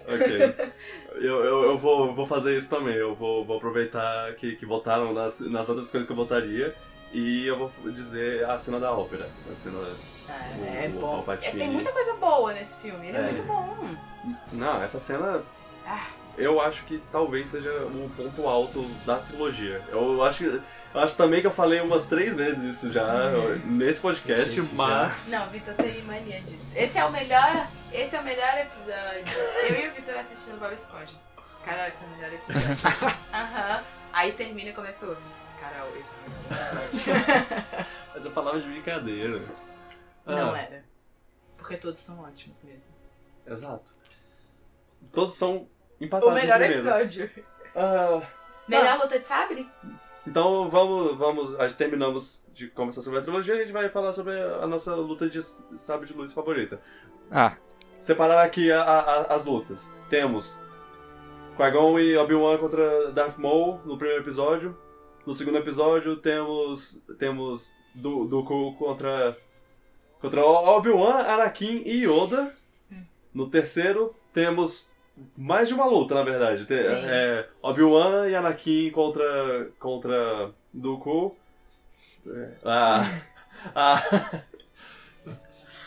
S1: Ok. Eu, eu, eu vou, vou fazer isso também. Eu vou, vou aproveitar que, que votaram nas, nas outras coisas que eu votaria. E eu vou dizer a cena da ópera. A cena. o-
S2: É
S1: o
S2: bom. É,
S1: Palpatine.
S2: tem muita coisa boa nesse filme. Ele é,
S1: É.
S2: muito bom.
S1: Não, essa cena.
S2: Ah.
S1: Eu acho que talvez seja o ponto alto da trilogia. Eu acho, que- eu acho também que eu falei umas três vezes isso já nesse podcast,
S4: Gente, já.
S1: mas.
S2: É. Não, Vitor tem mania disso. Esse é o melhor. Esse é o melhor episódio. Eu e o Vitor assistindo Bob Esponja. Carol, esse é o melhor episódio. Aham. Aí termina e começa outro. Carol, esse é o melhor episódio.
S1: Mas eu falava de brincadeira.
S2: Não
S1: Ah,
S2: era. Porque todos são ótimos mesmo.
S1: Exato. Todos são
S2: O
S1: empatados
S2: melhor
S1: em primeiro.
S2: episódio.
S1: Ah,
S2: Melhor luta de sabre?
S1: então vamos, vamos, a gente terminamos de conversar sobre a trilogia e a gente vai falar sobre a nossa luta de s- sabre de luz favorita.
S3: Ah,
S1: Separar aqui a- a- a- as lutas. Temos Qui-Gon e Obi-Wan contra Darth Maul no primeiro episódio. No segundo episódio temos temos Du- Dooku contra contra O- Obi-Wan, Anakin e Yoda. No terceiro temos mais de uma luta, na verdade. Te-
S2: Sim.
S1: é, Obi-Wan e Anakin contra contra Dooku. É, a- a-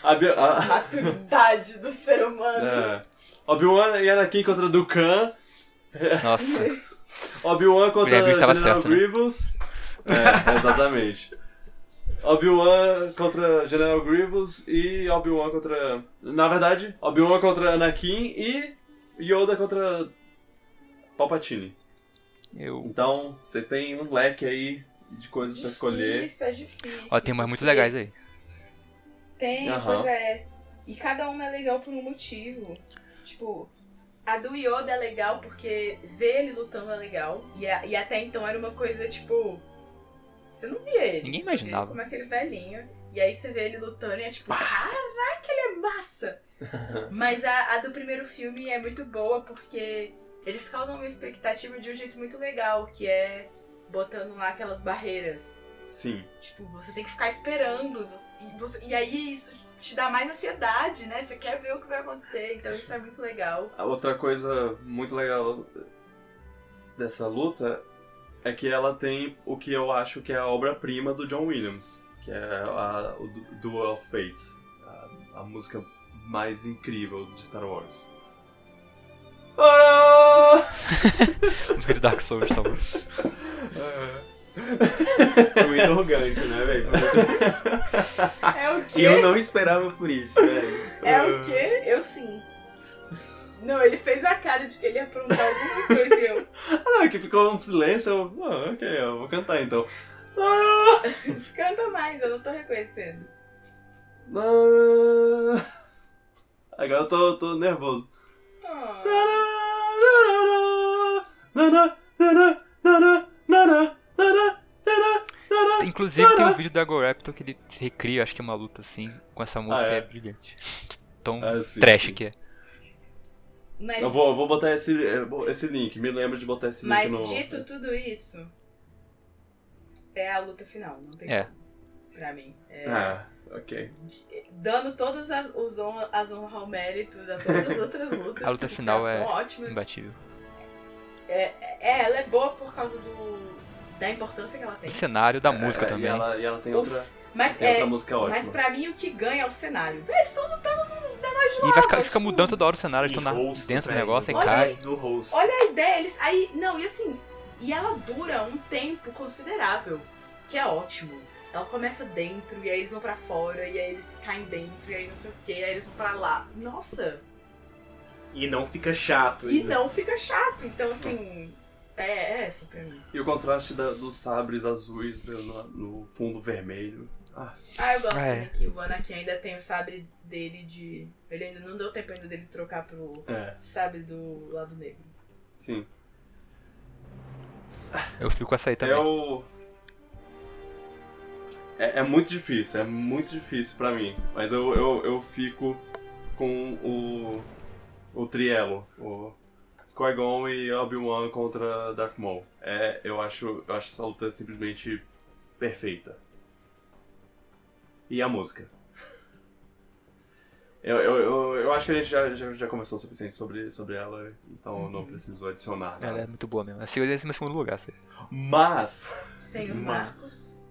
S1: a Bi- a,
S5: Maturidade do ser humano.
S1: é. Obi-Wan e Anakin contra Dukan.
S3: nossa.
S1: Obi-Wan contra
S3: William Gibson tava
S1: General
S3: certo, né?
S1: Grievous. É, exatamente. Obi-Wan contra General Grievous e Obi-Wan contra... Na verdade, Obi-Wan contra Anakin e Yoda contra Palpatine.
S3: Eu.
S1: Então, vocês têm um leque aí de coisas pra escolher.
S5: Isso é difícil.
S3: Ó, tem umas muito
S5: porque
S3: legais aí.
S5: Tem,
S1: Aham.
S5: pois é. E cada uma é legal por um motivo.
S2: Tipo, a do Yoda é legal porque ver ele lutando é legal. E, a- e até então era uma coisa, tipo. Você não via ele.
S3: Ninguém
S2: você só via ele
S3: imaginava.
S2: Como aquele velhinho. E aí você vê ele lutando e é tipo, caraca, ele é massa! Mas a, a do primeiro filme é muito boa porque eles causam uma expectativa de um jeito muito legal, que é botando lá aquelas barreiras.
S1: Sim.
S2: Tipo, você tem que ficar esperando. E, você- e aí isso te dá mais ansiedade, né? Você quer ver o que vai acontecer. Então isso é muito legal.
S1: A Outra coisa muito legal dessa luta é que ela tem o que eu acho que é a obra-prima do John Williams, que é a, o Du- Duel of Fates, a, a música mais incrível de Star Wars. Ah!
S3: Música de Dark Souls, tá bom.
S4: É muito orgânico, né, velho?
S5: É o
S4: E eu não esperava por isso, velho.
S5: É o quê? Eu sim. Não, ele fez a cara de que ele ia aprontar alguma coisa e eu.
S1: Ah, não, que ficou um silêncio, eu, ah, ok, eu vou cantar então. Ah!
S5: Canta mais, eu não tô reconhecendo.
S1: Ah! Agora eu tô, tô nervoso.
S5: Ah,
S1: Ah,
S3: Inclusive tem um vídeo do Agoraptor que ele recria, acho que é uma luta assim, com essa música,
S1: Ah, é? Ah,
S3: é. brilhante. Tão
S1: sim.
S3: trash que é.
S5: Mas,
S1: Eu vou, eu vou botar esse, é, esse link, me lembra de botar esse link
S5: mas
S1: no.
S5: dito tudo isso, é a luta final, não tem
S3: É.
S5: como. Pra mim. É,
S1: Ah, ok.
S5: Dando todas as, os hon- as honras ao mérito, a todas as outras lutas.
S3: A luta
S5: que
S3: final
S5: são
S3: é
S5: ótimas.
S3: Imbatível.
S5: É, ela é boa por causa do, da importância que ela
S3: O
S5: tem.
S3: cenário da
S1: É,
S3: música
S1: e
S3: também.
S1: Ela, e ela tem
S5: Os-
S1: outra,
S5: mas,
S1: tem
S5: é,
S1: outra música ótima.
S5: mas pra mim o que ganha é o cenário. É só
S3: E vai ficar,
S5: mas,
S3: fica
S5: tipo,
S3: mudando toda hora o cenário, eles estão na-
S4: rosto,
S3: dentro do
S4: velho.
S3: negócio, aí
S5: Olha
S3: cai.
S5: aí.
S4: Do rosto.
S5: Olha a ideia, eles. Aí, não, e assim, e ela dura um tempo considerável, que é ótimo. Ela começa dentro, e aí eles vão pra fora, e aí eles caem dentro, e aí não sei o que, aí eles vão pra lá. Nossa!
S4: E não fica chato.
S5: E
S4: ainda.
S5: não fica chato, então assim. É, é essa pra mim.
S1: E o contraste da- dos sabres azuis no, no fundo vermelho.
S5: Ah, eu gosto
S3: Ah, é.
S5: também que o Anakin ainda tem o sabre dele de. Ele ainda não deu tempo ainda dele trocar pro
S1: É,
S5: sabre do lado negro.
S1: sim.
S3: Eu fico com essa aí também.
S1: Eu. É, é muito difícil, é muito difícil pra mim. Mas eu, eu, eu fico com o. O trielo. O Qui-Gon e Obi-Wan contra Darth Maul. É, eu, acho, eu acho essa luta simplesmente perfeita. E a música. Eu, eu, eu, eu acho que a gente já, já, já conversou o suficiente sobre, sobre ela, então eu não preciso adicionar nada.
S3: Uhum. Ela é muito boa mesmo. Assim, eu ia em segundo lugar, assim.
S1: Mas.
S5: Senhor
S4: Mas-
S5: Marcos.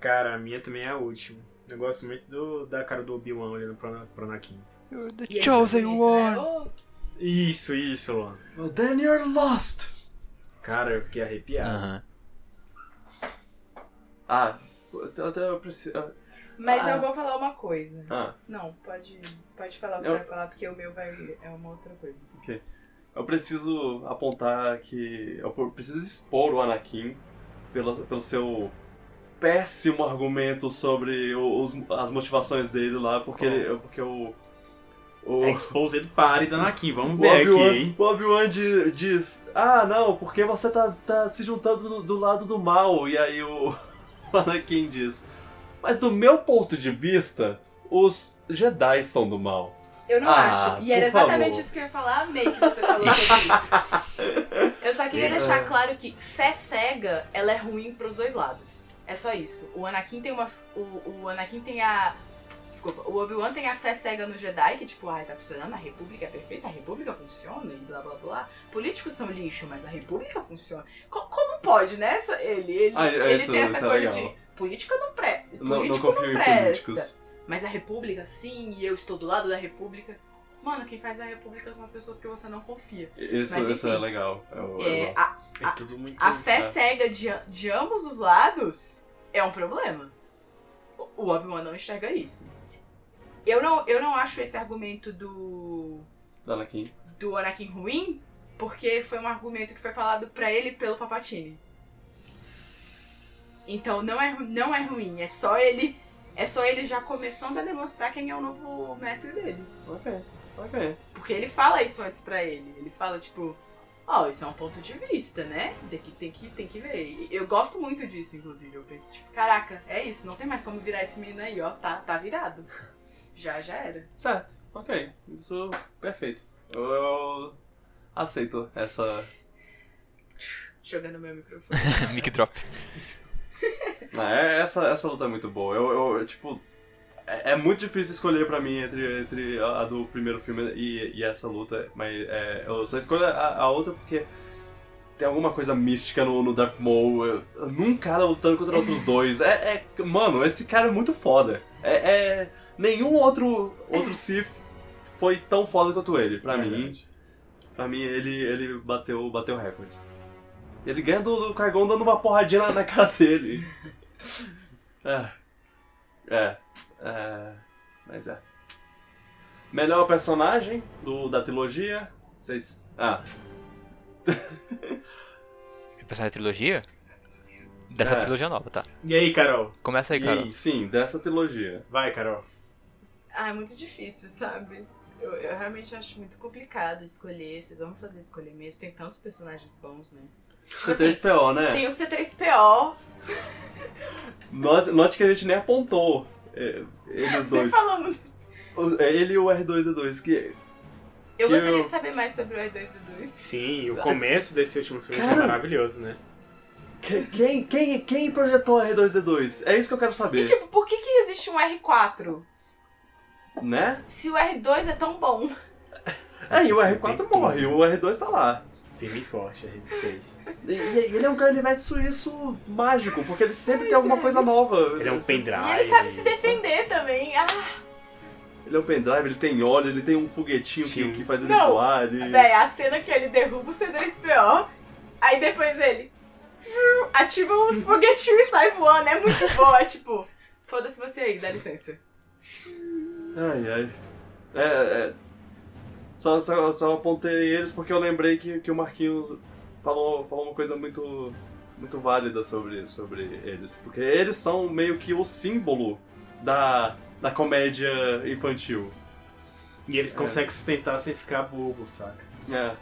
S4: Cara, a minha também é a última. Eu gosto muito do, da cara do Obi-Wan olhando pro, Ana- pro Anakin.
S5: E ele é
S3: Chosen
S5: bonito, né?
S3: One!
S5: Oh,
S4: Isso, isso, Luan.
S1: Well, then you're lost!
S4: Cara, eu fiquei arrepiado.
S3: Aham.
S1: Ah, eu até eu preciso.
S5: Mas
S1: Ah.
S5: eu vou falar uma coisa.
S1: Ah,
S5: Não, pode, pode falar o que
S1: Eu-
S5: você vai falar, porque o meu vai, é uma outra coisa.
S1: eu preciso apontar que. Eu preciso expor o Anakin pelo, pelo seu péssimo argumento sobre o- os- as motivações dele lá, porque, ele- porque o, O...
S4: Exposed Party do Anakin. Vamos
S1: O
S4: ver É aqui,
S1: Obi-Wan
S4: hein?
S1: o Obi-Wan di- diz: Ah, não, porque você tá, tá se juntando do, do lado do mal. E aí o o Anakin diz: Mas do meu ponto de vista, os Jedi são do mal.
S5: Eu não
S1: Ah,
S5: acho. E era
S1: por favor.
S5: exatamente isso que eu ia falar. Amei que você falou sobre isso. Eu só queria deixar claro que fé cega, ela é ruim pros dois lados. É só isso. O Anakin tem uma... O, o Anakin tem a... Desculpa, o Obi-Wan tem a fé cega no Jedi, que tipo, ai, tá funcionando, a República é perfeita, a República funciona e blá blá blá. Políticos são lixo, mas a República funciona. Co- como pode, né? Essa- Ele, ele,
S1: Ah,
S5: ele
S1: isso-
S5: tem essa
S1: isso é
S5: coisa
S1: legal.
S5: de política não presta.
S1: Não, não
S5: político
S1: confio em
S5: presta.
S1: políticos.
S5: Mas a República, sim, e eu estou do lado da República. Mano, quem faz a República são as pessoas que você não confia.
S1: Isso,
S5: Mas,
S1: isso
S5: enfim.
S1: é legal. Eu, eu
S5: É,
S1: gosto.
S5: a,
S4: É tudo muito.
S5: a fé
S1: é.
S5: cega de, a- de ambos os lados é um problema. O- O Obi-Wan não enxerga isso. Eu não, eu não acho esse argumento do,
S1: Do Anakin.
S5: do Anakin ruim, porque foi um argumento que foi falado pra ele pelo Papatini. Então não é, não é ruim, é só ele é só ele já começando a demonstrar quem é o novo mestre dele.
S1: Ok, ok.
S5: Porque ele fala isso antes pra ele. Ele fala, tipo, ó, isso é um ponto de vista, né? Tem que, tem que, tem que ver. E Eu gosto muito disso, inclusive. Eu penso, tipo, caraca, é isso, não tem mais como virar esse menino aí, ó. Tá, tá virado. Já, já era.
S1: Certo, ok. Isso perfeito. Eu, eu aceito essa.
S5: Jogando meu microfone.
S3: Mic drop.
S1: Não, é- essa, essa luta é muito boa. Eu, eu- eu, tipo. É, é muito difícil escolher pra mim entre, entre a a do primeiro filme e, e essa luta, mas é, eu só escolho a, a outra porque tem alguma coisa mística no, no Darth Maul. eu- eu- Num cara lutando contra outros dois. É, é- mano, esse cara é muito foda. É, é- nenhum outro outro Sith foi tão foda quanto ele, pra mim.
S4: Verdade.
S1: Pra mim, ele, ele bateu, bateu recordes. Ele ganha do, do Cargão dando uma porradinha na, na cara dele. É. É. É. Mas é. Melhor personagem do, da trilogia. Vocês. Ah,
S3: Pensar na trilogia? Dessa
S1: É.
S3: trilogia nova, tá?
S4: E aí, Carol?
S3: Começa aí,
S1: e-
S3: cara.
S1: sim, dessa trilogia.
S4: Vai, Carol.
S2: Ah, é muito difícil, sabe? Eu, eu realmente acho muito complicado escolher. Vocês vão me fazer escolher mesmo. Tem tantos personagens bons, né?
S1: C3PO, né?
S5: Tipo assim,
S2: Tem o C3PO.
S1: Note, note que a gente nem apontou é, eles
S2: Nem
S1: dois.
S2: falamos.
S1: O- é Ele e o R2D2, que.
S2: Eu
S1: Que
S2: gostaria
S1: eu-
S2: de saber mais sobre o R2D2.
S4: Sim, e o começo desse último filme já é
S1: Cara.
S4: maravilhoso, né?
S1: que- Quem, quem, quem projetou o R2D2? É isso que eu quero
S2: E
S1: saber.
S2: tipo, por que, que existe um R4?
S1: Né?
S2: Se o R2 é tão bom.
S1: É, e o R4 morre, o R2 tá lá.
S4: Firme e forte, a resistência.
S1: E, e ele é um canivete suíço mágico, porque ele sempre tem alguma coisa nova.
S4: Ele é um pendrive.
S2: E ele sabe se defender também. Ah,
S1: Ele é um pendrive, ele tem óleo, ele tem um foguetinho que,
S4: Sim.
S1: que faz ele
S2: Não.
S1: voar. Ele...
S2: véi, a cena que ele derruba o C3PO, aí depois ele fiu, ativa os foguetinhos e sai voando. É muito boa, tipo, foda-se você aí, dá licença.
S1: Ai, ai. É, é. Só, só, só apontei eles porque eu lembrei que, que o Marquinhos falou, falou uma coisa muito, muito válida sobre, sobre eles. Porque eles são meio que o símbolo da, da comédia infantil.
S4: E eles conseguem sustentar sem ficar bobo, saca?
S1: É.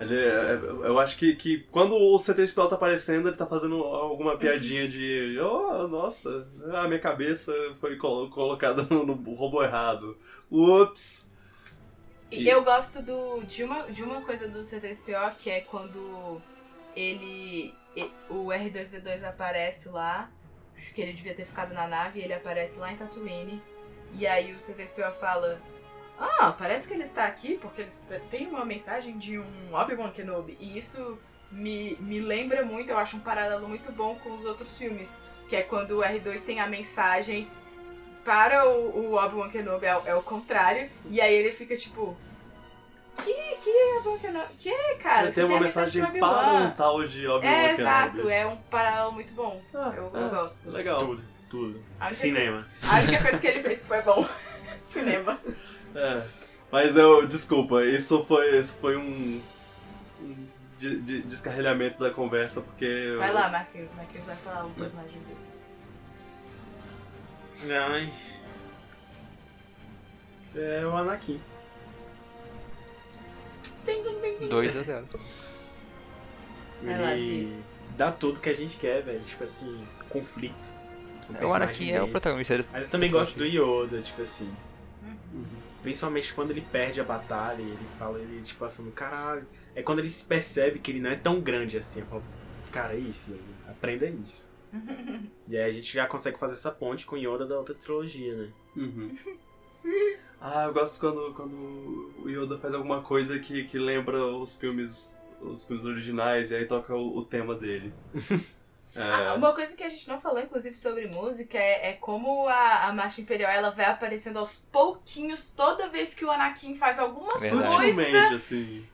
S1: Ele, é, eu acho que, que quando o C3PO tá aparecendo, ele tá fazendo alguma piadinha de. Oh, nossa, a minha cabeça foi colo- colocada no, no robô errado. Ups! E-
S2: Eu gosto do, de, uma, de uma coisa do C3PO, que é quando ele. e- O R2D2 aparece lá. Acho que ele devia ter ficado na nave, e ele aparece lá em Tatooine. E aí o C3PO fala. Ah, parece que ele está aqui porque ele está- tem uma mensagem de um Obi-Wan Kenobi. E isso me, me lembra muito, eu acho um paralelo muito bom com os outros filmes. Que é quando o R2 tem a mensagem para o, o Obi-Wan Kenobi, é, o- é o contrário. E aí ele fica tipo. Que, que Obi-Wan Kenobi? Que, cara?
S1: Ele
S2: Você
S1: tem uma
S2: a
S1: mensagem
S2: pro
S1: para
S2: Obi-Wan."
S1: um tal de Obi-Wan
S2: É,
S1: Kenobi.
S2: exato, é um paralelo muito bom.
S1: Ah,
S2: Eu, eu
S1: é,
S2: gosto.
S1: legal.
S4: Tudo, tudo.
S2: A única,
S4: Cinema.
S2: a única coisa que ele fez que foi bom. Cinema.
S1: É. Mas eu, desculpa, isso foi, isso foi um, um de- de- descarrilhamento da conversa, porque. eu-
S2: Vai lá, Marquinhos. Marquinhos vai falar um personagem dele.
S4: Ai. É o Anakin.
S3: 2 a 0.
S2: Vai lá,
S4: Ele dá tudo que a gente quer, velho. Tipo assim, conflito. O
S3: O
S4: personagem
S3: Anakin é o
S4: desse.
S3: protagonista. ele-
S4: Mas eu também gosto do Yoda, tipo assim.
S1: Uhum.
S4: Principalmente quando ele perde a batalha, e ele fala, ele tipo assim, caralho. É quando ele se percebe que ele não é tão grande assim. Eu falo, cara, é isso, Yoda. Aprenda isso. E aí a gente já consegue fazer essa ponte com o Yoda da outra trilogia, né?
S1: Uhum. Ah, eu gosto quando, quando o Yoda faz alguma coisa que, que lembra os filmes os filmes originais e aí toca o, o tema dele.
S2: Ah,
S1: É,
S2: Uma coisa que a gente não falou, inclusive, sobre música é, é como a, a Marcha Imperial ela vai aparecendo aos pouquinhos toda vez que o Anakin faz alguma
S1: é
S3: Verdade.
S2: coisa.
S1: sutilmente, assim.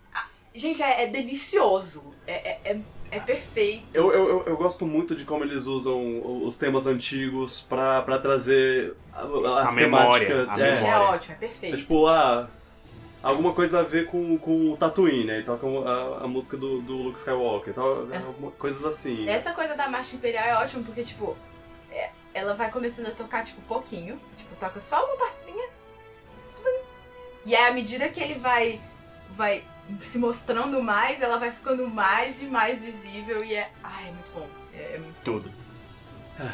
S2: Gente, é, é delicioso. É, é, é- é perfeito.
S1: Eu, eu, eu- eu gosto muito de como eles usam os temas antigos pra, pra trazer a, a,
S4: A memória,
S1: temática.
S4: a
S1: é.
S2: Gente, é
S4: Memória.
S2: ótimo, é
S1: É
S2: perfeito.
S1: tipo, ah, alguma coisa a ver com, com o Tatooine, né? E toca a, a música do, do Luke Skywalker, tal,
S2: É.
S1: alguma- coisas assim.
S2: Essa coisa da Marcha Imperial é ótima porque, tipo, é- ela vai começando a tocar, tipo, pouquinho. Tipo, toca só uma partezinha. Plum. E aí, à medida que ele vai, vai se mostrando mais, ela vai ficando mais e mais visível. E é. Ai, é muito bom. É, é muito
S4: Tudo.
S1: É.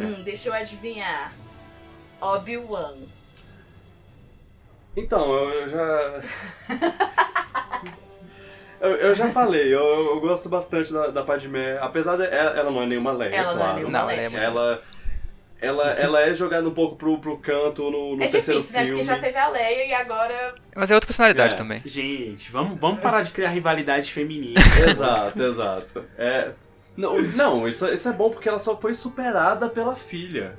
S2: Hum, deixa eu adivinhar. Obi-Wan.
S1: Então, eu eu já. eu, eu já falei, eu, eu gosto bastante da, da Padmé. Apesar de. Ela, ela não é nenhuma Leia,
S2: Ela não é
S1: claro.
S2: nenhuma
S3: Não, ele é muito.
S1: Ela. Ela, ela é jogada um pouco pro, pro canto no, no
S2: é
S1: terceiro
S2: difícil, né?
S1: filme.
S2: Porque já teve a Leia e agora.
S3: Mas é outra personalidade
S1: É.
S3: também.
S4: Gente, vamos, vamos parar de criar rivalidade feminina.
S1: Exato, exato. É, não, não isso, isso é bom porque ela só foi superada pela filha.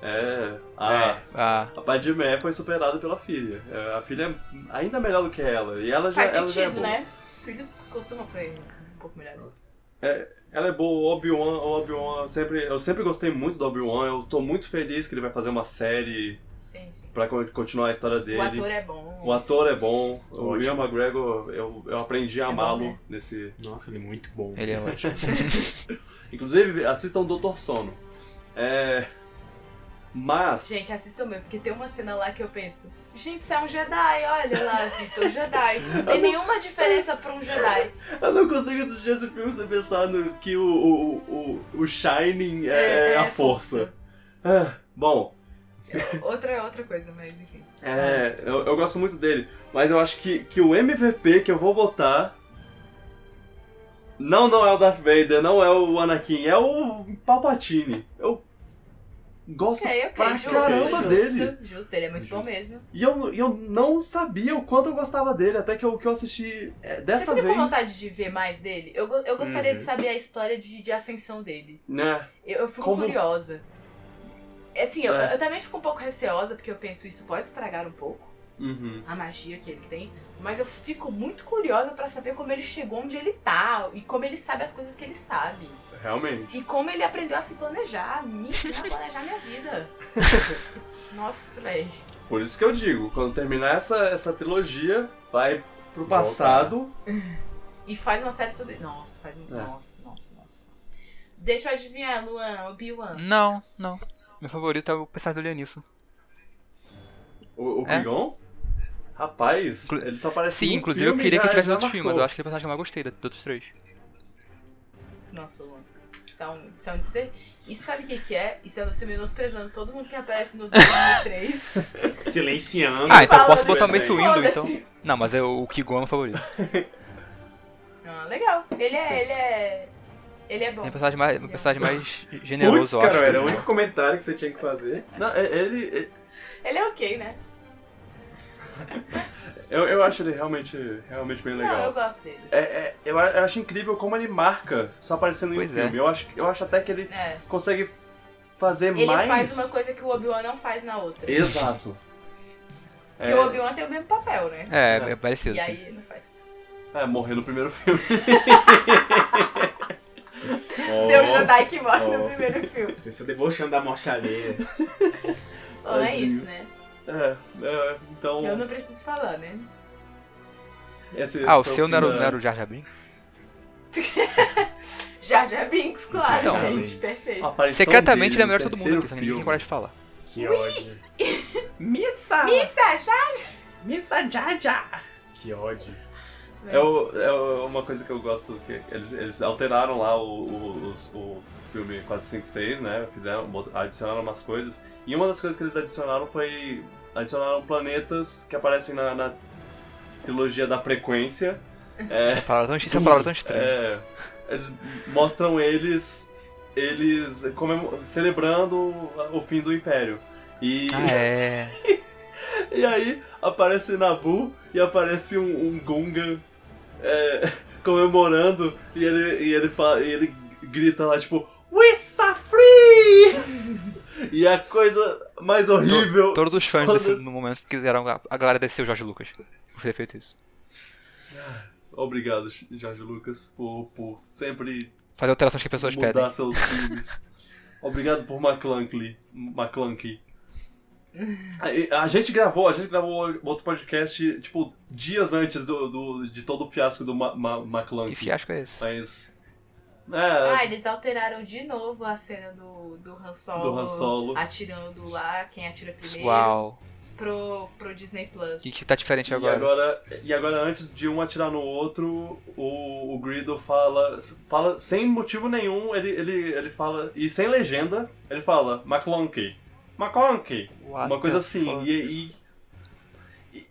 S1: É. A,
S4: É.
S3: Ah,
S1: a Padmé foi superada pela filha. É, A filha é ainda melhor do que ela. E ela já,
S2: Faz
S1: ela já é
S2: sentido,
S1: boa.
S2: né? Filhos costumam ser um pouco melhores.
S1: Ela é boa, o Obi-Wan, o Obi-Wan, sempre, eu sempre gostei muito do Obi-Wan, eu tô muito feliz que ele vai fazer uma série
S2: Sim, sim.
S1: pra con- continuar a história
S2: O
S1: dele.
S2: ator é bom.
S1: O ator é bom, o
S4: Ótimo.
S1: Ian McGregor, eu, eu aprendi a
S2: É bom,
S1: amá-lo
S2: né?
S1: nesse...
S4: Nossa, ele é muito bom.
S3: ele é ótimo.
S1: Inclusive, assistam Doutor Sono. É... Mas...
S2: Gente, assistam mesmo, porque tem uma cena lá que eu penso. Gente, você é um Jedi, olha lá, Vitor, um Jedi. Não tem nenhuma diferença pra um Jedi.
S1: Eu não consigo assistir esse filme sem pensar no que o, o, o, o Shining é,
S2: É, é
S1: a força. Ah, bom,
S2: Outra, outra coisa, mas enfim.
S1: É, eu, eu gosto muito dele. Mas eu acho que, que o MVP que eu vou botar. Não, não é o Darth Vader, não é o Anakin, é o Palpatine. Eu gosto
S2: Ok, ok,
S1: pra
S2: justo,
S1: caramba
S2: justo,
S1: dele.
S2: justo, ele é muito bom
S4: Justo.
S2: mesmo.
S1: E eu, e eu não sabia o quanto eu gostava dele, até que eu, que eu assisti é, dessa
S2: você fica
S1: vez.
S2: com vontade de ver mais dele? Eu, go- eu gostaria de
S4: Uhum.
S2: saber a história de, de ascensão dele.
S1: Né?
S2: Eu, eu fico
S1: Como-
S2: curiosa. Assim, eu,
S1: É.
S2: eu também fico um pouco receosa, porque eu penso, isso pode estragar um pouco
S1: Uhum.
S2: a magia que ele tem. Mas eu fico muito curiosa pra saber como ele chegou onde ele tá e como ele sabe as coisas que ele sabe.
S1: Realmente.
S2: E como ele aprendeu a se planejar, me ensina a planejar minha vida. Nossa, velho.
S1: Por isso que eu digo, quando terminar essa, essa trilogia, vai pro passado.
S2: E faz uma série sobre. Nossa, faz um.
S1: É.
S2: Nossa, nossa, nossa, nossa. Deixa eu adivinhar, Luan, Obi-Wan.
S3: Não, não. Meu favorito é o personagem do Leonisson.
S1: O, o
S3: É.
S1: Qui-Gon? Rapaz,
S3: Inclu-
S1: ele só aparece
S3: Sim,
S1: num
S3: inclusive eu
S1: um filme e
S3: queria que
S1: já-
S3: ele tivesse
S1: já
S3: outros filmes, mas
S1: marcou.
S3: eu acho que ele é o personagem que eu mais gostei dos outros três.
S2: Nossa, Luan. é um, São, são de ser. E sabe o que, que é? Isso é você menosprezando todo mundo que aparece no 2003.
S4: Silenciando.
S3: Ah, então eu posso
S2: Falando
S3: botar o
S1: de
S3: Mace
S1: desenho.
S3: Windu, então.
S2: Foda-se.
S3: Não, mas é o Kigon é meu favorito.
S2: Ah, legal. Ele é, ele é. Ele é bom.
S3: É o personagem mais, o personagem mais
S4: Putz,
S3: generoso, eu acho.
S4: cara, era o
S3: né?
S4: único comentário que você tinha que fazer.
S1: Não, é- ele,
S2: Ele é ok, né?
S1: Eu, eu acho ele realmente, realmente bem
S2: Não, eu
S1: legal.
S2: gosto dele.
S1: É, é- eu, a- eu acho incrível como ele marca só aparecendo
S3: Pois
S1: em um
S3: é.
S1: filme. Eu, acho, eu acho até que ele
S2: É.
S1: consegue fazer
S2: Ele
S1: mais.
S2: faz uma coisa que o Obi-Wan não faz na outra.
S1: Exato.
S2: Porque o Obi-Wan tem o mesmo papel, né?
S3: É, é
S2: E
S3: parecido. assim.
S2: aí não faz.
S1: é, morrer no primeiro filme.
S2: Seu Jedi que morre no
S4: Oh.
S2: primeiro filme.
S4: As pessoas debochando da morte alheia.
S2: Bom, é
S1: Tadinho.
S2: isso, né?
S1: É, é, então.
S2: Eu não preciso falar, né?
S1: Esse, esse
S3: Ah, o
S1: foi
S3: seu não
S1: fim
S3: era, o-
S1: da-
S3: não era o Jar Jar Binks?
S2: Já já Binks, claro,
S3: Então.
S2: gente.
S4: Binks.
S1: a
S2: Perfeito.
S1: aparição
S3: Secretamente
S1: dele
S3: ele é
S1: no
S3: melhor que todo mundo,
S1: terceiro
S3: porque ninguém tem coragem de falar.
S4: Que ódio.
S1: Missa!
S2: Missa, já
S1: Missa já já!
S4: Que ódio.
S1: É, o- é o- uma coisa que eu gosto, que eles, eles alteraram lá o, o, os- o filme 456, né? Fizeram, bot- adicionaram umas coisas. E uma das coisas que eles adicionaram foi. Adicionaram planetas que aparecem na, na trilogia da frequência. É,
S3: Essa palavra tão, essa palavra tão estranha.
S1: é, eles mostram eles. Eles comemo- celebrando o fim do Império. E,
S3: Ah, é.
S1: e aí aparece Nabu e aparece um, um Gungan é, comemorando e ele, e, ele fala, e ele grita lá tipo We free! e a coisa mais horrível.
S3: Todos os fãs
S1: todas-
S3: desse, no momento quiseram a- agradecer o Jorge Lucas por ter feito isso.
S1: Obrigado, Jorge Lucas, por, por sempre
S3: Fazer alterações que as pessoas
S1: mudar
S3: pedem.
S1: seus filmes. Obrigado por McClunky. McClunky. A, a gente gravou, a gente gravou outro podcast, tipo, dias antes do, do- de todo o fiasco do Ma, Ma, McClunky.
S3: Que fiasco é esse?
S1: Mas.
S2: Ah,
S1: É,
S2: eles alteraram de novo a cena do, do, Han Solo,
S1: do Han Solo.
S2: atirando lá, quem atira primeiro,
S3: Uau.
S2: pro, pro Disney Plus.
S3: O que, que tá diferente
S1: E agora?
S3: agora?
S1: e agora, antes de um atirar no outro, o, o Grido fala, fala. Sem motivo nenhum, ele, ele, ele fala. E sem legenda, ele fala: McClunky. McClunky!
S3: What
S1: uma coisa
S3: the
S1: assim.
S3: fuck?
S1: E, e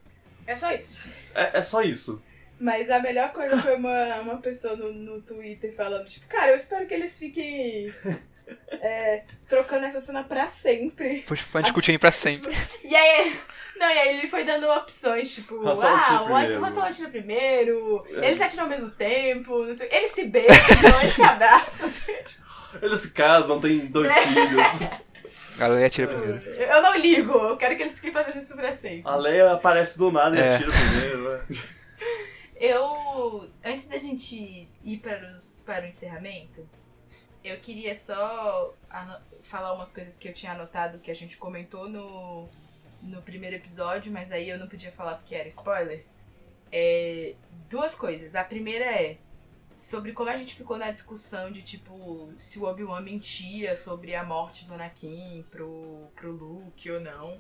S5: É só isso.
S1: é, é só isso.
S5: Mas a melhor coisa foi uma, uma pessoa no, no Twitter falando, tipo, cara, eu espero que eles fiquem é, trocando essa cena pra sempre.
S3: Os fãs discutindo pra sempre.
S2: E aí, não, e aí ele foi dando opções, tipo,
S1: Han Solo atira
S2: ah, o Anakin-
S1: primeiro.
S2: o Han Solo atira primeiro,
S1: É.
S2: eles se atiram ao mesmo tempo, não sei, eles se beijam, eles se abraçam. assim.
S1: Eles se casam, tem dois
S2: É.
S1: filhos.
S3: A galera
S1: É
S3: atira primeiro.
S2: Eu não ligo, eu quero que eles fiquem fazendo isso pra sempre.
S1: A Leia aparece do nada e
S3: É.
S1: atira primeiro. né?
S2: Eu, antes da gente ir para, os, para o encerramento, eu queria só ano- falar umas coisas que eu tinha anotado que a gente comentou no, no primeiro episódio, mas aí eu não podia falar porque era spoiler. É, duas coisas. A primeira é sobre como a gente ficou na discussão de tipo se o Obi-Wan mentia sobre a morte do Anakin pro, pro Luke ou não.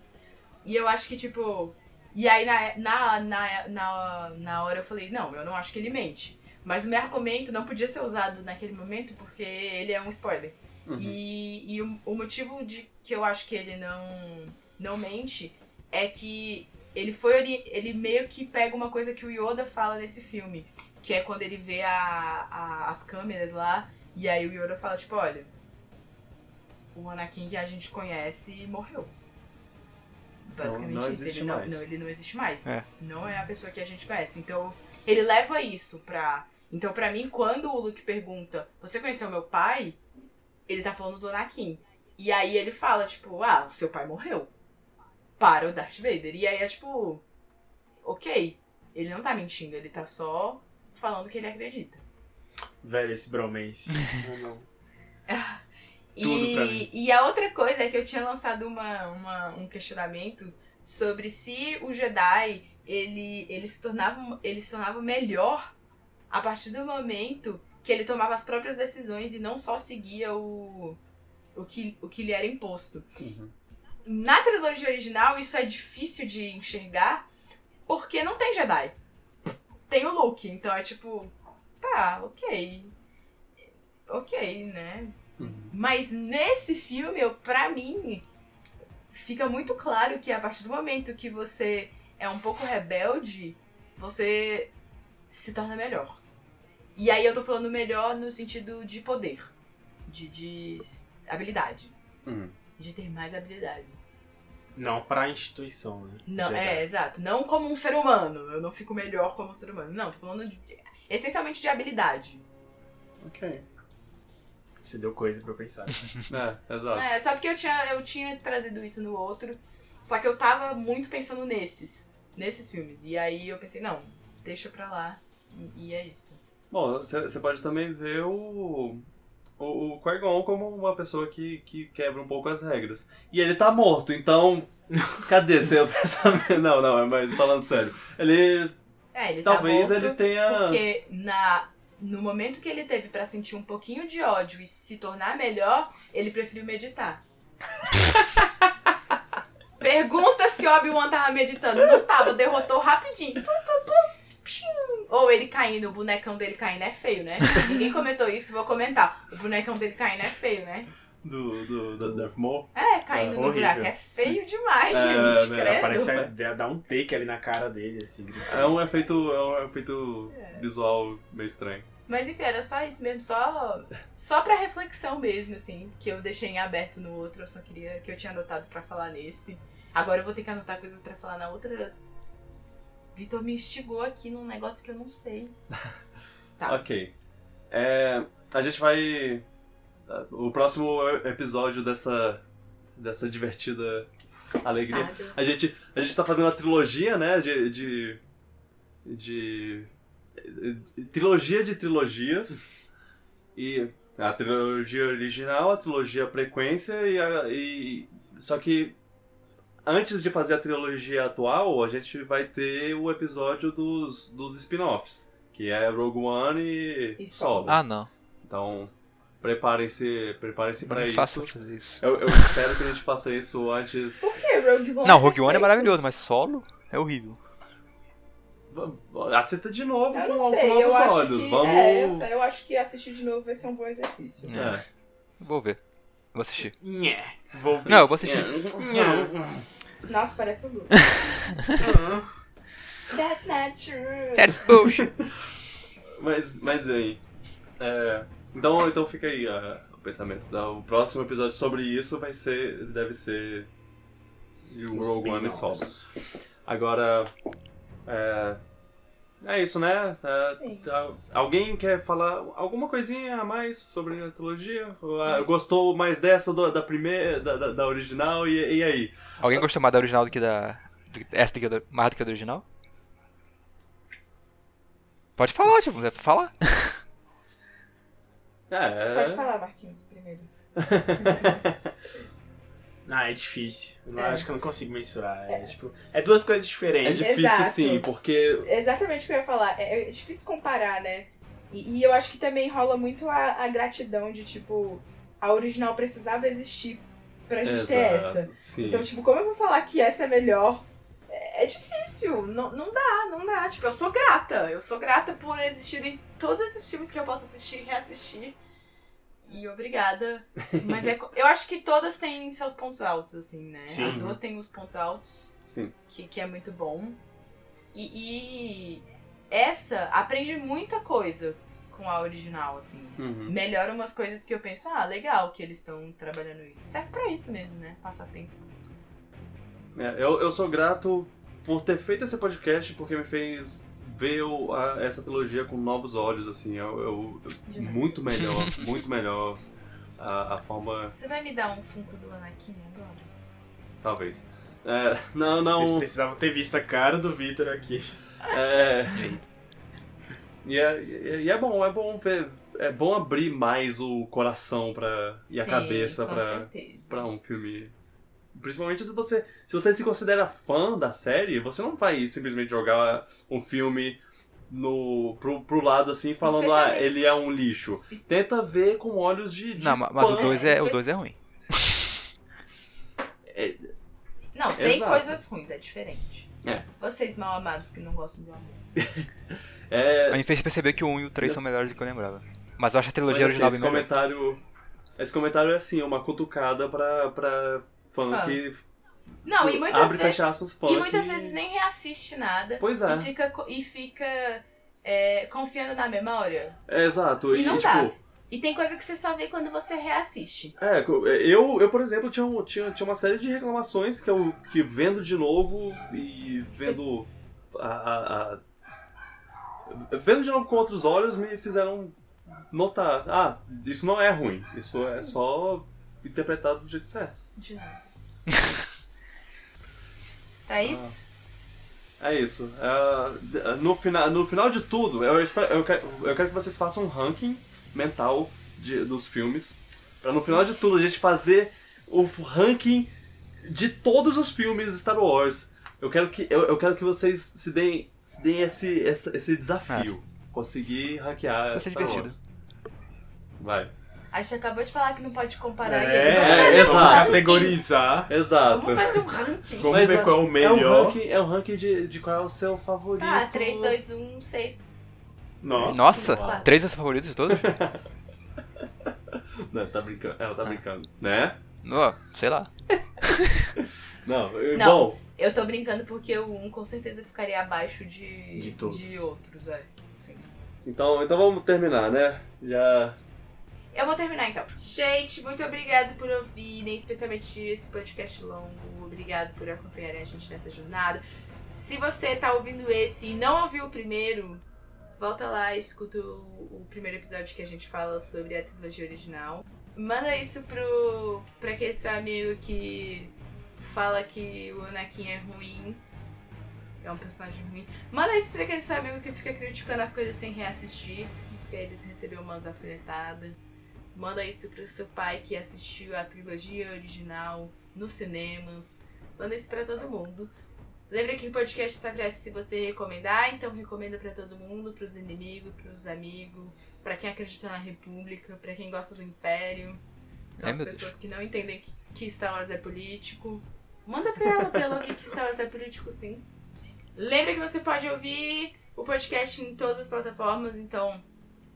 S2: E eu acho que, tipo, e aí, na, na, na, na, na hora eu falei, não, eu não acho que ele mente. Mas o meu argumento não podia ser usado naquele momento porque ele é um spoiler.
S1: Uhum.
S2: E, e o, o motivo de que eu acho que ele não, não mente é que ele foi ori- ele meio que pega uma coisa que o Yoda fala nesse filme, que é quando ele vê a, a- as câmeras lá e aí o Yoda fala tipo, olha, o Anakin que a gente conhece morreu. Basicamente
S1: Então, não
S2: isso,
S1: existe
S2: ele não,
S1: mais.
S2: não, ele não existe mais.
S3: É.
S2: Não é a pessoa que a gente conhece. Então, ele leva isso pra. Então, pra mim, quando o Luke pergunta, você conheceu meu pai? Ele tá falando do Anakin. E aí ele fala, tipo, ah, o seu pai morreu. Para o Darth Vader. E aí é tipo, ok. Ele não tá mentindo, ele tá só falando que ele acredita.
S4: Velho, esse bromance. Não, não.
S1: Tudo
S2: e,
S1: pra mim.
S2: e a outra coisa é que eu tinha lançado uma, uma- um questionamento sobre se o Jedi ele, ele, se tornava, um- ele se tornava melhor a partir do momento que ele tomava as próprias decisões e não só seguia o, o, que, o que lhe era imposto.
S1: Uhum.
S2: Na trilogia original, isso é difícil de enxergar, porque não tem Jedi. Tem o Luke, então é tipo, tá, ok. Ok, né?
S1: Uhum.
S2: Mas nesse filme, eu, pra mim, fica muito claro que a partir do momento que você é um pouco rebelde, você se torna melhor. E aí eu tô falando melhor no sentido de poder, de, de s- habilidade,
S1: Uhum.
S2: de ter mais habilidade.
S4: não pra instituição, né?
S2: Não,
S4: Jedi.
S2: é, exato. Não como um ser humano. Eu não fico melhor como um ser humano. Não, tô falando de- essencialmente de habilidade.
S1: Ok.
S4: Você deu coisa pra eu pensar.
S1: É, exato.
S2: É, só porque eu tinha, eu tinha trazido isso no outro, só que eu tava muito pensando nesses, nesses filmes. E aí eu pensei, não, deixa pra lá. E, e é isso.
S1: Bom, você pode também ver o. O, o Qui-Gon como uma pessoa que, que quebra um pouco as regras. E ele tá morto, então. Cadê seu pensamento? Não, não, mas falando sério. Ele.
S2: É, ele
S1: talvez
S2: tá morto
S1: ele tenha.
S2: porque na, no momento que ele teve pra sentir um pouquinho de ódio e se tornar melhor, ele preferiu meditar. Pergunta se Obi-Wan tava meditando. Não tava, derrotou rapidinho. pshim, ou ele caindo, o bonecão dele caindo é feio, né? Ninguém comentou isso, vou comentar. O bonecão dele caindo é feio, né?
S1: Do, do, da Darth Maul.
S2: É, caindo
S4: É,
S2: no
S4: horrível.
S2: buraco é feio demais,
S1: É,
S2: gente,
S1: né,
S2: credo.
S4: Aparece a, dá um take ali na cara dele, assim, gritando.
S1: É um efeito, é um efeito visual meio estranho.
S2: Mas enfim, era só isso mesmo, só, só pra reflexão mesmo, assim, que eu deixei em aberto no outro, eu só queria que eu tinha anotado pra falar nesse. Agora eu vou ter que anotar coisas pra falar na outra. Vitor me instigou aqui num negócio que eu não sei. Tá.
S1: Ok. É, a gente vai. O próximo episódio dessa, dessa divertida alegria
S2: Sabe?
S1: A gente, a gente tá fazendo a trilogia, né? De. de, de- eh, trilogia de trilogias. E a trilogia original, a trilogia frequência e, a, e. Só que antes de fazer a trilogia atual, a gente vai ter o episódio dos, dos spin-offs. Que é Rogue One e,
S5: E
S1: Solo.
S3: Ah, não.
S1: Então, preparem-se preparem
S3: não
S1: para
S3: me
S1: isso.
S3: faça fazer isso.
S1: Eu, eu espero que a gente faça isso antes.
S5: Por que Rogue One?
S3: Não, Rogue One é
S5: perfeito?
S3: maravilhoso, mas solo é horrível.
S1: V- Assista de novo
S5: Eu
S1: com
S5: não
S1: al- com
S5: sei, eu
S1: novos
S5: acho
S1: olhos.
S5: que.
S1: Vamos.
S5: É, eu, sei, eu acho que assistir de novo vai ser um bom exercício.
S3: É. Vou ver. Vou assistir.
S4: Nhé. Vou ver.
S3: Não, eu vou assistir.
S4: Nhé.
S5: Nossa, parece um grupo. That's not true.
S3: That's bullshit.
S1: Mas, mas aí. é, então, então fica aí ah, o pensamento. tá? O próximo episódio sobre isso vai ser. Deve ser. E o
S4: Os
S1: Rogue One e
S4: spin-offs.
S1: Solo. Agora. É, é isso, né? Tá-
S5: Sim.
S1: tá- alguém quer falar alguma coisinha a mais sobre a trilogia? Ou, ah, Gostou mais dessa do- da primeira, da, da- da original? E, e aí?
S3: Alguém gostou mais da original do que da. do que- essa do que, do- mais do que a do original? Pode falar, tipo, é pra falar.
S1: É,
S5: Pode falar, Marquinhos, primeiro.
S4: Ah, é difícil. Eu não-
S5: É.
S4: acho que eu não consigo mensurar. É, tipo, é duas coisas
S1: é
S4: diferentes.
S1: difícil
S5: Exato.
S1: sim, porque
S5: É Exatamente o que eu ia falar. É, é difícil comparar, né? E, e eu acho que também rola muito a, a gratidão de, tipo, a original precisava existir pra gente ter
S1: Exato,
S5: essa.
S1: Sim.
S5: Então, tipo, como eu vou falar que essa é melhor? É, é difícil. Não, não dá, não dá.
S2: Tipo, eu sou grata. Eu sou grata por existirem todos esses filmes que eu posso assistir e reassistir. E obrigada. Mas é co- eu acho que todas têm seus pontos altos, assim, né?
S4: Sim.
S2: As duas têm os pontos altos.
S1: Sim.
S2: que, que é muito bom. E, e essa aprende muita coisa com a original, assim.
S1: Uhum.
S2: Melhora umas coisas que eu penso, ah, legal que eles estão trabalhando isso. Serve pra isso mesmo, né? Passar tempo.
S1: É, eu, eu sou grato por ter feito esse podcast porque me fez ver o- a- essa trilogia com novos olhos, assim. Eu, eu-
S2: De nada.
S1: muito melhor, muito melhor a, a forma,
S2: Você vai me dar um Funko do Anakin agora?
S1: talvez. É, não,
S4: Vocês
S1: não.
S4: precisavam ter visto a cara do Victor aqui.
S1: É, e, é, e é- e é bom, é bom ver. É bom abrir mais o coração pra, e a
S2: Sim,
S1: cabeça
S2: com
S1: pra,
S2: certeza.
S1: pra um filme. Principalmente se você, se você se considera fã da série, você não vai simplesmente jogar um filme no, pro, pro lado assim, falando, ah,
S2: Especialmente-
S1: ele é um lixo. Tenta ver com olhos de. de
S3: Não, ma- mas o
S1: fã.
S3: 2 é, o dois é ruim.
S2: Não, tem
S1: Exato.
S2: coisas ruins, é diferente.
S1: É.
S2: Vocês mal amados que não gostam do amor.
S1: É,
S3: Me fez perceber que o 1 e o 3 são melhores do que eu lembrava. Mas eu acho a
S1: mas,
S3: trilogia
S1: assim,
S3: original bem
S1: esse
S3: melhor.
S1: comentário. Esse comentário é assim, uma cutucada pra, pra fã,
S2: Fã.
S1: que.
S2: Não, e muitas
S1: abre e fecha
S2: vezes.
S1: aspas fã.
S2: E muitas
S1: que-
S2: vezes nem reassiste nada.
S1: Pois
S2: E
S1: é,
S2: fica, co- e fica é, confiando na memória.
S1: é exato.
S2: E
S1: E,
S2: não
S1: tipo,
S2: dá. E tem coisa que você só vê quando você reassiste.
S1: É, eu, eu por exemplo, tinha, um- tinha, tinha uma série de reclamações que eu que vendo de novo e vendo a, a- a- Vendo de novo com outros olhos me fizeram notar. Ah, isso não é ruim. Isso é só interpretado do jeito certo.
S2: De nada. tá isso?
S1: É isso. Ah, d- no, fina, no final de tudo, eu, espero- eu, quero, eu quero que vocês façam um ranking mental de- dos filmes. Pra no final de tudo a gente fazer o ranking de todos os filmes Star Wars. Eu quero que, eu, eu quero que vocês se deem, se deem esse, esse, esse desafio. Conseguir ranquear
S3: Isso é vai ser
S1: Star
S3: divertido.
S1: Wars. Vai.
S2: A gente acabou de falar que não pode comparar e
S4: É,
S2: ele
S1: é,
S2: vai fazer um
S1: exato.
S2: ranking.
S4: Categorizar.
S1: Exato.
S2: Vamos fazer um ranking.
S4: Vamos
S1: Mas
S4: ver
S1: é-
S4: qual é o
S1: É um
S4: melhor.
S1: ranking, é um ranking de, de qual é o seu favorito.
S2: Tá, 3, 2, 1, 6.
S4: Nossa.
S3: Nossa,
S2: Uau.
S3: três dos favoritos de todos?
S1: Não, tá brincando. Ela tá
S3: Ah.
S1: brincando. Né?
S3: Ó, sei lá.
S1: Não, eu-
S2: Não.
S1: bom.
S2: Eu tô brincando porque o 1 com certeza ficaria abaixo de,
S4: De todos.
S2: de outros, é. Sim.
S1: Então, então vamos terminar, né? Já.
S2: Eu vou terminar então. Gente, muito obrigado por ouvirem, especialmente esse podcast longo. Obrigado por acompanharem a gente nessa jornada. Se você tá ouvindo esse e não ouviu o primeiro, volta lá e escuta o, o primeiro episódio que a gente fala sobre a trilogia original. Manda isso pro pra aquele seu amigo que fala que o Anakin é ruim. É um personagem ruim. Manda isso pra aquele seu amigo que fica criticando as coisas sem reassistir. Porque eles receberam umas alfinetadas. Manda isso pro seu pai que assistiu a trilogia original nos cinemas. Manda isso pra todo mundo. Lembra que o podcast só cresce se você recomendar, então recomenda pra todo mundo, pros inimigos, pros amigos, pra quem acredita na República, pra quem gosta do Império,
S3: Ai,
S2: as
S3: meu
S2: pessoas que não entendem que- que Star Wars é político. Manda pra ela, pra ela ouvir que Star Wars é político, sim. Lembra que você pode ouvir o podcast em todas as plataformas, então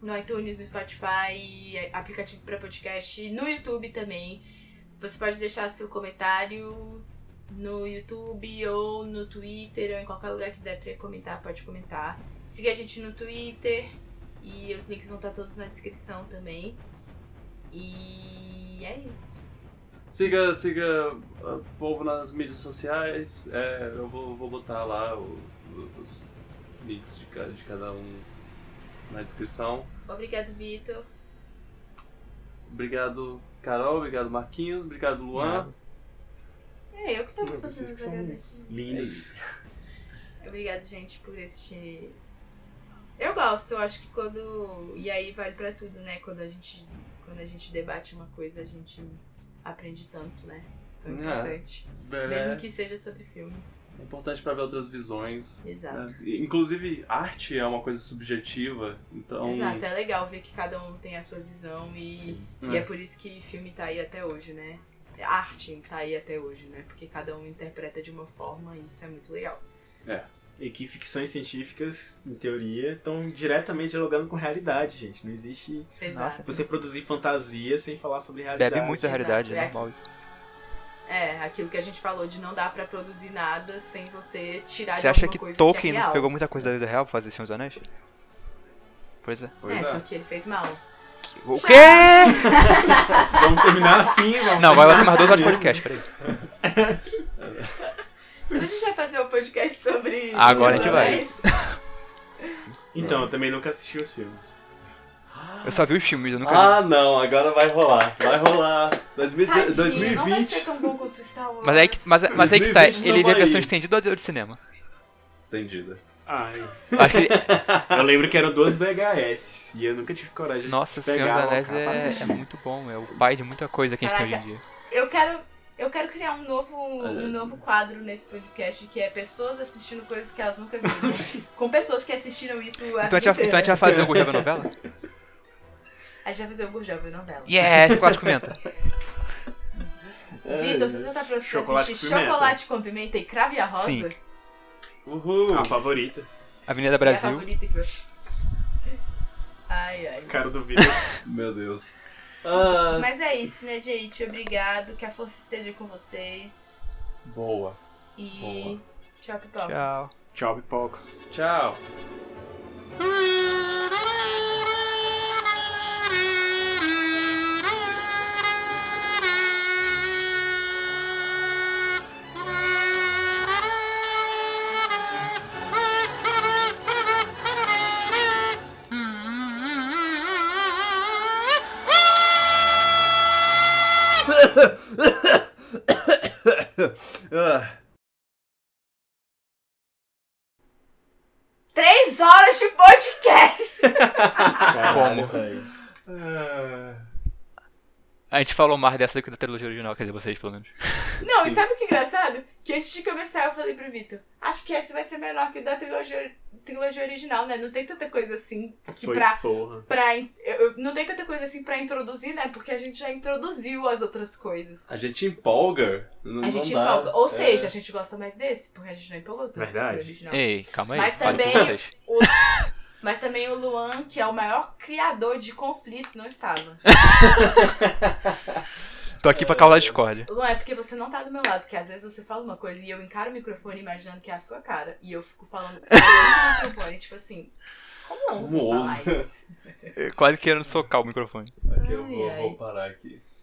S2: no iTunes, no Spotify, aplicativo para podcast, no YouTube também. Você pode deixar seu comentário no YouTube ou no Twitter ou em qualquer lugar que der pra comentar, pode comentar. Siga a gente no Twitter e os links vão estar todos na descrição também. E é isso.
S1: Siga, siga o povo nas mídias sociais. É, eu vou, vou botar lá o- o- os links de cada, de cada um na descrição.
S2: Obrigado, Vitor.
S1: Obrigado, Carol. Obrigado, Marquinhos. Obrigado, Luan.
S2: É eu que tava fazendo
S4: Vocês que
S1: um
S2: os
S4: são
S2: agradecimentos.
S4: lindos.
S2: Obrigada, gente, por este. Eu gosto, eu acho que quando. E aí vale pra tudo, né? Quando a gente, quando a gente debate uma coisa, a gente aprende tanto, né? Tão
S1: É.
S2: importante.
S1: É,
S2: Mesmo que seja sobre filmes.
S1: é importante para ver outras visões.
S2: Exato.
S1: né? E, Inclusive, arte é uma coisa subjetiva, então.
S2: Exato, é legal ver que cada um tem a sua visão e,
S4: Sim.
S2: e é. por isso que filme tá aí até hoje, né? Arte tá aí até hoje, né? Porque cada um interpreta de uma forma e isso é muito legal.
S4: E que ficções científicas, em teoria, estão diretamente dialogando com realidade, gente. Não existe
S2: Exato.
S4: você produzir fantasia sem falar sobre realidade.
S3: Bebe muito da
S2: Exato,
S3: realidade, é
S2: Jackson.
S3: normal isso.
S2: É, aquilo que a gente falou de não dá pra produzir nada sem você tirar de
S3: Você acha
S2: alguma
S3: que
S2: coisa
S3: Tolkien
S2: que é real.
S3: não pegou muita coisa da vida real pra fazer Senhor dos Anéis? Pois é.
S1: Pois
S2: é,
S1: é.
S2: só que ele fez mal.
S3: O quê?
S4: Vamos terminar assim, vamos
S3: Não, vai ter mais
S4: terminar
S3: dois horas
S4: assim
S3: de
S4: mesmo.
S3: podcast, peraí.
S2: Mas a gente vai fazer um podcast sobre isso.
S3: Agora a gente vai.
S4: Então, eu também nunca assisti os filmes.
S3: Eu só vi os filmes, eu nunca vi.
S1: Ah, não, agora vai rolar. Vai rolar. 2020.
S2: Tadinho, não vai ser
S1: 2020.
S2: tão bom quanto o Star Wars.
S3: Mas aí que, mas, mas aí que tá,
S1: 2020
S3: ele vê a
S1: tamo
S3: versão
S1: aí.
S3: estendida ou a de cinema?
S1: Estendida.
S4: Ai.
S3: Acho que.
S4: Eu lembro que eram duas VHS e eu nunca tive coragem
S3: Nossa,
S4: de pegar
S3: Senhor dos
S4: uma
S3: Anéis
S4: capa assim. pra
S3: é, é
S4: assistir.
S3: muito bom, é o pai de muita coisa que a gente tem hoje em
S2: Caraca.
S3: dia.
S2: Eu quero, eu quero criar um novo, um novo quadro nesse podcast que é pessoas assistindo coisas que elas nunca viram. com pessoas que assistiram isso a
S3: Então
S2: vida
S3: a, gente vai, então a
S2: inteira.
S3: gente vai fazer o Gurgel da novela?
S2: A gente vai fazer o Gurjava novela.
S3: Yes, Cláudio comenta.
S2: Vitor, você já tá pronto pra
S4: Chocolate
S2: assistir
S4: com pimenta.
S2: Chocolate com Pimenta e Crave a Rosa?
S3: Sim.
S1: Uhul.
S2: Ah.
S4: A favorita.
S3: Avenida
S2: Minha
S3: Brasil.
S2: favorita que você... Ai, ai.
S4: Cara do vídeo.
S1: Meu Deus. Ah,
S2: Mas é isso, né, gente? Obrigado. Que a força esteja com vocês.
S1: boa.
S2: E
S1: Boa.
S2: tchau, pipoca.
S3: Tchau.
S4: Tchau, pipoca.
S1: Tchau.
S2: Três horas de podcast!
S3: Como?
S4: Caralho, velho.
S3: A gente falou mais dessa do que da trilogia original, quer dizer, vocês pelo menos.
S2: Não, e
S1: Sim.
S2: sabe o que é engraçado? Que antes de começar eu falei pro Vitor, acho que esse vai ser melhor que o da trilogia, trilogia original, né? Não tem tanta coisa assim que
S4: Foi
S2: pra.
S4: porra.
S2: pra in- eu- eu- não tem tanta coisa assim pra introduzir, né? Porque a gente já introduziu as outras coisas.
S1: A gente empolga. Não,
S2: A gente
S1: não dá.
S2: empolga. Ou
S1: É.
S2: seja, a gente gosta mais desse, porque a gente não empolgou tanto.
S4: Verdade.
S2: pro original.
S3: Ei, calma aí.
S2: Mas
S3: fale por
S2: também-
S3: vocês.
S2: Mas também o Luan, que é o maior criador de conflitos, não estava.
S3: Tô aqui pra causar discórdia.
S2: Luan, é porque você não tá do meu lado, porque às vezes você fala uma coisa e eu encaro o microfone imaginando que é a sua cara. E eu fico falando com o microfone, tipo assim, como ousa
S1: Como
S2: falar isso?
S3: É, Quase querendo socar o microfone.
S1: Aqui eu
S2: Ai,
S1: vou,
S2: ai.
S1: vou parar aqui.